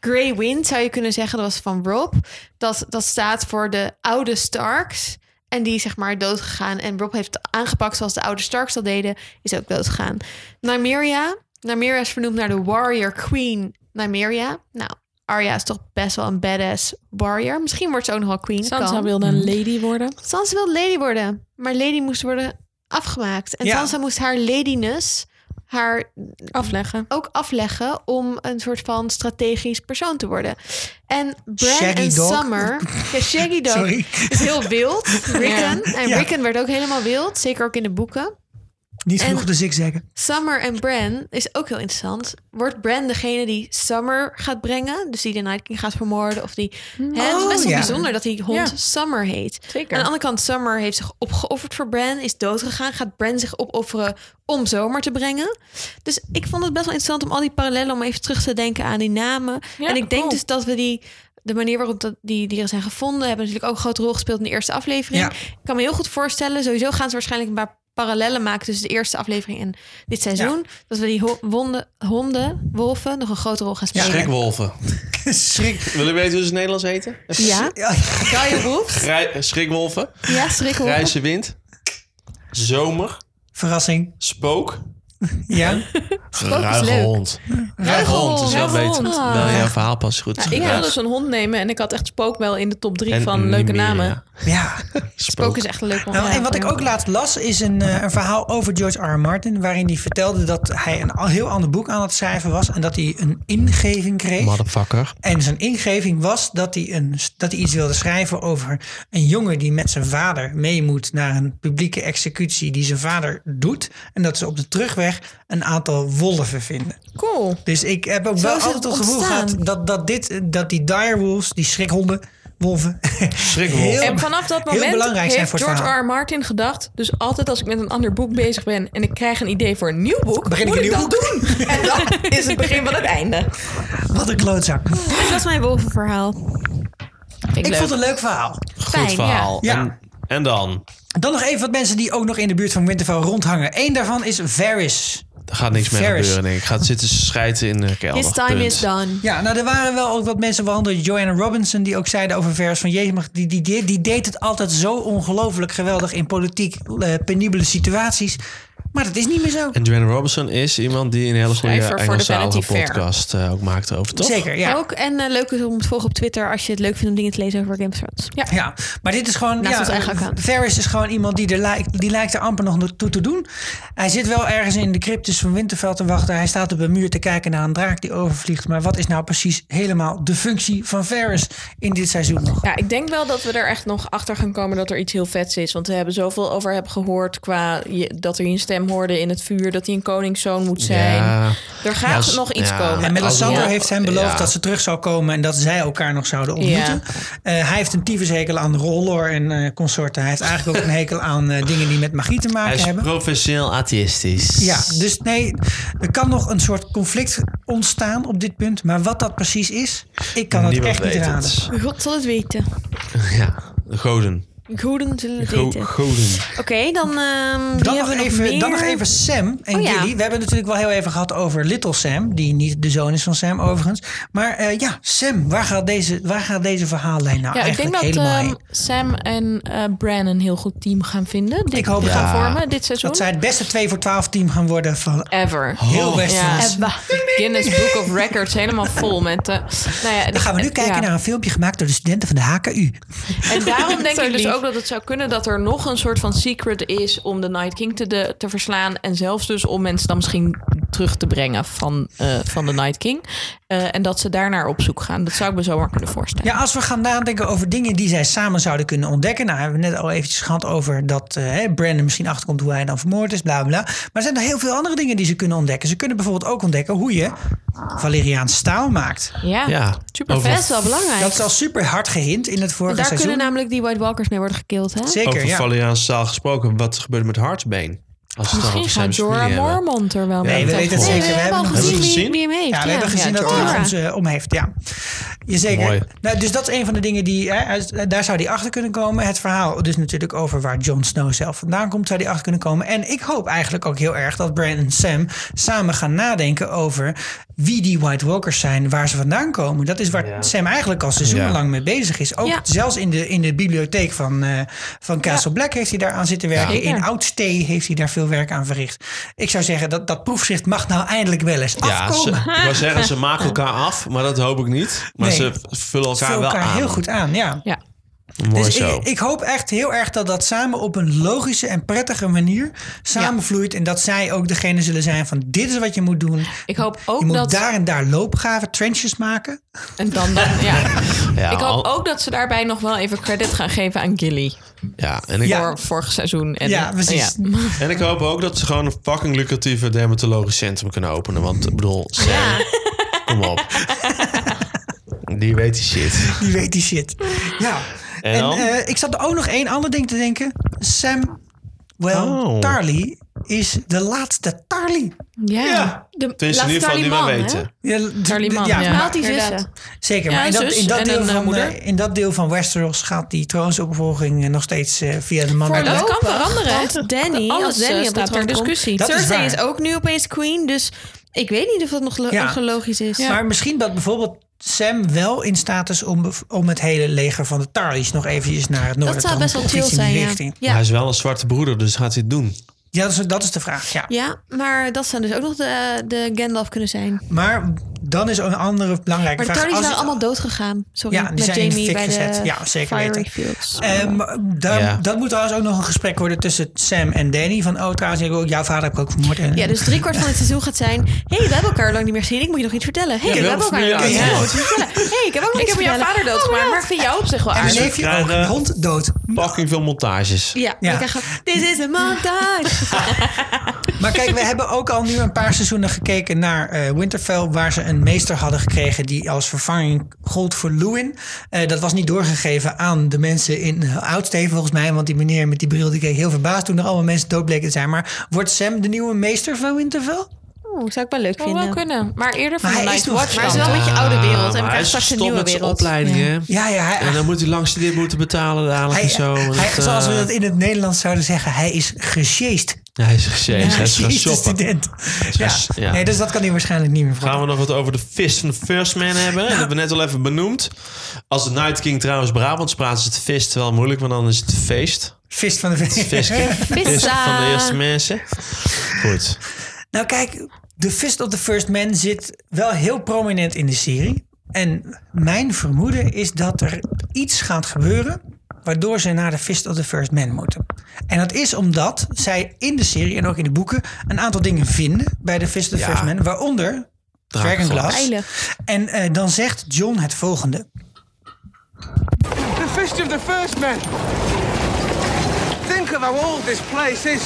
Speaker 5: Grey Wind zou je kunnen zeggen, dat was van Rob. Dat, dat staat voor de oude Starks. En die is zeg maar doodgegaan. En Rob heeft aangepakt zoals de oude Starks dat deden. Is ook doodgegaan. Nymeria. Nymeria is vernoemd naar de warrior queen Nymeria. Nou, Arya is toch best wel een badass warrior. Misschien wordt ze ook nog wel queen.
Speaker 4: Sansa
Speaker 5: kan.
Speaker 4: wilde een lady worden.
Speaker 5: Sansa wilde lady worden, maar lady moest worden afgemaakt. En
Speaker 1: Ja.
Speaker 5: Sansa moest haar ladiness haar
Speaker 4: Afleggen.
Speaker 5: ook afleggen om een soort van strategisch persoon te worden. En Bran
Speaker 1: Shaggy
Speaker 5: en
Speaker 1: Dog.
Speaker 5: Summer... Ja, Shaggy Dog
Speaker 1: Sorry.
Speaker 5: is heel wild. Rickon. En
Speaker 1: Ja.
Speaker 5: Rickon werd ook helemaal wild, zeker ook in de boeken.
Speaker 1: Niet
Speaker 5: En-
Speaker 1: genoeg de zigzaggen.
Speaker 5: Summer en Bran is ook heel interessant. Wordt Bran degene die Summer gaat brengen? Dus die de Night King gaat vermoorden? Of die... Hè, het is
Speaker 1: Oh,
Speaker 5: best wel
Speaker 1: ja.
Speaker 5: bijzonder dat die hond
Speaker 4: Ja.
Speaker 5: Summer heet.
Speaker 4: Zeker.
Speaker 5: Aan de andere kant, Summer heeft zich opgeofferd voor Bran. Is doodgegaan. Gaat Bran zich opofferen om Zomer te brengen? Dus ik vond het best wel interessant om al die parallellen... om even terug te denken aan die namen.
Speaker 4: Ja,
Speaker 5: en ik denk
Speaker 4: cool.
Speaker 5: dus dat we die... De manier waarop dat die dieren zijn gevonden... hebben natuurlijk ook een grote rol gespeeld in de eerste aflevering.
Speaker 1: Ja.
Speaker 5: Ik kan me heel goed voorstellen. Sowieso gaan ze waarschijnlijk een paar parallellen maken tussen de eerste aflevering en dit seizoen. Dat we die ho- wonden, honden, wolven, nog een grote rol gaan spelen. Ja,
Speaker 6: Schrikwolven.
Speaker 1: Schrik.
Speaker 6: Wil je weten hoe ze in het Nederlands heten?
Speaker 1: Ja,
Speaker 5: Rauwe wolf.
Speaker 6: Grij- Schrikwolven,
Speaker 5: Ja, schrikkel.
Speaker 6: grijze wind, zomer,
Speaker 1: verrassing.
Speaker 6: spook,
Speaker 1: Ja.
Speaker 6: ruige
Speaker 5: leuk.
Speaker 6: hond. dus
Speaker 5: Ruige
Speaker 6: hond is wel
Speaker 5: ruige
Speaker 6: beter.
Speaker 5: hond.
Speaker 6: Wel, jouw verhaal pas goed.
Speaker 4: Ik
Speaker 6: Ja.
Speaker 4: wilde dus een hond nemen en ik had echt Spook wel in de top drie
Speaker 6: En
Speaker 4: van leuke
Speaker 6: Nymeria.
Speaker 4: namen.
Speaker 1: ja.
Speaker 5: Spook is echt een leuk
Speaker 1: Nou,
Speaker 5: onderwerp.
Speaker 1: en wat ik ook laatst las is een, eh, een verhaal over George R. R. Martin. Waarin hij vertelde dat hij een al- heel ander boek aan het schrijven was. En dat hij een ingeving kreeg.
Speaker 6: Motherfucker.
Speaker 1: En zijn ingeving was dat hij, een, dat hij iets wilde schrijven over een jongen die met zijn vader mee moet naar een publieke executie die zijn vader doet. En dat ze op de terugweg een aantal wolven vinden.
Speaker 4: Cool.
Speaker 1: Dus ik heb ook
Speaker 5: Zo
Speaker 1: wel
Speaker 5: is het
Speaker 1: altijd het gevoel
Speaker 5: ontstaan.
Speaker 1: gehad dat, dat, dit, dat die direwolves, die schrikhonden, wolven,
Speaker 6: Schrikwolven.
Speaker 1: heel-
Speaker 4: En vanaf dat
Speaker 1: heel
Speaker 4: moment
Speaker 1: belangrijk zijn
Speaker 4: heeft
Speaker 1: voor het
Speaker 4: George
Speaker 1: verhaal.
Speaker 4: R. R. Martin gedacht... dus altijd als ik met een ander boek bezig ben... en ik krijg een idee voor een nieuw boek...
Speaker 1: Begin ik
Speaker 4: moet
Speaker 1: een
Speaker 4: ik
Speaker 1: nieuw
Speaker 4: dat doen. En dat is het begin van het einde.
Speaker 1: wat een klootzak.
Speaker 5: Dus dat is mijn wolvenverhaal.
Speaker 1: Ik vond het een leuk verhaal.
Speaker 5: Fijn,
Speaker 6: Goed
Speaker 5: ja.
Speaker 6: verhaal.
Speaker 1: Ja.
Speaker 6: En, en dan?
Speaker 1: Dan nog even wat mensen die ook nog in de buurt van Winterfell rondhangen. Eén daarvan is Varys.
Speaker 6: Er gaat niks meer
Speaker 1: Ferris.
Speaker 6: gebeuren, denk ik. Gaat zitten schijten in de kelder.
Speaker 5: His time
Speaker 6: Punt.
Speaker 5: is done.
Speaker 1: Ja, nou er waren wel ook wat mensen, waaronder Joanna Robinson, die ook zeiden over Varys van Jezus, maar die, die, die, die deed het altijd zo ongelooflijk geweldig in politiek eh, penibele situaties. Maar dat is niet meer zo.
Speaker 6: En Joanna Robinson is iemand die een hele goede
Speaker 4: Schrijver voor de
Speaker 6: Engelstalige
Speaker 4: Vanity Fair.
Speaker 6: podcast eh, ook maakte over, toch?
Speaker 1: Zeker,
Speaker 4: Oh,
Speaker 1: ja.
Speaker 5: Ook en eh, leuk is om te volgen op Twitter als je het leuk vindt om dingen te lezen over Game of Thrones. Ja.
Speaker 1: Ja, maar dit is gewoon.
Speaker 5: Naast
Speaker 1: Ja,
Speaker 5: ons eigen account.
Speaker 1: Varys is gewoon iemand die er lijkt, die lijkt er amper nog toe te doen. Hij zit wel ergens in de cryptus van Winterfell te wachten. Hij staat op een muur te kijken naar een draak die overvliegt. Maar wat is nou precies helemaal de functie van Varys in dit seizoen nog?
Speaker 4: Ja, ik denk wel dat we er echt nog achter gaan komen dat er iets heel vets is. Want we hebben zoveel over hem gehoord qua je- dat hij een stem hoorde in het vuur, dat hij een koningszoon moet zijn.
Speaker 6: Ja.
Speaker 4: Er gaat
Speaker 6: Ja, als-
Speaker 4: nog iets
Speaker 6: ja.
Speaker 4: komen.
Speaker 1: En
Speaker 6: Als-
Speaker 1: Melisandre
Speaker 6: ja.
Speaker 1: heeft hem beloofd
Speaker 6: Ja.
Speaker 1: dat ze terug zou komen en dat zij elkaar nog zouden ontmoeten. Eh, hij heeft een tyfushekel aan Rollor en eh, consorten. Hij heeft eigenlijk ook een hekel aan eh, dingen die met magie te
Speaker 6: Hij
Speaker 1: maken
Speaker 6: is
Speaker 1: hebben.
Speaker 6: professioneel atheïstisch.
Speaker 1: Ja, dus nee, er kan nog een soort conflict ontstaan op dit punt. Maar wat dat precies is, ik kan het
Speaker 6: Niemand
Speaker 1: echt niet
Speaker 6: weet
Speaker 1: raden.
Speaker 6: het.
Speaker 5: God zal het weten.
Speaker 6: Ja, de goden.
Speaker 5: Goeden zullen het
Speaker 6: Go-
Speaker 5: weten.
Speaker 6: goden.
Speaker 5: Oké, dan, ehm die
Speaker 1: Dan nog,
Speaker 5: hebben we nog
Speaker 1: even,
Speaker 5: meer.
Speaker 1: dan nog even Sam en
Speaker 5: Oh ja.
Speaker 1: Gilly. We hebben het natuurlijk wel heel even gehad over Little Sam. Die niet de zoon is van Sam overigens. Maar eh, ja, Sam, waar gaat deze, waar gaat deze verhaallijn nou
Speaker 4: ja, ik denk
Speaker 1: eigenlijk
Speaker 4: dat
Speaker 1: helemaal
Speaker 4: ehm,
Speaker 1: heen?
Speaker 4: Sam en eh Bran een heel goed team gaan vinden. Dit
Speaker 1: Ik hoop het.
Speaker 4: gaan
Speaker 1: Ja.
Speaker 4: vormen dit seizoen.
Speaker 1: Dat zij het beste 2 voor 12 team gaan worden van
Speaker 4: Ever.
Speaker 1: heel
Speaker 6: Oh.
Speaker 1: Westeros.
Speaker 4: Ja. Guinness Book of Records helemaal vol met. eh, nou ja,
Speaker 1: Dan gaan we nu
Speaker 4: ja.
Speaker 1: kijken naar een filmpje gemaakt door de studenten van de HKU.
Speaker 4: En daarom denk
Speaker 5: Zo
Speaker 4: ik dus
Speaker 5: lief.
Speaker 4: ook dat het zou kunnen dat er nog een soort van secret is om de Night King te, de- te verslaan. En zelfs dus om mensen dan misschien terug te brengen van, eh, van de Night King. Eh, en dat ze daarnaar op zoek gaan. Dat zou ik me zomaar kunnen voorstellen.
Speaker 1: Ja, als we gaan nadenken over dingen die zij samen zouden kunnen ontdekken. Nou, hebben we net al eventjes gehad over dat eh, hè, Brandon misschien achterkomt hoe hij dan vermoord is, bla bla. Maar er zijn er heel veel andere dingen die ze kunnen ontdekken. Ze kunnen bijvoorbeeld ook ontdekken hoe je Valeriaans staal maakt.
Speaker 4: Ja,
Speaker 6: Ja.
Speaker 4: super
Speaker 6: Over-
Speaker 5: Best wel belangrijk.
Speaker 1: Dat is al super hard gehind in het vorige
Speaker 5: Want daar
Speaker 1: seizoen.
Speaker 5: kunnen nou- namelijk die White Walkers mee worden gekild, hè?
Speaker 1: Zeker,
Speaker 6: Over
Speaker 1: ja.
Speaker 6: Valeriaanse taal gesproken. Wat gebeurt er met Hartsbane? Als we het dan
Speaker 4: Misschien
Speaker 6: over Sam's
Speaker 4: gaat Jorah
Speaker 6: familie hebben.
Speaker 4: Mormont er wel
Speaker 6: Ja,
Speaker 4: mee.
Speaker 1: Nee, we
Speaker 6: Dat
Speaker 1: weten het
Speaker 6: gehoord.
Speaker 1: zeker.
Speaker 5: Nee, we hebben al
Speaker 1: nog
Speaker 5: gezien
Speaker 6: Hebben we
Speaker 5: wie,
Speaker 6: gezien?
Speaker 5: wie hem heeft.
Speaker 1: Ja, we hebben gezien dat hij
Speaker 5: Jorah.
Speaker 1: ons eh, om heeft. Ja.
Speaker 6: Mooi.
Speaker 1: Jazeker. Nou, dus dat is een van de dingen die. Hè, uit- daar zou die achter kunnen komen. Het verhaal, dus natuurlijk over waar Jon Snow zelf vandaan komt, zou die achter kunnen komen. En ik hoop eigenlijk ook heel erg dat Bran en Sam samen gaan nadenken over wie die White Walkers zijn, waar ze vandaan komen. Dat is waar Sam eigenlijk al seizoenlang mee bezig is. Ook
Speaker 5: Ja.
Speaker 1: zelfs in de, in de bibliotheek van, eh, van Castle Black heeft hij daar aan zitten werken.
Speaker 4: Zeker.
Speaker 1: In Oudstee heeft hij daar veel werk aan verricht. Ik zou zeggen dat dat proefschrift mag nou eindelijk wel eens
Speaker 6: Ja, ze,
Speaker 1: afkomen.
Speaker 6: ik wou zeggen, ze maken elkaar af, maar dat hoop ik niet. Maar
Speaker 1: Nee.
Speaker 6: ze vullen elkaar
Speaker 1: vullen
Speaker 6: wel
Speaker 1: elkaar
Speaker 6: aan.
Speaker 1: heel goed aan, ja.
Speaker 4: Ja.
Speaker 6: Mooi
Speaker 1: Dus
Speaker 6: zo.
Speaker 1: ik, ik hoop echt heel erg dat dat samen op een logische en prettige manier samenvloeit. En dat zij ook degene zullen zijn van dit is wat je moet doen.
Speaker 4: Ik hoop
Speaker 1: je
Speaker 4: ook
Speaker 1: moet
Speaker 4: dat...
Speaker 1: daar en daar loopgaven, trenches maken.
Speaker 4: En dan, dan, ja.
Speaker 6: ja,
Speaker 4: Ik hoop
Speaker 6: al-
Speaker 4: ook dat ze daarbij nog wel even credit gaan geven aan Gilly.
Speaker 6: ja, en ik,
Speaker 1: Ja.
Speaker 4: Voor vorig seizoen. En, eh,
Speaker 1: ja, precies.
Speaker 4: ja.
Speaker 6: En ik hoop ook dat ze gewoon een fucking lucratieve dermatologisch centrum kunnen openen. Want ik bedoel, Sam, kom op. Die weet die shit.
Speaker 1: Die weet die shit. Ja.
Speaker 6: En
Speaker 1: En
Speaker 6: dan?
Speaker 1: eh, ik zat er ook nog één ander ding te denken. Sam, well,
Speaker 6: Oh.
Speaker 1: Tarly is de laatste Tarly.
Speaker 4: Ja.
Speaker 6: Ja.
Speaker 5: De
Speaker 6: Het is in ieder geval
Speaker 5: Laatste
Speaker 6: niet meer
Speaker 5: man, hè?
Speaker 6: weten.
Speaker 1: Ja, d-
Speaker 4: Tarly
Speaker 1: d-
Speaker 4: Man, ja.
Speaker 1: maar-
Speaker 5: Haalt die
Speaker 4: Inderdaad.
Speaker 5: zussen.
Speaker 1: Zeker,
Speaker 4: Ja,
Speaker 1: maar in,
Speaker 4: een
Speaker 1: dat,
Speaker 4: zus
Speaker 1: in, dat
Speaker 4: en
Speaker 1: deel
Speaker 4: een, eh,
Speaker 1: van,
Speaker 4: moeder.
Speaker 1: eh, in dat deel van Westeros gaat die troonsopvolging eh, nog steeds eh, via de man.
Speaker 4: dat kan veranderen, hè?
Speaker 5: Want Danny,
Speaker 4: Alles
Speaker 5: als Danny
Speaker 4: eh,
Speaker 5: op de
Speaker 4: staat ter
Speaker 5: troon komt,
Speaker 4: discussie.
Speaker 1: Dat is
Speaker 5: Cersei
Speaker 1: waar.
Speaker 5: is, ook nu opeens queen, dus ik weet niet of dat nog lo-
Speaker 1: Ja.
Speaker 5: nog logisch is.
Speaker 1: Maar misschien dat bijvoorbeeld Sam wel in staat is om, bev- om het hele leger van de Tarlys nog eventjes naar het noorden
Speaker 5: dat zou
Speaker 1: te
Speaker 5: best wel
Speaker 1: roepen,
Speaker 5: chill
Speaker 1: of iets in
Speaker 5: zijn,
Speaker 1: die
Speaker 5: ja.
Speaker 1: richting.
Speaker 5: Ja.
Speaker 6: Hij is wel een zwarte broeder, dus gaat hij het doen.
Speaker 1: Ja, dat is, dat is de vraag, ja.
Speaker 5: Ja, maar dat zou dus ook nog de, de Gandalf kunnen zijn.
Speaker 1: Maar dan is een andere belangrijke
Speaker 5: Maar de
Speaker 1: vraag.
Speaker 5: Tarlys
Speaker 1: als-
Speaker 5: zijn allemaal doodgegaan. Sorry,
Speaker 1: Ja, die
Speaker 5: met
Speaker 1: zijn in de
Speaker 5: Jamie
Speaker 1: fik
Speaker 5: bij
Speaker 1: gezet.
Speaker 5: de
Speaker 1: Ja, zeker
Speaker 5: Fiery
Speaker 1: weten.
Speaker 5: Fields.
Speaker 1: Ehm, daar-
Speaker 6: Ja.
Speaker 1: Dat moet trouwens ook nog een gesprek worden tussen Sam en Danny. Van, oh trouwens, ik- jouw vader heb ik ook vermoord. En-
Speaker 5: ja, dus driekwart van het seizoen gaat zijn... Hé, hey, we hebben elkaar lang niet meer gezien. Ik moet je nog iets vertellen. hey, we
Speaker 6: wel
Speaker 5: hebben elkaar
Speaker 6: familie
Speaker 5: lang niet
Speaker 1: uit.
Speaker 5: meer vertellen. hey, ik heb ook nog
Speaker 4: Ik
Speaker 5: iets
Speaker 4: heb
Speaker 5: te
Speaker 4: jouw
Speaker 5: vertellen. Oh,
Speaker 4: vader doodgemaakt, maar ik vind jou op zich wel
Speaker 1: Oh, en mijn
Speaker 4: aardig.
Speaker 1: neefje ook,
Speaker 6: Dus krijgen-
Speaker 1: een hond dood.
Speaker 6: Fucking veel montages.
Speaker 5: Ja,
Speaker 1: Ja.
Speaker 5: ja. Dan krijg je, This is a montage.
Speaker 1: Maar kijk, we hebben ook al nu een paar seizoenen gekeken naar eh, Winterfell, waar ze een meester hadden gekregen die als vervanging gold voor Lewin. Eh, dat was niet doorgegeven aan de mensen in Oudsteven volgens mij, want die meneer met die bril die keek heel verbaasd toen er allemaal mensen dood bleken te zijn. Maar wordt Sam de nieuwe meester van Winterfell?
Speaker 5: Oeh, zou ik Oh, wel leuk
Speaker 4: Zou wel
Speaker 5: vinden.
Speaker 4: kunnen. Maar eerder van
Speaker 1: Maar
Speaker 4: de
Speaker 1: hij is nog-
Speaker 4: Night Watch
Speaker 1: maar
Speaker 5: Maar het
Speaker 4: dan.
Speaker 5: is wel een beetje oude wereld.
Speaker 6: maar
Speaker 5: En we
Speaker 6: hij
Speaker 5: krijgen
Speaker 6: is
Speaker 5: straks een
Speaker 6: gestopt
Speaker 5: nieuwe
Speaker 6: met zijn
Speaker 5: wereld.
Speaker 6: opleidingen.
Speaker 1: Ja, ja, hij,
Speaker 6: En dan moet hij langs dit moeten betalen dadelijk
Speaker 1: hij-
Speaker 6: en zo. En
Speaker 1: hij-
Speaker 6: dat,
Speaker 1: zoals we
Speaker 6: eh,
Speaker 1: dat in het Nederlands zouden zeggen, hij is gesjeest.
Speaker 6: Hij is gesjeest, hij is gaan
Speaker 1: Gesjeest, de
Speaker 6: shoppen.
Speaker 1: student. Ja.
Speaker 6: ges- ja.
Speaker 1: Nee, dus dat kan hij waarschijnlijk niet meer voor.
Speaker 6: Gaan we nog wat over de Fist van First Man hebben? Dat hebben we net al even benoemd. Als de Night King trouwens Brabant spraat, is het Fist wel moeilijk, want dan is het feest.
Speaker 1: Vist van de vis.
Speaker 6: Fiske. Fist van
Speaker 5: eh.
Speaker 6: de eerste mensen. Goed.
Speaker 1: Nou kijk, de Fist of the First Man zit wel heel prominent in de serie. En mijn vermoeden is dat er iets gaat gebeuren waardoor ze naar de Fist of the First Man moeten. En dat is omdat zij in de serie en ook in de boeken een aantal dingen vinden bij de Fist of the
Speaker 6: Ja.
Speaker 1: First Man, waaronder
Speaker 6: Drakenglas.
Speaker 1: Dragonglass.
Speaker 5: Eilig.
Speaker 1: En eh, dan zegt John het volgende.
Speaker 7: The fist of the first man. Think of how old this place is.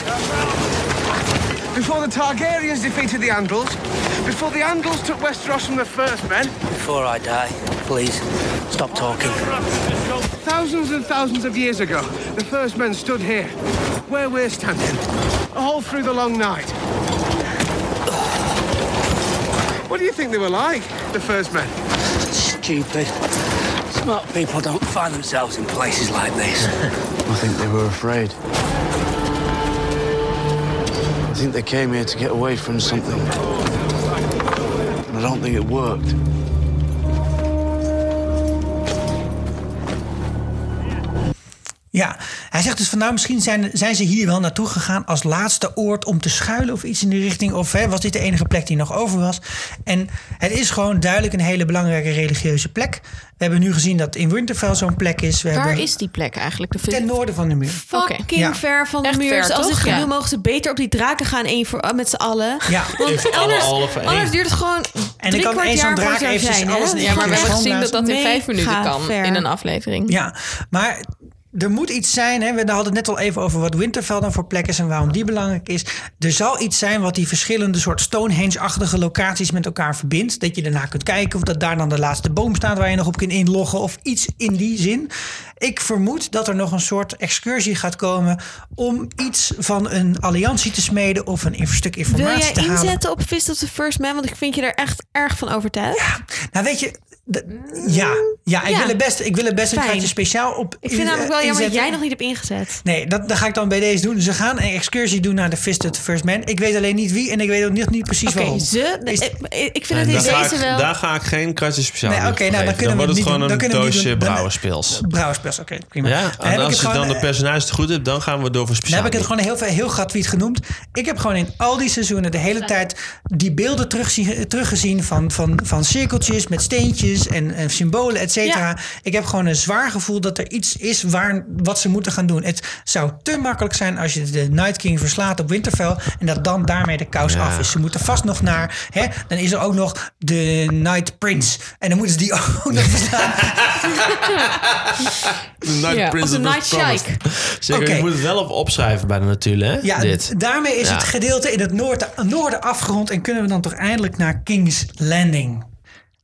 Speaker 7: Before the Targaryens defeated the Andals, before the Andals took Westeros from the first men,
Speaker 8: Before I die, please stop talking.
Speaker 7: thousands and thousands of years ago, the first men stood here, where we're standing, all through the long night. What do you think they were like, the first men?
Speaker 8: Stupid. Smart people don't find themselves in places like this.
Speaker 9: I think they were afraid. I think they came here to get away from something. And I don't think it worked.
Speaker 1: Ja, hij zegt dus van nou, misschien zijn, zijn ze hier wel naartoe gegaan als laatste oord om te schuilen of iets in die richting. Of hè, was dit de enige plek die nog over was? En het is gewoon duidelijk een hele belangrijke religieuze plek. We hebben nu gezien dat in Winterfell zo'n plek is. We
Speaker 4: Waar
Speaker 1: hebben
Speaker 4: is die plek eigenlijk? De
Speaker 1: ten
Speaker 4: vis-
Speaker 1: noorden van de muur.
Speaker 4: Oké.
Speaker 5: Fucking
Speaker 1: Ja.
Speaker 5: ver van de
Speaker 4: Echt
Speaker 5: muur.
Speaker 4: ver,
Speaker 5: Dus als
Speaker 4: toch?
Speaker 5: dit
Speaker 4: Ja.
Speaker 5: gebeurt, mogen ze beter op die draken gaan één voor, eh, met z'n allen.
Speaker 1: Ja.
Speaker 5: Want
Speaker 6: alle,
Speaker 5: anders,
Speaker 6: alle
Speaker 4: Oh,
Speaker 6: voor één.
Speaker 5: anders duurt het gewoon
Speaker 1: dan
Speaker 5: drie
Speaker 1: kan
Speaker 5: kwart
Speaker 1: één zo'n
Speaker 5: jaar
Speaker 1: draak
Speaker 5: voor zo'n
Speaker 1: eventjes
Speaker 5: zijn.
Speaker 1: alles in één
Speaker 5: hè?
Speaker 4: Ja, maar we hebben gezien dat dat in
Speaker 5: Mega
Speaker 4: vijf minuten kan
Speaker 5: ver.
Speaker 4: in een aflevering.
Speaker 1: Ja, maar er moet iets zijn. Hè? We hadden het net al even over wat Winterfell dan voor plek is en waarom die belangrijk is. Er zal iets zijn wat die verschillende soort Stonehenge-achtige locaties met elkaar verbindt. Dat je daarna kunt kijken of dat daar dan de laatste boom staat waar je nog op kunt inloggen of iets in die zin. Ik vermoed dat er nog een soort excursie gaat komen om iets van een alliantie te smeden of een in- stuk
Speaker 5: Wil
Speaker 1: informatie
Speaker 5: jij
Speaker 1: te halen.
Speaker 5: inzetten op Fist of the First Man? Want ik vind je er echt erg van overtuigd.
Speaker 1: Nou weet je, d- ja, ja, ik
Speaker 5: Ja.
Speaker 1: wil er best, ik wil er best een
Speaker 5: Fijn.
Speaker 1: kaartje speciaal op
Speaker 5: Ik vind
Speaker 1: in-
Speaker 5: namelijk wel jammer dat
Speaker 1: inzetten.
Speaker 5: jij nog niet hebt ingezet.
Speaker 1: Nee, dat, dat ga ik dan bij deze doen. Ze gaan een excursie doen naar de Fisted First Man. Ik weet alleen niet wie en ik weet ook niet, niet precies
Speaker 5: Oké,
Speaker 1: waarom.
Speaker 5: ze. eh,
Speaker 1: Is-
Speaker 5: ik- Ik vind
Speaker 6: En
Speaker 5: het in
Speaker 6: daar, ga
Speaker 5: deze
Speaker 6: ik,
Speaker 5: wel.
Speaker 6: daar ga ik geen kratje speciaal
Speaker 1: Nee,
Speaker 6: aan
Speaker 1: oké, nou, dan
Speaker 6: geven.
Speaker 1: kunnen we
Speaker 6: wordt
Speaker 1: het
Speaker 6: het
Speaker 1: niet doen.
Speaker 6: gewoon
Speaker 1: Dan
Speaker 6: een
Speaker 1: kunnen we het niet
Speaker 6: doosje
Speaker 1: doen. Dan-
Speaker 6: brouwerspils.
Speaker 1: Brouwerspils, oké, prima. Dan
Speaker 6: Ja,
Speaker 1: heb ik
Speaker 6: en
Speaker 1: het
Speaker 6: als je
Speaker 1: gewoon,
Speaker 6: dan de
Speaker 1: eh,
Speaker 6: personage goed hebt, dan gaan we door voor
Speaker 1: Dan
Speaker 6: speciaal.
Speaker 1: heb ik het gewoon heel, veel- heel gratuit genoemd. Ik heb gewoon in al die seizoenen de hele tijd die beelden terugzie- teruggezien van, van, van cirkeltjes met steentjes en, en symbolen, et cetera. Ik heb gewoon een zwaar gevoel dat er iets is waar, wat ze moeten gaan doen. Het zou te makkelijk zijn als je de Night King verslaat op Winterfell en dat dan daarmee de kous af is. Ze moeten vast nog naar, hè, dan is er ook nog de Night Prince. En dan moeten ze die ook nog verslaan.
Speaker 6: De Night
Speaker 4: Ja.
Speaker 6: Prince
Speaker 5: Of de
Speaker 6: of
Speaker 5: Night
Speaker 6: Promised. Zeker,
Speaker 1: Oké.
Speaker 6: je moet het wel op opschrijven bij de natuur, hè?
Speaker 1: Ja,
Speaker 6: dit.
Speaker 1: d- daarmee is
Speaker 6: Ja.
Speaker 1: het gedeelte in het noorden, noorden afgerond en kunnen we dan toch eindelijk naar King's Landing.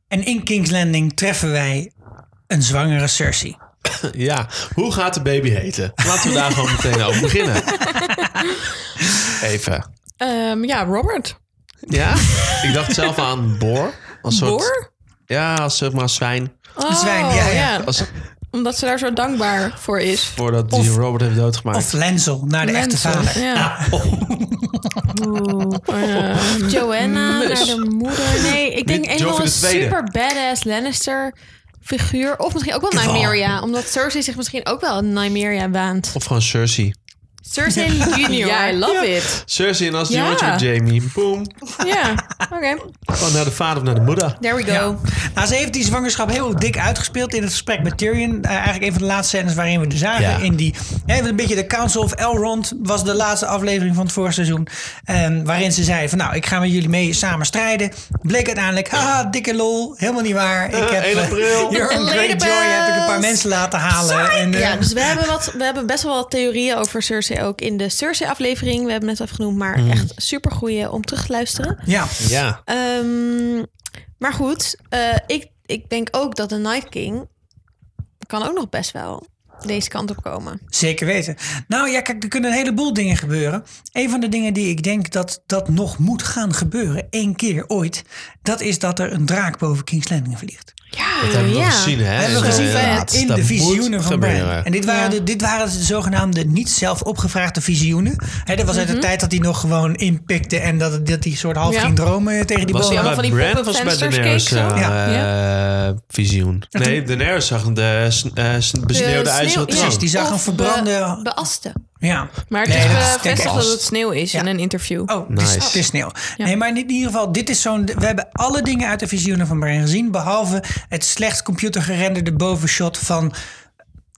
Speaker 1: En in King's Landing treffen wij een zwangere Cersei.
Speaker 6: Ja, hoe gaat de baby heten? Laten we daar gewoon meteen over beginnen. Even.
Speaker 4: Ehm, ja, Robert.
Speaker 6: Ja? Ik dacht zelf aan boor. Als soort,
Speaker 4: Boor?
Speaker 6: Ja, als zeg maar zwijn.
Speaker 4: Oh,
Speaker 1: zwijn, ja, ja.
Speaker 6: Als,
Speaker 4: Omdat ze daar zo dankbaar voor is.
Speaker 6: voordat die
Speaker 1: Of-
Speaker 6: Robert heeft doodgemaakt.
Speaker 1: Of Lenzel, naar de echte
Speaker 4: Mensen.
Speaker 1: vader.
Speaker 4: Ja. Oh,
Speaker 5: Joanna
Speaker 4: Mus.
Speaker 5: naar de moeder. Nee, ik denk
Speaker 6: Niet
Speaker 5: een
Speaker 6: Joffrey
Speaker 5: van een
Speaker 6: de Tweede.
Speaker 5: super badass Lannister figuur. Of misschien ook wel Nymeria. Omdat Cersei zich misschien ook wel een Nymeria waant.
Speaker 6: Of gewoon Cersei.
Speaker 5: Cersei junior.
Speaker 4: Ja, I love it.
Speaker 6: Cersei en als die
Speaker 4: Ja.
Speaker 6: wordt met Jamie. Boom.
Speaker 4: Ja.
Speaker 5: Oké,
Speaker 6: Gewoon Oh, naar de vader of naar de moeder.
Speaker 5: there we go.
Speaker 1: Nou, ze heeft die zwangerschap heel dik uitgespeeld in het gesprek met Tyrion. Eh, eigenlijk een van de laatste scènes waarin we de zagen.
Speaker 6: Ja.
Speaker 1: In die, hè, een beetje de Council of Elrond was de laatste aflevering van het vorige seizoen. ehm, waarin ze zei van nou, ik ga met jullie mee samen strijden. Bleek uiteindelijk, haha, dikke lol. Helemaal niet waar. Ik heb,
Speaker 6: 1
Speaker 1: eh,
Speaker 6: april.
Speaker 1: Joram
Speaker 5: Relatable.
Speaker 1: Greyjoy heb ik een paar mensen laten halen. En, eh,
Speaker 5: Ja, dus we hebben, wat, we hebben best wel wat theorieën over Cersei ook in de Cersei-aflevering. We hebben het net afgenoemd, maar echt super om terug te luisteren.
Speaker 1: ja.
Speaker 6: Mm. Ja.
Speaker 5: Ehm, maar goed, eh, ik, ik denk ook dat de Night King kan ook nog best wel deze kant op komen.
Speaker 1: Zeker weten. Nou ja, kijk, er kunnen een heleboel dingen gebeuren. Een van de dingen die ik denk dat dat nog moet gaan gebeuren, één keer ooit, dat is dat er een draak boven King's Landing vliegt.
Speaker 6: Dat hebben we
Speaker 5: ja.
Speaker 6: gezien, hè?
Speaker 1: hebben we
Speaker 6: Dus,
Speaker 1: gezien
Speaker 6: eh,
Speaker 1: in- in
Speaker 6: dat
Speaker 1: de
Speaker 6: moet
Speaker 1: visioenen van
Speaker 6: gebeuren.
Speaker 1: Bran. En dit waren, de, dit waren de zogenaamde niet zelf opgevraagde visioenen. Hè, dat was uit de tijd dat hij nog gewoon inpikte en dat, het- dat hij soort half
Speaker 4: Ja.
Speaker 1: ging dromen tegen die
Speaker 6: Was
Speaker 1: boom.
Speaker 6: hij
Speaker 4: allemaal
Speaker 6: bij
Speaker 4: van die
Speaker 6: Bran of
Speaker 4: pop-up
Speaker 6: was het bij
Speaker 4: vensters
Speaker 6: Daenerys
Speaker 4: keek, zo?
Speaker 6: eh, eh, visioen? Nee, Daenerys zag de s- eh, s- besneeuwde
Speaker 5: sneeuw-
Speaker 6: ijzeren
Speaker 5: ja.
Speaker 6: troon.
Speaker 1: Precies, die zag
Speaker 5: Of
Speaker 1: een verbrande...
Speaker 5: Be, beaste.
Speaker 1: ja.
Speaker 4: Maar het
Speaker 1: Nee, dat is
Speaker 4: is
Speaker 1: denk ik
Speaker 4: bevestigd dat het sneeuw is
Speaker 1: Ja.
Speaker 4: in een interview.
Speaker 1: Oh, het is-
Speaker 6: Nice.
Speaker 1: het is sneeuw. Nee, maar in ieder geval, dit is zo'n. We hebben alle dingen uit de visioenen van Brian gezien. Behalve het slecht computergerenderde bovenshot van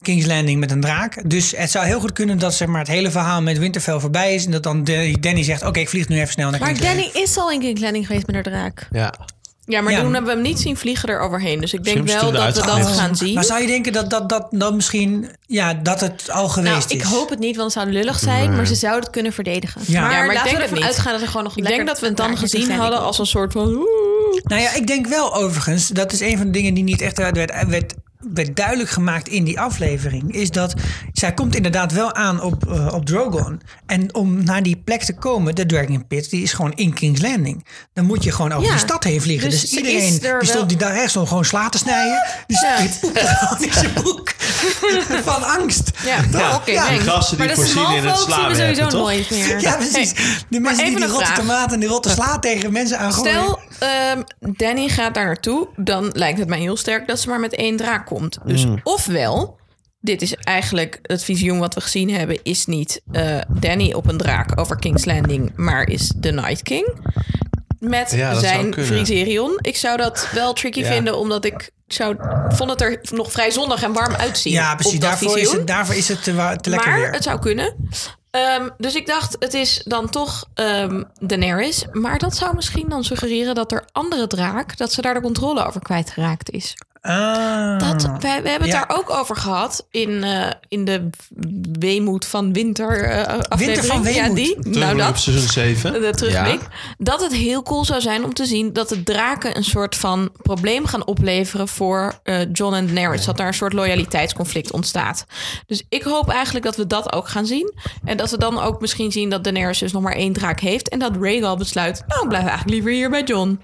Speaker 1: King's Landing met een draak. Dus het zou heel goed kunnen dat zeg maar, het hele verhaal met Winterfell voorbij is. En dat dan Danny, Danny zegt: Oké, ik vlieg nu even snel naar
Speaker 5: Maar
Speaker 1: King's Landing.
Speaker 5: Danny is al in King Landing geweest met haar draak.
Speaker 6: Ja.
Speaker 4: Ja, maar
Speaker 1: Ja.
Speaker 4: toen hebben we hem niet zien vliegen eroverheen. Dus ik denk
Speaker 6: Misschien
Speaker 4: wel
Speaker 6: hebben ze
Speaker 4: dat we
Speaker 6: toen
Speaker 4: dat
Speaker 6: eruit
Speaker 4: gaan zien.
Speaker 1: Maar zou je denken dat dat, dat, dat misschien. Ja, dat het al geweest
Speaker 5: Nou,
Speaker 1: is?
Speaker 5: ik hoop het niet, want het zou lullig zijn, maar ze zou het kunnen verdedigen.
Speaker 1: Ja.
Speaker 5: Maar,
Speaker 1: Ja,
Speaker 4: maar ik
Speaker 5: laten
Speaker 4: denk
Speaker 5: we
Speaker 4: het
Speaker 5: ervan
Speaker 4: niet.
Speaker 5: uitgaan dat er gewoon nog
Speaker 4: Ik denk dat we het dan gezien hadden als een soort van... oeh.
Speaker 1: Nou ja, ik denk wel overigens, dat is een van de dingen die niet echt uit werd, werd, werd duidelijk gemaakt in die aflevering, is dat zij komt inderdaad wel aan op, eh, op Drogon. En om naar die plek te komen, de Dragon Pit, die is gewoon in King's Landing. Dan moet je gewoon over
Speaker 5: Ja,
Speaker 1: die stad heen vliegen.
Speaker 5: dus
Speaker 1: Dus,
Speaker 5: ze
Speaker 1: iedereen
Speaker 5: is
Speaker 1: die
Speaker 5: er wel-
Speaker 1: stond die daar rechts stond gewoon sla te snijden, die schiet poep gewoon in zijn boek van angst.
Speaker 4: Ja,
Speaker 6: Ja,
Speaker 4: oké,
Speaker 6: die
Speaker 4: thanks.
Speaker 6: gasten die
Speaker 5: Maar de
Speaker 6: voorzien in het
Speaker 5: smallfolk zien we
Speaker 6: slapen hebben,
Speaker 5: sowieso
Speaker 6: toch?
Speaker 5: nooit meer.
Speaker 1: Ja, precies. Die mensen die
Speaker 4: even
Speaker 1: die
Speaker 4: een
Speaker 1: rotte
Speaker 4: vraag.
Speaker 1: tomaten en die rotte sla tegen mensen aan gooien.
Speaker 4: Stel, ehm, Danny gaat daar naartoe. Dan lijkt het mij heel sterk dat ze maar met één draak komt. Dus
Speaker 6: Mm.
Speaker 4: ofwel, dit is eigenlijk het visioen wat we gezien hebben... is niet eh, Danny op een draak over King's Landing... maar is de Night King met
Speaker 6: Ja, dat zou
Speaker 4: zijn
Speaker 6: kunnen.
Speaker 4: Viserion. Ik zou dat wel tricky
Speaker 6: Ja.
Speaker 4: vinden, omdat ik zou, vond het er nog vrij zonnig en warm uitzien.
Speaker 1: ja, precies.
Speaker 4: op dat
Speaker 1: Daarvoor is,
Speaker 4: visioen.
Speaker 1: het, daarvoor is het te, wa- te lekker
Speaker 4: maar
Speaker 1: weer.
Speaker 4: het zou kunnen. Ehm, dus ik dacht, het is dan toch ehm Daenerys. Maar dat zou misschien dan suggereren dat er andere draak... dat ze daar de controle over kwijtgeraakt is.
Speaker 1: Ah.
Speaker 4: Dat, wij- we, hebben het
Speaker 1: Ja.
Speaker 4: daar ook over gehad in, eh, in de weemoed van winter eh, aflevering.
Speaker 1: van
Speaker 4: Ja,
Speaker 1: weemoed.
Speaker 4: die. Nou,
Speaker 6: Terugblik op
Speaker 4: dat
Speaker 6: seizoen 7.
Speaker 4: eh, de terugblik.
Speaker 6: Ja.
Speaker 4: Dat het heel cool zou zijn om te zien dat de draken een soort van probleem gaan opleveren voor eh, John en Daenerys. Dat daar een soort loyaliteitsconflict ontstaat. Dus ik hoop eigenlijk dat we dat ook gaan zien. En dat we dan ook misschien zien dat Daenerys dus nog maar één draak heeft. En dat Rhaegal besluit, nou ik blijf eigenlijk liever hier bij John.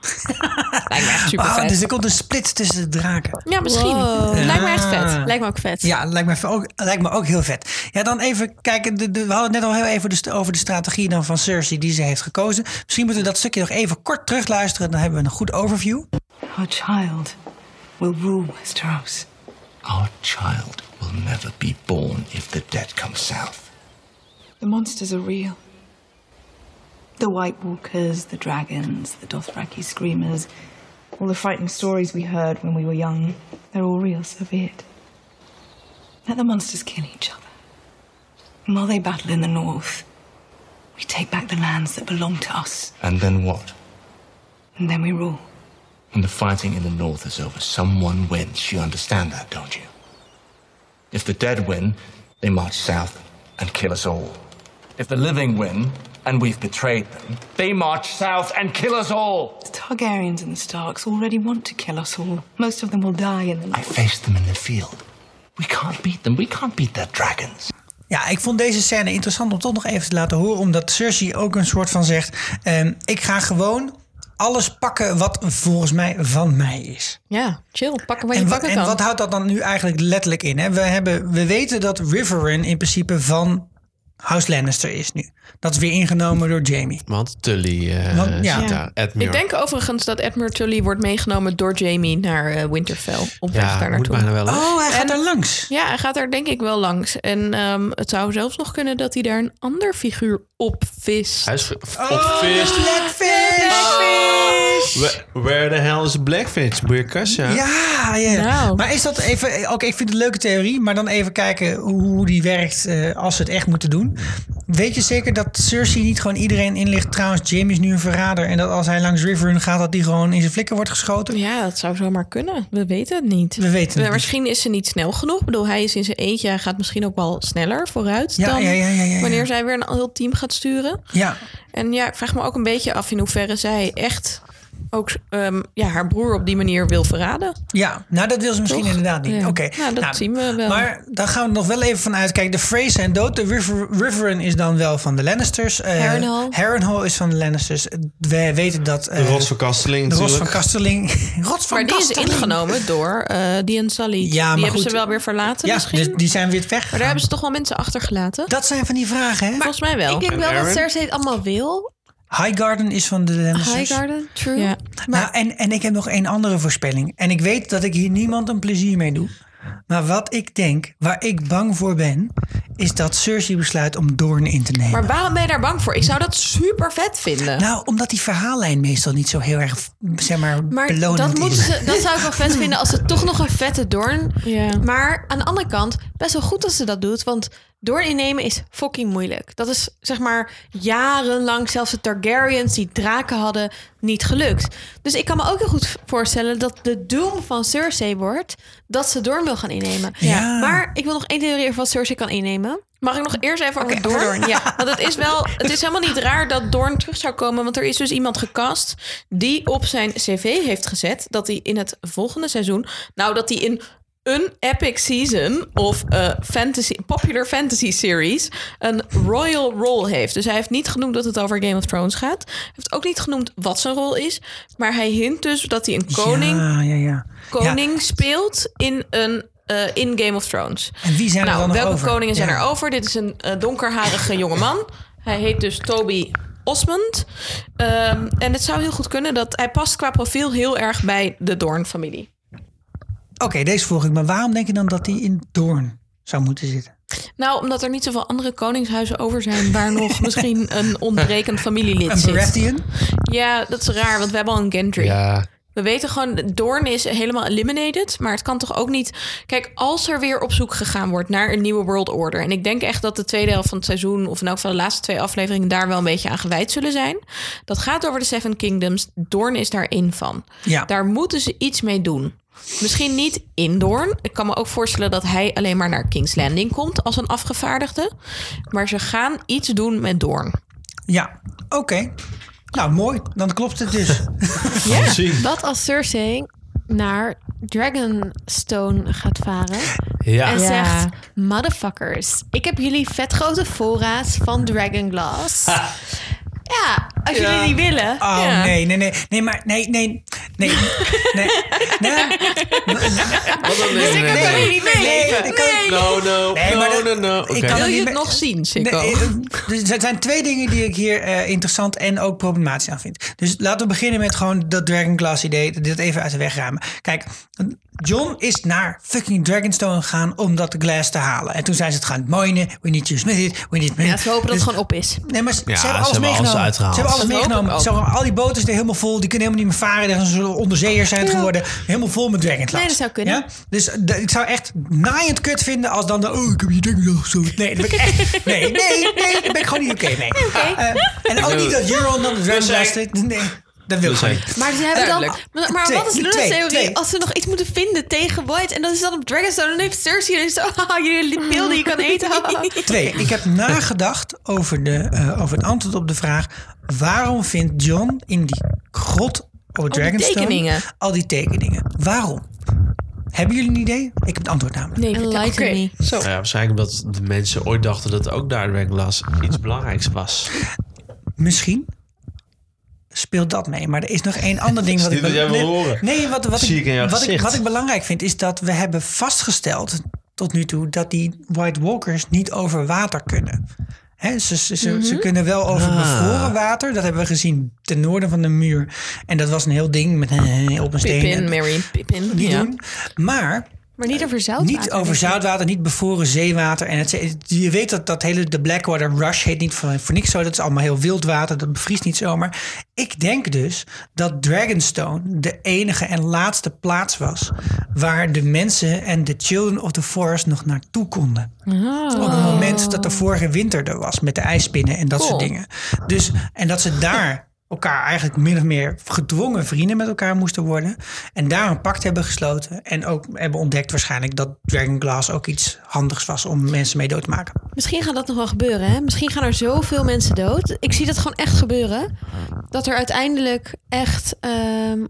Speaker 4: Lijkt me echt super
Speaker 1: Ah,
Speaker 4: vet.
Speaker 1: dus er komt een split tussen de draken.
Speaker 4: Ja, misschien.
Speaker 5: Wow.
Speaker 4: Lijkt me echt vet.
Speaker 1: Ah.
Speaker 5: Lijkt me ook vet.
Speaker 1: Ja, lijkt me, ook, lijkt me ook heel vet. Ja, dan even kijken. De, de- we hadden het net al heel even de st- over de strategie dan van Cersei die ze heeft gekozen. Misschien moeten we dat stukje nog even kort terugluisteren. Dan hebben we een goed overview.
Speaker 10: Our child will rule Westeros.
Speaker 11: Our child will never be born if the dead come south.
Speaker 10: The monsters are real. The White Walkers, the dragons, the Dothraki screamers, all the frightening stories we heard when we were young, they're all real, so be it. Let the monsters kill each other. And while they battle in the north, we take back the lands that belong to us,
Speaker 11: And then what?
Speaker 10: and then we rule.
Speaker 11: When the fighting in the north is over, someone wins. You understand that, don't you? If the dead win, they march south and kill us all. If the living win, and we've betrayed them, they march south and kill us all.
Speaker 10: The Targaryens and the Starks already want to kill us all. Most of them will die in the
Speaker 11: I faced them in the field. We can't beat them. We can't beat their dragons.
Speaker 1: Ja, ik vond deze scène interessant om toch nog even te laten horen. Omdat Cersei ook een soort van zegt... ehm, ik ga gewoon alles pakken wat volgens mij van mij is.
Speaker 4: Ja, chill. Pakken wat je
Speaker 1: En wat,
Speaker 4: pakken
Speaker 1: en
Speaker 4: kan.
Speaker 1: wat houdt dat dan nu eigenlijk letterlijk in? Hè? We, hebben, we weten dat Riverrun in principe van House Lannister is nu. Dat is weer ingenomen door Jamie.
Speaker 6: Want Tully eh
Speaker 1: Want- ja.
Speaker 6: zit daar. Edmure.
Speaker 4: Ik denk overigens dat Edmure Tully wordt meegenomen door Jamie naar eh, Winterfell. Op weg
Speaker 6: ja,
Speaker 4: daar
Speaker 6: moet
Speaker 4: naartoe.
Speaker 6: bijna wel. hè?
Speaker 1: Oh, hij gaat
Speaker 4: En-
Speaker 1: er langs.
Speaker 4: Ja, hij gaat daar denk ik wel langs. En ehm, het zou zelfs nog kunnen dat hij daar een ander figuur op vist.
Speaker 6: Hij is
Speaker 1: Oh,
Speaker 6: opvist.
Speaker 1: Blackfish!
Speaker 6: Where, where the hell is Blackfish? Birkasha?
Speaker 1: Ja, ja.
Speaker 4: Nou.
Speaker 1: Maar is dat even... Oké, ik vind het een leuke theorie. Maar dan even kijken hoe hoe die werkt eh, als ze het echt moeten doen. Weet je zeker dat Cersei niet gewoon iedereen inlicht? Trouwens, Jamie is nu een verrader. En dat als hij langs Riverrun gaat, dat die gewoon in zijn flikken wordt geschoten?
Speaker 4: Ja, dat zou zomaar kunnen. We weten het niet.
Speaker 1: We weten het
Speaker 4: Maar Misschien is ze niet snel genoeg. Ik bedoel, hij is in zijn eentje. Hij gaat misschien ook wel sneller vooruit
Speaker 1: Ja,
Speaker 4: dan
Speaker 1: ja, ja, ja, ja, ja.
Speaker 4: wanneer zij weer een heel team gaat sturen.
Speaker 1: Ja.
Speaker 4: En ja, ik vraag me ook een beetje af in hoeverre zij echt ook ehm, ja, haar broer op die manier wil verraden.
Speaker 1: Ja, nou dat wil ze misschien
Speaker 4: Toch?
Speaker 1: inderdaad niet.
Speaker 4: Ja.
Speaker 1: Oké.
Speaker 4: Nou, dat zien we wel.
Speaker 1: Maar daar gaan we nog wel even van uit. Kijk, de Freys zijn dood. De River, Riverrun is dan wel van de Lannisters. Eh,
Speaker 5: Harrenhal.
Speaker 1: Harrenhal is van de Lannisters. We weten dat... eh,
Speaker 6: De rots van Kasteling
Speaker 1: de Rots
Speaker 6: natuurlijk.
Speaker 1: van Kasteling. Rots van
Speaker 4: Maar die is
Speaker 1: Kasteling.
Speaker 4: ingenomen door eh Dian Sully. die
Speaker 1: maar
Speaker 4: hebben
Speaker 1: goed.
Speaker 4: ze wel weer verlaten
Speaker 1: Ja,
Speaker 4: misschien.
Speaker 1: dus die zijn weer
Speaker 4: Maar
Speaker 1: weg.
Speaker 4: daar hebben ze toch wel mensen achtergelaten.
Speaker 1: Dat zijn van die vragen, hè?
Speaker 4: Volgens mij wel.
Speaker 5: Ik denk
Speaker 6: En
Speaker 5: wel
Speaker 6: Aaron?
Speaker 5: dat Cersei het allemaal wil.
Speaker 1: Highgarden is van de Lannisters.
Speaker 5: Highgarden, true.
Speaker 4: Ja.
Speaker 1: Nou, en, en ik heb nog één andere voorspelling. En ik weet dat ik hier niemand een plezier mee doe. Maar wat ik denk, waar ik bang voor ben... is dat Cersei besluit om Doorn in te nemen.
Speaker 4: Maar waarom ben je daar bang voor? Ik zou dat super vet vinden.
Speaker 1: Nou, omdat die verhaallijn meestal niet zo heel erg, zeg maar,
Speaker 5: Maar
Speaker 1: belonend
Speaker 5: dat, moeten
Speaker 1: is.
Speaker 5: ze, dat zou ik wel vet vinden als ze toch nog een vette doorn.
Speaker 4: Ja.
Speaker 5: Maar aan de andere kant, best wel goed dat ze dat doet. Want doorn innemen is fucking moeilijk. Dat is zeg maar jarenlang zelfs de Targaryens die draken hadden niet gelukt. Dus ik kan me ook heel goed voorstellen dat de doom van Cersei wordt dat ze doorn wil gaan innemen.
Speaker 1: Ja.
Speaker 5: Maar ik wil nog één theorie over wat Cersei kan innemen.
Speaker 4: Mag ik nog eerst even over
Speaker 5: over
Speaker 4: Doorn? Ja, want het is wel, het is helemaal niet raar dat Doorn terug zou komen, want er is dus iemand gecast die op zijn cv heeft gezet dat hij in het volgende seizoen, nou dat hij in een epic season of eh, fantasy, popular fantasy series een royal role heeft. Dus hij heeft niet genoemd dat het over Game of Thrones gaat. Hij heeft ook niet genoemd wat zijn rol is, maar hij hint dus dat hij een koning,
Speaker 1: Ja, ja, ja.
Speaker 4: koning speelt in een eh, in Game of Thrones.
Speaker 1: En wie zijn er
Speaker 4: Nou,
Speaker 1: dan nog
Speaker 4: welke
Speaker 1: over?
Speaker 4: koningen zijn
Speaker 1: Ja.
Speaker 4: er over? Dit is een eh, donkerharige jongeman. Hij heet dus Toby Osmond. Ehm, en het zou heel goed kunnen dat hij past qua profiel heel erg bij de Doorn-familie.
Speaker 1: Oké, deze volg ik. Maar waarom denk je dan dat die in Doorn zou moeten zitten?
Speaker 4: Nou, omdat er niet zoveel andere koningshuizen over zijn... waar nog misschien een ontbrekend familielid
Speaker 1: Een
Speaker 4: zit.
Speaker 1: Baratheon?
Speaker 4: Ja, dat is raar, want we hebben al een Gendry.
Speaker 6: Ja.
Speaker 4: We weten gewoon, Doorn is helemaal eliminated. Maar het kan toch ook niet. Kijk, als er weer op zoek gegaan wordt naar een nieuwe World Order. En ik denk echt dat de tweede helft van het seizoen. of in elk geval de laatste twee afleveringen. daar wel een beetje aan gewijd zullen zijn. Dat gaat over de Seven Kingdoms. Doorn is daar één van.
Speaker 1: Ja.
Speaker 4: Daar moeten ze iets mee doen. Misschien niet in Doorn. Ik kan me ook voorstellen dat hij alleen maar naar King's Landing komt. als een afgevaardigde. Maar ze gaan iets doen met Doorn.
Speaker 1: Ja, oké. Nou, mooi. Dan klopt het dus.
Speaker 6: Ja. Zien.
Speaker 5: Wat als Cersei naar Dragonstone gaat varen?
Speaker 6: Ja.
Speaker 5: En
Speaker 4: Ja.
Speaker 5: zegt, motherfuckers, ik heb jullie vet grote voorraad van Dragon Glass. Ja, als jullie die willen.
Speaker 1: Oh,
Speaker 4: Ja.
Speaker 1: nee, nee, nee. Nee, maar nee, nee. Nee, nee. nee.
Speaker 6: Wat dan? Nee, nee,
Speaker 1: Nee,
Speaker 6: nee.
Speaker 1: nee, nee, dat kan ik-
Speaker 6: No, no,
Speaker 1: Nee, maar
Speaker 6: no,
Speaker 1: dat-
Speaker 6: no, no.
Speaker 1: ik kan
Speaker 6: Oké.
Speaker 1: niet
Speaker 4: Wil je het
Speaker 1: meer-
Speaker 4: nog zien, Sikko?
Speaker 1: Nee, eh, er zijn- zijn twee dingen die ik hier eh, interessant en ook problematisch aan vind. Dus laten we beginnen met gewoon dat Dragon Glass idee. Dit even uit de weg ruimen. Kijk, John is naar fucking Dragonstone gegaan om dat glass te halen. En toen zijn ze het gaan minen. We need to smith it. Dus We need
Speaker 5: Ja, ze hopen dat het gewoon op is.
Speaker 1: Nee, maar ze,
Speaker 6: Ja,
Speaker 1: ze hebben alles
Speaker 6: ze hebben alles
Speaker 1: meegenomen.
Speaker 6: uitgehaald.
Speaker 1: Ze hebben alles
Speaker 4: Dat hoop ik
Speaker 1: meegenomen.
Speaker 4: ook.
Speaker 1: Ze hebben al die boten zitten helemaal vol. Die kunnen helemaal niet meer varen. Dat ze onderzeeërs zijn geworden. Helemaal vol met Dragon Glass.
Speaker 5: Nee, dat zou kunnen.
Speaker 1: Ja? Dus de- ik zou echt naaiend kut vinden als dan de... Oh, ik heb hier Dragon Glass gestolen. Nee, dat ben ik echt... Nee, nee, nee. Daar ben ik gewoon niet oké mee. Eh, en ook niet dat Euron dan de Dragon
Speaker 6: Dus hij- dus
Speaker 1: Glass... Nee, dat wil ik gewoon niet.
Speaker 5: Maar ze hebben dan...
Speaker 4: Duidelijk.
Speaker 5: Maar, maar wat is
Speaker 1: Twee,
Speaker 5: Luna's
Speaker 1: twee,
Speaker 5: theorie?
Speaker 1: twee.
Speaker 5: Als ze nog iets moeten vinden tegen White... en dat is dan op Dragonstone... dan heeft Cersei en zo... haha, jullie pil die je kan eten.
Speaker 1: Twee, ik heb nagedacht over, de, eh, over het antwoord op de vraag... waarom vindt John in die grot op Dragonstone...
Speaker 4: tekeningen.
Speaker 1: Al die tekeningen. Waarom? Hebben jullie een idee? Ik heb het antwoord namelijk.
Speaker 5: Nee, Enlighten
Speaker 4: Oké,
Speaker 5: me.
Speaker 4: Zo.
Speaker 6: Nou ja, waarschijnlijk omdat de mensen ooit dachten dat ook Direct Glass iets belangrijks was.
Speaker 1: Misschien speelt dat mee. Maar er is nog één ander ding wat
Speaker 6: Is
Speaker 1: ik,
Speaker 6: dit wat jij wil
Speaker 1: nee,
Speaker 6: horen?
Speaker 1: nee, wat, wat,
Speaker 6: Zie ik in jouw
Speaker 1: wat, ik,
Speaker 6: gezicht.
Speaker 1: wat ik belangrijk vind is dat we hebben vastgesteld tot nu toe dat die White Walkers niet over water kunnen. Hè, ze, ze, ze, ze kunnen wel over
Speaker 6: Ah.
Speaker 1: bevroren water. Dat hebben we gezien ten noorden van de muur. En dat was een heel ding met eh, op een steen.
Speaker 4: Pippin,
Speaker 1: en-
Speaker 4: Mary, Pippin.
Speaker 1: niet
Speaker 4: Ja.
Speaker 1: doen. Maar
Speaker 5: Maar niet over zout.
Speaker 1: niet over zoutwater, niet bevroren zeewater. En het, je weet dat dat hele de Blackwater Rush heet niet voor, voor niks zo. Dat is allemaal heel wild water, dat bevriest niet zomaar. Ik denk dus dat Dragonstone de enige en laatste plaats was... waar de mensen en de Children of the Forest nog naartoe konden. Op het moment dat de vorige winter er was met de ijspinnen en dat
Speaker 4: Cool.
Speaker 1: soort dingen. Dus, en dat ze daar elkaar eigenlijk min of meer gedwongen vrienden met elkaar moesten worden. En daar een pact hebben gesloten. En ook hebben ontdekt waarschijnlijk dat Dragon Glass ook iets handigs was om mensen mee dood te maken.
Speaker 5: Misschien gaat dat nog wel gebeuren. Hè? Misschien gaan er zoveel mensen dood. Ik zie dat gewoon echt gebeuren. Dat er uiteindelijk echt ehm,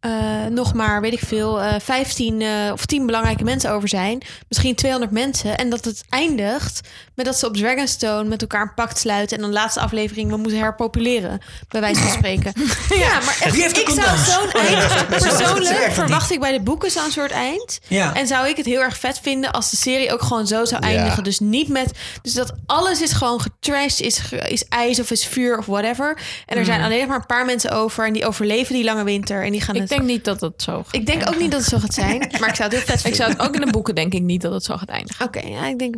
Speaker 5: eh, nog maar, weet ik veel, eh 15 eh, of 10 belangrijke mensen over zijn. Misschien 200 mensen. En dat het eindigt met dat ze op Dragonstone met elkaar een pact sluiten. En dan de laatste aflevering, we moeten herpopuleren. Bij wijze van spreken. ja. maar echt,
Speaker 1: Wie heeft Oh de
Speaker 5: ik zou
Speaker 1: condooms?
Speaker 5: zo'n eind...
Speaker 1: Zeg
Speaker 5: Persoonlijk
Speaker 1: dat
Speaker 5: verwacht ik bij de boeken zo'n soort eind.
Speaker 1: Ja.
Speaker 5: En zou ik het heel erg vet vinden als de serie ook gewoon zo zou eindigen. Dus niet met. Dus dat alles is gewoon getrashed, is, ge- is ijs of is vuur of whatever. En er zijn alleen nog maar een paar mensen over. En die overleven die lange winter. En die gaan
Speaker 4: Ik
Speaker 5: het.
Speaker 4: denk niet dat dat zo gaat
Speaker 5: ik denk ook
Speaker 4: eindigen.
Speaker 5: niet dat het zo gaat zijn. Maar ik zou het heel vet
Speaker 4: Ik
Speaker 5: vinden.
Speaker 4: zou het ook in de boeken denk ik niet dat het zo gaat eindigen.
Speaker 5: Oké, ja, ik denk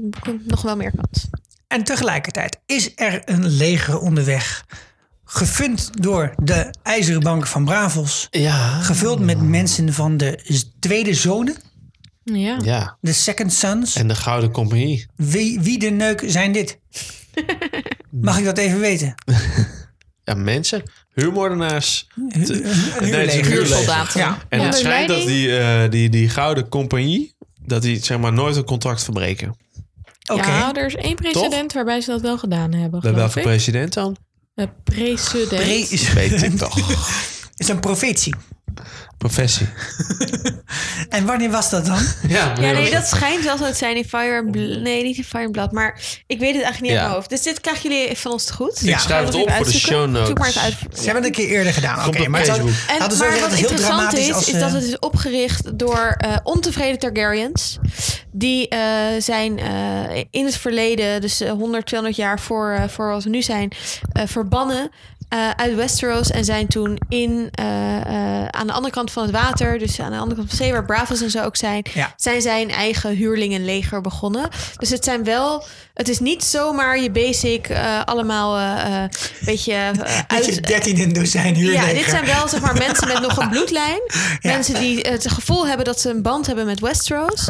Speaker 5: nog wel meer kans.
Speaker 1: En tegelijkertijd is er een leger onderweg. Gefund door de IJzeren Bank van Bravos.
Speaker 6: Ja.
Speaker 1: Gevuld met mensen van de z- tweede zone,
Speaker 4: Ja.
Speaker 6: Ja.
Speaker 1: de Second Sons.
Speaker 6: En de Gouden Compagnie.
Speaker 1: Wie, wie de neuk zijn dit? Mag ik dat even weten?
Speaker 6: Ja, mensen. Huurmoordenaars.
Speaker 1: Een
Speaker 6: nee, het is een huurleger.
Speaker 4: Soldaten. Ja.
Speaker 6: En het
Speaker 5: Onder
Speaker 6: schijnt dat
Speaker 5: leiding-
Speaker 6: die, eh, die, die Gouden Compagnie... dat die zeg maar nooit een contract verbreken.
Speaker 1: Oké.
Speaker 4: Ja, er is één president waarbij ze dat wel gedaan hebben.
Speaker 6: Bij
Speaker 4: geloof
Speaker 6: welke
Speaker 4: ik.
Speaker 6: president dan?
Speaker 4: De president.
Speaker 1: Pre- is,
Speaker 6: Weet ik toch.
Speaker 1: is een profetie.
Speaker 6: Professie.
Speaker 1: En wanneer was dat dan?
Speaker 6: Ja,
Speaker 5: Ja, dus- nee, dat schijnt wel zo te zijn in Fire and Bl- Nee, niet in Fire and Blood. Maar ik weet het eigenlijk niet
Speaker 6: Ja.
Speaker 5: uit mijn hoofd. Dus dit krijgen jullie van ons te goed.
Speaker 1: Ja.
Speaker 6: schrijf het
Speaker 5: Even
Speaker 6: op voor de
Speaker 5: uitzoeken.
Speaker 6: show notes.
Speaker 5: Zoek maar eens uit.
Speaker 1: Ze hebben het een keer eerder gedaan. Oké,
Speaker 6: op
Speaker 1: maar het had-
Speaker 6: Facebook.
Speaker 5: En,
Speaker 1: hadden ze
Speaker 5: maar
Speaker 1: gezegd,
Speaker 5: wat
Speaker 1: het is heel
Speaker 5: interessant
Speaker 1: dramatisch
Speaker 5: is,
Speaker 1: als,
Speaker 5: is dat
Speaker 1: eh,
Speaker 5: het is opgericht door eh, ontevreden Targaryens. Die eh, zijn eh, in het verleden, dus eh, 100, 200 jaar voor, eh, voor wat we nu zijn, eh, verbannen eh, uit Westeros. En zijn toen in, eh, eh, aan de andere kant van het water, dus aan de andere kant van de zee, waar Bravos en zo ook zijn,
Speaker 1: Ja.
Speaker 5: zijn zijn eigen huurlingenleger begonnen. Dus het zijn wel, het is niet zomaar je basic eh, allemaal, eh, eh, beetje eh,
Speaker 1: Dat je
Speaker 5: uit,
Speaker 1: 13 in een dozijn huurleger.
Speaker 5: ja, dit zijn wel zeg maar, mensen met nog een bloedlijn.
Speaker 1: Ja.
Speaker 5: Mensen die het gevoel hebben dat ze een band hebben met Westeros.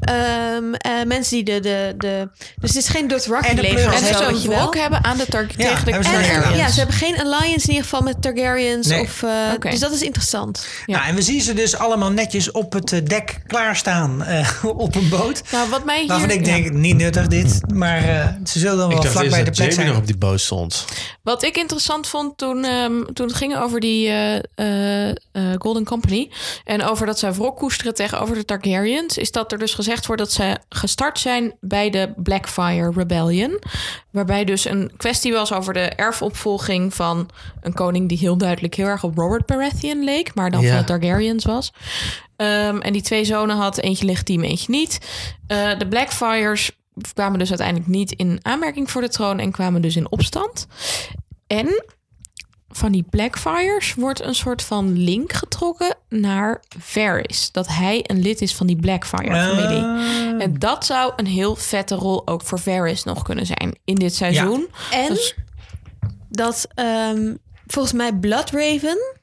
Speaker 5: Ehm, eh, mensen die de, de, de... Dus het is geen Dothraki
Speaker 1: En de
Speaker 5: leger.
Speaker 1: pleuris
Speaker 5: of
Speaker 4: En dus
Speaker 5: zo,
Speaker 4: zo'n
Speaker 5: weet je wel.
Speaker 4: wrok hebben aan de tar- tegen de
Speaker 1: hebben ze wel
Speaker 5: En-
Speaker 1: Targaryens.
Speaker 5: ja, ze hebben geen alliance in ieder geval met Targaryens.
Speaker 1: Nee.
Speaker 5: Of, eh,
Speaker 4: Oké.
Speaker 5: Dus dat is interessant.
Speaker 4: Ja.
Speaker 1: Nou, en we zien ze dus allemaal netjes op het eh, dek klaarstaan eh, op een boot.
Speaker 4: Nou, wat mij hier...
Speaker 1: Waarvan ik denk,
Speaker 4: ja.
Speaker 1: niet nuttig dit. Maar eh, ze zullen dan
Speaker 6: Ik
Speaker 1: wel
Speaker 6: dacht
Speaker 1: vlak
Speaker 6: eerst
Speaker 1: bij de
Speaker 6: dat
Speaker 1: plek
Speaker 6: Jamie
Speaker 1: zijn.
Speaker 6: nog op die boot stond.
Speaker 4: Wat ik interessant vond toen, ehm, toen het ging over die eh, eh, eh, Golden Company... en over dat zij wrok koesteren tegenover de Targaryens... is dat er dus gezegd wordt dat zij gestart zijn bij de Blackfire Rebellion. Waarbij dus een kwestie was over de erfopvolging van een koning... die heel duidelijk heel erg op Robert Baratheon leek... maar dan
Speaker 6: Ja.
Speaker 4: van de Targaryens was. Ehm, en die twee zonen had, eentje legitiem, eentje niet. Eh, de Blackfires kwamen dus uiteindelijk niet in aanmerking voor de troon en kwamen dus in opstand. En van die Blackfires wordt een soort van link getrokken naar Varys. Dat hij een lid is van die Blackfire-familie. En dat zou een heel vette rol ook voor Varys nog kunnen zijn in dit seizoen.
Speaker 5: En
Speaker 4: Dus-
Speaker 5: dat ehm, volgens mij Bloodraven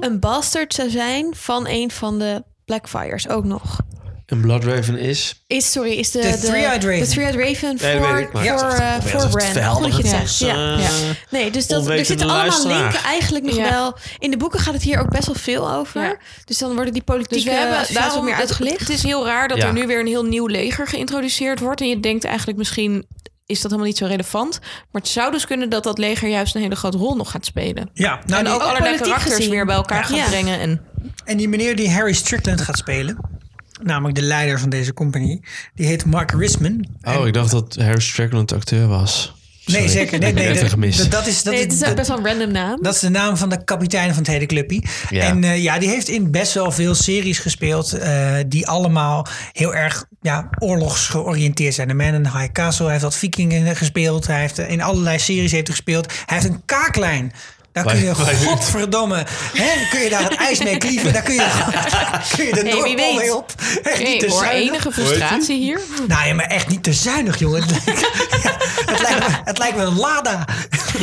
Speaker 5: een bastard zou zijn van een van de Blackfires ook nog.
Speaker 6: En Bloodraven is...
Speaker 5: Is, sorry, is de...
Speaker 1: De Three-Eyed Raven.
Speaker 5: De Three-Eyed Raven
Speaker 6: Nee, dat
Speaker 5: voor,
Speaker 6: weet ik, maar-
Speaker 5: voor, eh,
Speaker 6: Ja,
Speaker 5: voor Brand. Goed dat je het zegt. Ja.
Speaker 6: Ja.
Speaker 5: Nee, dus dat, er
Speaker 6: Onwetende
Speaker 5: zitten allemaal
Speaker 6: luisteraar.
Speaker 5: linken eigenlijk nog
Speaker 4: Ja.
Speaker 5: wel... In de boeken gaat het hier ook best wel veel over.
Speaker 4: Ja.
Speaker 5: Dus dan worden die eh, politieke
Speaker 4: Dus we hebben
Speaker 5: associaties
Speaker 4: daarom
Speaker 5: wat meer
Speaker 4: het- Het
Speaker 5: uitgelicht.
Speaker 4: is heel raar dat
Speaker 6: Ja.
Speaker 4: er nu weer een heel nieuw leger geïntroduceerd wordt. En je denkt eigenlijk misschien is dat helemaal niet zo relevant. Maar het zou dus kunnen dat dat leger juist een hele grote rol nog gaat spelen.
Speaker 1: Ja, nou,
Speaker 4: en
Speaker 1: die-
Speaker 4: ook allerlei
Speaker 5: politiek
Speaker 4: karakters
Speaker 5: gezien.
Speaker 4: weer bij elkaar
Speaker 5: Ja.
Speaker 4: gaat brengen. En
Speaker 1: en die meneer die Harry Strickland gaat spelen... namelijk de leider van deze compagnie. Die heet Mark Risman.
Speaker 6: Oh, ik dacht dat Harris Strickland acteur was.
Speaker 1: Nee,
Speaker 6: Sorry.
Speaker 1: zeker. Nee,
Speaker 6: Ik heb
Speaker 1: nee,
Speaker 6: het
Speaker 1: dat,
Speaker 6: even gemist.
Speaker 1: dat- dat is, dat, is-
Speaker 5: nee, het is ook
Speaker 1: dat-
Speaker 5: best wel een random naam.
Speaker 1: dat is de naam van de kapitein van het hele clubje.
Speaker 6: Ja.
Speaker 1: En eh, ja, die heeft in best wel veel series gespeeld. eh, die allemaal heel erg ja, oorlogsgeoriënteerd zijn. The Man in the High Castle. Hij heeft wat vikingen gespeeld. Hij heeft eh, in allerlei series heeft hij gespeeld. Hij heeft een kaaklijn. Daar kun je,
Speaker 6: Wij- wij-
Speaker 1: godverdomme, hè, kun je daar het ijs mee klieven. Daar kun je, kun je de
Speaker 4: Hey,
Speaker 1: hey,
Speaker 4: wie weet.
Speaker 1: mee op. Echt niet
Speaker 4: Oké,
Speaker 1: te
Speaker 4: hoor,
Speaker 1: zuinig.
Speaker 4: enige frustratie hier.
Speaker 1: Nou ja, maar echt niet te zuinig, jongen. Het lijkt, het lijkt, me, het lijkt me een Lada.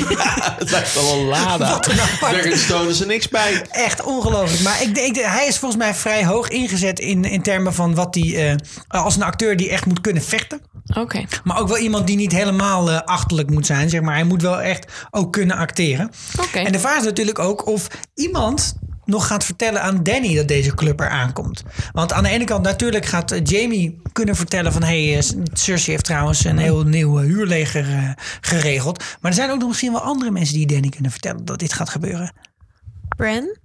Speaker 6: Het lijkt wel een Lada.
Speaker 1: Wat een apart-
Speaker 6: Dragonstone is er niks bij.
Speaker 1: Echt ongelooflijk. Maar ik, denk- hij is volgens mij vrij hoog ingezet in, in termen van wat hij... eh, als een acteur die echt moet kunnen vechten.
Speaker 4: Oké.
Speaker 1: Maar ook wel iemand die niet helemaal eh, achterlijk moet zijn. Zeg maar. Hij moet wel echt ook kunnen acteren.
Speaker 4: Oké.
Speaker 1: En de vraag is natuurlijk ook of iemand nog gaat vertellen aan Danny dat deze club er aankomt. Want aan de ene kant natuurlijk gaat eh, Jamie kunnen vertellen van... hey, eh, Cersei heeft trouwens een heel nieuw eh, huurleger eh, geregeld. Maar er zijn ook nog misschien wel andere mensen die Danny kunnen vertellen... dat dit gaat gebeuren.
Speaker 5: Bran.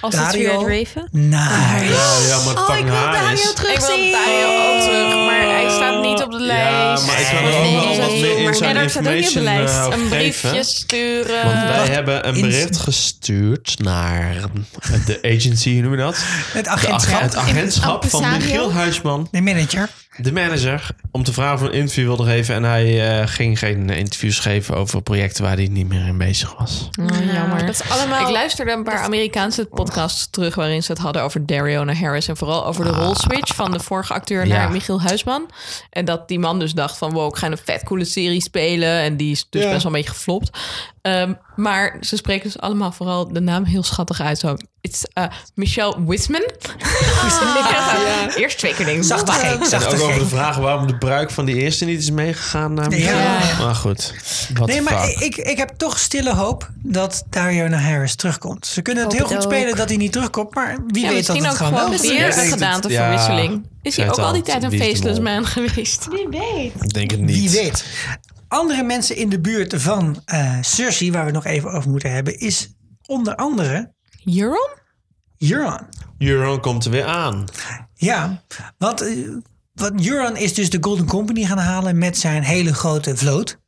Speaker 5: Als het
Speaker 1: Dario.
Speaker 5: weer uit Raven.
Speaker 1: Nice.
Speaker 6: Ja, ja, maar
Speaker 5: Oh, ik
Speaker 6: fucking
Speaker 5: wil Dario
Speaker 6: Harris.
Speaker 4: Ik wil
Speaker 5: terugzien.
Speaker 4: Daniel ook terug, maar hij staat niet op de
Speaker 6: Ja,
Speaker 4: lijst.
Speaker 6: maar ik kan er ook wel wat meer
Speaker 5: Maar
Speaker 6: inside
Speaker 5: Gerard staat ook niet op de
Speaker 6: information
Speaker 5: lijst.
Speaker 6: eh, over
Speaker 4: een
Speaker 6: geven.
Speaker 4: briefje sturen.
Speaker 6: Want wij hebben een
Speaker 1: ins-
Speaker 6: bericht gestuurd naar de agency, hoe noem je dat?
Speaker 1: Het
Speaker 6: De ag-
Speaker 1: agentschap.
Speaker 6: het agentschap van
Speaker 5: Impresario.
Speaker 6: Michiel Huisman,
Speaker 1: De manager.
Speaker 6: de manager, om te vragen of hij een interview wilde geven. En hij eh, ging geen interviews geven over projecten waar hij niet meer in bezig was.
Speaker 5: Mm,
Speaker 4: Oh, jammer.
Speaker 5: Dat is allemaal...
Speaker 4: Ik luisterde een paar Amerikaanse podcasts terug... waarin ze het hadden over Dariona Harris... en vooral over de rolswitch van de vorige acteur
Speaker 6: Ah. Ja.
Speaker 4: naar Michiel Huisman. En dat die man dus dacht van... wow, ik ga een vet coole serie spelen. En die is dus
Speaker 6: Ja.
Speaker 4: best wel een beetje geflopt. Ehm, maar ze spreken dus allemaal vooral de naam heel schattig uit. Zo, it's eh, Michelle Wisman. Eerst twee keer dingen.
Speaker 1: Zachte G.
Speaker 6: En
Speaker 1: Zachte
Speaker 6: ook over de
Speaker 1: G.
Speaker 6: vraag waarom de bruik van de eerste niet is meegegaan naar Michiel.
Speaker 1: Ja.
Speaker 6: Maar goed, wat
Speaker 1: Nee, maar
Speaker 6: fuck.
Speaker 1: ik, ik heb toch stille hoop dat Dario naar Harris terugkomt. Ze kunnen het
Speaker 5: Hoop
Speaker 1: heel goed
Speaker 5: het ook.
Speaker 1: spelen dat hij niet terugkomt, maar wie
Speaker 4: Ja,
Speaker 1: weet dat
Speaker 4: misschien
Speaker 1: het
Speaker 4: ook
Speaker 1: gewoon
Speaker 4: gewoon
Speaker 1: wel
Speaker 4: weer
Speaker 1: gebeurt.
Speaker 4: een
Speaker 6: het. Ja.
Speaker 4: gedaanteverwisseling. Is
Speaker 6: Zei
Speaker 4: hij ook
Speaker 6: het al,
Speaker 4: al die tijd een
Speaker 6: wie is de
Speaker 4: faceless
Speaker 6: mol?
Speaker 4: man geweest?
Speaker 10: Wie weet.
Speaker 6: Ik denk het niet.
Speaker 1: Wie weet. Andere mensen in de buurt van eh Cersei, waar we het nog even over moeten hebben, is onder andere
Speaker 4: Euron?
Speaker 1: Euron.
Speaker 6: Euron komt er weer aan.
Speaker 1: Ja, want, eh, want Euron is dus de Golden Company gaan halen met zijn hele grote vloot.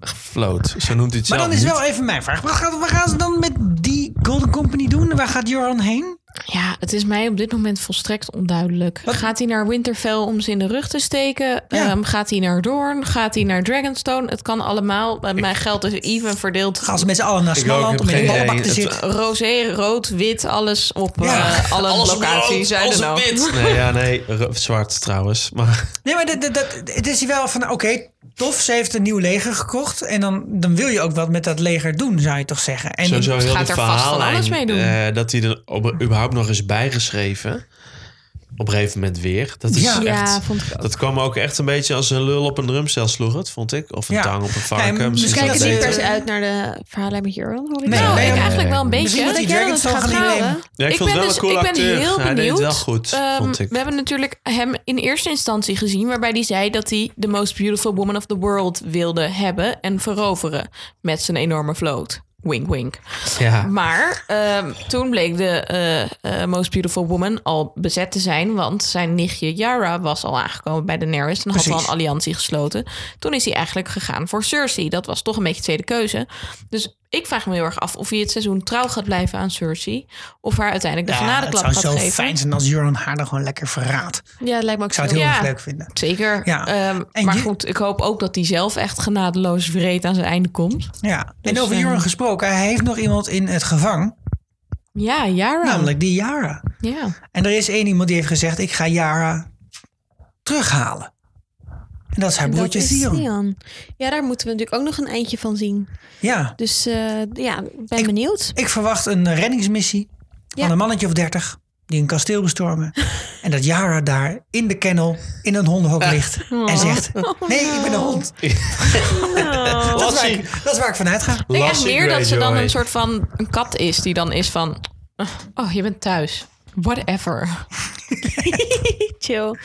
Speaker 6: Float, zo noemt hij het
Speaker 1: Maar
Speaker 6: zelf
Speaker 1: dan is
Speaker 6: niet.
Speaker 1: wel even mijn vraag. Wat gaan, wat gaan ze dan met die Golden Company doen? Waar gaat Joran heen?
Speaker 4: Ja, het is mij op dit moment volstrekt onduidelijk. Gaat hij naar Winterfell om ze in de rug te steken?
Speaker 1: Ja.
Speaker 4: Ehm, gaat hij naar Doorn? Gaat hij naar Dragonstone? Het kan allemaal. Bij mijn geld is even verdeeld.
Speaker 1: Gaan ze met z'n allen naar
Speaker 6: Ik ook, ik
Speaker 1: Smalland
Speaker 6: heb
Speaker 1: om in de
Speaker 6: geen idee.
Speaker 1: ballenbak te
Speaker 6: Het-
Speaker 1: zitten?
Speaker 4: Roze, rood, wit, alles op
Speaker 1: Ja.
Speaker 4: eh, alle
Speaker 6: Alles
Speaker 4: locaties. nou.
Speaker 6: rood,
Speaker 4: I don't
Speaker 6: alles
Speaker 4: know.
Speaker 6: wit. Nee, ja, nee, ro- zwart trouwens. Maar
Speaker 1: Nee, maar dat, dat, dat- het is hier wel van, oké, tof, ze heeft een nieuw leger gekocht. En dan, dan wil je ook wat met dat leger doen, zou je toch zeggen? En
Speaker 6: sowieso heel
Speaker 4: gaat
Speaker 6: het
Speaker 4: er vast van
Speaker 6: verhaal
Speaker 4: alles mee doen.
Speaker 6: dat hij er op- überhaupt nog is bijgeschreven. Op een gegeven moment weer. Dat is
Speaker 1: Ja.
Speaker 6: echt...
Speaker 5: Ja, vond ik ook.
Speaker 6: Dat kwam ook echt een beetje als een lul op een drumstel sloeg het, vond ik. Of een
Speaker 1: Ja.
Speaker 6: tang op een varken.
Speaker 1: Nee,
Speaker 6: misschien
Speaker 1: misschien
Speaker 6: is
Speaker 5: Kijken
Speaker 6: dat
Speaker 5: niet
Speaker 1: eh,
Speaker 5: per
Speaker 6: beter.
Speaker 5: se uit naar de verhalen met Euron, hoor ik.
Speaker 1: Nee,
Speaker 4: Nou,
Speaker 1: nee,
Speaker 4: ik
Speaker 1: nee.
Speaker 4: eigenlijk wel een beetje.
Speaker 1: Misschien dat die Dragonstone gaan innemen.
Speaker 6: Ja, ik, vond het
Speaker 4: ben
Speaker 6: wel
Speaker 4: dus-
Speaker 6: een cool
Speaker 4: ik ben
Speaker 6: acteur.
Speaker 4: heel
Speaker 6: Hij deed
Speaker 4: benieuwd.
Speaker 6: het wel goed,
Speaker 4: Ehm,
Speaker 6: vond ik.
Speaker 4: We hebben natuurlijk hem in eerste instantie gezien... waarbij hij zei dat hij de most beautiful woman of the world wilde hebben... en veroveren met zijn enorme vloot. Wink, wink.
Speaker 6: Ja.
Speaker 4: Maar ehm, toen bleek de eh, eh, Most Beautiful Woman al bezet te zijn... want zijn nichtje Yara was al aangekomen bij Daenerys... en had al
Speaker 1: Precies.
Speaker 4: een alliantie gesloten. Toen is hij eigenlijk gegaan voor Cersei. Dat was toch een beetje tweede keuze. Dus ik vraag me heel erg af of hij het seizoen trouw gaat blijven aan Cersei... of haar uiteindelijk de
Speaker 1: ja, het
Speaker 4: genadeklap
Speaker 1: zou
Speaker 4: gaat
Speaker 1: zo
Speaker 4: geven.
Speaker 1: fijn zijn als Joran haar dan gewoon lekker verraadt. Ik
Speaker 5: Ja, dat lijkt me ook zo.
Speaker 1: zou het heel
Speaker 4: Ja.
Speaker 1: erg leuk vinden.
Speaker 4: Zeker.
Speaker 1: Ja.
Speaker 4: Ehm,
Speaker 1: En
Speaker 4: maar
Speaker 1: je-
Speaker 4: goed, ik hoop ook dat hij zelf echt genadeloos vreed aan zijn einde komt.
Speaker 1: Ja. en
Speaker 4: Dus,
Speaker 1: over
Speaker 4: eh,
Speaker 1: Joran gesproken, hij heeft nog iemand in het gevang.
Speaker 4: Ja, Yara.
Speaker 1: Namelijk die Yara.
Speaker 4: Ja.
Speaker 1: En er is één iemand die heeft gezegd, ik ga Yara terughalen. En dat is haar broertje
Speaker 5: dat is
Speaker 1: Theon.
Speaker 5: Theon. Ja, daar moeten we natuurlijk ook nog een eindje van zien.
Speaker 1: Ja,
Speaker 5: Dus eh, ja, ik ben
Speaker 1: Ik-
Speaker 5: benieuwd.
Speaker 1: ik verwacht een reddingsmissie
Speaker 5: Ja.
Speaker 1: van een mannetje of dertig die een kasteel bestormen. en dat Yara daar in de kennel in een hondenhok ligt
Speaker 4: Oh.
Speaker 1: en zegt: Nee, ik ben een hond.
Speaker 4: Oh.
Speaker 1: dat, is waar
Speaker 6: Lassie.
Speaker 1: ik, dat is waar ik vanuit ga.
Speaker 4: Ik denk echt
Speaker 6: Lassie
Speaker 4: meer dat ze dan
Speaker 6: Greyjoy.
Speaker 4: een soort van een kat is die dan is van... Oh, je bent thuis. Whatever.
Speaker 5: Chill.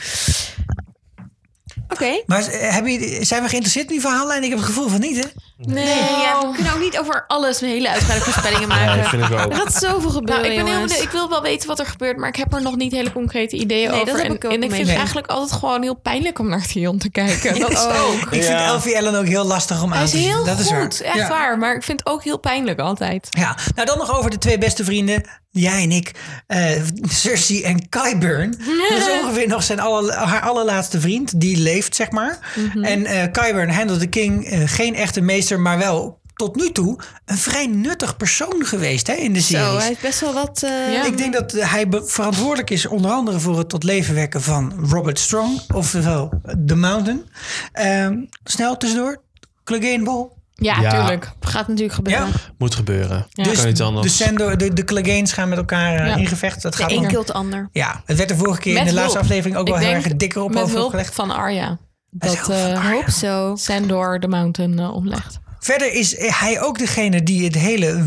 Speaker 5: Oké.
Speaker 1: Maar eh, hebben jullie- zijn we geïnteresseerd in die verhalen? En ik heb het gevoel van niet, hè?
Speaker 5: Nee, ja, we kunnen ook niet over alles een hele uitgebreide voorspellingen maken.
Speaker 6: Oh. Nee, vind ik ook.
Speaker 5: Er gaat zoveel gebeuren,
Speaker 4: Nou, ik, ben heel
Speaker 5: jongens.
Speaker 4: benieuwd. ik wil wel weten wat er gebeurt, maar ik heb er nog niet hele concrete
Speaker 5: Nee,
Speaker 4: ideeën
Speaker 5: dat
Speaker 4: over.
Speaker 5: heb
Speaker 4: en
Speaker 5: ik ook
Speaker 4: en
Speaker 5: een
Speaker 4: ik vind
Speaker 5: beetje.
Speaker 4: het eigenlijk altijd gewoon heel pijnlijk om naar Theon te kijken.
Speaker 5: Oh,
Speaker 4: Dat is
Speaker 1: Ja.
Speaker 4: ook.
Speaker 1: Ik vind Elfie Ellen ook heel lastig om
Speaker 4: Hij
Speaker 1: aan
Speaker 4: is
Speaker 1: te zien.
Speaker 4: heel
Speaker 1: dat
Speaker 4: goed,
Speaker 1: is waar.
Speaker 4: echt
Speaker 1: Ja.
Speaker 4: waar. Maar ik vind het ook heel pijnlijk altijd.
Speaker 1: Ja, nou dan nog over de twee beste vrienden. Jij en ik. eh Cersei en Qyburn. Dat is ongeveer nog zijn alle, haar allerlaatste vriend. Die leeft, zeg maar.
Speaker 5: Mhm.
Speaker 1: En eh Qyburn, Handel de King, eh, geen echte meester, maar wel tot nu toe een vrij nuttig persoon geweest hè, in de series.
Speaker 5: Zo, hij heeft best wel wat... eh,
Speaker 1: Ik denk dat hij be- verantwoordelijk is onder andere voor het tot leven wekken van Robert Strong, oftewel eh, The Mountain. Ehm, snel tussendoor, Clegane Ball.
Speaker 4: Ja,
Speaker 6: Ja.
Speaker 4: tuurlijk.
Speaker 5: Gaat natuurlijk gebeuren.
Speaker 1: Ja.
Speaker 6: Moet gebeuren.
Speaker 1: Dus
Speaker 6: Kan niet anders.
Speaker 1: de, Sandor, de, de Cleganes gaan met elkaar eh,
Speaker 4: Ja.
Speaker 1: in gevecht. Dat gaat
Speaker 5: De een
Speaker 1: nog-
Speaker 5: kilt de ander.
Speaker 1: ja, het werd de vorige keer
Speaker 4: Met
Speaker 1: in de
Speaker 4: hulp.
Speaker 1: laatste aflevering ook
Speaker 4: Ik
Speaker 1: wel heel
Speaker 4: denk
Speaker 1: erg dikker op
Speaker 4: Met
Speaker 1: over
Speaker 4: hulp
Speaker 1: gelegd.
Speaker 4: van Arya.
Speaker 1: Met
Speaker 4: Dat
Speaker 1: hulp van
Speaker 4: eh,
Speaker 1: Arya.
Speaker 5: Hoop zo.
Speaker 4: Sandor de Mountain eh, omlegt.
Speaker 1: Verder is eh, hij ook degene die het hele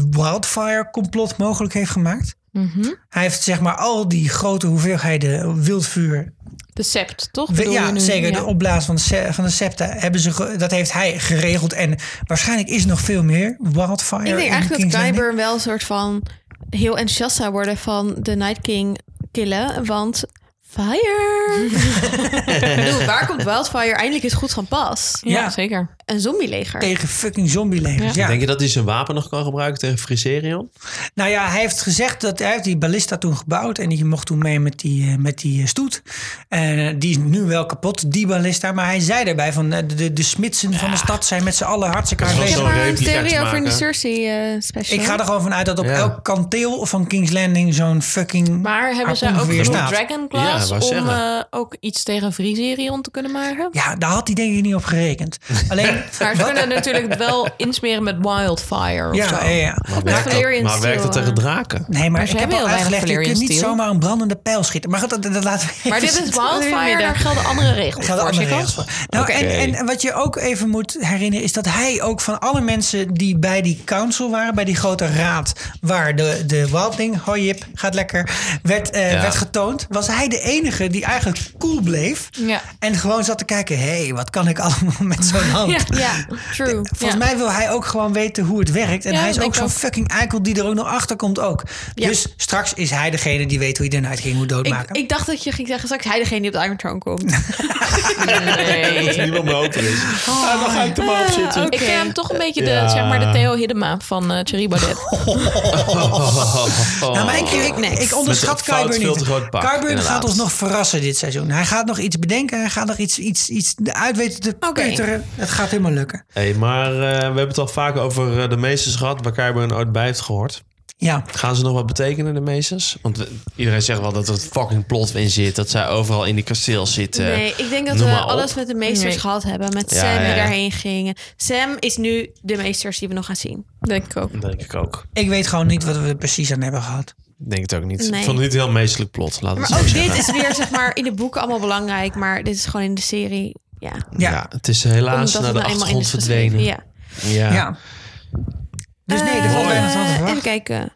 Speaker 1: wildfire-complot mogelijk heeft gemaakt.
Speaker 4: Mhm.
Speaker 1: Hij heeft zeg maar al die grote hoeveelheden wildvuur.
Speaker 4: De sept, toch?
Speaker 1: We-
Speaker 4: Bedoel je
Speaker 1: ja,
Speaker 4: nu?
Speaker 1: zeker.
Speaker 4: Ja.
Speaker 1: De opblaas van de, se- van de septa. Hebben ze ge- dat heeft hij geregeld. En waarschijnlijk is er nog veel meer wildfire.
Speaker 5: Ik denk
Speaker 1: in
Speaker 5: eigenlijk dat
Speaker 1: King's Landing.
Speaker 5: Qyburn wel een soort van heel enthousiast zou worden van de Night King killen, want fire. Ik bedoel, waar komt Wildfire eindelijk eens goed van pas?
Speaker 4: Ja,
Speaker 1: Ja.
Speaker 4: zeger.
Speaker 5: Een zombieleger.
Speaker 1: Tegen fucking zombielegers. Ja.
Speaker 6: Denk je dat hij zijn wapen nog kan gebruiken tegen Friserion?
Speaker 1: Nou ja, hij heeft gezegd dat hij heeft die ballista toen gebouwd en die mocht toen mee met die, eh, met die eh, stoet. En eh, die is nu wel kapot, die ballista. Maar hij zei daarbij van eh, de, de, de smitsen van de stad zijn met z'n allen hartstikke hard
Speaker 6: Dat is
Speaker 5: Ik
Speaker 1: bezig.
Speaker 5: heb
Speaker 6: zo'n
Speaker 5: maar een
Speaker 6: replica te
Speaker 5: theorie over in de
Speaker 6: maken.
Speaker 5: Cersei eh, special.
Speaker 1: Ik ga er gewoon vanuit dat op
Speaker 6: Ja.
Speaker 1: elk kanteel van King's Landing zo'n fucking.
Speaker 4: Maar hebben zij
Speaker 1: harpoen
Speaker 4: ook
Speaker 1: weer
Speaker 4: genoeg
Speaker 1: staat.
Speaker 4: Dragon
Speaker 6: Ja,
Speaker 4: Glass
Speaker 6: wou
Speaker 4: om
Speaker 6: zeggen.
Speaker 4: eh, ook iets tegen Vriserion te kunnen maken?
Speaker 1: Ja, daar had hij denk ik niet op gerekend. Alleen.
Speaker 4: Maar ze kunnen natuurlijk wel insmeren met Wildfire of
Speaker 1: ja,
Speaker 4: zo.
Speaker 1: ja, ja.
Speaker 6: Maar werkt dat,
Speaker 5: Valerian
Speaker 6: maar werkt dat
Speaker 5: Steel,
Speaker 6: tegen
Speaker 5: eh,
Speaker 6: draken?
Speaker 1: Nee, maar,
Speaker 4: ze
Speaker 1: ik heb al
Speaker 4: hebben heel weinig
Speaker 1: uitgelegd, je kunt
Speaker 4: Valyrian
Speaker 1: niet
Speaker 4: steel.
Speaker 1: zomaar een brandende pijl schieten. Maar goed, dat, dat laten we
Speaker 4: Maar dit
Speaker 1: even-
Speaker 4: is Wildfire, daar gelden andere regels
Speaker 1: Gaat
Speaker 4: voor.
Speaker 1: andere
Speaker 4: Sikko?
Speaker 1: regels voor. Nou, en, en wat je ook even moet herinneren... is dat hij ook van alle mensen die bij die council waren... bij die grote raad waar de, de Wildling... hoi Jip, gaat lekker, werd, eh,
Speaker 6: Ja.
Speaker 1: werd getoond... was hij de enige die eigenlijk cool bleef...
Speaker 4: Ja.
Speaker 1: en gewoon zat te kijken... hé, hey, wat kan ik allemaal met zo'n hand?
Speaker 5: Ja, ja, true.
Speaker 1: Volgens mij wil hij ook gewoon weten hoe het werkt. En
Speaker 4: Ja,
Speaker 1: hij is
Speaker 4: denk
Speaker 1: ook
Speaker 4: ik
Speaker 1: zo'n
Speaker 4: ook.
Speaker 1: fucking eikel die er ook nog achter komt ook.
Speaker 5: Ja.
Speaker 1: Dus straks is hij degene die weet hoe hij eruit ging moet
Speaker 5: Ik,
Speaker 1: doodmaken.
Speaker 5: ik dacht dat je ging zeggen, straks hij degene die op de Iron Throne komt.
Speaker 6: Dat er niemand meer open is. Ah, dan ga ik er maar op zitten.
Speaker 4: Ik vind hem toch een beetje de, zeg maar, de Theo Hiddema van eh Thierry Baudet.
Speaker 1: Nou, maar ik, ik,
Speaker 5: nee.
Speaker 1: ik onderschat
Speaker 6: Oh. Met een fout
Speaker 1: Kyburn
Speaker 6: veel
Speaker 1: niet.
Speaker 6: te groot pak,
Speaker 1: Kyburn
Speaker 6: inderdaad.
Speaker 1: gaat ons nog verrassen dit seizoen. Hij gaat nog iets bedenken. Hij gaat nog iets, iets, iets uit weten te peuteren. Het gaat helemaal lukken.
Speaker 6: Hey, maar eh, we hebben het al vaak over eh, de meesters gehad... waar Kyburn ooit bij heeft gehoord.
Speaker 1: Ja,
Speaker 6: Gaan ze nog wat betekenen, de meesters? Want we- iedereen zegt wel dat er fucking plot in zit. Dat zij overal in die kasteel zitten.
Speaker 5: Nee, ik denk dat
Speaker 6: noem
Speaker 5: we
Speaker 6: maar op.
Speaker 5: alles met de meesters
Speaker 4: Nee.
Speaker 5: gehad hebben. Met
Speaker 6: Ja,
Speaker 5: Sam
Speaker 6: ja,
Speaker 5: die
Speaker 6: ja.
Speaker 5: daarheen ging. Sam is nu de meesters die we nog gaan zien.
Speaker 4: Denk ik ook.
Speaker 6: Dat Denk ik ook.
Speaker 1: ik weet gewoon niet wat we er precies aan hebben gehad.
Speaker 6: Ik Denk het ook niet.
Speaker 5: Nee.
Speaker 6: Ik vond het niet een heel meestelijk plot. Laat het
Speaker 5: Maar
Speaker 6: zo
Speaker 5: ook
Speaker 6: zeggen.
Speaker 5: dit is weer zeg maar in de boeken allemaal belangrijk. Maar dit is gewoon in de serie. Ja.
Speaker 1: Ja,
Speaker 6: Ja.
Speaker 1: ja.
Speaker 6: het is helaas
Speaker 5: Omdat
Speaker 6: naar
Speaker 5: het
Speaker 6: de
Speaker 5: nou eenmaal in
Speaker 6: achtergrond
Speaker 5: is geschreven.
Speaker 6: verdwenen. Ja.
Speaker 5: Ja.
Speaker 1: Dus nee, er valt
Speaker 5: Eh,
Speaker 1: weinig van te
Speaker 5: even
Speaker 1: verwachten.
Speaker 5: kijken.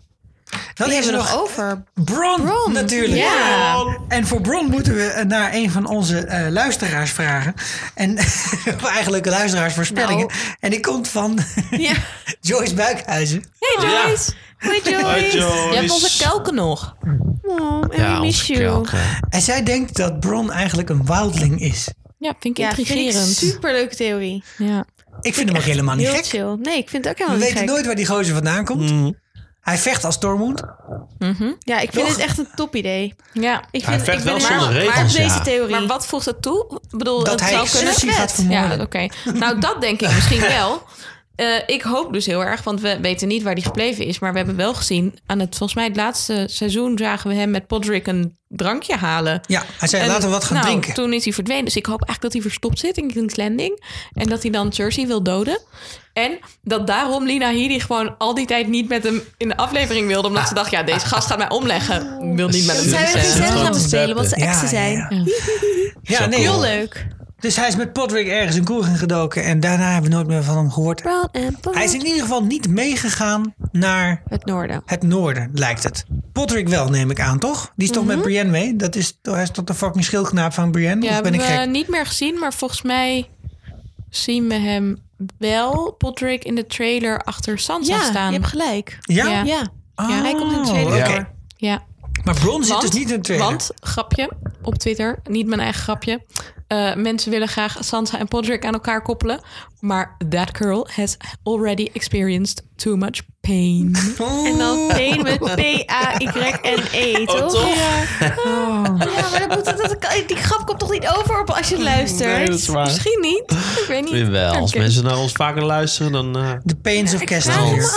Speaker 1: Dan
Speaker 5: Die
Speaker 1: is er
Speaker 5: hebben we
Speaker 1: nog
Speaker 5: nog over.
Speaker 1: Bron, natuurlijk.
Speaker 5: Ja.
Speaker 1: En voor Bron moeten we eh, naar een van onze eh, luisteraars vragen. En of eigenlijk luisteraarsvoorspellingen. En die komt van
Speaker 5: Nou. Ja.
Speaker 1: Joyce Buikhuizen.
Speaker 5: Hey Joyce. Hoi Joyce.
Speaker 4: Je hebt onze kelken nog.
Speaker 5: Oh, en
Speaker 6: Ja,
Speaker 5: we miss
Speaker 6: onze
Speaker 5: you.
Speaker 6: kelken.
Speaker 1: En zij denkt dat Bron eigenlijk een wildling is.
Speaker 4: Ja, vind ik
Speaker 5: Ja, vind ik een
Speaker 4: intrigerend.
Speaker 5: superleuke theorie.
Speaker 4: ja.
Speaker 1: Ik vind hem ook helemaal niet
Speaker 5: Heel
Speaker 1: gek.
Speaker 5: chill. Nee, ik vind het ook
Speaker 1: We
Speaker 4: Oh,
Speaker 5: helemaal niet
Speaker 1: weten
Speaker 5: gek.
Speaker 1: nooit waar die gozer vandaan komt. Hij vecht als Tormund.
Speaker 4: Oh,
Speaker 5: Ja, ik vind
Speaker 1: Toch?
Speaker 5: dit echt een top idee.
Speaker 4: Ja.
Speaker 5: Ik
Speaker 6: Hij
Speaker 5: vind,
Speaker 6: vecht
Speaker 5: ik
Speaker 6: wel
Speaker 5: ben
Speaker 6: zonder
Speaker 5: maar, Maar
Speaker 6: regels,
Speaker 5: op deze
Speaker 6: ja.
Speaker 5: theorie.
Speaker 4: Maar wat voegt het toe? Ik bedoel,
Speaker 1: Dat
Speaker 4: het
Speaker 1: hij
Speaker 4: zou kunnen.
Speaker 1: Cersei gaat vermoorden.
Speaker 4: Ja, oké. Nou, dat denk ik misschien wel. Eh, ik hoop dus heel erg, want we weten niet waar die gebleven is. Maar we hebben wel gezien, aan het, volgens mij het laatste seizoen zagen we hem met Podrick een drankje halen.
Speaker 1: Ja, hij zei
Speaker 4: En,
Speaker 1: laten we wat gaan
Speaker 4: nou,
Speaker 1: drinken.
Speaker 4: toen is hij verdwenen. Dus ik hoop eigenlijk dat hij verstopt zit in King's Landing. En dat hij dan Cersei wil doden. En dat daarom Lina Headey gewoon al die tijd niet met hem in de aflevering wilde.
Speaker 1: Ah.
Speaker 4: Omdat ze dacht, ja, deze gast gaat mij omleggen. Ik Wil niet met
Speaker 5: dat
Speaker 4: hem
Speaker 5: zij
Speaker 4: dus,
Speaker 5: weer
Speaker 4: eh,
Speaker 5: gezellig gaan
Speaker 6: Grote
Speaker 5: bespelen, want ze
Speaker 1: Ja,
Speaker 5: exen
Speaker 1: ja,
Speaker 5: zijn.
Speaker 1: ja. Ja, nee.
Speaker 5: Heel leuk.
Speaker 1: Dus hij is met Podrick ergens een koer in gedoken. En daarna hebben we nooit meer van hem gehoord.
Speaker 5: Brown en
Speaker 1: Hij is in ieder geval niet meegegaan naar
Speaker 5: Het noorden.
Speaker 1: het noorden, lijkt het. Podrick wel, neem ik aan, toch? Die is toch met Brienne mee? Dat is, hij is toch de fucking schildknaap van Brienne?
Speaker 4: Mhm. Ja,
Speaker 1: of ben ik
Speaker 4: hebben we
Speaker 1: gek?
Speaker 4: niet meer gezien, maar volgens mij zien we hem wel Podrick in de trailer achter Sansa
Speaker 5: Ja,
Speaker 4: staan.
Speaker 5: je hebt gelijk.
Speaker 1: Ja?
Speaker 4: Ja.
Speaker 5: Ja.
Speaker 1: Oh,
Speaker 5: Hij komt in de tweede
Speaker 1: oké.
Speaker 5: kamer.
Speaker 4: Ja.
Speaker 1: Maar Bron zit
Speaker 4: Want-
Speaker 1: dus niet in de tweede.
Speaker 4: Want, grapje op Twitter, niet mijn eigen grapje. Eh, mensen willen graag Sansa en Podrick aan elkaar koppelen. Maar that girl has already experienced too much pain.
Speaker 5: En dan Pain met P-A-Y-N-E, E, toch?
Speaker 6: Oh, toch?
Speaker 5: Ja. ja, maar dat moet, dat, die grap komt toch niet over op als je luistert?
Speaker 6: Nee, dat is waar.
Speaker 5: Misschien niet. Ik weet niet.
Speaker 6: Wel, als
Speaker 5: Oké.
Speaker 6: mensen naar ons vaker luisteren, dan... eh,
Speaker 1: The Pains of
Speaker 6: vraag
Speaker 1: Castiel.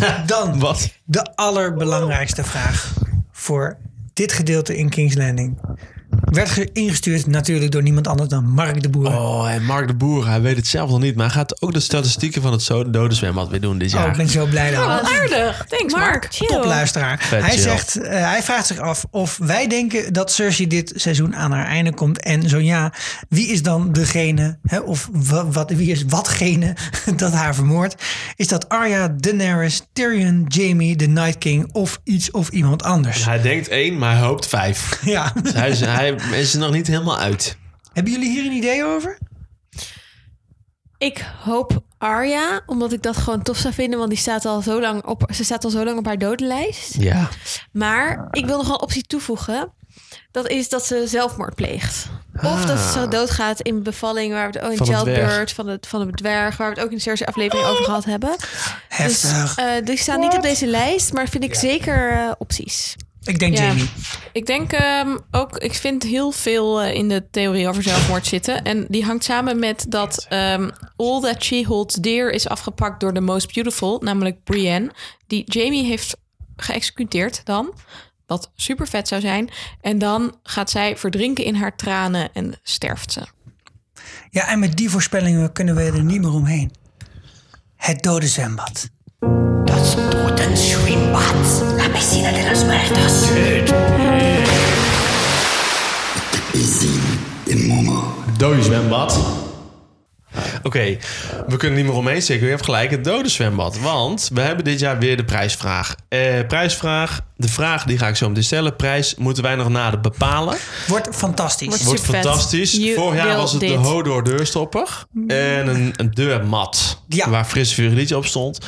Speaker 1: Dan
Speaker 6: Wat?
Speaker 1: de allerbelangrijkste vraag voor dit gedeelte in King's Landing. Werd ge- ingestuurd natuurlijk door niemand anders dan Mark de Boer.
Speaker 6: Oh, en Mark de Boer, hij weet het zelf nog niet, maar hij gaat ook de statistieken van het zo- dode zwembad weer doen dit
Speaker 1: Oh,
Speaker 6: jaar.
Speaker 1: ik ben zo blij dat.
Speaker 4: Wat aardig. Thanks, Mark.
Speaker 1: Topluisteraar.
Speaker 6: Vet
Speaker 1: hij,
Speaker 6: chill.
Speaker 1: zegt, eh, hij vraagt zich af of wij denken dat Cersei dit seizoen aan haar einde komt. En zo ja, wie is dan degene, hè, of wa- wat, wie is watgene dat haar vermoordt? Is dat Arya, Daenerys, Tyrion, Jamie, de Night King of iets of iemand anders?
Speaker 6: Hij denkt één, maar hij hoopt vijf.
Speaker 1: Ja.
Speaker 6: Dus hij, is, hij is er nog niet helemaal uit.
Speaker 1: Hebben jullie hier een idee over?
Speaker 5: Ik hoop Arya, omdat ik dat gewoon tof zou vinden, want die staat al zo lang op, ze staat al zo lang op haar dodenlijst.
Speaker 6: Ja.
Speaker 5: Maar ik wil nog wel een optie toevoegen. Dat is dat ze zelfmoord pleegt. Of dat ze zo doodgaat in bevalling, waar we het oh, in
Speaker 6: Ah. Van het
Speaker 5: Childbirth, van het, van het dwerg, waar we het ook in de Cersei aflevering over gehad hebben.
Speaker 1: Heftig.
Speaker 5: Dus eh, die staan niet op deze lijst, maar vind ik zeker eh, opties.
Speaker 1: ik denk
Speaker 4: ja.
Speaker 1: Jamie.
Speaker 4: Ik denk ehm, ook, ik vind heel veel eh, in de theorie over zelfmoord zitten. En die hangt samen met dat ehm, All That She Holds Dear is afgepakt door de Most Beautiful, namelijk Brienne. Die Jamie heeft geëxecuteerd dan. Wat super vet zou zijn. En dan gaat zij verdrinken in haar tranen en sterft ze.
Speaker 1: Ja, en met die voorspellingen kunnen we er niet meer omheen. Het dode zwembad.
Speaker 12: Das Totenzwimmbad, la piscina de los muertos.
Speaker 6: Dode zwembad. Oké, we kunnen niet meer omheen zeker. Je hebt gelijk, het dode zwembad. Want we hebben dit jaar weer de prijsvraag. Eh, prijsvraag, de vraag die ga ik zo meteen stellen. Prijs moeten wij nog nader bepalen.
Speaker 1: Wordt fantastisch.
Speaker 4: Wordt
Speaker 6: Wordt
Speaker 4: Supervet.
Speaker 6: fantastisch.
Speaker 4: Je
Speaker 6: Vorig jaar
Speaker 4: wil
Speaker 6: was het
Speaker 4: dit.
Speaker 6: de Hodor deurstopper. En een, een deurmat.
Speaker 1: Ja.
Speaker 6: Waar fris Vuurliedje op stond.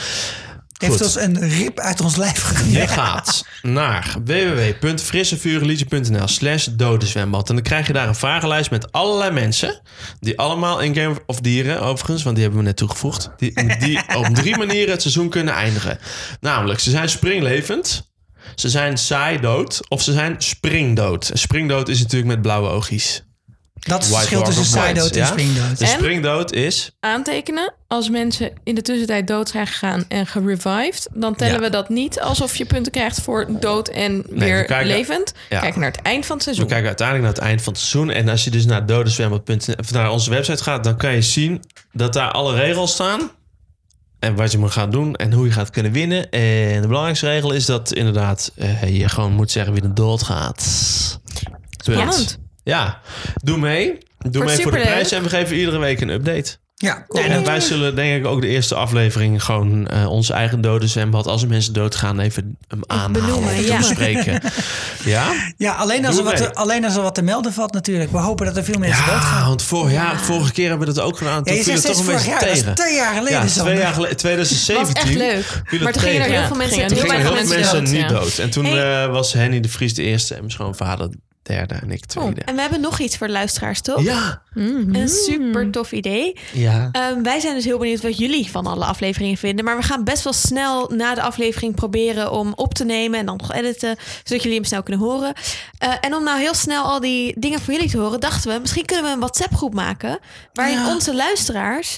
Speaker 1: Heeft
Speaker 6: Goed.
Speaker 1: ons een rip uit ons lijf gegeven.
Speaker 6: Je gaat naar www.frissevuurgeliedje.nl slash dodenzwembad. En dan krijg je daar een vragenlijst met allerlei mensen. Die allemaal in Game of Dieren, overigens, want die hebben we net toegevoegd. Die, die op drie manieren het seizoen kunnen eindigen. Namelijk, ze zijn springlevend. Ze zijn saai dood. Of ze zijn springdood. En springdood is natuurlijk met blauwe oogjes.
Speaker 1: Dat is het
Speaker 6: White
Speaker 1: verschil
Speaker 6: Walker
Speaker 1: tussen
Speaker 6: of White,
Speaker 1: saaidood en
Speaker 6: ja? Dus-
Speaker 1: springdood.
Speaker 6: De
Speaker 4: En?
Speaker 6: springdood is...
Speaker 4: Aantekenen, als mensen in de tussentijd dood zijn gegaan en gerevived, dan tellen
Speaker 6: Ja.
Speaker 4: we dat niet alsof je punten krijgt voor dood en
Speaker 6: we
Speaker 4: weer
Speaker 6: kijken-
Speaker 4: levend.
Speaker 6: Ja.
Speaker 4: Kijk naar het eind van het
Speaker 6: We
Speaker 4: seizoen.
Speaker 6: kijken uiteindelijk naar het eind van het seizoen. En als je dus naar dodenzwembad.nl of naar onze website gaat, dan kan je zien dat daar alle regels staan. En wat je moet gaan doen en hoe je gaat kunnen winnen. En de belangrijkste regel is dat inderdaad eh, je gewoon moet zeggen wie er dood gaat. Punt.
Speaker 4: Spannend.
Speaker 6: Ja, doe mee. Doe mee voor de
Speaker 4: superleuk.
Speaker 6: prijs en we geven iedere week een update.
Speaker 1: Ja,
Speaker 6: En wij zullen denk ik ook de eerste aflevering gewoon eh ons eigen dode zwembad, als er mensen doodgaan, even hem aanhalen.
Speaker 5: benoemen,
Speaker 6: Even
Speaker 5: ja.
Speaker 6: bespreken. ja?
Speaker 1: Ja, alleen als, er
Speaker 6: Doe
Speaker 1: wat
Speaker 6: mee.
Speaker 1: te, alleen als er wat te melden valt natuurlijk. We hopen dat er veel mensen
Speaker 6: Ja,
Speaker 1: doodgaan.
Speaker 6: want vorig jaar, vorige keer hebben we dat ook gedaan.
Speaker 1: Ja,
Speaker 6: Toen
Speaker 1: je
Speaker 6: viel
Speaker 1: zegt
Speaker 6: het toch
Speaker 1: steeds
Speaker 6: een
Speaker 1: vorig
Speaker 6: beetje
Speaker 1: jaar. Dat is
Speaker 6: tegen.
Speaker 1: twee jaar geleden,
Speaker 6: ja,
Speaker 1: Sander.
Speaker 6: twee jaar geleden, 2017.
Speaker 4: Was echt leuk.
Speaker 6: viel
Speaker 5: Maar
Speaker 6: het
Speaker 5: toen gingen er
Speaker 6: tegen.
Speaker 5: heel veel mensen,
Speaker 4: Gingen
Speaker 5: heel
Speaker 6: Toen
Speaker 4: er
Speaker 5: weinig
Speaker 6: gingen heel veel
Speaker 5: mensen dood.
Speaker 6: mensen niet dood.
Speaker 4: ja.
Speaker 6: En toen
Speaker 5: Hey.
Speaker 6: eh, was Henny de Vries de eerste en mijn vader de derde en ik tweede.
Speaker 4: Oh,
Speaker 5: En we hebben nog iets voor de luisteraars, toch?
Speaker 6: ja.
Speaker 5: Een super tof idee.
Speaker 6: ja.
Speaker 4: Eh,
Speaker 5: Ehm, wij zijn dus heel benieuwd wat jullie van alle afleveringen vinden. Maar we gaan best wel snel na de aflevering proberen om op te nemen en dan nog editen. Zodat jullie hem snel kunnen horen. Eh, en om nou heel snel al die dingen voor jullie te horen, dachten we, misschien kunnen we een WhatsApp groep maken. Waarin onze luisteraars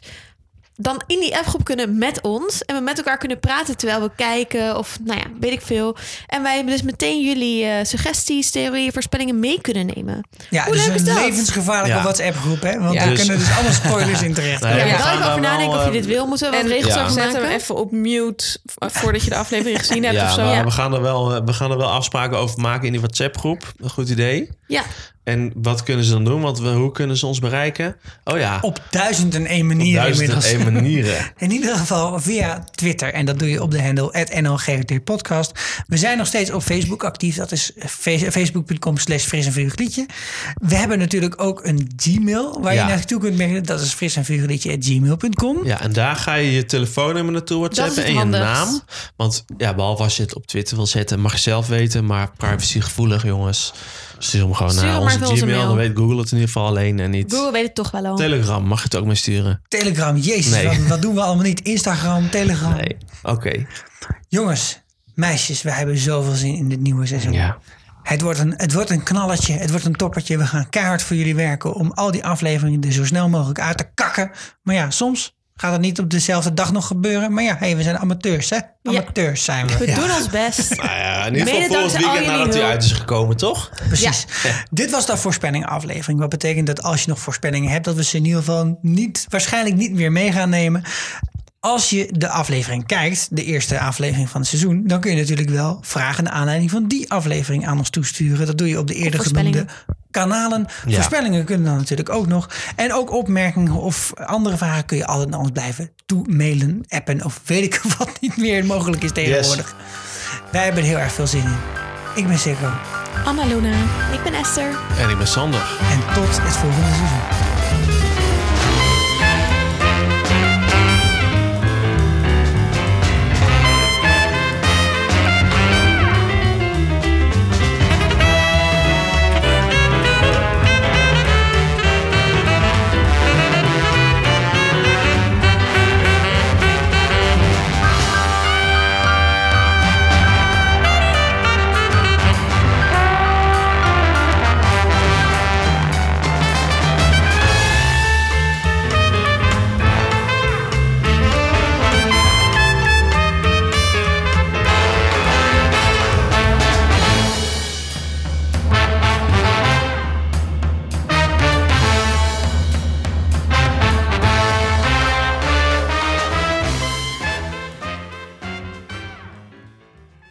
Speaker 5: dan in die appgroep kunnen met ons. En we met elkaar kunnen praten terwijl we kijken of nou ja, weet ik veel. En wij dus meteen jullie eh, suggesties, theorieën, voorspellingen mee kunnen nemen.
Speaker 1: Ja,
Speaker 5: Hoe
Speaker 1: dus
Speaker 5: leuk is
Speaker 1: een
Speaker 5: dat?
Speaker 1: levensgevaarlijke
Speaker 6: Ja.
Speaker 1: WhatsApp-groep, hè? Want
Speaker 4: Ja.
Speaker 1: daar
Speaker 6: Dus-
Speaker 1: kunnen dus allemaal spoilers in terecht.
Speaker 6: Nee,
Speaker 5: Ja,
Speaker 6: we
Speaker 5: ja,
Speaker 6: gaan
Speaker 5: wel even
Speaker 6: daar
Speaker 5: over nadenken of je
Speaker 6: eh,
Speaker 5: dit wil. Moeten we wat
Speaker 4: En
Speaker 5: regels
Speaker 4: ja.
Speaker 5: over
Speaker 4: zet hem
Speaker 5: maken?
Speaker 4: even op mute v- eh, voordat je de aflevering gezien hebt
Speaker 6: Ja,
Speaker 4: of zo.
Speaker 6: maar
Speaker 4: Ja.
Speaker 6: We, gaan er wel, eh, we gaan er wel afspraken over maken in die WhatsApp-groep. Een goed idee.
Speaker 5: Ja,
Speaker 6: En wat kunnen ze dan doen? Want we, hoe kunnen ze ons bereiken? Oh ja,
Speaker 1: Op duizend en één manieren
Speaker 6: duizend en
Speaker 1: inmiddels.
Speaker 6: één manieren.
Speaker 1: In ieder geval via Twitter. En dat doe je op de handle NLGRT Podcast. We zijn nog steeds op Facebook actief. Dat is face- facebook.com slash fris en vurig liedje. We hebben natuurlijk ook een Gmail waar
Speaker 6: Ja.
Speaker 1: je naartoe kunt merken. Dat is fris en vurig liedje at gmail.com.
Speaker 6: Ja, en daar ga je je telefoonnummer naartoe
Speaker 1: Dat is
Speaker 6: whatsappen
Speaker 1: het
Speaker 6: en je
Speaker 1: handigst.
Speaker 6: naam. Want ja, behalve als je het op Twitter wil zetten, mag je zelf weten. Maar privacygevoelig, jongens. Stuur hem gewoon
Speaker 5: Stuur hem
Speaker 6: naar
Speaker 5: maar
Speaker 6: onze
Speaker 5: even onze
Speaker 6: Gmail.
Speaker 5: mail.
Speaker 6: Dan weet Google het in ieder geval alleen en niet.
Speaker 5: Google weet het toch wel al.
Speaker 6: Telegram mag je het ook mee sturen.
Speaker 1: Telegram, jezus,
Speaker 6: Nee.
Speaker 1: wat, wat doen we allemaal niet? Instagram, Telegram.
Speaker 6: Oké.
Speaker 1: Jongens, meisjes, we hebben zoveel zin in dit nieuwe seizoen. Het, wordt een, het wordt een knalletje, het wordt een toppertje. We gaan keihard voor jullie werken om al die afleveringen er zo snel mogelijk uit te kakken. Maar ja, soms gaat het niet op dezelfde dag nog gebeuren. Maar ja, hey, we zijn amateurs, hè? Amateurs zijn we.
Speaker 5: We
Speaker 1: Ja.
Speaker 5: doen ons best.
Speaker 6: Nou ja, in ieder
Speaker 5: Mede
Speaker 6: geval voor het
Speaker 5: dankzij al
Speaker 6: weekend
Speaker 5: jullie
Speaker 6: nadat hij
Speaker 5: hulp.
Speaker 6: uit is gekomen, toch?
Speaker 1: Precies. Dit was de voorspellingaflevering. Wat betekent dat als je nog voorspellingen hebt, dat we ze in ieder geval niet, waarschijnlijk niet meer mee gaan nemen. Als je de aflevering kijkt, de eerste aflevering van het seizoen, dan kun je natuurlijk wel vragen naar aanleiding van die aflevering aan ons toesturen. Dat doe je op de eerder genoemde
Speaker 5: voorspellingen.
Speaker 1: kanalen.
Speaker 5: Ja.
Speaker 1: Voorspellingen kunnen dan natuurlijk ook nog. En ook opmerkingen of andere vragen kun je altijd naar ons blijven toemailen, appen of weet ik wat niet meer mogelijk is tegenwoordig. Wij hebben er heel erg veel zin in. Ik ben Sikko.
Speaker 5: Anna Luna. Ik ben Esther.
Speaker 6: En ik ben Sander.
Speaker 1: En tot het volgende seizoen.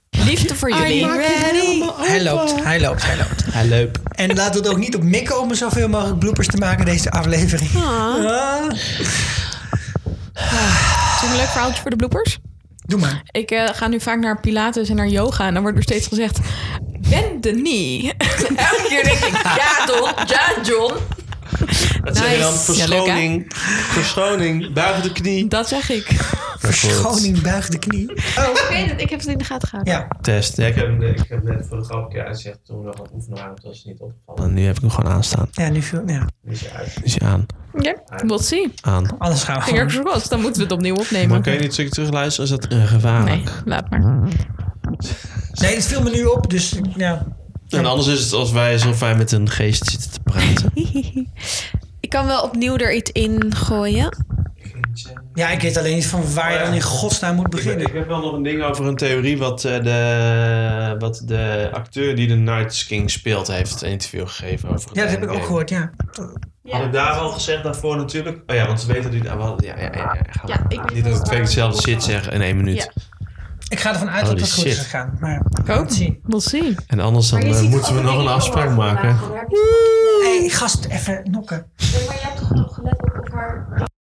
Speaker 4: Liefde voor jullie.
Speaker 1: Hij loopt, hij loopt, hij loopt.
Speaker 6: Hij loopt.
Speaker 1: En laat het ook niet op mikken om er zoveel mogelijk bloepers te maken deze aflevering. Ah.
Speaker 4: Is een leuk verhaaltje voor de bloepers?
Speaker 1: Doe maar.
Speaker 4: Ik eh, ga nu vaak naar Pilates en naar yoga. En dan wordt er steeds gezegd: Bend de knee. Elke keer denk ik: Ja, Don. Ja, John.
Speaker 6: Dat zeg je dan
Speaker 4: Nice. Ja, leuk, hè?
Speaker 6: verschoning. verschoning, buigen de knie.
Speaker 4: Dat zeg ik.
Speaker 1: Verschoning, buig de knie. Oh.
Speaker 5: Ik weet het, ik heb het in de gaten gehouden.
Speaker 1: Ja.
Speaker 6: Test. Ja, ik, heb, hem- ik heb net voor de grap een keer uitgezegd toen we nog aan het oefenen waren, want dat is niet opgevallen. En nu heb ik hem gewoon aanstaan.
Speaker 1: Ja, nu viel, ja.
Speaker 6: Nu is hij uit. Nu is hij aan.
Speaker 4: Ja, we'll see.
Speaker 6: Aan.
Speaker 1: Anders gaan
Speaker 4: Fingers crossed, dan moeten we het opnieuw
Speaker 6: Maar
Speaker 4: opnemen.
Speaker 6: kun je niet een stukje terugluisteren? Is dat eh, gevaarlijk?
Speaker 4: Laat maar.
Speaker 1: Nee, het viel me nu op, dus ja.
Speaker 6: En anders is het als wij alsof wij met een geest zitten te praten.
Speaker 5: Ik kan wel opnieuw er iets in gooien.
Speaker 1: Ja, ik weet alleen niet van waar je dan in godsnaam moet
Speaker 6: Oh, Ik,
Speaker 1: beginnen.
Speaker 6: ik heb wel nog een ding over een theorie wat, eh, de, wat de acteur die de Night King speelt heeft een interview gegeven over. het
Speaker 1: Ja, dat heb ik
Speaker 6: eindgame.
Speaker 1: ook gehoord, ja.
Speaker 6: Had ik daar al gezegd daarvoor natuurlijk? Oh ja, want ze weten nu... ah, wel, Ja, ja, ja. ja, ga
Speaker 1: Ja,
Speaker 6: maar.
Speaker 1: ik weet
Speaker 6: Niet dat ik
Speaker 1: wel.
Speaker 6: twee keer hetzelfde shit zeg in één minuut.
Speaker 1: Ja. Ik ga ervan uit dat
Speaker 6: Holy
Speaker 1: dat goed is
Speaker 6: shit.
Speaker 1: gegaan. Maar we gaan het zien.
Speaker 4: We'll see.
Speaker 6: En anders dan eh, moeten we nog een afspraak maken.
Speaker 1: Hé, hey, gast, even nokken.
Speaker 12: jij